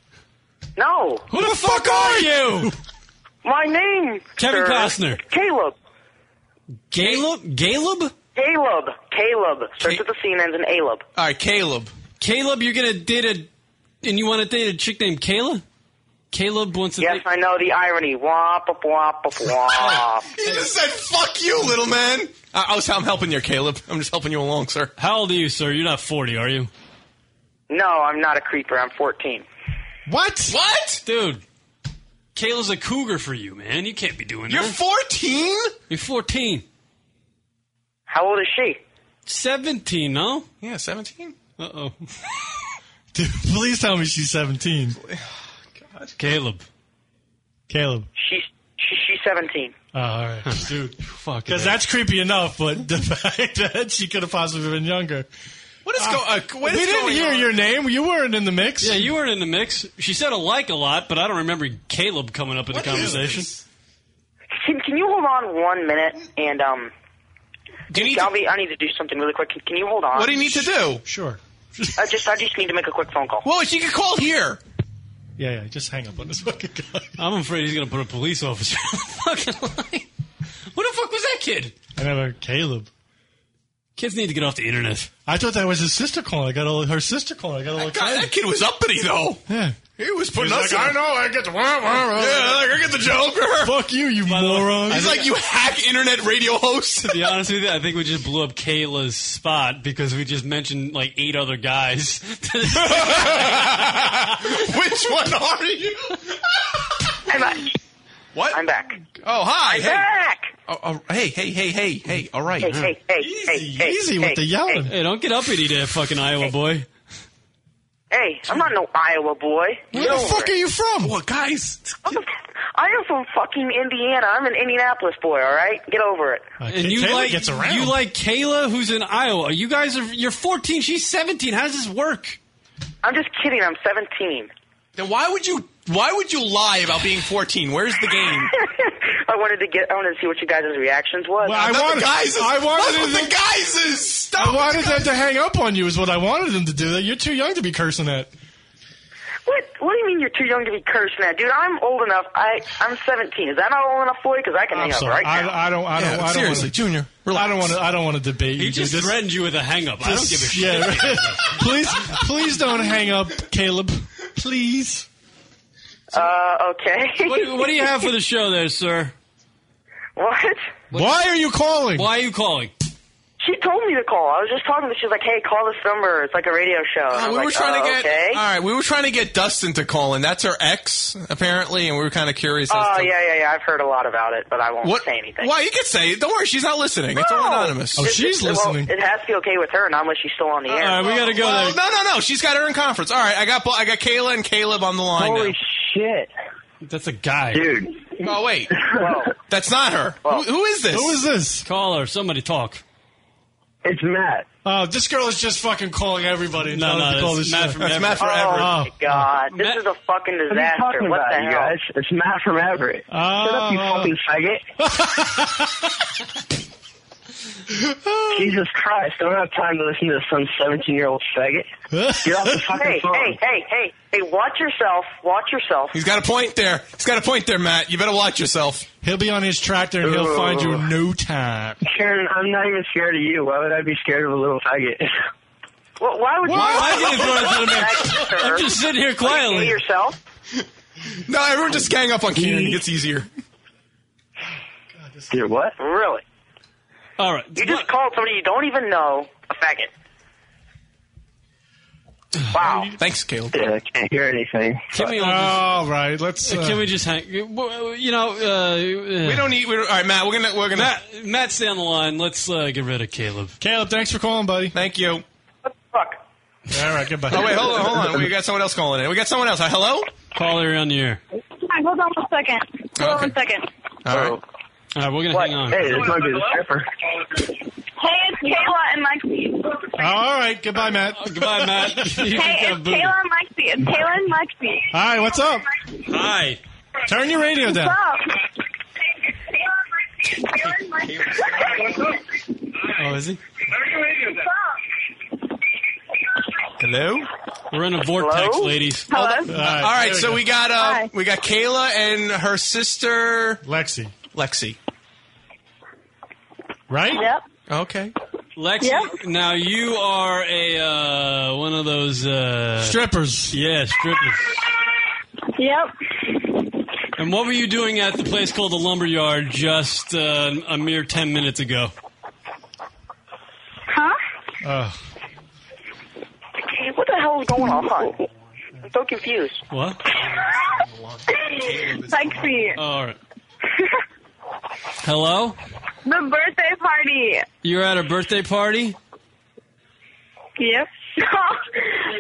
Speaker 30: No.
Speaker 9: Who the, fuck, are
Speaker 4: you?
Speaker 30: My name.
Speaker 4: Kevin
Speaker 30: sir,
Speaker 4: Costner.
Speaker 30: Caleb.
Speaker 4: Caleb. Caleb.
Speaker 30: Caleb. Caleb. Starts with the C and ends in Caleb.
Speaker 6: All right, Caleb.
Speaker 4: Caleb, you're gonna date a, and you want to date a chick named Kayla. Caleb wants to.
Speaker 30: Yes, I know the irony. Womp, womp, womp, womp.
Speaker 6: He just said, fuck you, little man. I, I was, I'm helping you, Caleb. I'm just helping you along, sir.
Speaker 4: How old are you, sir? You're not 40, are you?
Speaker 30: no, I'm not a creeper. I'm 14.
Speaker 9: What?
Speaker 6: What?
Speaker 4: Dude, Kayla's a cougar for you, man. You can't be doing
Speaker 6: You're
Speaker 4: that.
Speaker 6: 14?
Speaker 4: You're 14.
Speaker 30: How old is she?
Speaker 4: 17, no?
Speaker 6: Yeah, 17.
Speaker 4: Uh oh.
Speaker 9: Dude, please tell me she's 17.
Speaker 4: Caleb.
Speaker 9: Caleb.
Speaker 30: She's she, she's 17.
Speaker 9: Oh, all right. Dude.
Speaker 4: Fuck.
Speaker 9: Because that's creepy enough, but the fact that she could have possibly been younger. Ah,
Speaker 6: What is, go- uh, what
Speaker 9: we
Speaker 6: is
Speaker 9: didn't
Speaker 6: going
Speaker 9: hear
Speaker 6: on?
Speaker 9: your name. You weren't in the mix.
Speaker 4: Yeah, you weren't in the mix. She said a like a lot, but I don't remember Caleb coming up in the conversation.
Speaker 30: Can, can you hold on one minute and um? Galby, I need to do something really quick. Can, can you hold on?
Speaker 6: What do you need to do?
Speaker 9: Sure.
Speaker 30: I just I just need to make a quick phone call.
Speaker 6: Well, she could call Oh, here.
Speaker 9: Yeah, yeah. Just hang up on this fucking guy.
Speaker 4: I'm afraid he's going to put a police officer on the fucking line. Who the fuck was that kid?
Speaker 9: I never. Caleb.
Speaker 4: Kids need to get off the internet.
Speaker 9: I thought that was his sister calling. I got all her sister calling. I got all
Speaker 6: God,
Speaker 9: excited.
Speaker 6: that kid was uppity, though.
Speaker 9: Yeah.
Speaker 6: He was putting
Speaker 9: He's
Speaker 6: us
Speaker 9: like,
Speaker 6: in.
Speaker 9: I know. I get the. Wah, wah, wah.
Speaker 6: Yeah, like, I get the Joker.
Speaker 9: Fuck you, you moron.
Speaker 6: He's like, you hack internet radio host.
Speaker 4: to be honest with you, I think we just blew up Kayla's spot because we just mentioned like eight other guys.
Speaker 6: Which one are you?
Speaker 3: I'm back.
Speaker 6: What?
Speaker 3: I'm back.
Speaker 6: Oh, hi.
Speaker 3: I'm
Speaker 6: hey.
Speaker 3: back.
Speaker 6: Oh, oh, hey, hey, hey, hey, hey. All right.
Speaker 3: Hey, hey, hey, hey, hey,
Speaker 4: Easy
Speaker 3: hey,
Speaker 4: with the yelling.
Speaker 3: Hey,
Speaker 4: Hey, don't get up at you there, fucking Iowa boy.
Speaker 3: hey, I'm not no Iowa boy. Get over it.
Speaker 6: you from? What, guys?
Speaker 3: I am from fucking Indiana. I'm an Indianapolis boy. All right, get over it.
Speaker 4: Uh, and you like you like Kayla, who's in Iowa. You guys are you're 14. She's 17. How does this work?
Speaker 3: I'm just kidding. I'm 17.
Speaker 6: Then why would you why would you lie about being 14? Where's the game?
Speaker 3: I wanted to get. I wanted to see what you guys' reactions was.
Speaker 9: Well, I wanted, I wanted them,
Speaker 6: Stop
Speaker 9: I wanted them to hang up on you. Is what I wanted them to do. You're too young to be cursing at.
Speaker 3: What? What do you mean you're too young to be cursing at, dude? I'm old enough. I I'm 17. Is that not old enough for you? Because I can
Speaker 9: I'm
Speaker 3: hang up
Speaker 9: sorry.
Speaker 3: right now.
Speaker 9: I, I don't. I don't. I don't
Speaker 6: seriously,
Speaker 9: wanna,
Speaker 6: Junior.
Speaker 9: I don't want to. I don't want to debate
Speaker 4: He
Speaker 9: you.
Speaker 4: just
Speaker 9: dude. This-
Speaker 4: threatened you with a hang up. I don't give a shit.
Speaker 9: Yeah, right. please, please don't hang up, Caleb. Please.
Speaker 3: Uh, okay.
Speaker 4: What, do- what do you have for the show there, sir?
Speaker 3: What?
Speaker 9: Why are you calling?
Speaker 4: Why are you calling?
Speaker 3: She told me to call. I was just talking to. her. She's like, "Hey, call this number. It's like a radio show." And
Speaker 6: Uh,
Speaker 3: I'm
Speaker 6: we
Speaker 3: like,
Speaker 6: were trying
Speaker 3: "Oh,
Speaker 6: to get
Speaker 3: Okay.
Speaker 6: all right. We were trying to get Dustin to call, and that's her ex apparently, and we were kind of curious. as
Speaker 3: Oh
Speaker 6: to
Speaker 3: yeah, yeah, yeah. I've heard a lot about it, but I won't
Speaker 6: What?
Speaker 3: say anything.
Speaker 6: Why you can say it? Don't worry, she's not listening. It's all
Speaker 3: No.
Speaker 9: Oh,
Speaker 6: anonymous.
Speaker 3: It- it- well, it has to be okay with her, not unless she's still on the air.
Speaker 6: Well, No, no, no. She's got her in conference. All right, I got I got Kayla and Caleb on the line.
Speaker 3: Holy
Speaker 6: shit!
Speaker 4: That's a guy,
Speaker 6: dude. Oh wait, that's not her.
Speaker 23: Oh.
Speaker 6: Who, who is this?
Speaker 9: Oh. Who is this?
Speaker 4: Call her. Somebody talk.
Speaker 9: It's Matt. Oh, this girl is just fucking calling everybody. and
Speaker 4: No,
Speaker 9: telling
Speaker 4: no,
Speaker 9: them to
Speaker 4: that's
Speaker 9: call this
Speaker 4: Matt
Speaker 9: show.
Speaker 4: from That's Everett. Matt from Everett.
Speaker 9: Oh.
Speaker 3: My God, this is a
Speaker 23: What
Speaker 3: fucking
Speaker 23: are you
Speaker 3: disaster.
Speaker 23: talking
Speaker 3: what
Speaker 23: about,
Speaker 3: the
Speaker 23: you
Speaker 3: hell?
Speaker 23: guys? It's Matt from Everett. Shut up, you
Speaker 9: Oh.
Speaker 23: fucking faggot. Jesus Christ, I don't have time to listen to some 17 year old faggot. Get off the fucking
Speaker 3: hey,
Speaker 23: phone.
Speaker 3: hey, hey, hey, hey! Watch yourself. Watch yourself.
Speaker 6: He's got a point there. He's got a point there, Matt. You better watch yourself.
Speaker 9: He'll be on his tractor and he'll find you in no time.
Speaker 23: Karen, I'm not even scared of you. Why would I be scared of a little faggot?
Speaker 1: uh,
Speaker 3: Well, why would
Speaker 23: Why-
Speaker 3: you?
Speaker 23: why did you throw it to the
Speaker 3: mix?
Speaker 23: I'm just sitting here quietly.
Speaker 3: yourself.
Speaker 6: No, everyone just gang up on Kieran. It gets easier.
Speaker 23: Dude, what?
Speaker 3: Really?
Speaker 4: All right.
Speaker 3: You just called somebody you don't even know a faggot. Wow.
Speaker 6: Thanks, Caleb.
Speaker 23: Yeah, I can't hear anything.
Speaker 4: Can we all
Speaker 6: Oh,
Speaker 9: All right, let's. uh,
Speaker 4: just, can we just hang? You know, uh,
Speaker 6: We don't need. We're, all right, Matt. We're gonna. We're gonna.
Speaker 4: Matt, Matt, stay on the line. Let's uh, get rid of Caleb.
Speaker 9: Caleb, thanks for calling, buddy.
Speaker 6: Thank you.
Speaker 9: All right, goodbye.
Speaker 6: Oh wait, hold on, hold on. We got someone else calling in. We got someone else. Uh, Hello.
Speaker 4: Caller on the air.
Speaker 2: Hi, hold on one second. Hold on one second.
Speaker 6: All right. All
Speaker 4: right, we're gonna hang on.
Speaker 23: Hey, this might be the stripper.
Speaker 2: Hey, it's Kayla and Lexi.
Speaker 9: All right, goodbye, Matt.
Speaker 4: Oh, goodbye, Matt.
Speaker 2: hey, it's Kayla and Lexi. It's Kayla and Lexi.
Speaker 9: Hi, what's up?
Speaker 4: Hi.
Speaker 9: Turn your radio
Speaker 2: What's
Speaker 9: down.
Speaker 2: up? Kayla and Lexi. Kayla and Lexi.
Speaker 4: Oh, is he?
Speaker 2: What's up?
Speaker 6: Hello.
Speaker 4: We're in a vortex,
Speaker 6: Hello?
Speaker 4: ladies.
Speaker 2: Hello?
Speaker 4: All right,
Speaker 6: All right.
Speaker 4: there
Speaker 6: So
Speaker 4: go.
Speaker 6: we got uh, we got Kayla and her sister
Speaker 9: Lexi.
Speaker 6: Lexi.
Speaker 9: Right.
Speaker 2: Yep.
Speaker 6: Okay.
Speaker 4: Lexi, now you are a uh, one of those uh,
Speaker 9: strippers.
Speaker 4: Yeah, strippers.
Speaker 2: Yep.
Speaker 4: And what were you doing at the place called the Lumberyard just uh, a mere ten minutes ago?
Speaker 2: Huh?
Speaker 9: Uh,
Speaker 3: What the hell is going on? I'm so confused.
Speaker 4: What?
Speaker 2: Lexi.
Speaker 4: Oh, all right. Hello.
Speaker 2: The birthday party.
Speaker 4: You're at a birthday party.
Speaker 2: Yep.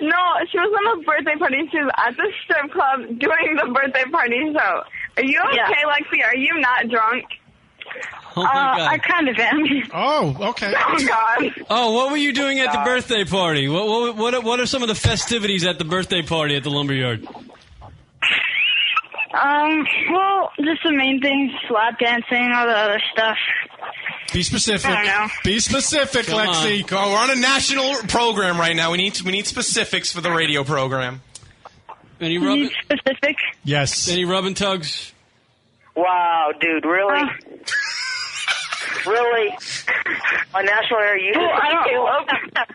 Speaker 2: no, she was on the birthday party. She was at the strip club doing the birthday party show. Are you okay, Lexi? Are you not drunk?
Speaker 4: Oh my
Speaker 2: uh,
Speaker 4: God.
Speaker 2: I kind of am.
Speaker 9: Oh, okay.
Speaker 2: Oh God.
Speaker 4: Oh, what were you doing at the birthday party? What what what, what are some of the festivities at the birthday party at the Lumberyard?
Speaker 2: Um. Well, just the main things: lap dancing, all the other stuff.
Speaker 9: Be specific.
Speaker 2: I don't know.
Speaker 9: Be specific,
Speaker 6: Come
Speaker 9: Lexi.
Speaker 6: on. Go- We're on a national program right now. We need we need specifics for the radio program.
Speaker 4: Any rubbing?
Speaker 2: Specific.
Speaker 9: Yes.
Speaker 4: Any rubbing tugs?
Speaker 3: Wow, dude, really?
Speaker 2: Oh.
Speaker 3: really? On national air, you
Speaker 2: Oh, I don't-
Speaker 3: Caleb?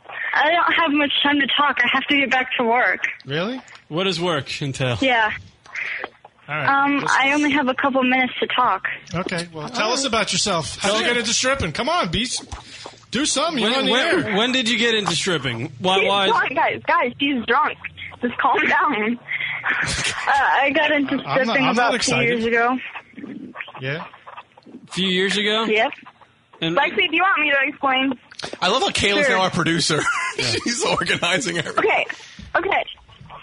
Speaker 2: I don't have much time to talk. I have to get back to work.
Speaker 9: Really?
Speaker 4: What does work entail?
Speaker 2: Yeah.
Speaker 9: Oh. right.
Speaker 3: Um,
Speaker 9: Let's-
Speaker 3: I only have a couple minutes to talk.
Speaker 9: Okay, well, tell us about yourself. How did you get into stripping? Come on, Beast. Do something. You're
Speaker 4: When,
Speaker 9: on the
Speaker 4: when-
Speaker 9: air.
Speaker 4: when did you get into stripping? Why?
Speaker 3: She's
Speaker 4: why
Speaker 3: drunk, guys. Guys, she's drunk. Just calm down. Uh, I got into
Speaker 4: I'm not-
Speaker 3: stripping
Speaker 4: I'm not
Speaker 3: about two
Speaker 4: excited.
Speaker 3: years ago.
Speaker 9: yeah.
Speaker 4: A few years ago?
Speaker 3: Yep. Lexi, do you want me to explain?
Speaker 6: I love how Kayla's
Speaker 3: Sure.
Speaker 6: now our producer. She's organizing everything.
Speaker 3: Okay. Okay.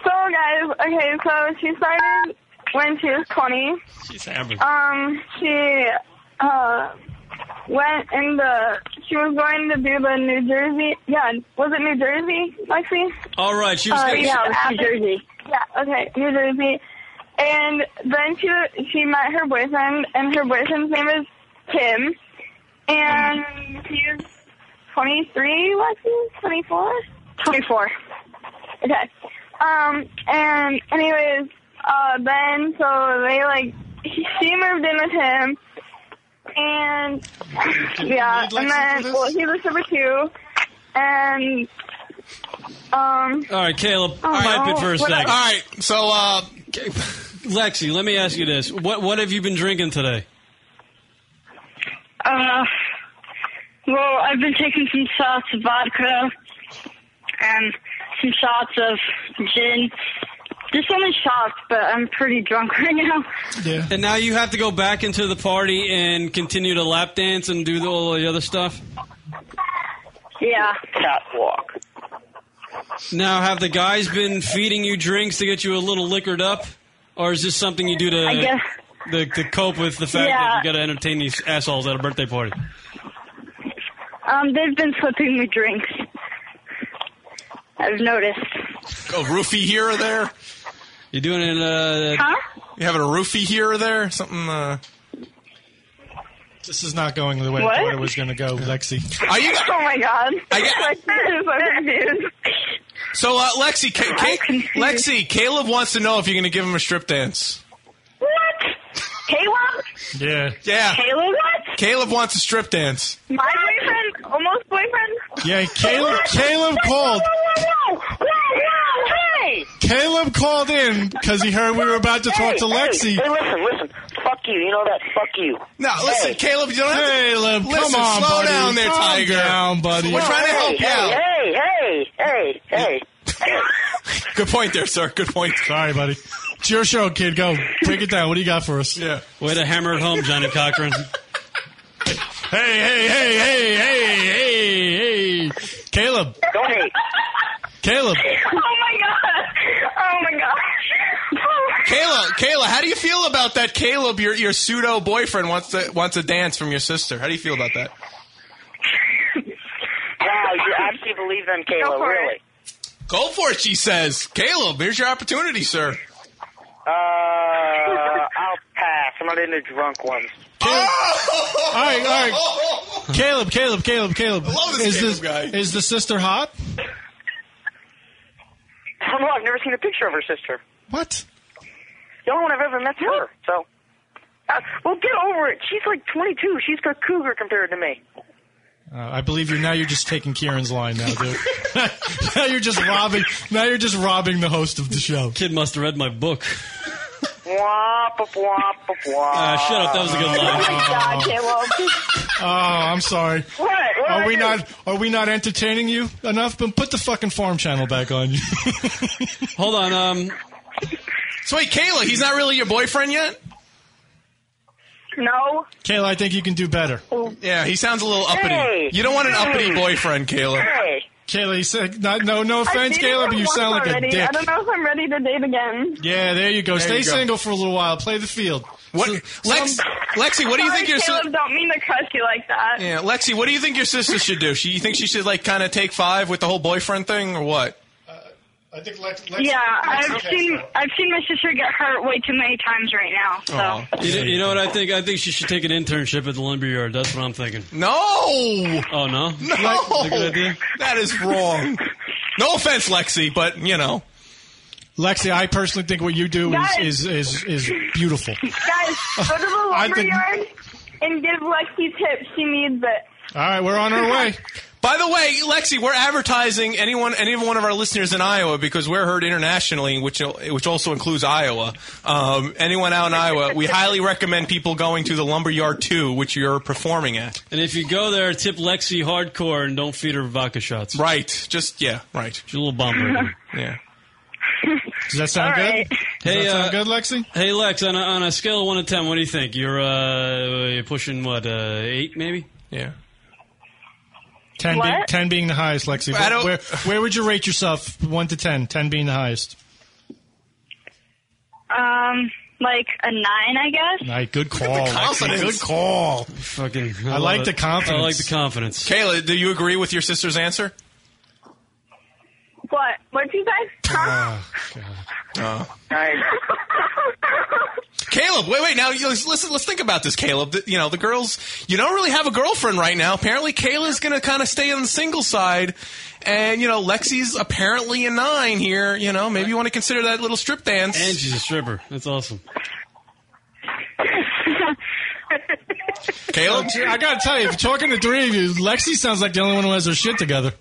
Speaker 3: So, guys, okay, so she started when she was 20.
Speaker 4: She's average.
Speaker 3: Um, she uh, went in the. She was going to do the New Jersey. Yeah, was it New Jersey, Lexi?
Speaker 4: All right, she was
Speaker 3: Uh,
Speaker 4: gonna-
Speaker 3: yeah, New Jersey. Yeah, okay, New Jersey. And then she she met her boyfriend, and her boyfriend's name is Tim, and he's 23, Lexi, 24, 24. Okay. Um. And anyways, uh, then so they like she she moved in with him, and yeah,
Speaker 4: need
Speaker 3: and
Speaker 4: Lexi
Speaker 3: then well, he was number two, and um.
Speaker 4: All right, Caleb,
Speaker 3: Oh,
Speaker 4: pipe it for a
Speaker 3: what
Speaker 4: second.
Speaker 3: I- All right,
Speaker 4: so uh, Lexi, let me ask you this: what what have you been drinking today?
Speaker 3: Uh,
Speaker 31: well, I've been taking some shots of vodka and some shots of gin. Just only shots, but I'm pretty drunk right now.
Speaker 9: Yeah.
Speaker 4: And now you have to go back into the party and continue to lap dance and do the- all the other stuff.
Speaker 31: Yeah.
Speaker 4: Catwalk. Now, have the guys been feeding you drinks to get you a little liquored up, or is this something you do
Speaker 6: Uh,
Speaker 31: I
Speaker 4: to
Speaker 31: guess-
Speaker 4: to, to cope with the fact
Speaker 31: Yeah.
Speaker 4: that you got to entertain these assholes at a birthday party?
Speaker 31: Um, they've been slipping me drinks. I've noticed.
Speaker 6: A roofie here or there?
Speaker 4: You doing it? Uh,
Speaker 31: huh?
Speaker 6: You having a roofie here or there? Something. Uh...
Speaker 9: This is not going the way
Speaker 6: What?
Speaker 9: I thought it was going to go, Lexi.
Speaker 6: Are you?
Speaker 3: Oh my god.
Speaker 6: I
Speaker 3: got.
Speaker 6: So, uh, Lexi, Ka- Ka- Lexi, Caleb wants to know if you're going to give him a strip dance.
Speaker 31: What? Caleb?
Speaker 9: Yeah.
Speaker 6: Yeah.
Speaker 31: Caleb? What?
Speaker 6: Caleb wants a strip dance.
Speaker 3: My boyfriend, almost boyfriend.
Speaker 9: Yeah, Caleb. Caleb called.
Speaker 31: Hey!
Speaker 9: Caleb called in because he heard we were about to talk
Speaker 31: Hey,
Speaker 9: to Lexi.
Speaker 31: hey, hey, listen, listen. Fuck you. You know that. Fuck you.
Speaker 6: No, listen, Caleb, you don't have to-
Speaker 9: Caleb,
Speaker 6: Listen,
Speaker 9: come on,
Speaker 6: slow
Speaker 9: buddy.
Speaker 6: down there,
Speaker 9: Calm
Speaker 6: Tiger.
Speaker 9: down, buddy.
Speaker 6: We're trying to
Speaker 31: hey,
Speaker 6: help you
Speaker 31: hey,
Speaker 6: out.
Speaker 31: Hey, hey, hey, hey.
Speaker 6: Good point there, sir. Good point.
Speaker 9: Sorry, buddy. It's your show, kid. Go break it down. What do you got for us?
Speaker 6: Yeah.
Speaker 4: Way to hammer it home, Johnny Cochran.
Speaker 9: Hey, hey, hey, hey, hey, hey, hey, Caleb.
Speaker 31: Don't hate.
Speaker 9: Caleb.
Speaker 31: Oh my god. Oh my god.
Speaker 6: Kayla, Kayla, how do you feel about that? Caleb, your your pseudo boyfriend wants to wants a dance from your sister. How do you feel about that?
Speaker 31: Wow, you actually believe them, Caleb? Really?
Speaker 6: Go for it, she says. Caleb, here's your opportunity, sir.
Speaker 31: Uh, I'll pass. I'm not into drunk ones.
Speaker 1: Oh!
Speaker 9: All right, all right. Caleb, Caleb, Caleb, Caleb.
Speaker 31: love this
Speaker 9: is this
Speaker 31: Caleb
Speaker 9: is the sister hot?
Speaker 31: I don't know. I've never seen a picture of her sister.
Speaker 9: What?
Speaker 31: The only one I've ever met's her. So, uh, well, get over it. She's like 22. She's a cougar compared to me.
Speaker 9: Uh, I believe you're now. You're just taking Kieran's line now, dude. now you're just robbing. Now you're just robbing the host of the show.
Speaker 4: Kid must have read my book.
Speaker 31: Womp, womp, womp. Oh,
Speaker 4: Uh, shut up. That was a good line.
Speaker 31: God, Caleb.
Speaker 9: Oh, I'm sorry.
Speaker 31: What? What
Speaker 9: Are
Speaker 31: did
Speaker 9: we
Speaker 31: I do?
Speaker 9: not? Are we not entertaining you enough? But put the fucking farm channel back on. you.
Speaker 4: Hold on. Um.
Speaker 6: So wait, Kayla, he's not really your boyfriend yet?
Speaker 31: No.
Speaker 9: Kayla, I think you can do better.
Speaker 6: Yeah, he sounds a little uppity.
Speaker 9: Hey.
Speaker 6: You don't want an uppity
Speaker 9: Hey.
Speaker 6: boyfriend, Kayla.
Speaker 9: Kayla, you said not, no, no offense,
Speaker 3: I've dated
Speaker 9: Kayla,
Speaker 3: for
Speaker 9: but you
Speaker 3: once
Speaker 9: sound like
Speaker 3: already.
Speaker 9: a dick.
Speaker 3: I don't know if I'm ready to date again.
Speaker 9: Yeah, there you go.
Speaker 6: There
Speaker 9: Stay
Speaker 6: you go.
Speaker 9: single for a little while. Play the field. What,
Speaker 6: Lex- Lexi, what do you
Speaker 3: Sorry,
Speaker 6: think your
Speaker 3: Caleb,
Speaker 6: sis-
Speaker 3: don't mean to crush you like
Speaker 9: Uh,
Speaker 3: that.
Speaker 6: Yeah, Lexi, what do you think your sister should do? She, you think she should like kind of take five with the whole boyfriend thing, or what?
Speaker 9: I think Lex,
Speaker 31: Yeah,
Speaker 3: I've seen
Speaker 31: I've seen my sister get hurt way too many times right now. So.
Speaker 4: You, know- you know what I think? I think she should take an internship at the lumber yard. That's what I'm thinking.
Speaker 6: No. Oh
Speaker 4: no.
Speaker 6: No.
Speaker 4: a good idea?
Speaker 6: That is wrong. no offense, Lexi, but you know.
Speaker 9: Lexi, I personally think what you do is
Speaker 3: Guys.
Speaker 9: is is, is beautiful.
Speaker 3: Guys, go to the
Speaker 9: I
Speaker 3: lumberyard
Speaker 9: think-
Speaker 3: and give Lexi tips. She needs it.
Speaker 9: All right, we're on our way.
Speaker 6: By the way, Lexi, we're advertising anyone, any one of our listeners in Iowa because we're heard internationally, which which also includes Iowa. Um, anyone out in Iowa, we highly recommend people going to the Lumberyard Two, which you're performing at.
Speaker 4: And if you go there, tip Lexi hardcore and don't feed her vodka shots.
Speaker 6: Right. Just yeah. Right. She's
Speaker 4: a little bummer.
Speaker 6: yeah.
Speaker 9: Does that sound
Speaker 4: All
Speaker 9: good? Does
Speaker 4: Hey,
Speaker 9: that sound
Speaker 4: uh,
Speaker 9: good, Lexi?
Speaker 4: Hey Lex, on a, on a scale of one to ten, what do you think? You're uh, you're pushing what uh, eight maybe?
Speaker 6: Yeah.
Speaker 9: Ten,
Speaker 4: What?
Speaker 9: Being, ten being the highest, Lexi.
Speaker 4: I
Speaker 9: Where,
Speaker 4: don't-
Speaker 9: where, where would you rate yourself? One to ten. Ten being the highest.
Speaker 3: Um, like a nine, I guess.
Speaker 9: Right, good call.
Speaker 6: the confidence.
Speaker 9: Lexi, good call.
Speaker 4: Fucking.
Speaker 9: I, like the confidence.
Speaker 4: I like the confidence.
Speaker 6: Kayla, do you agree with your sister's answer?
Speaker 3: What? What'd you guys?
Speaker 6: Uh,
Speaker 3: Nice.
Speaker 6: Caleb, wait, wait. Now, you- let's listen. Let's think about this, Caleb. The- You know, the girls. You don't really have a girlfriend right now. Apparently, Kayla's going to kind of stay on the single side, and you know, Lexi's apparently a nine here. You know, maybe you want to consider that little strip dance. And
Speaker 4: she's a stripper. That's awesome.
Speaker 6: Caleb?
Speaker 9: I gotta tell you, if you're talking to three of you, Lexi sounds like the only one who has her shit together.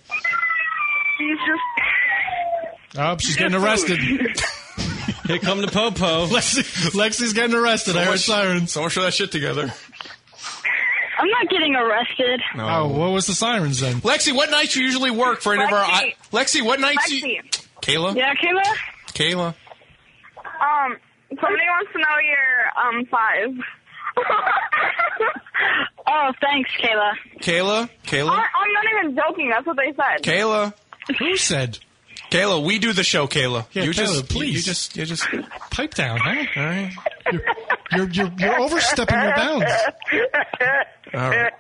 Speaker 3: She's just
Speaker 9: Oh, she's getting arrested.
Speaker 4: Here come the popo.
Speaker 9: Lexi, Lexi's getting arrested. I heard sirens.
Speaker 6: So much for that shit together.
Speaker 3: I'm not getting arrested.
Speaker 9: Oh, what was the sirens then?
Speaker 6: Lexi, what nights you usually work for any of our? I- Lexi, what nights? You- Kayla,
Speaker 3: Yeah, Kayla.
Speaker 6: Kayla.
Speaker 3: Um, somebody wants to know your um five. oh, thanks, Kayla.
Speaker 6: Kayla, Kayla,
Speaker 3: I, I'm not even joking. That's what they said.
Speaker 6: Kayla.
Speaker 9: Who said?
Speaker 6: Kayla, we do the show, Kayla.
Speaker 9: Yeah,
Speaker 6: you
Speaker 9: Kayla,
Speaker 6: just,
Speaker 9: please.
Speaker 6: You just, you just.
Speaker 9: Pipe down, huh? All right. You're, you're, you're, you're overstepping your bounds.
Speaker 6: All right.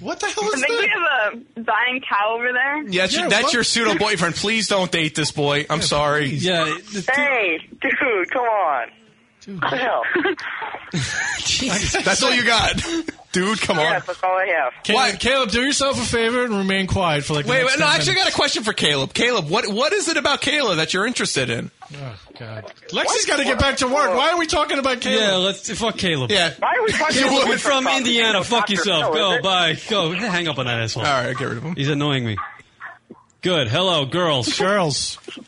Speaker 9: What the hell
Speaker 3: I
Speaker 9: is
Speaker 3: think
Speaker 9: that?
Speaker 3: we have a dying cow over there.
Speaker 6: Yeah, that's, your, that's your pseudo boyfriend. Please don't date this boy. I'm sorry.
Speaker 4: Yeah.
Speaker 3: Hey, dude, come on.
Speaker 9: What
Speaker 3: the hell?
Speaker 6: That's all you got, dude. Come on.
Speaker 3: that's all I have.
Speaker 9: Caleb, Caleb, do yourself a favor and remain quiet for like.
Speaker 6: Wait,
Speaker 9: the
Speaker 6: wait,
Speaker 9: next
Speaker 6: no.
Speaker 9: 10
Speaker 6: Actually, I
Speaker 9: minutes.
Speaker 6: got a question for Caleb. Caleb, what what is it about Kayla that you're interested in?
Speaker 9: Oh God, Lexi's got to get back to work. Why are we talking about Caleb?
Speaker 4: Yeah, let's fuck Caleb.
Speaker 6: Yeah.
Speaker 4: Why
Speaker 3: are we
Speaker 9: fucking-
Speaker 4: Oh. You're from Indiana. Fuck yourself. Go. Bye. Go. Hang up on that asshole. All
Speaker 6: right. Get rid of him.
Speaker 4: He's annoying me. Good. Hello, girls.
Speaker 9: Girls. Oh,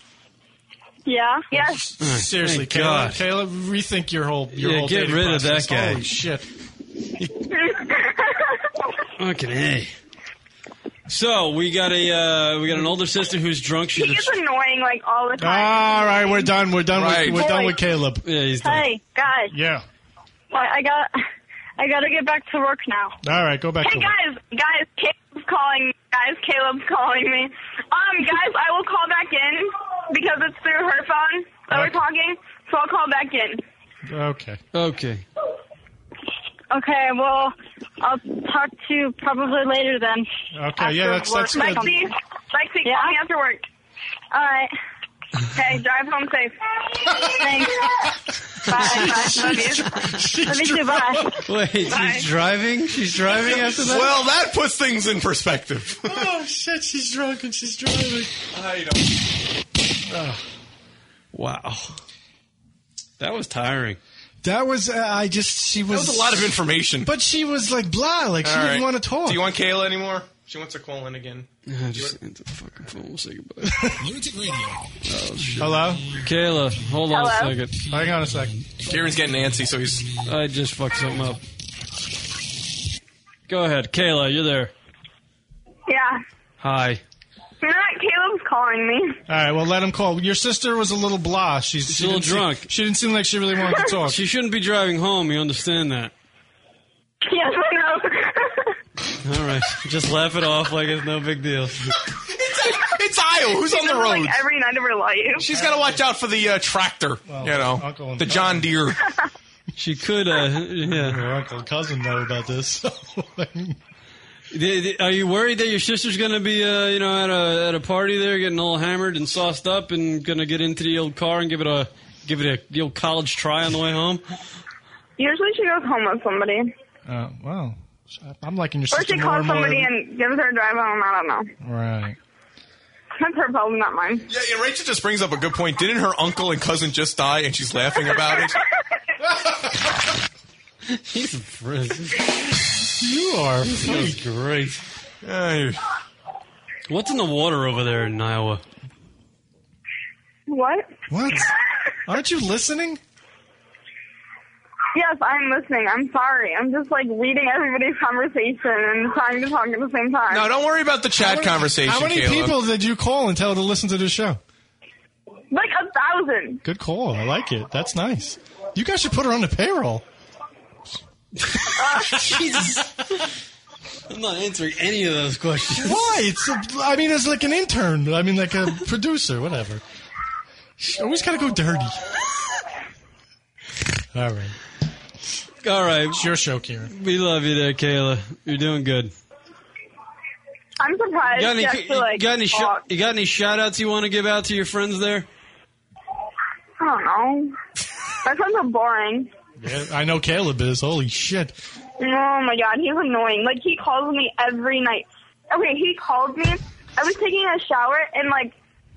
Speaker 3: Yeah. Yes.
Speaker 9: Seriously,
Speaker 4: Thank
Speaker 9: Caleb,
Speaker 4: God.
Speaker 9: Caleb, rethink your whole your
Speaker 4: Yeah,
Speaker 9: whole
Speaker 4: get
Speaker 9: dating
Speaker 4: rid of
Speaker 9: process.
Speaker 4: that guy.
Speaker 9: Holy shit!
Speaker 4: Fucking a. So we got a uh, we got an older sister who's drunk. She's
Speaker 3: He's annoying like all the time.
Speaker 9: All right, we're done. We're done.
Speaker 4: Right.
Speaker 9: With, we're done
Speaker 3: Holy-
Speaker 9: with Caleb.
Speaker 4: Yeah, he's
Speaker 3: Hey guys,
Speaker 9: Yeah.
Speaker 3: I I got I got to get back to work now.
Speaker 9: All right, go back to
Speaker 3: hey
Speaker 9: work.
Speaker 3: guys, guys, Caleb's calling. Guys, Caleb's calling me. Um, guys, I will call back in because it's through her phone that
Speaker 9: Uh-huh.
Speaker 3: we're talking. So I'll call back in.
Speaker 9: Okay.
Speaker 4: Okay.
Speaker 3: Okay. Well, I'll talk to you probably later then.
Speaker 9: Okay. Yeah, that's that's
Speaker 3: Lexi,
Speaker 9: good.
Speaker 3: Lexi, call me after work. All right. Okay, drive home safe. Thanks. Bye. Bye. Love you. Love you too. Bye.
Speaker 4: Wait, she's driving. She's driving after that.
Speaker 6: Well, that puts things in perspective.
Speaker 9: Oh shit, she's drunk and she's driving.
Speaker 6: I don't.
Speaker 4: Wow. That was tiring.
Speaker 9: That was uh, I just she was.
Speaker 6: was a lot of information.
Speaker 9: But she was like blah, like she
Speaker 6: All
Speaker 9: didn't
Speaker 6: right.
Speaker 9: want to talk.
Speaker 6: Do you want Kayla anymore? She wants to call in again.
Speaker 4: I just answer the fucking phone. We'll say goodbye.
Speaker 6: Lunatic Radio.
Speaker 4: Oh, shit.
Speaker 9: Hello?
Speaker 4: Kayla, hold on
Speaker 9: Hello?
Speaker 4: a second.
Speaker 9: Hang on a second.
Speaker 6: Kieran's getting antsy, so he's.
Speaker 4: I just fucked something up. Go ahead, Kayla, you're there.
Speaker 3: Yeah.
Speaker 4: Hi.
Speaker 3: Not Caleb's calling me.
Speaker 9: All right, well, let him call. Your sister was a little blah. She's,
Speaker 4: She's
Speaker 9: she
Speaker 4: a little
Speaker 9: didn't seem-
Speaker 4: drunk.
Speaker 9: she didn't seem like she really wanted to talk.
Speaker 4: She shouldn't be driving home, you understand that.
Speaker 3: Yes, I know.
Speaker 4: All right. Just laugh it off like it's no big deal.
Speaker 6: It's Iowa. Who's
Speaker 3: She
Speaker 6: on the
Speaker 3: does,
Speaker 6: road?
Speaker 3: Like every night of her life.
Speaker 6: She's got to watch out for the uh, tractor. you
Speaker 9: Uncle
Speaker 6: know,
Speaker 9: Oh, and
Speaker 6: the John Deere.
Speaker 4: She could, uh, yeah.
Speaker 9: Your uncle and cousin know about this. Oh,
Speaker 4: Th- th- Are you worried that your sister's going to be, uh, you know, at a at a party there, getting all hammered and sauced up, and going to get into the old car and give it a give it a the old college try on the way home?
Speaker 3: Usually she goes home with somebody.
Speaker 9: uh, wow. I'm liking your
Speaker 3: Or
Speaker 9: sister
Speaker 3: she
Speaker 9: more
Speaker 3: calls
Speaker 9: and more
Speaker 3: somebody
Speaker 9: every-
Speaker 3: and gives her a drive home. I don't know.
Speaker 9: Right.
Speaker 3: That's her problem, not mine.
Speaker 6: Yeah, yeah, Rachel just brings up a good point. Didn't her uncle and cousin just die, and she's laughing about it?
Speaker 4: He's a friend.
Speaker 9: You are
Speaker 4: That was
Speaker 9: funny.
Speaker 4: great.
Speaker 17: What's in the water over there in Iowa?
Speaker 3: What?
Speaker 9: What? Aren't you listening?
Speaker 3: Yes, I'm listening. I'm sorry. I'm just like reading everybody's conversation and trying to talk at the same time.
Speaker 6: No, don't worry about the chat
Speaker 9: How many-
Speaker 6: conversation.
Speaker 9: How many
Speaker 6: Caleb.
Speaker 9: people did you call and tell to listen to the show?
Speaker 3: Like a thousand.
Speaker 9: Good call. I like it. That's nice. You guys should put her on the payroll.
Speaker 4: I'm not answering any of those questions.
Speaker 9: Why? It's a, I mean, it's like an intern. I mean, like a producer, whatever. She always gotta go dirty. All right.
Speaker 4: All right. It's
Speaker 9: your show, Karen.
Speaker 4: We love you there, Kayla. You're doing good.
Speaker 3: I'm surprised.
Speaker 4: You got any,
Speaker 3: you
Speaker 4: you
Speaker 3: actually, like,
Speaker 4: got any, sh-
Speaker 3: talk.
Speaker 4: you got any shout outs you want to give out to your friends there?
Speaker 3: I don't know. That sounds so boring.
Speaker 9: Yeah, I know Caleb is. Holy shit.
Speaker 3: Oh my god, he's annoying. Like he calls me every night. Okay, he called me. I was taking a shower and like,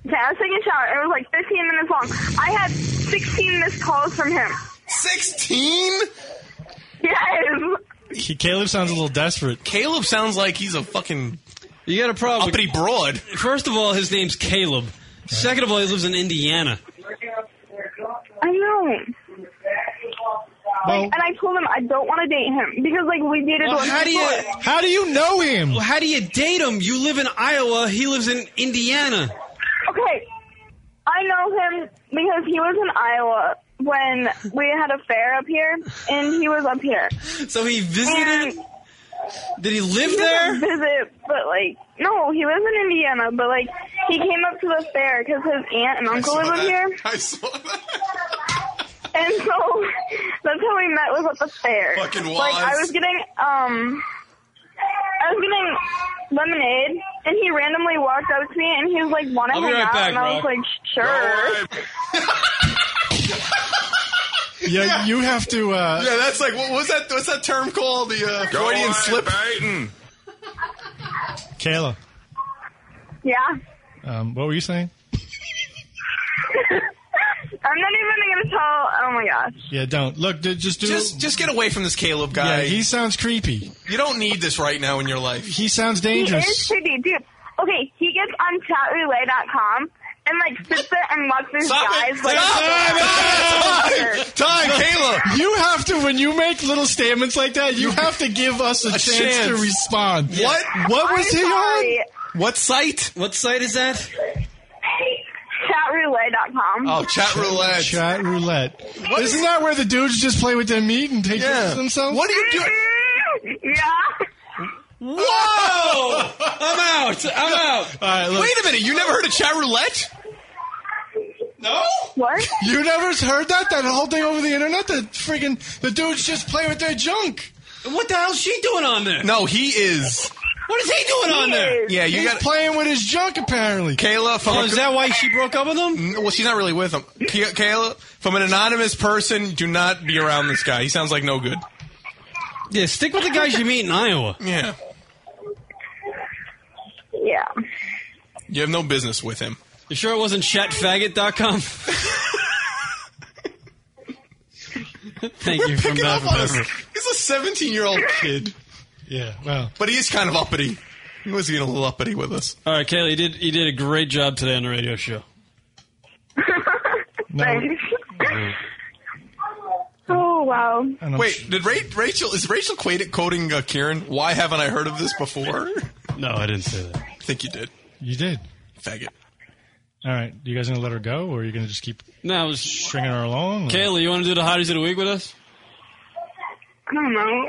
Speaker 3: okay, I was taking a shower. It was like 15 minutes long. I had 16 missed calls from him.
Speaker 6: 16?
Speaker 3: Yes.
Speaker 9: K- Caleb sounds a little desperate.
Speaker 6: Caleb sounds like he's a fucking
Speaker 4: You got a problem.
Speaker 6: uppity broad.
Speaker 4: First of all, his name's Caleb. Second of all, he lives in Indiana.
Speaker 3: I know. Like, and I told him I don't want to date him because like we dated
Speaker 4: Well,
Speaker 3: once
Speaker 4: how do you
Speaker 3: before.
Speaker 9: how do you know him?
Speaker 4: Well, how do you date him? You live in Iowa. He lives in Indiana.
Speaker 3: Okay, I know him because he was in Iowa when we had a fair up here, and he was up here.
Speaker 4: So he visited. Did he live
Speaker 3: he
Speaker 4: there?
Speaker 3: didn't Visit, but like, no, he lives in Indiana. But like, he came up to the fair because his aunt and uncle
Speaker 6: saw
Speaker 3: live up
Speaker 6: that.
Speaker 3: here,
Speaker 6: I saw that.
Speaker 3: and so that's how we met. Was at the fair.
Speaker 6: Fucking
Speaker 3: Like, I
Speaker 6: was.
Speaker 3: was getting um, I was getting lemonade, and he randomly walked up to me, and he was like, "Want to
Speaker 9: I'll be
Speaker 3: hang
Speaker 9: right
Speaker 3: out?"
Speaker 9: back,
Speaker 3: and I was
Speaker 9: Rob.
Speaker 3: like, "Sure."
Speaker 9: Yeah, you have to. Uh,
Speaker 6: Yeah, that's like what was that? What's that term called? The uh, Freudian slip.
Speaker 9: Kayla,
Speaker 3: Yeah.
Speaker 9: um, what were you saying?
Speaker 3: I'm not even gonna tell. Oh my gosh.
Speaker 9: Yeah, don't look. d- Just do.
Speaker 6: Just, just get away from this Caleb
Speaker 9: yeah,
Speaker 6: guy.
Speaker 9: he sounds creepy.
Speaker 6: you don't need this right now in your life.
Speaker 9: He sounds
Speaker 3: He is
Speaker 9: dangerous.
Speaker 3: pretty, dude. Okay, he gets on chatrelay.com and like sits there and watches
Speaker 6: Stop
Speaker 3: guys
Speaker 6: it.
Speaker 3: like.
Speaker 6: Stop it. Time. Time, Caleb.
Speaker 9: You have to when you make little statements like that. You have to give us a,
Speaker 6: A
Speaker 9: chance,
Speaker 6: chance.
Speaker 9: to respond.
Speaker 6: What?
Speaker 9: What was he on?
Speaker 6: What site?
Speaker 4: What site is that?
Speaker 3: Chatrelay.com.
Speaker 6: Oh, chat roulette.
Speaker 9: Chat roulette.
Speaker 6: What
Speaker 9: Isn't that where the dudes just play with their meat and take pictures of themselves?
Speaker 6: What are you doing?
Speaker 3: Yeah.
Speaker 6: Whoa!
Speaker 4: I'm out. I'm out.
Speaker 9: All right, look.
Speaker 6: Wait a minute. You never heard of chat roulette? No.
Speaker 3: What?
Speaker 9: You never heard that? That whole thing over the internet? That friggin' the dudes just play with their junk.
Speaker 4: What the hell's she doing on there?
Speaker 6: No, he is.
Speaker 4: What is he doing on there?
Speaker 6: Yeah, you
Speaker 9: He's
Speaker 6: got
Speaker 9: playing with his junk apparently.
Speaker 6: Kayla from.
Speaker 4: Oh,
Speaker 6: a-
Speaker 4: is that why she broke up with him?
Speaker 6: Mm, well, she's not really with him. Kay- Kayla, from an anonymous person, do not be around this guy. He sounds like no good.
Speaker 4: Yeah, stick with the guys you meet in Iowa.
Speaker 6: Yeah,
Speaker 3: Yeah.
Speaker 6: you have no business with him.
Speaker 4: You sure it wasn't chatfaggot.com? Thank you from
Speaker 6: Picking
Speaker 4: Bad
Speaker 6: up
Speaker 4: for
Speaker 6: on us.
Speaker 4: Beverly.
Speaker 6: He's a 17 year old kid,
Speaker 9: Yeah, well.
Speaker 6: but he is kind of uppity. He was getting a little uppity with us.
Speaker 4: All right, Kaylee, you did you did a great job today on the radio show.
Speaker 3: Thanks. oh wow.
Speaker 6: Wait, did Ra- Rachel is Rachel Quaid quoting uh, Kieran? Why haven't I heard of this before?
Speaker 4: No, I didn't say that.
Speaker 6: I think you did,
Speaker 9: You did.
Speaker 6: faggot.
Speaker 9: All right. You guys gonna let her go, or are you gonna just keep
Speaker 4: No, it was
Speaker 9: stringing her along? or-
Speaker 4: Kaylee. You want to do the hotties of the week with us?
Speaker 3: I don't know.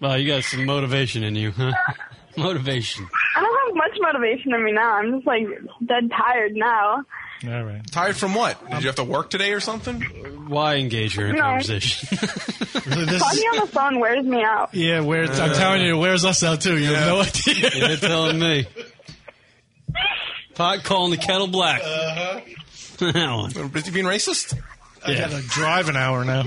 Speaker 4: Wow, you got some motivation in you, huh? motivation.
Speaker 3: I don't have much motivation in me now. I'm just like dead tired now.
Speaker 9: All right.
Speaker 6: Tired from what? Did you have to work today or something?
Speaker 4: Why engage her in
Speaker 3: No.
Speaker 4: conversation?
Speaker 9: Really, this is-
Speaker 3: Talking on the phone wears me out.
Speaker 9: yeah, where I'm telling you, where's us out too? You have no idea.
Speaker 4: You're telling me. Pot calling the kettle black. Uh-huh. that one.
Speaker 6: Busy being racist?
Speaker 9: I gotta drive an hour now.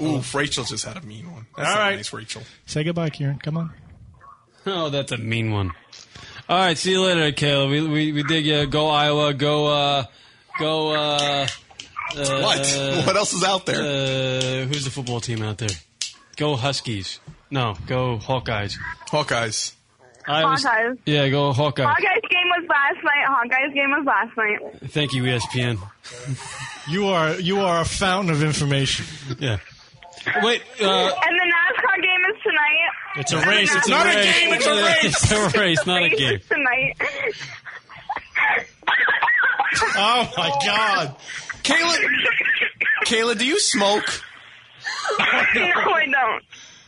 Speaker 6: Oof, Rachel just had a mean one. That's
Speaker 9: All
Speaker 6: not
Speaker 9: right.
Speaker 6: nice, Rachel.
Speaker 9: Say goodbye, Kieran. Come on.
Speaker 4: Oh, that's a mean one. All right, see you later, Caleb. We we, we dig you. Go Iowa. Go uh, go uh, uh,
Speaker 6: What? What else is out there?
Speaker 4: Uh, who's the football team out there? Go Huskies. No, go Hawkeyes.
Speaker 6: Hawkeyes.
Speaker 4: I was-
Speaker 3: Hawkeyes.
Speaker 4: yeah, go Hawkeyes.
Speaker 3: Hawkeye's game was last night. Hawkeye's game was last night.
Speaker 4: Thank you, E ESPN.
Speaker 9: You are you are a fountain of information.
Speaker 4: Yeah.
Speaker 9: Wait. uh,
Speaker 3: and the NASCAR game is tonight.
Speaker 9: It's a
Speaker 3: And the
Speaker 9: race, it's a
Speaker 3: NASCAR
Speaker 9: race. It's a race. It's a race, not a
Speaker 3: Race
Speaker 9: game.
Speaker 3: is tonight.
Speaker 6: Oh my God, Kayla, Kayla, do you smoke?
Speaker 3: no, I don't.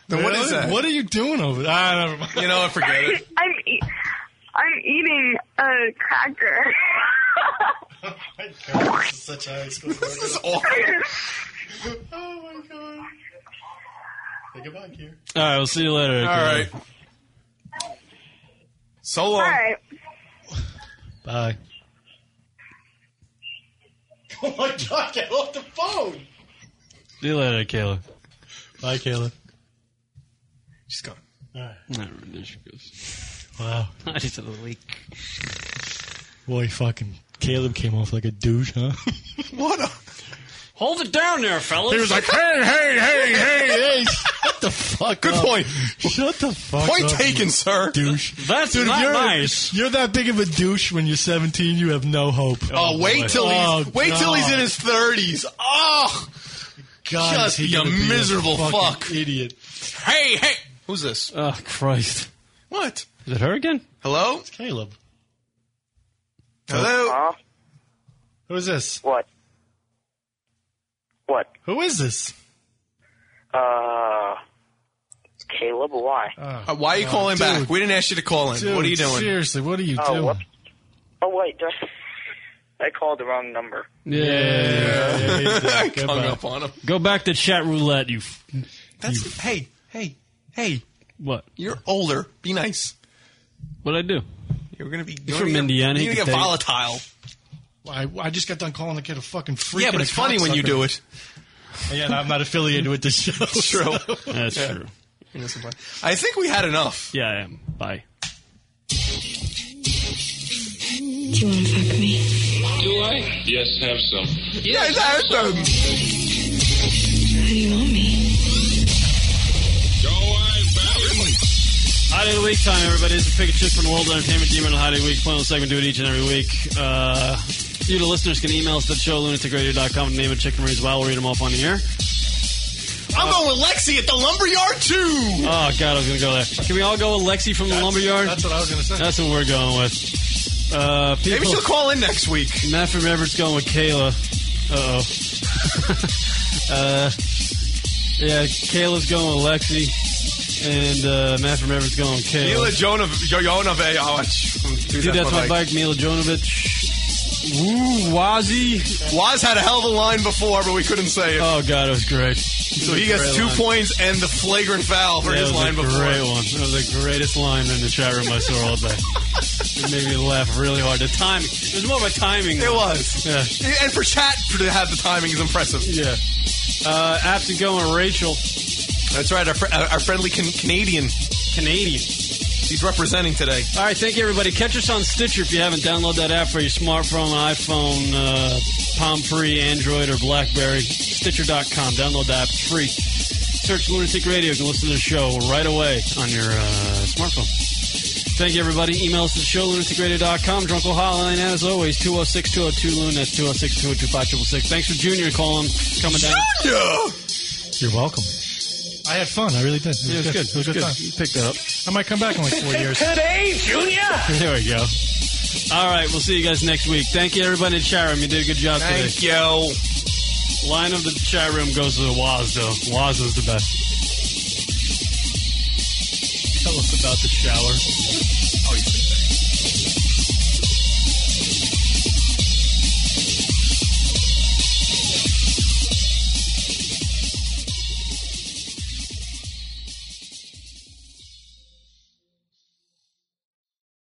Speaker 6: Then what is
Speaker 9: Really?
Speaker 6: that?
Speaker 9: What are you doing over there? Ah, never mind.
Speaker 6: You know, I forget it.
Speaker 3: I'm e- I'm eating a cracker.
Speaker 9: this is such a high school. This is awful.
Speaker 3: oh my god.
Speaker 9: Take it back here.
Speaker 4: All right, we'll see you later.
Speaker 6: All right. So long. All
Speaker 3: right.
Speaker 4: Bye.
Speaker 9: Oh my god, get off the phone!
Speaker 4: See you later, Kayla. Bye, Kayla.
Speaker 9: She's gone.
Speaker 4: There she goes.
Speaker 9: Wow.
Speaker 4: I just had a leak.
Speaker 9: Boy, fucking Caleb came off like a douche, huh?
Speaker 4: What a. Hold it down there, fellas.
Speaker 9: He was like, hey, hey, hey, hey, hey. Shut the fuck
Speaker 6: Good
Speaker 9: up.
Speaker 6: point.
Speaker 9: Shut the fuck
Speaker 6: Point
Speaker 9: up.
Speaker 6: taken,
Speaker 9: you
Speaker 6: sir.
Speaker 9: Douche.
Speaker 6: That's
Speaker 9: Dude, if
Speaker 6: not
Speaker 9: you're,
Speaker 6: nice.
Speaker 9: You're that big of a douche when you're 17, you have no hope.
Speaker 6: Oh, wait till he's
Speaker 9: Oh,
Speaker 6: wait till he's
Speaker 9: God.
Speaker 6: in his thirties. Oh,
Speaker 9: God,
Speaker 6: just
Speaker 9: is he
Speaker 6: you
Speaker 9: gonna be a
Speaker 6: miserable
Speaker 9: fucking
Speaker 6: fuck,
Speaker 9: idiot.
Speaker 6: Hey, hey, who's this?
Speaker 4: Oh, Christ.
Speaker 6: What?
Speaker 4: Is it her again?
Speaker 6: Hello? It's
Speaker 9: Caleb.
Speaker 6: Hello?
Speaker 9: Who is this?
Speaker 1: What? What?
Speaker 9: Who is this?
Speaker 1: Uh, Caleb, why?
Speaker 6: Uh, why are you
Speaker 9: Oh,
Speaker 6: calling
Speaker 9: dude.
Speaker 6: back? We didn't ask you to call in. what are you
Speaker 9: Dude,
Speaker 6: doing?
Speaker 9: Seriously, what are you
Speaker 1: Oh,
Speaker 9: doing?
Speaker 1: whoops. Oh, wait. did I I called the wrong number.
Speaker 4: Yeah. yeah, yeah, yeah.
Speaker 6: Hung
Speaker 4: Goodbye.
Speaker 6: up on him.
Speaker 4: Go back to chat roulette, you. F-
Speaker 6: That's hey, hey, hey.
Speaker 4: What?
Speaker 6: You're older. Be nice.
Speaker 4: What'd I do?
Speaker 6: You're gonna be.
Speaker 4: from Indiana, he
Speaker 6: You're gonna
Speaker 4: could
Speaker 6: get
Speaker 4: take-
Speaker 6: volatile.
Speaker 9: I, I just got done calling the kid a fucking freak.
Speaker 6: Yeah,
Speaker 9: and a
Speaker 6: but it's funny when you
Speaker 9: cocksucker.
Speaker 6: do it.
Speaker 9: Yeah, and I'm not affiliated with this show.
Speaker 6: True.
Speaker 4: That's
Speaker 6: Yeah.
Speaker 4: true.
Speaker 6: I think we had enough.
Speaker 4: Yeah, I am. Bye.
Speaker 32: Do you want to fuck me?
Speaker 14: Do I? Yes, have some.
Speaker 6: Yes, have some.
Speaker 32: How do you want me?
Speaker 4: Hottie of the Week time, everybody. This is Pick a Chick from the World Entertainment Demon and Hottie of the Week. Final segment, do it each and every week. Uh, you, the listeners, can email us at show, lunaticradio.com, name a chick and raise while we'll read them off on the air.
Speaker 6: I'm going with Lexi at the lumberyard too.
Speaker 4: Oh, God, I was going to go there. Can we all go with Lexi from the Lumberyard? That's
Speaker 9: what I was going to say.
Speaker 4: That's what we're going with. Uh, people,
Speaker 6: Maybe she'll call in next week.
Speaker 4: Matt from Everett's going with Kayla. Uh-oh. uh, yeah, Kayla's going with Lexi. And uh, Matt from Everett's going with Kayla.
Speaker 6: Mila Jonov, Jonove, oh, it's-
Speaker 4: Dude, that's, my bike. Mila Jonovich. Woo, Wazzy.
Speaker 6: Waz had a hell of a line before, but we couldn't say it.
Speaker 4: Oh god, it was great.
Speaker 6: So he gets two points and the flagrant foul for
Speaker 4: that
Speaker 6: his
Speaker 4: was
Speaker 6: line
Speaker 4: a
Speaker 6: before.
Speaker 4: Great one. That was the greatest line in the chat room I saw all day. It made me laugh really hard. The timing. It was more of a timing.
Speaker 6: It was.
Speaker 4: Yeah.
Speaker 6: And for chat to have the timing is impressive.
Speaker 4: Yeah. Uh, After going Rachel.
Speaker 6: That's right, our, fr- our friendly can- Canadian.
Speaker 4: Canadian.
Speaker 6: He's representing today.
Speaker 4: All right, thank you, everybody. Catch us on Stitcher if you haven't. Download that app for your smartphone, iPhone, uh, Palm Pre, Android, or Blackberry. Stitcher.com. Download that app It's free. Search Lunatic Radio. You can listen to the show right away on your uh, smartphone. Thank you, everybody. Email us at the show, lunaticradio.com. Drunkle hotline, as always, 206-202-LUN. That's 206-202-5666. Thanks for Junior calling, coming down.
Speaker 9: You're welcome. I had fun. I really did. It was,
Speaker 4: Yeah, it was good. It was
Speaker 9: a
Speaker 4: good.
Speaker 9: time.
Speaker 4: You picked that up.
Speaker 9: I might come back in like four years.
Speaker 4: Today, Junior! There we go. All right, we'll see you guys next week. Thank you, everybody in the chat room. You did a good job today.
Speaker 6: Thank you.
Speaker 4: Line of the chat room goes to the Waz, though. Waz is the best. Tell us about the shower.
Speaker 6: Oh, he's